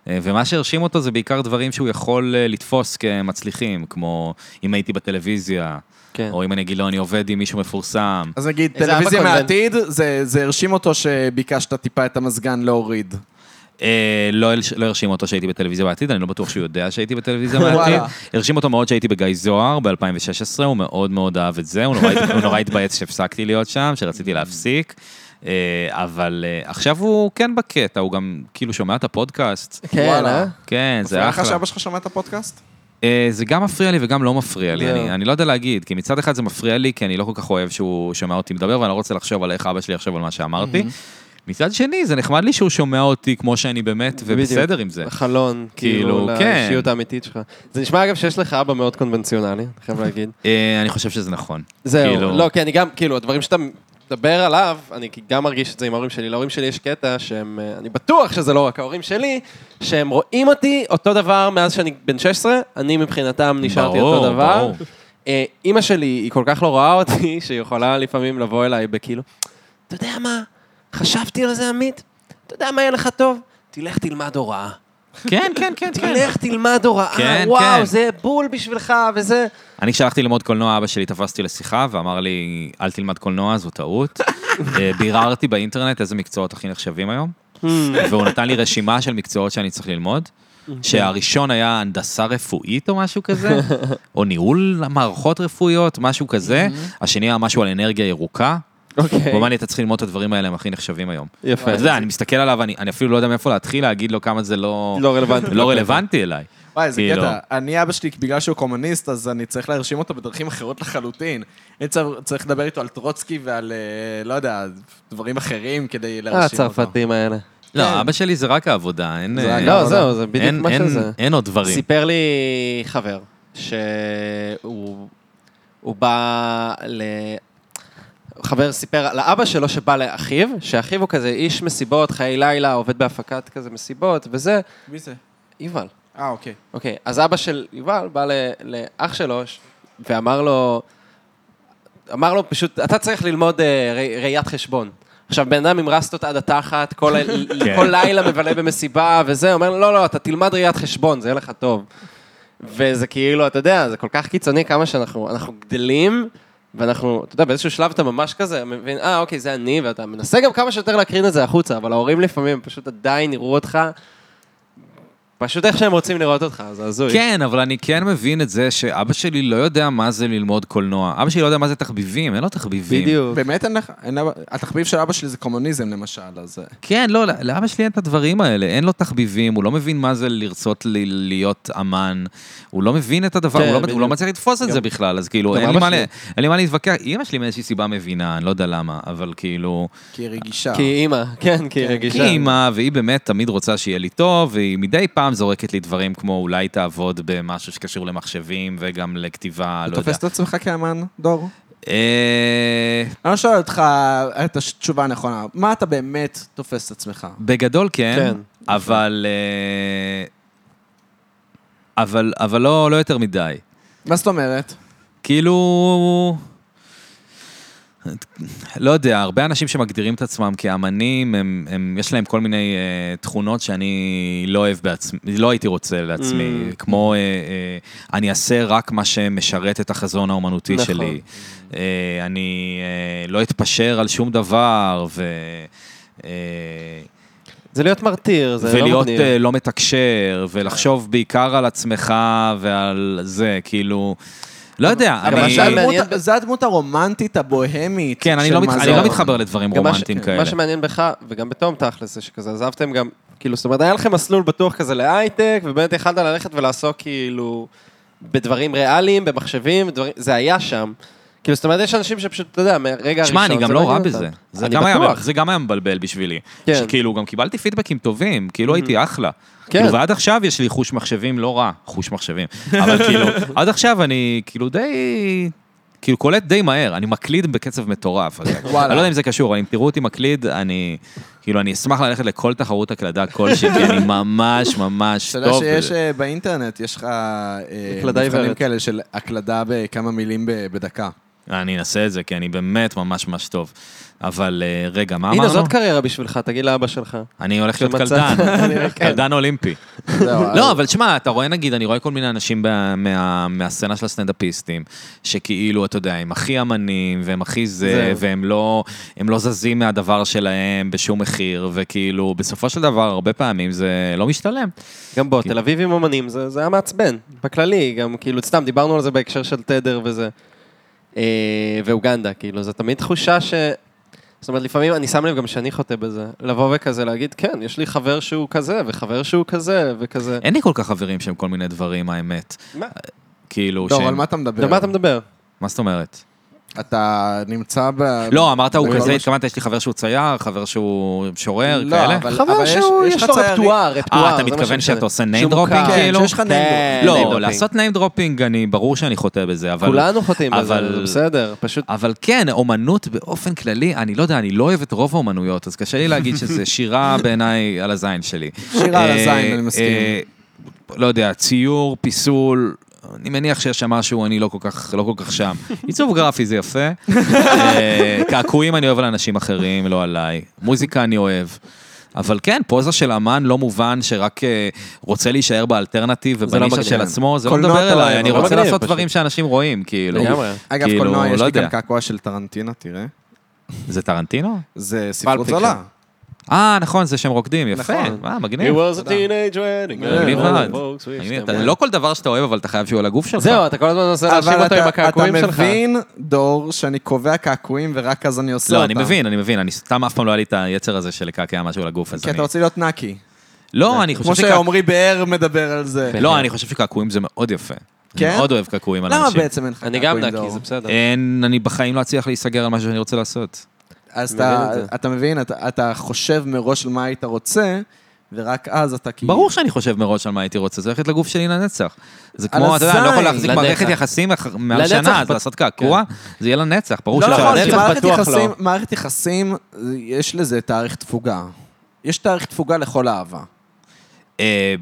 C: אה, ומה שהרשים אותו זה בעיקר דברים שהוא יכול אה, לתפוס כמצליחים, כמו אם הייתי בטלוויזיה,
D: כן.
C: או אם אני אגיד לו, אני עובד עם מישהו מפורסם.
B: אז נגיד,
D: איזה אבא
B: טלוויזיה
D: קונבנט.
B: מהעתיד, זה זה הרשים אותו שביקשת טיפה את המזגן להוריד.
C: אה, לא הל- לא הרשים אותו שהייתי בטלוויזיה בעתיד, אני לא בטוח שהוא יודע שהייתי בטלוויזיה בעתיד.
B: וואלה.
C: הרשים אותו מאוד שהייתי בגיא זוהר ב-2016, הוא מאוד מאוד אהב את זה, הוא נורא הת- הוא נורא התבאס שהפסקתי להיות שם, שרציתי להפסיק. אה, אבל אה, עכשיו הוא כן בקטע, הוא גם כאילו שומע את הפודקאסט.
D: כן,
B: וואלה.
D: אה?
C: כן,
B: זה
C: זה
B: לך
C: אחלה.
B: שאבא שלך שמע את הפודקאסט?
C: אה, זה גם מפריע לי וגם לא מפריע לי,
D: זהו.
C: אני- אני לא יודע להגיד, כי מצד אחד זה מפריע לי, כי אני לא כל כך אוהב שהוא שומע אותי מדבר, ואני לא רוצה לחשוב על איך אבא שלי יחשוב על מה שאמרתי. מצד שני, זה נחמד לי שהוא שומע אותי כמו שאני באמת, ובסדר
D: בדיוק.
C: עם זה.
D: חלון, כאילו,
C: כאילו, כן.
D: לאישיות האמיתית שלך. זה נשמע אגב שיש לך
C: [LAUGHS]
D: אבא
C: כאילו.
D: מאוד קונבנציונלי, אני חייב להגיד.
C: אה, אני חושב שזה נכון.
D: זהו,
C: כאילו-
D: לא, כי אני גם, כאילו, הדברים שאתה מדבר עליו, אני גם מרגיש את זה עם ההורים שלי. להורים שלי יש קטע שהם, אה, אני בטוח שזה לא רק ההורים שלי, שהם רואים אותי אותו דבר מאז שאני בן 16, אני מבחינתם נשארתי
C: ברור,
D: אותו דבר.
C: ברור.
D: אה, אימא שלי, היא כל כך לא רואה אותי, [LAUGHS] שהיא יכולה לפעמים לבוא אליי בכאילו, אתה יודע מה, חשבתי על זה, עמית, אתה יודע מה יהיה לך טוב? תלך תלמד הוראה.
C: כן, כן, כן, כן.
D: תלך תלמד הוראה,
C: כן,
D: וואו,
C: כן.
D: זה בול בשבילך, וזה...
C: אני כשהלכתי ללמוד קולנוע, אבא שלי תפסתי לשיחה ואמר לי, אל תלמד קולנוע, זו [LAUGHS] טעות. אה, ביררתי באינטרנט איזה מקצועות הכי נחשבים היום, והוא נתן לי רשימה של מקצועות שאני צריך ללמוד, שהראשון היה הנדסה רפואית או משהו [LAUGHS] כזה, או ניהול מערכות רפואיות, משהו כזה, השני היה משהו על אנרגיה ירוקה.
D: אוקיי,
C: הוא אמר לי, אתה צריך ללמוד את הדברים האלה, הם הכי נחשבים היום.
D: יפה.
C: אתה יודע, אני מסתכל עליו, אני אני אפילו לא יודע מאיפה להתחיל להגיד לו כמה זה לא
D: לא רלוונטי.
C: לא רלוונטי אליי. [LAUGHS]
B: וואי, זה
C: כאילו.
B: קטע. אני, אבא שלי, בגלל שהוא קומוניסט, אז אני צריך להרשים אותו בדרכים אחרות לחלוטין. אני צר- צריך לדבר איתו על טרוצקי ועל, אה, לא יודע, דברים אחרים כדי
D: אה,
B: להרשים אותו.
D: הצרפתים האלה.
C: לא, אבא שלי זה רק העבודה, אין...
D: כן. זה
C: אה,
D: רק לא, זהו, זה בדיוק
C: אין-
D: מה
C: אין-
D: שזה.
C: אין עוד דברים.
D: סיפר לי חבר, שהוא הוא בא ל... חבר סיפר על האבא שלו שבא לאחיו, שאחיו הוא כזה איש מסיבות, חיי לילה, עובד בהפקת כזה מסיבות וזה,
B: מי זה?
D: יובל.
B: אה, אוקיי.
D: אוקיי, אז אבא של יובל בא ל, לאח שלו ש- ואמר לו, אמר לו פשוט, אתה צריך ללמוד אה, ר, ראיית חשבון. עכשיו, בן אדם עם רסטות עד התחת, כל, ה-
C: כן.
D: כל לילה מבלה במסיבה וזה, אומר לו, לא, לא, אתה תלמד ראיית חשבון, זה יהיה לך טוב. וזה כאילו, אתה יודע, זה כל כך קיצוני כמה שאנחנו אנחנו גדלים, ואנחנו, אתה יודע, באיזשהו שלב אתה ממש כזה מבין, אה, אוקיי, זה אני, ואתה מנסה גם כמה שיותר להקרין את זה החוצה, אבל ההורים לפעמים פשוט עדיין יראו אותך, פשוט איך שהם רוצים לראות אותך, זה הזוי.
C: כן, אבל אני כן מבין את זה שאבא שלי לא יודע מה זה ללמוד קולנוע. אבא שלי לא יודע מה זה תחביבים, אין לו תחביבים.
B: באמת אין לך... אין אבא- התחביב של אבא שלי זה קומוניזם, למשל, אז... אה,
C: כן, לא, לא- לאבא שלי אין את הדברים האלה, אין לו תחביבים, הוא לא מבין מה זה לרצות ל- להיות אמן, הוא לא מבין את הדבר,
D: כן,
C: הוא, לא,
D: בדיוק.
C: הוא לא מצליח לתפוס את זה בכלל, אז כאילו,
D: גם
C: אין לי,
D: אבא
C: מה, ל-
D: שלי.
C: אין לי מה להתווכח. אימא שלי מאיזושהי סיבה מבינה, אני לא יודע למה, אבל כאילו...
B: כי היא רגישה.
D: כי היא אימא, כן, כי היא
C: כי
D: רגישה.
C: אימא, והיא באמת תמיד רוצה שיהיה לי טוב, והיא מדי פעם זורקת לי דברים כמו אולי תעבוד במשהו שקשור למחשבים וגם לכתיבה,
B: אתה
C: לא יודע.
B: תופס את עצמך כאמן, דור?
C: אה,
B: אני לא שואל אותך את התשובה הנכונה, מה אתה באמת תופס את עצמך?
C: בגדול כן,
B: נכון.
D: כן.
C: אבל... אה, אבל, אבל לא, לא יותר מדי.
B: מה זאת אומרת?
C: כאילו... לא יודע, הרבה אנשים שמגדירים את עצמם כאמנים, הם, הם, יש להם כל מיני אה, תכונות שאני לא אוהב בעצמי, לא הייתי רוצה לעצמי,
D: Mm.
C: mm. כמו אה, אה, אני אעשה רק מה שמשרת את החזון האומנותי
D: נכון.
C: נכון. שלי, אה, אני אה, לא אתפשר על שום דבר, ו... אה,
D: זה להיות מרתיר, זה לא
C: ולהיות
D: מגניב.
C: אה, לא מתקשר, ולחשוב בעיקר על עצמך ועל זה, כאילו, לא יודע,
D: אבל
C: אני...
B: זה
D: מעניין
B: הדמות-
D: ב-
B: זה הדמות הרומנטית הבוהמית.
C: כן, אני
B: של
C: לא, מת,
B: מה
C: אני
B: זה-
C: לא מתחבר לדברים
D: גם מה ש-
C: רומנטיים
D: כן,
C: כאלה.
D: מה שמעניין בך, וגם בתום תכלס, זה שכזה עזבתם גם, כאילו, זאת אומרת, היה לכם מסלול בטוח כזה להייטק, ובאמת יכלת ללכת ולעסוק כאילו בדברים ריאליים, במחשבים, בדברים- זה היה שם. כאילו, זאת אומרת, יש אנשים שפשוט, אתה יודע, מהרגע הראשון...
C: שמע, אני
D: זה
C: גם לא רע
D: עניין
C: בזה.
D: אותם.
C: זה
D: אני
C: גם, היה,
D: בטוח.
C: זה גם היה מבלבל בשבילי.
D: כן. Mhm.
C: שכאילו, גם קיבלתי פידבקים טובים, כאילו הייתי אחלה.
D: כן.
C: כאילו, ועד עכשיו יש לי חוש מחשבים לא רע, חוש
D: [LAUGHS]
C: מחשבים. אבל כאילו, עד עכשיו אני כאילו די... כאילו קולט די מהר, אני מקליד בקצב מטורף. אז
D: [LAUGHS]
C: אני לא יודע אם זה קשור, אבל אם תראו אותי מקליד, אני... כאילו, אני אשמח ללכת לכל תחרות הקלדה כלשהי, כי אני ממש ממש
B: אתה יודע
C: טוב.
B: שיש
C: בזה.
B: אה, באינטרנט, יש לך אה,
D: הקלדה
B: מבחנים
D: עיוורת.
B: כאלה של הקלדה בכמה מילים ב-
C: [LAUGHS]
B: בדקה.
C: אני אנסה את זה, כי אני באמת ממש ממש טוב. אבל אה, רגע, מה אמרנו?
D: הנה, זאת קריירה בשבילך, תגיד לאבא שלך.
C: [LAUGHS] אני הולך להיות
D: שמצא-
C: קלדן,
D: אני- [LAUGHS] כן.
C: קלדן אולימפי.
B: זהו, אז-
C: לא, אבל שמע, אתה רואה נגיד, אני רואה כל מיני אנשים ב- מה- מהסצנה של הסטנדאפיסטים, שכאילו, אתה יודע, הם הכי אמנים, והם הכי זה,
D: זהו.
C: והם לא הם לא זזים מהדבר שלהם בשום מחיר, וכאילו, בסופו של דבר, הרבה פעמים זה לא משתלם.
D: גם בוא,
C: כן.
D: תל אביב עם אמנים, זה, זה היה מעצבן, בכללי, גם כאילו, סתם, דיברנו על זה בהקשר של תדר וזה. אה, ואוגנדה, כאילו, זו תמיד תחושה ש... זאת אומרת, לפעמים אני שם לב גם שאני חוטא בזה, לבוא וכזה להגיד, כן, יש לי חבר שהוא כזה, וחבר שהוא כזה, וכזה.
C: אין לי כל כך חברים שהם כל מיני דברים, האמת.
D: מה? לא,
C: כאילו,
B: דור,
C: שהם- לא.
B: על מה אתה מדבר?
D: על מה אתה מדבר?
C: מה זאת אומרת?
A: אתה נמצא ב...
C: לא, אמרת הוא
A: בכל
C: כזה,
A: מה
C: התכוונת, יש לי חבר שהוא צייר, חבר שהוא משורר,
A: לא,
C: כאלה?
A: אבל-
D: חבר
A: יש-
D: שהוא,
A: יש
D: יש
A: לך
D: לו
A: ציירים.
D: רפטואר, רפטואר.
C: אה, אתה
D: זה מה
C: מתכוון
D: שאני מתכוון.
C: שאתה עושה name
D: שהוא
C: dropping,
D: מוכר.
C: כאילו?
A: כן, שיש לך name
D: כן, name
C: לא,
D: dropping.
C: לעשות name dropping, אני, ברור שאני חוטא בזה, אבל...
D: כולנו חוטאים
C: אבל-
D: בזה, זה בסדר, פשוט...
C: אבל כן, אומנות באופן כללי, אני לא יודע, אני לא אוהב את רוב האומנויות, אז קשה לי להגיד
A: [LAUGHS]
C: שזה שירה בעיניי על הזין שלי.
A: שירה על
C: אה,
A: הזין, אני מסכים.
C: אה, לא יודע, ציור, פיסול, אני מניח שיש שם משהו, אני לא כל כך, לא כל כך שם. עיצוב גרפי זה יפה.
A: [LAUGHS]
C: אה, קעקועים אני אוהב על אנשים אחרים, לא עליי. מוזיקה אני אוהב. אבל כן, פוזה של אמן לא מובן שרק אה, רוצה להישאר באלטרנטיב
D: לא
C: ובנישה
D: מגניב.
C: של עצמו, זה לא
A: קולנוע
C: מדבר
A: אתה אוהב,
C: אליי, אני
A: אבל
C: רוצה
D: מגניב,
C: לעשות
D: פשוט.
C: דברים שאנשים רואים, כאילו.
D: לגמרי.
A: אגב,
C: כאילו,
A: קולנוע, יש
C: לא
A: לי גם
C: יודע.
A: קעקוע של טרנטינה, תראה.
C: זה טרנטינו?
A: זה ספרות
D: פיקשן.
A: זולה.
C: אה, נכון, זה שהם רוקדים, יפה.
A: נכון.
C: אה,
D: He
C: מגניב.
D: was a teenage wedding.
C: מגניב
A: Oh,
D: all
C: מאוד.
D: the folks wished
C: מגניב.
D: them
C: אתה-
D: well.
C: לא כל דבר שאתה אוהב, אבל אתה חייב שיהיו על הגוף שלך. לא,
D: זהו, אתה כל הזמן מנסה להאשים
A: אבל
D: אותו עם
A: אתה-
D: הקעקועים
A: אתה
D: שלך.
A: מבין, דור, שאני קובע קעקועים ורק אז אני עושה
C: לא,
A: אותם.
C: אני מבין, אני מבין. אני סתם אף פעם לא היה לי את היצר הזה של לקעקע משהו על הגוף, אז
A: כי
C: אני...
A: אתה רוצה להיות נקי.
C: לא, אני חושב
A: כמו
C: שקעקועים...
A: שעמרי כן, באר מדבר על זה.
D: כן.
C: לא, אני חושב שקעקועים זה מאוד יפה.
A: כן?
C: אני מאוד אוהב קעקועים על
A: למה
C: אנשים.
A: בעצם לא? אין לך
D: אני
A: קעקועים,
D: גם
A: דור?
D: נקי, זה בסדר.
C: אין, אני בחיים לא אצליח להיסגר על משהו שאני רוצה לעשות.
A: אז
D: מבין
A: אתה,
D: את זה.
A: אתה מבין, אתה, אתה חושב מראש על מה היית רוצה, ורק אז אתה כאילו...
C: ברור שאני חושב מראש על מה הייתי רוצה, זה ללכת לגוף שלי לנצח. זה
A: על
C: כמו, אתה יודע, אני לא יכול
A: הזין.
C: להחזיק
D: לנצח.
C: מערכת יחסים אח- מעל
D: לנצח,
C: שנה, אז
D: בט-
C: לעשות קעקוע, זה יהיה לנצח, ברור
A: כן. לא
D: שאפשר
A: נכון,
D: לנצח
A: כי מערכת
D: בטוח
A: יחסים,
D: לא.
A: מערכת יחסים, יש לזה תאריך תפוגה. יש תאריך תפוגה לכל אהבה.
C: אה,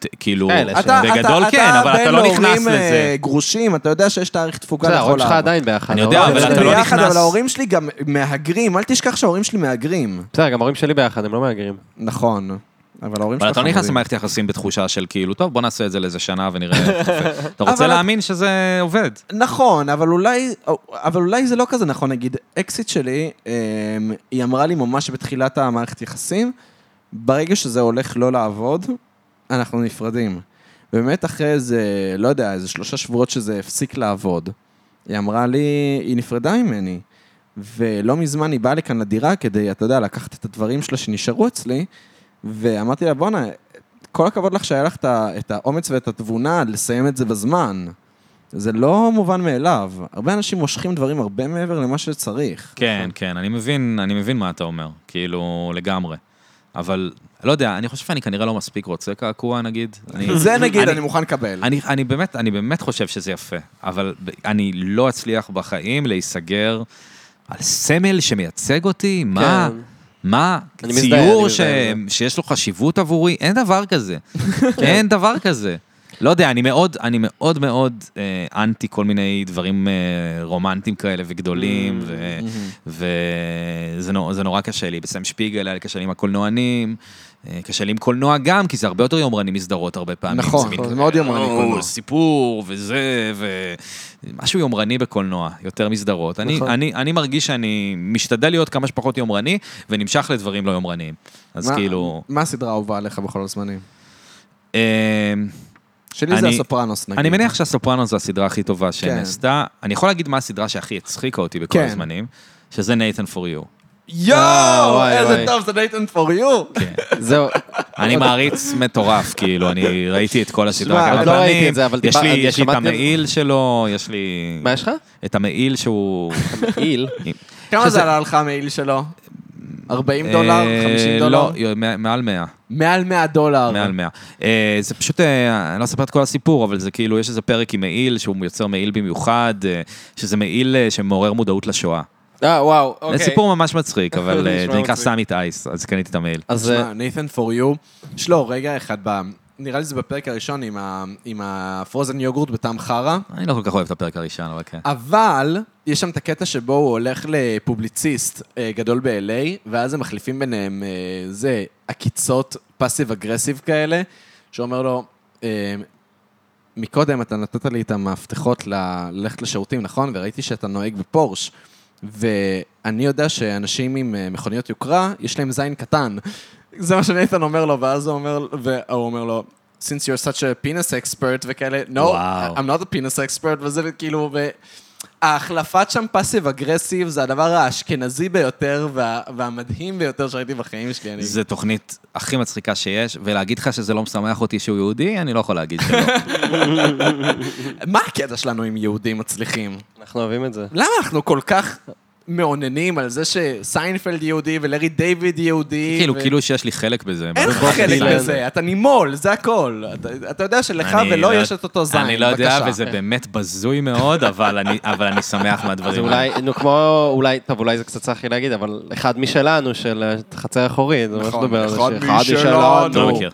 C: ת- כאילו,
D: אה, לשם.
A: אתה-
C: בגדול
A: אתה-
C: כן, אבל אתה לא נכנס
A: בין להורים
C: לזה.
A: אה, גרושים, אתה יודע שיש תאריך תפוגה
D: בסדר,
A: לכל אהבה.
D: ההורים שלך עדיין ביחד.
C: אני יודע,
D: ההורים
C: אבל
D: שלי
C: אתה לא
D: ביחד.
A: ביחד,
C: נכנס-
A: אבל ההורים שלי גם מהגרים, אל תשכח שההורים שלי מהגרים.
D: בסדר, גם ההורים שלי ביחד, הם לא מהגרים.
A: נכון. אבל ההורים שלך
C: אבל אתה לא נכנס
A: חמודים.
C: למערכת יחסים בתחושה של כאילו, טוב, בוא נעשה את זה לאיזה שנה ונראה. איך
A: [LAUGHS]
C: זה." אתה רוצה
A: אבל-
C: להאמין שזה עובד.
A: נכון, אבל אולי, אבל אולי זה לא כזה נכון, נגיד, אקזיט שלי, אמ, היא אמרה לי ממש בתחילת המערכת יחסים, ברגע שזה הולך לא לעבוד, אנחנו נפרדים. באמת אחרי איזה, לא יודע, איזה שלושה שבועות שזה הפסיק לעבוד, היא אמרה לי, היא נפרדה ממני. ולא מזמן היא באה לכאן לדירה כדי, אתה יודע, לקחת את הדברים שלה שנשארו אצלי, ואמרתי לה, בואנה, כל הכבוד לך שהיה לך את ה- את האומץ ואת התבונה לסיים את זה בזמן. זה לא מובן מאליו. הרבה אנשים מושכים דברים הרבה מעבר למה שצריך.
C: כן, כן, אני מבין, אני מבין מה אתה אומר, כאילו, לגמרי. אבל, לא יודע, אני חושב שאני כנראה לא מספיק רוצה קעקוע, נגיד.
A: [LAUGHS]
C: אני-
A: זה נגיד, אני מוכן לקבל.
C: אני, אני, באמת, אני באמת חושב שזה יפה, אבל ב- אני לא אצליח בחיים להיסגר על סמל שמייצג אותי, מה,
D: כן.
C: מה,
D: אני מזדהה, אני
C: ציור ש...
D: מזדהה עם
C: שיש לו חשיבות עבורי, אין דבר כזה, אין דבר כזה. לא יודע, אני מאוד, אני מאוד מאוד אה, אנטי כל מיני דברים אה, רומנטיים כאלה וגדולים, ו- וזה נו- זה נורא קשה לי. בסם שפיגל היה לי קשה לי עם הקולנוענים, אה, קשה לי עם קולנוע גם, כי זה הרבה יותר יומרני מסדרות הרבה פעמים.
A: נכון,
C: מין
A: זה מאוד יומרני
C: "או,
A: קולנוע."
C: סיפור וזה, ומשהו יומרני בקולנוע, יותר מסדרות. אני,
A: נכון.
C: אני, אני מרגיש שאני משתדל להיות כמה שפחות יומרני, ונמשך לדברים לא יומרניים. אז
A: מה-
C: כאילו...
A: מה הסדרה האהובה עליך בכל הזמנים?
C: אה,
A: שלי זה
C: אני-
A: הסופרנוס, נגיד.
C: אני מניח שהסופרנו זו הסדרה הכי טובה
A: כן.
C: שנעשתה. אני יכול להגיד מה הסדרה שהכי הצחיקה אותי בכל
A: כן.
C: הזמנים, שזה נייתן פור יו.
D: אה,
A: יואו,
D: וואי,
A: איזה
D: וואי.
A: טוב, זה נייתן פור יו.
D: זהו.
C: אני מעריץ מטורף, כאילו, אני ראיתי את כל
A: שמע,
C: הסדרה כמה
D: אני לא ראיתי
C: פעמים.
D: את זה, אבל
C: יש
D: דיבר-
C: לי-
D: אני
C: יש לי את
D: שמעתי על זה.
C: המעיל שלו, יש לי...
D: מה יש לך?
C: את המעיל שהוא...
D: מעיל.
A: כמה
C: שזה-
A: זה עלה לך המעיל שלו? 40
C: אה,
A: דולר? 50 דולר? אוקיי.
C: לא, יו- מא- מעל 100.
A: מעל 100 דולר.
C: מעל 100. אה, זה פשוט, אה, אני לא אספר את כל הסיפור, אבל זה כאילו, יש איזה פרק עם מעיל, שהוא יוצר מעיל במיוחד, אה, שזה מעיל אה, שמעורר מודעות לשואה.
D: אה, וואו,
C: זה
D: אוקיי.
C: סיפור
B: [LAUGHS]
C: ממש מצחיק, אבל אה,
D: נשמע
C: זה נקרא
D: מצחיק.
C: סאמיט אייס, אז קניתי את המעיל.
D: אז אה,
A: תשמע, נייתן פור יו, יש לו רגע אחד ב... נראה לי זה בפרק הראשון עם ה- עם הפרוזן יוגורט בטעם חרא.
C: אני לא כל כך אוהב את הפרק הראשון, אבל כן.
A: אבל יש שם את הקטע שבו הוא הולך לפובליציסט אה, גדול ב-LA, ואז הם מחליפים ביניהם, אה, זה, עקיצות פאסיב אגרסיב כאלה, שאומר לו, אה, מקודם אתה נתת לי את המפתחות ל- ללכת לשירותים, נכון? וראיתי שאתה נוהג בפורש. ואני יודע שאנשים עם אה, מכוניות יוקרה, יש להם זין קטן. זה מה שנייתן אומר לו, ואז הוא אומר, והוא אומר לו, since you're such a penis expert, וכאלה, no,
C: וואו.
A: I'm not a penis expert, וזה כאילו, ו...
B: ההחלפת שם פאסיב אגרסיב זה הדבר האשכנזי ביותר וה, והמדהים ביותר שראיתי בחיים שלי. אני...
C: זו תוכנית הכי מצחיקה שיש, ולהגיד לך שזה לא משמח אותי שהוא יהודי, אני לא יכול להגיד
B: [LAUGHS]
C: שלא.
B: מה הקטע שלנו עם יהודים מצליחים?
D: אנחנו אוהבים את זה.
B: למה אנחנו כל כך מאוננים על זה שסיינפלד יהודי ולארי דיוויד יהודי?
C: כאילו,
B: ו-
C: כאילו שיש לי חלק בזה.
B: אין לך
C: בוא
B: חלק
C: תגיד לי.
B: בזה, אתה נימול, זה הכל. אתה, אתה יודע שלך
C: לא אני
B: ולא
C: לא-
B: יש את אותו זין,
C: אני לא יודע,
B: בבקשה.
C: וזה באמת בזוי מאוד, אבל אני- אבל אני
B: [LAUGHS]
C: שמח
D: אז
C: מהדברים האלה.
D: אולי, נו כמו, אולי, טוב, אולי זה קצת סחי להגיד, אבל אחד משלנו של אה, חצר אחורית, זה מה
B: נכון,
D: שדובר על זה,
B: אחד
C: לא
B: משלנו.
C: מכיר.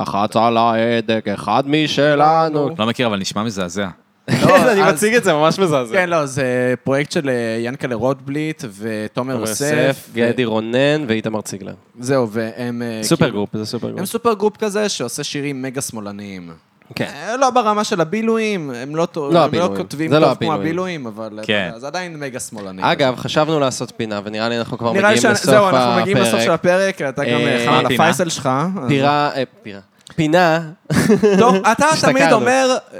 D: לחץ על ההדק, אחד משלנו.
C: לא מכיר, אבל נשמע מזעזע.
D: [LAUGHS] כן, אני
B: אז-
D: מציג את זה, ממש מזעזע.
B: כן, לא, זה פרויקט של אה, ינקלה רוטבליט ותומר יוסף.
D: יוסף, גדי רונן ואיתמר ציגלר.
B: זהו, והם... אה,
D: סופר
B: כאילו-
D: גרופ, זה סופר גרופ.
B: הם סופר גרופ כזה שעושה שירים מגה שמאלניים.
D: כן.
B: אה, לא ברמה של הבילויים, הם לא, טוב-
D: לא
B: הם לא
D: הבילויים.
B: כותבים
D: זה
B: טוב
D: לא
B: כמו
D: הבילויים.
B: הבילויים, אבל אתה
C: כן.
B: יודע, זה עדיין מגה שמאלני.
D: אגב, חשבנו לעשות פינה, ונראה לי אנחנו כבר
B: נראה לי
D: מגיעים לסוף
B: שזהו, אנחנו מגיעים לסוף של
D: הפרק.
B: הפרק, אתה גם
D: אה,
B: אה,
C: מה
B: חם על
C: הפינה?
B: הפייסל שלך. אז-
D: פירה, אה, פירה. פינה,
B: טוב, אתה
D: [LAUGHS]
B: תמיד
D: השתקענו.
B: אומר, אה,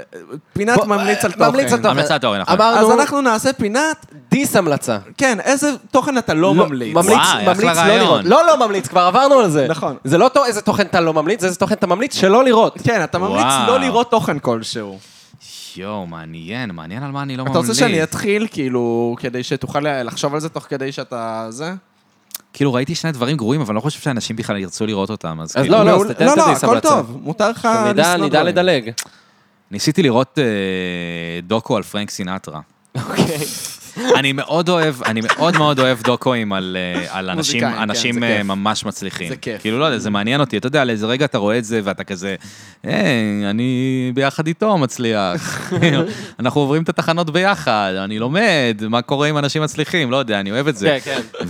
B: פינת
D: בוא,
B: ממליץ על
D: אה, ממליץ על
B: תוכן.
D: תוכן.
C: המלצת אורן, נכון.
B: אז
D: אמרנו,
B: אנחנו נעשה פינת,
D: דיס המלצה.
B: כן, איזה תוכן אתה לא ממליץ.
D: ממליץ,
C: וואי, אחלה
D: ממליץ לא
C: רעיון.
D: לראות. לא, לא ממליץ, כבר עברנו על זה.
B: נכון.
D: זה לא תו- איזה תוכן אתה לא ממליץ, זה איזה תוכן אתה ממליץ שלא לראות.
B: כן, אתה ממליץ
C: וואו.
B: לא לראות תוכן כלשהו.
C: יואו, מעניין, מעניין על מה אני לא
B: אתה
C: ממליץ.
B: רוצה שאני אתחיל, כאילו, כדי שתוכל לחשוב על זה תוך כדי שאתה זה?
C: כאילו, ראיתי שני דברים גרועים, אבל אני לא חושב שאנשים בכלל ירצו לראות אותם, אז
D: אז
C: כאילו...
D: לא, לא, אז
B: מעולה.
D: תתן
B: לא,
D: את
B: לא,
D: הדיס
B: הכל
D: המלצה.
B: טוב, אה, מותר לך לשנוא
D: נדע, נדע לדלג.
C: ניסיתי לראות אה, דוקו על פרנק סינטרה.
D: אוקיי.
C: אני מאוד אוהב, אני מאוד מאוד אוהב דוקואים על, אה, על אנשים,
B: מוזיקאים, כן,
C: אנשים
B: זה
C: אה,
B: כיף.
C: ממש מצליחים.
B: זה כיף.
C: כאילו, לא יודע, זה מעניין אותי. אתה יודע, על איזה רגע אתה רואה את זה ואתה כזה, היי, אני ביחד
B: [LAUGHS]
C: איתו מצליח. אנחנו עוברים את התחנות ביחד, אני לומד, מה קורה עם אנשים מצליחים, לא יודע, אני אוהב את זה.
D: כן, כן.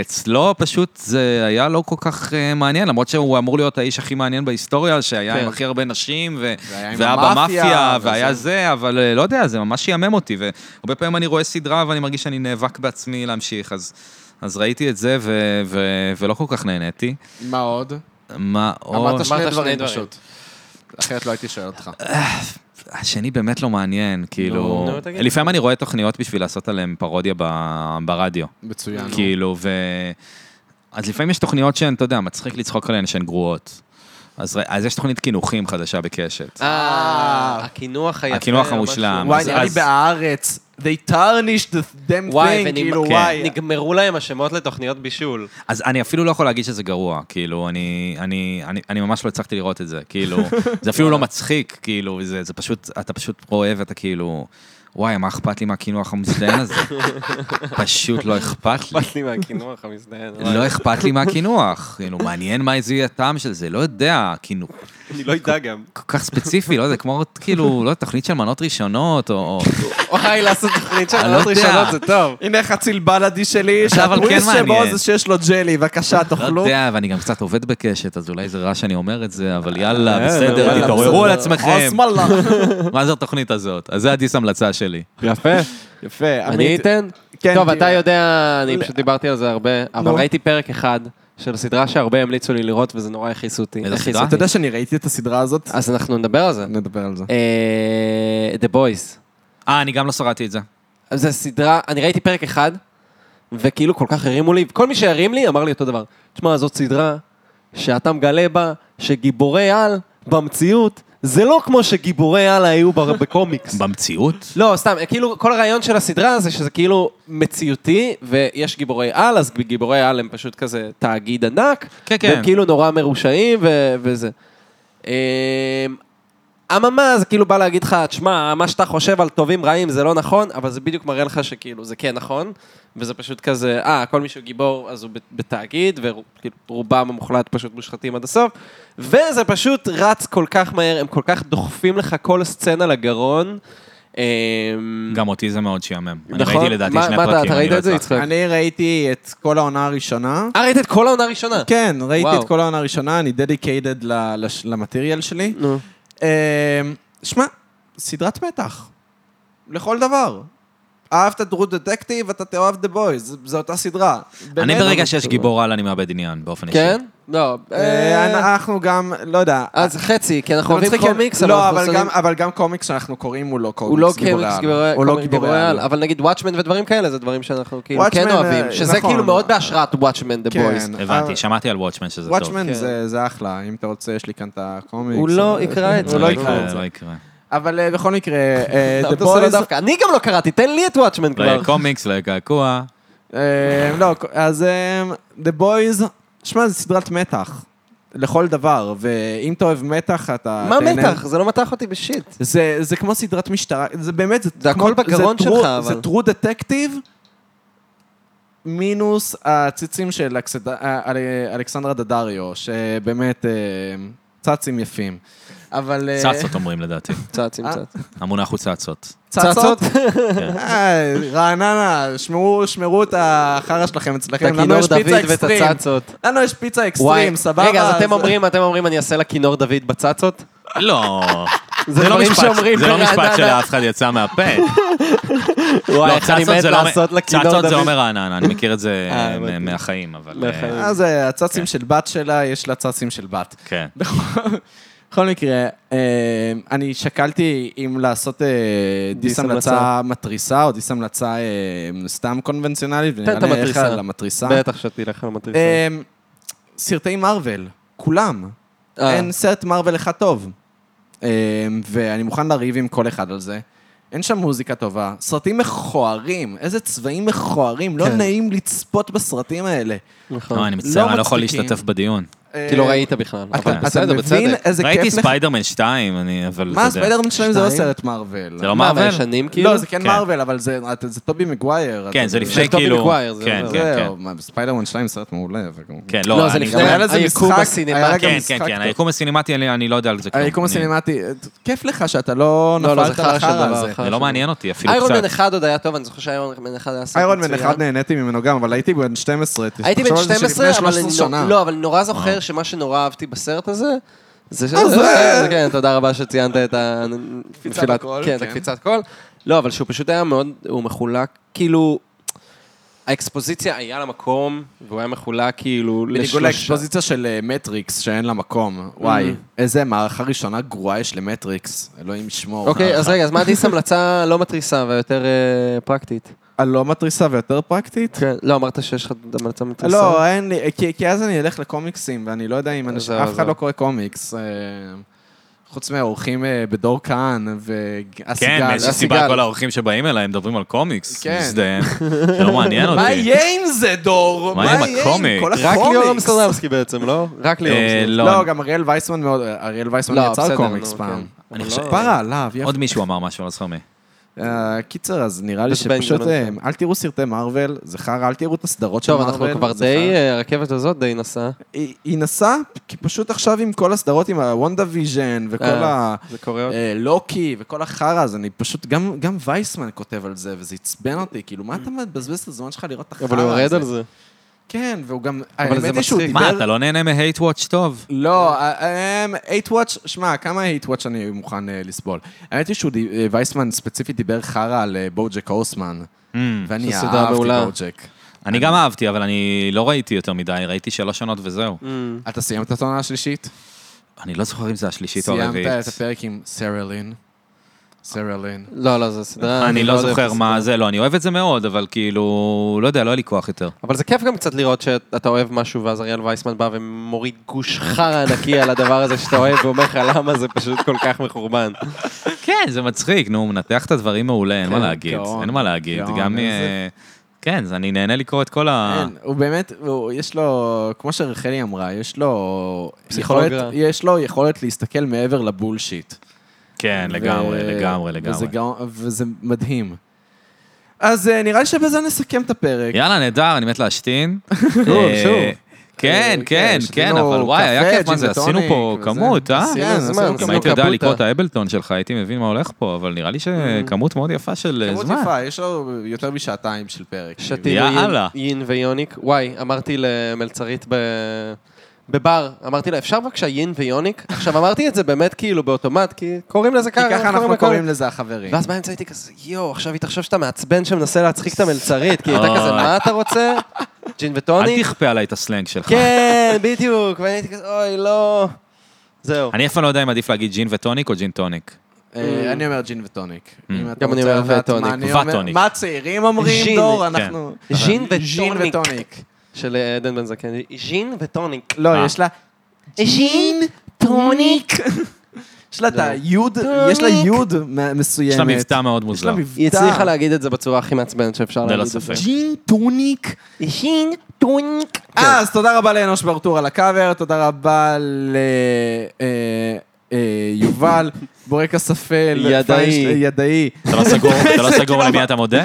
C: ואצלו פשוט זה היה לא כל כך אה, מעניין, למרות שהוא אמור להיות האיש הכי מעניין בהיסטוריה, שהיה
D: כן.
C: עם הכי הרבה נשים, ו-
B: והיה עם
C: והיה
B: המאפיה,
C: במאפיה,
B: וזה.
C: והיה זה, אבל אה, לא יודע, זה ממש יאמם אותי, והרבה פעמים אני רואה סדרה ואני מרגיש שאני נאבק בעצמי להמשיך, אז... אז ראיתי את זה ו- ו- ולא כל כך נהניתי.
B: מה אה, עוד?
C: מה עוד?
B: אמרת שני
D: אמרת שני
B: דברים
D: דברים.
B: פשוט. אחרת לא הייתי שואל אותך.
C: השני באמת לא מעניין, כאילו...
D: נו, תגיד.
C: לפעמים אני רואה תוכניות בשביל לעשות עליהן פרודיה ב- ברדיו.
B: מצוין. לא?
C: כאילו, ו... אז לפעמים יש תוכניות שהן, אתה יודע, מצחיק לצחוק עליהן שהן גרועות. אז, ר- אז יש תוכנית קינוחים חדשה בקשת.
D: אה, הקינוח היפה.
C: הקינוח
D: או משהו.
C: המושלם.
B: וואי,
C: אז-
B: נראה לי
C: אז-
B: בהארץ, they tarnished the damn
D: וואי,
B: thing,
D: ונגמ-
B: כאילו,
C: כן.
B: וואי.
D: נגמרו להם השמות לתוכניות
B: [LAUGHS]
D: בישול.
C: אז אני אפילו לא יכול להגיד שזה גרוע, כאילו, אני, אני, אני, אני ממש לא הצלחתי לראות את זה, כאילו, זה אפילו לא מצחיק, כאילו, זה, זה פשוט, אתה פשוט רואה ואתה כאילו, וואי, מה אכפת לי מהקינוח המזדיין הזה? פשוט לא אכפת לי.
D: אכפת לי מהקינוח המזדיין.
C: לא אכפת לי מהקינוח, כאילו, מעניין מה יהיה הטעם של זה, לא יודע, כאילו,
D: אני לא אדע גם.
C: כל כך ספציפי, לא יודע, כמו כאילו, לא תוכנית של מנות ראשונות, או...
D: [LAUGHS]
C: או-
D: וואי, אוקיי, לעשות תוכנית של
C: אני לא
D: מנות
C: יודע.
D: ראשונות זה טוב.
B: הנה חציל בלאדי שלי,
C: עכשיו, אבל
B: שהטוויסט
C: כן
B: שבו
C: מעניין.
B: זה שיש לו ג'לי, בבקשה,
C: לא
B: תאכלו.
C: יודע, ואני גם קצת עובד בקשת, אז אולי זה רע שאני אומר את זה, אבל יאללה,
D: אה, יאללה,
C: בסדר, תתעוררו על
B: בסדר.
C: עצמכם.
B: עוס מלאך.
C: מה זה התוכנית הזאת? אז זה הדיס המלצה שלי.
B: [LAUGHS]
D: יפה.
B: יפה,
D: אני
B: עמית.
D: אתן?
B: כן,
D: טוב,
B: תראה.
D: אתה יודע, אני פשוט דיברתי על זה הרבה, אבל
B: נו.
D: ראיתי פרק אחד של סדרה שהרבה המליצו לי לראות וזה נורא הכעיס אותי.
C: איזה
D: הכעיס
C: סדרה?
D: אותי.
B: אתה יודע שאני ראיתי את הסדרה הזאת?
D: אז אנחנו נדבר על זה.
B: נדבר על זה.
D: אה, The Boys.
C: אה, אני גם לא שרדתי את זה.
D: אז זו סדרה, אני ראיתי פרק אחד, וכאילו כל כך הרימו לי, כל מי שהרים לי אמר לי אותו דבר. תשמע, זאת סדרה שאתה מגלה בה שגיבורי על במציאות, זה לא כמו שגיבורי על היו ב-
B: [LAUGHS]
D: בקומיקס.
C: במציאות?
D: לא, סתם, כאילו, כל הרעיון של הסדרה זה שזה כאילו מציאותי, ויש גיבורי על, אז גיבורי על הם פשוט כזה תאגיד ענק,
C: כן, כן.
D: והם כאילו נורא מרושעים ו- וזה. אמ, אממה, זה כאילו בא להגיד לך, תשמע, מה שאתה חושב על טובים רעים זה לא נכון, אבל זה בדיוק מראה לך שכאילו זה כן נכון, וזה פשוט כזה, אה, כל מי שהוא גיבור אז הוא ב- בתאגיד, ורובם המוחלט פשוט מושחתים עד הסוף, וזה פשוט רץ כל כך מהר, הם כל כך דוחפים לך כל סצנה לגרון. אמ,
C: גם אותי זה מאוד שיאמם. אני
D: נכון?
C: ראיתי לדעתי
D: מה-
C: שני
D: מה אתה-
C: פרקים,
D: אתה
C: אני
D: ראית
C: לא
D: את זה,
C: הצלחתי.
D: יצחק?
B: אני ראיתי את כל העונה הראשונה.
D: אה, ראית את כל העונה הראשונה?
B: כן, ראיתי
D: וואו.
B: את כל העונה הראשונה, אני דדיקיידד למטריאל שלי.
D: נו.
B: אמ, שמע, סדרת מתח. לכל דבר. אהבת דרו דטקטיב, אתה תאהב דה בויז, זו אותה סדרה.
C: אני
B: באמת.
C: ברגע שיש גיבור על, אני מאבד עניין, באופן אישי.
D: לא כן? לא.
B: אה,
D: אה,
B: אנחנו גם, לא יודע.
D: אז חצי, כי אה,
B: אנחנו
D: אנחנו אוהבים
B: צריכים-
D: קומיקס,
B: לא,
D: אנחנו
B: אבל
D: שמים-
B: גם- אבל גם קומיקס שאנחנו קוראים הוא לא
D: הוא לא
B: קומיקס גיבורי
D: קומיקס
B: על.
D: גיבורי
B: הוא לא
D: קומיקס
B: גיבורי על.
D: אבל נגיד וואטשמן ודברים כאלה, זה דברים שאנחנו כאילו כן
B: Watchmen,
D: אוהבים,
B: אה,
D: שזה
B: נכון.
D: כאילו מאוד בהשראת וואטשמן דה בויז.
B: כן,
C: הבנתי,
B: אבל-
C: שמעתי על וואטשמן שזה טוב.
B: וואטשמן
D: כן.
B: זה זה אחלה, אם אתה רוצה, יש לי כאן את הקומיקס.
D: הוא לא
B: אבל-
D: יקרא את זה.
B: הוא
C: לא
B: לא יקרא את
C: יקרה,
B: זה.
C: לא יקרה.
B: אבל אה, בכל מקרה,
D: [LAUGHS]
B: אה,
D: למה
B: The
D: אתה עושה לו
B: Boys...
D: דווקא? אני גם לא קראתי, תן לי את וואטשמן
C: לא
D: כבר.
C: יהיה קומיקס, לא יהיה קעקוע.
B: אה, לא, אז אה, The Boys, שמע, זו סדרת מתח. לכל דבר, ואם אתה אוהב מתח, אתה...
D: מה
B: תהנה.
D: מתח? זה לא מתח אותי בשיט.
B: זה, זה כמו סדרת משטרה, זה באמת, זה,
D: זה
B: כמו,
D: הכל בגרון
B: זה
D: שלך,
B: true-
D: אבל.
B: זה true detective מינוס הציצים של אלכסד... אל... אלכסנדרה דדריו, שבאמת אה, צצים יפים. אבל... אה,
C: צצות אומרים לדעתי.
D: צעצים
B: אה?
D: צעצים.
C: המונח הוא צצות.
B: [LAUGHS] צצות?
C: כן.
B: אה, רעננה, שמרו, שמרו את החרא שלכם
D: את
B: אצלכם, לנו
D: הכינור
B: יש פיצה
D: דוד ואת
B: אקסטרים.
D: הצצות.
B: לנו יש פיצה
D: וואי,
B: אקסטרים, סבבה?
D: רגע, אז אתם
B: זה-
D: אומרים, אתם אומרים, אני אעשה לה כינור דוד בצצות?
C: לא.
D: זה
C: לא
D: דברים
C: משפט-
D: שאומרים [LAUGHS]
C: זה לא משפט
D: ברעננה.
C: שלאף אחד יצא מהפה.
D: [LAUGHS] וואי,
C: לא,
D: איך אני
C: צצות
D: מת
C: זה לא-
D: לעשות לה כינור
C: צצות זה
D: דוד.
C: אומר רעננה, אני מכיר את זה
D: אה,
C: אה,
D: הבנתי.
C: מהחיים, אבל... אה,
D: מהחיים.
B: אז אה, הצצים של בת שלה, יש לה צצים של בת.
C: כן.
B: בכל מקרה, אה, אני שקלתי אם לעשות אה,
D: דיס
B: דיס המלצה מתריסה או דיס המלצה אה, סתם קונבנציונלית,
D: תן את
B: ונראה לי איך
D: המתריסה.
B: על המתריסה.
D: בטח שתלך על המתריסה.
B: אה, סרטי מארוול, כולם.
D: אה.
B: אין סרט מארוול אחד טוב. אה, ואני מוכן לריב עם כל אחד על זה. אין שם מוזיקה טובה, סרטים מכוערים, איזה צבעים מכוערים, לא
D: כן.
B: נעים לצפות בסרטים האלה.
D: נכון.
C: לא, אני מצטער, אני לא יכול
B: מצחיקים.
C: להשתתף בדיון.
D: כי לא
B: אה,
D: ראית בכלל.
B: אתה-
D: אבל
B: אתה
D: בסדר,
B: מבין
D: בצדק.
B: איזה כיף לך?
C: ראיתי ספיידרמן 2, אני... אבל אתה
B: מה,
C: יודע.
B: ספיידרמן 2 זה לא
D: שניים?
B: סרט מארוול.
C: זה לא
D: מה, אבל
C: מארוול?
D: ישנים כאילו?
B: לא, זה כן
C: כן.
B: מארוול, אבל זה את- זה טובי מגווייר.
C: כן,
B: אתה-
C: זה לפני
D: של טובי
C: כאילו...
D: מגווייר, זה
C: כן,
D: אומר.
C: כן, כן.
B: זהו, מה, ספיידרמן 2 סרט מעולה. אבל גם-
C: כן,
D: לא,
C: לא,
D: זה
C: אני
D: לפני
C: גם-
B: היה לזה
D: היקום
B: משחק,
D: הסינמטי.
B: היה גם
C: כן,
B: משחק
C: כן,
B: טוב.
C: כן, היקום הסינמטי, אני- אני לא יודע על זה כלום.
B: היקום
C: אני-
B: הסינמטי, אה, כיף לך שאתה לא
D: לא, לא, זה
B: נפלת
D: חרא
B: על
D: של
B: החרא
D: דבר,
B: הזה.
D: חרא.
C: זה לא מעניין אותי אפילו
D: איירון מן
C: קצת.
D: 1 עוד היה טוב, אני זוכר שאיירון מן 1 היה סרט
B: איירון מן
D: מצוין.
B: אחד נהניתי ממנו גם, אבל הייתי בן 12.
D: הייתי בן
B: תחשוב על זה
D: 12,
B: שלפני
D: אבל
B: 13
D: אני
B: שנה. אה.
D: נורא- לא, אבל אני נורא זוכר שמה שנורא אהבתי בסרט הזה, זה ש...
B: זה-
D: זה- כן, תודה רבה שציינת את ה...
B: קפיצת הקול,
D: כן, את
B: כן.
D: הקפיצת קול. לא, אבל שהוא פשוט היה מאוד, הוא מחולק, כאילו... האקספוזיציה היה לה מקום, והוא היה מחולק כאילו
B: בניגוד
D: לשלושה.
B: לאקספוזיציה של אה, מטריקס, שאין לה מקום.
D: Mm.
B: וואי, איזה מערכה ראשונה גרועה יש למטריקס. אלוהים ישמור.
D: אוקיי,
B: [LAUGHS]
D: אז רגע, אז מה עדיף המלצה לא מתריסה והיותר אה, פרקטית?
B: הלא לא מתריסה ויותר פרקטית?
D: כן, לא, אמרת שיש לך המלצה מתריסה.
B: לא, אין לי, כי, כי אז אני אלך לקומיקסים, ואני לא יודע אם אנשים,
D: זהו,
B: אף אחד
D: זהו.
B: לא קורא קומיקס. אה, חוץ מהאורחים אה, בדור כהן
C: כן,
B: והסיגל.
C: מאיזושהי
D: הסיגל.
C: סיבה כל האורחים שבאים אליי מדברים על קומיקס.
B: כן. [LAUGHS]
C: מזדהם. זה לא מעניין אותי.
B: מה יהיה עם זה, דור?
C: מה יהיה עם הקומיק?
B: כל
D: רק ליאור
B: הקומיקס?
D: אמסטרדמסקי בעצם, לא? רק ליאור
C: אה,
D: אמסטרדמסקי.
C: לא,
B: לא, גם אריאל וייסמן מאוד, אריאל וייסמן
D: לא,
B: יצר
D: בסדר,
B: קומיקס
D: נו,
B: פעם. אה,
D: כן.
C: אני
D: אבל
C: חושב-
D: לא-
B: פרה עליו, יפה.
C: עוד מישהו אמר משהו, אני לא זוכר מי.
B: אה, קיצר, אז נראה לי
D: בטח בן
B: שפשוט
D: גביר לא
B: אה, אל תראו סרטי מארוול, זה חרא, אל תראו את הסדרות של
D: טוב,
B: מארוול.
D: אנחנו כבר
B: זה
D: די,
B: חרא.
D: אה, הרכבת הזאת די נסעה.
B: היא היא נסעה, כי פשוט עכשיו עם כל הסדרות, עם הוונדה ויז'ן וכל
D: אה,
B: ה...
D: זה קורה עוד.
B: אה, לוקי וכל החרא הזה, אני פשוט, גם, גם וייסמן כותב על זה, וזה עצבן אותי, כאילו, מה אתה מבזבז את הזמן שלך לראות את החרא הזה?
D: אה, אבל הוא יורד על זה.
B: כן, והוא גם,
D: זה
B: האמת היא שהוא
D: מצחיק.
B: דיבר...
C: מה, אתה לא נהנה מהייט וואץ' טוב?
B: לא, אייט וואץ', שמע, כמה אייט וואץ' אני מוכן אה, לסבול. האמת היא שהוא, די- אה, וייסמן ספציפית דיבר חרא על אה, בוג'ק הוסמן, ואני
D: שזו סדרה
B: אהבתי
D: מעולה.
B: בוג'ק.
C: Mm, אני גם אהבתי, אבל אני לא ראיתי יותר מדי, ראיתי שלוש עונות וזהו.
D: Mm.
B: אתה סיימת את העונה השלישית?
C: אני לא זוכר אם זה השלישית או
B: סיימת
C: הרביעית.
B: את הפרק עם סרלין. סרלין.
D: לא, לא, זו סדרה...
C: אני לא
D: יודע
C: זוכר
D: איפה
C: מה
D: זה.
C: זה, לא, אני אוהב את זה מאוד, אבל כאילו, לא יודע, לא היה לי כוח יותר.
D: אבל זה כיף גם קצת לראות שאתה אוהב משהו, ואז אריאל וייסמן בא ומוריד גוש חרא ענקי על הדבר הזה שאתה אוהב, ואומר לך למה זה פשוט כל כך מחורבן.
C: כן, זה מצחיק, נו, הוא מנתח את הדברים מעולה, אין מה
B: כן,
C: להגיד,
B: גאון,
C: אין מה להגיד.
B: גאון,
C: גם...
B: איזה- כן.
C: אה, כן, זה- אני נהנה לקרוא את כל ה...
B: אין, הוא באמת, הוא, יש לו, כמו שרחלי אמרה, יש לו...
D: פסיכולוג
B: יכולת,
D: רע.
B: יש לו יכולת להסתכל מעבר לבולשיט.
C: כן, לגמרי,
B: ו-
C: לגמרי,
B: וזה,
C: לגמרי.
B: גאו- וזה מדהים. אז אה, נראה לי שבזה נסכם את הפרק.
C: יאללה, נהדר, אני מת
B: [LAUGHS]
C: להשתין. אה,
D: שוב.
C: כן,
B: אה,
C: כן,
B: כן,
C: כן,
B: שתינו
C: אבל וואי, היה
B: קפה,
C: כיף, מה
B: ג'ין
C: זה, עשינו
B: וטוניק,
C: פה
B: וזה.
C: כמות, אה?
B: עשינו,
D: כן,
B: עשינו
D: זמן,
B: כמות.
C: אם הייתי יודע
D: קבוטה.
C: לקרוא את האבלטון שלך, הייתי מבין מה הולך פה, אבל נראה לי שכמות מאוד יפה של אה,
B: כמות
C: זמן.
B: אוקיי, יפה, יש לו יותר משעתיים של פרק.
D: שתינו יין-
C: יאללה.
D: יין ויוניק. וואי, אמרתי למלצרית ב... בבר, אמרתי לה, אפשר בבקשה יין ויוניק? עכשיו, אמרתי את זה באמת כאילו באוטומט, כי קוראים לזה
B: כי
D: ככה,
B: ככה אנחנו
D: לכל-
B: קוראים לזה החברים.
D: ואז באמצע הייתי כזה, יואו, עכשיו היא תחשוב שאתה מעצבן שמנסה להצחיק את המלצרית, כי היא הייתה
C: אוי.
D: כזה, מה אתה רוצה? ג'ין
C: אל
D: וטוניק.
C: תכפה עליי את הסלנג שלך.
D: כן, בדיוק. ואני הייתי כזה, אוי, לא. זהו.
C: אני אף פעם לא יודע אם עדיף להגיד ג'ין וטוניק או ג'ין טוניק.
B: אה, אני אומר ג'ין וטוניק. אם אתה
D: גם אני
B: רוצה
D: אומר
B: לדעת מה
D: וטוניק.
B: אני אומר-
C: וטוניק.
B: מה הצעירים אומרים,
D: ז'ין,
B: דור?
C: כן.
B: אנחנו...
D: ז'ין
B: ז'ין
D: וטוניק.
B: וטוניק.
D: של אה, עדן בן זקן. ז'ין וטוניק.
B: לא,
C: אה.
B: יש לה...
D: ז'ין
B: טוניק. יש לה את היוד, יש לה יוד מ- מסוימת.
C: יש לה מבטא מאוד
B: יש לה
C: מוזר.
B: מבטא.
D: היא הצליחה להגיד את זה בצורה הכי מעצבנת שאפשר
C: ללא
D: להגיד את זה.
C: ספק.
B: ג'ין טוניק.
C: כן.
D: ז'ין טוניק.
B: אה, אז תודה רבה לאנוש ברטור על הקאבר, תודה רבה ל... אה, אה,
C: [LAUGHS]
B: יובל, בורק אספל,
D: ידעי.
B: פיינשטיין- ידעי.
C: אתה לא סגור-
B: [LAUGHS]
C: אתה לא
B: זה
C: סגור
B: כאילו-
C: למי אתה מודה?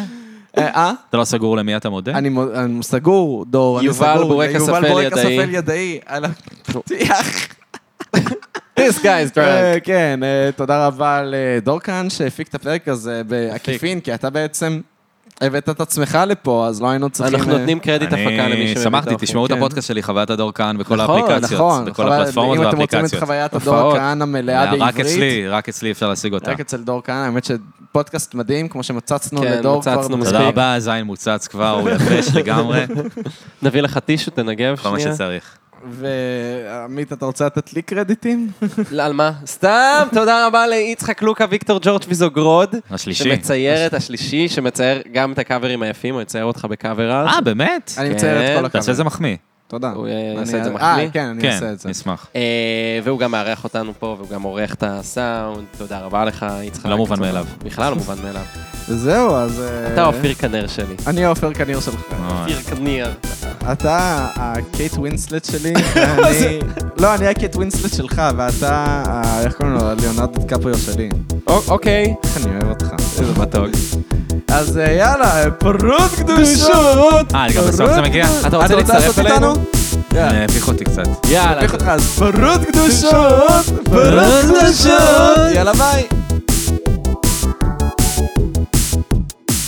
B: אה, אה?
C: אתה לא סגור למי אתה מודה?
B: אני מו- אני סגור, דור, אני סגור.
D: יובל בורק
B: יובל
D: אספל
B: בורק
D: ידעי.
B: אספל ידעי. על הפתיח.
D: This guy is drunk.
B: אה, כן, אה, תודה רבה לדורקן שהפיק את הפרק הזה בעקיפין, כי אתה בעצם הבאת את עצמך לפה, אז לא היינו צריכים...
D: אנחנו
B: אה,
D: נותנים קרדיט הפקה למי
C: אני
D: שמביא
C: שמחתי,
D: את האוכל.
C: תשמעו את
B: כן.
C: הפודקאסט שלי, חוויית הדור כאן, בכל
D: נכון,
C: האפליקציות,
B: נכון,
C: בכל
B: חבל,
C: הפלטפורמות
B: אם אתם רוצים את
C: והאפליקציות.
B: חוויית הדור
D: הופעות.
B: כהנא מלאה
C: אה,
B: בעברית,
C: רק אצלי, רק אצלי אפשר להשיג אותה.
B: רק אצל דור כהנא, האמת שפודקאסט מדהים, כמו שמצצנו
D: כן,
B: לדור
D: מצצנו
B: כבר.
D: מספיק.
C: תודה רבה, זין מוצץ כבר, הוא יבש לגמרי,
D: נביא לך טישו, תנגב
C: כל מה
D: שנייה.
C: שצריך.
B: ועמית, אתה רוצה לתת לי קרדיטים?
D: לא, על מה? סתם, תודה רבה ליצחק לוקה, ויקטור ג'ורג' ויזוגרוד.
C: השלישי.
D: שמצייר את השלישי, שמצייר גם את הקאברים היפים, הוא יצייר אותך בקאבר ארט.
C: אה, באמת?
B: אני מצייר את כל הקאבר.
C: תעשה את זה מחמיא.
B: תודה.
D: הוא, אה,
B: אני-
D: יעשה את זה
B: אה,
D: מחמיא?
B: כן, אני
C: כן,
B: אעשה את זה.
C: נשמח.
D: אה, והוא גם מארח אותנו פה, והוא גם עורך את הסאונד. תודה רבה לך, יצחק.
C: לא מובן
D: תודה.
C: מאליו.
D: בכלל לא מובן מאליו.
B: אה. זהו, אז... אה,
D: אתה אופיר כנר שלי.
B: אני עופר כניר שלך.
C: אוי.
D: אופיר כניר.
B: אתה הקייט ווינסלט [LAUGHS] שלי, ואני... לא, אני הקייט ווינסלט שלך, ואתה, ה- איך קוראים לו? ליאונרד קפריו שלי.
C: אה.
D: א- אוקיי.
B: איך אני אוהב אותך.
D: איזה מתוק.
B: אז אה, יאללה, פרות קדושות!
C: אה, גם בסוף זה מגיע?
B: פרות
D: אתה רוצה
B: קדושות.
D: להצטרף
B: לעשות
D: אלינו?
B: איתנו? יאללה.
C: אה, הביך אותי קצת.
D: יאללה.
B: להביך אותך, אז פרות קדושות! פרות קדושות! יאללה ביי!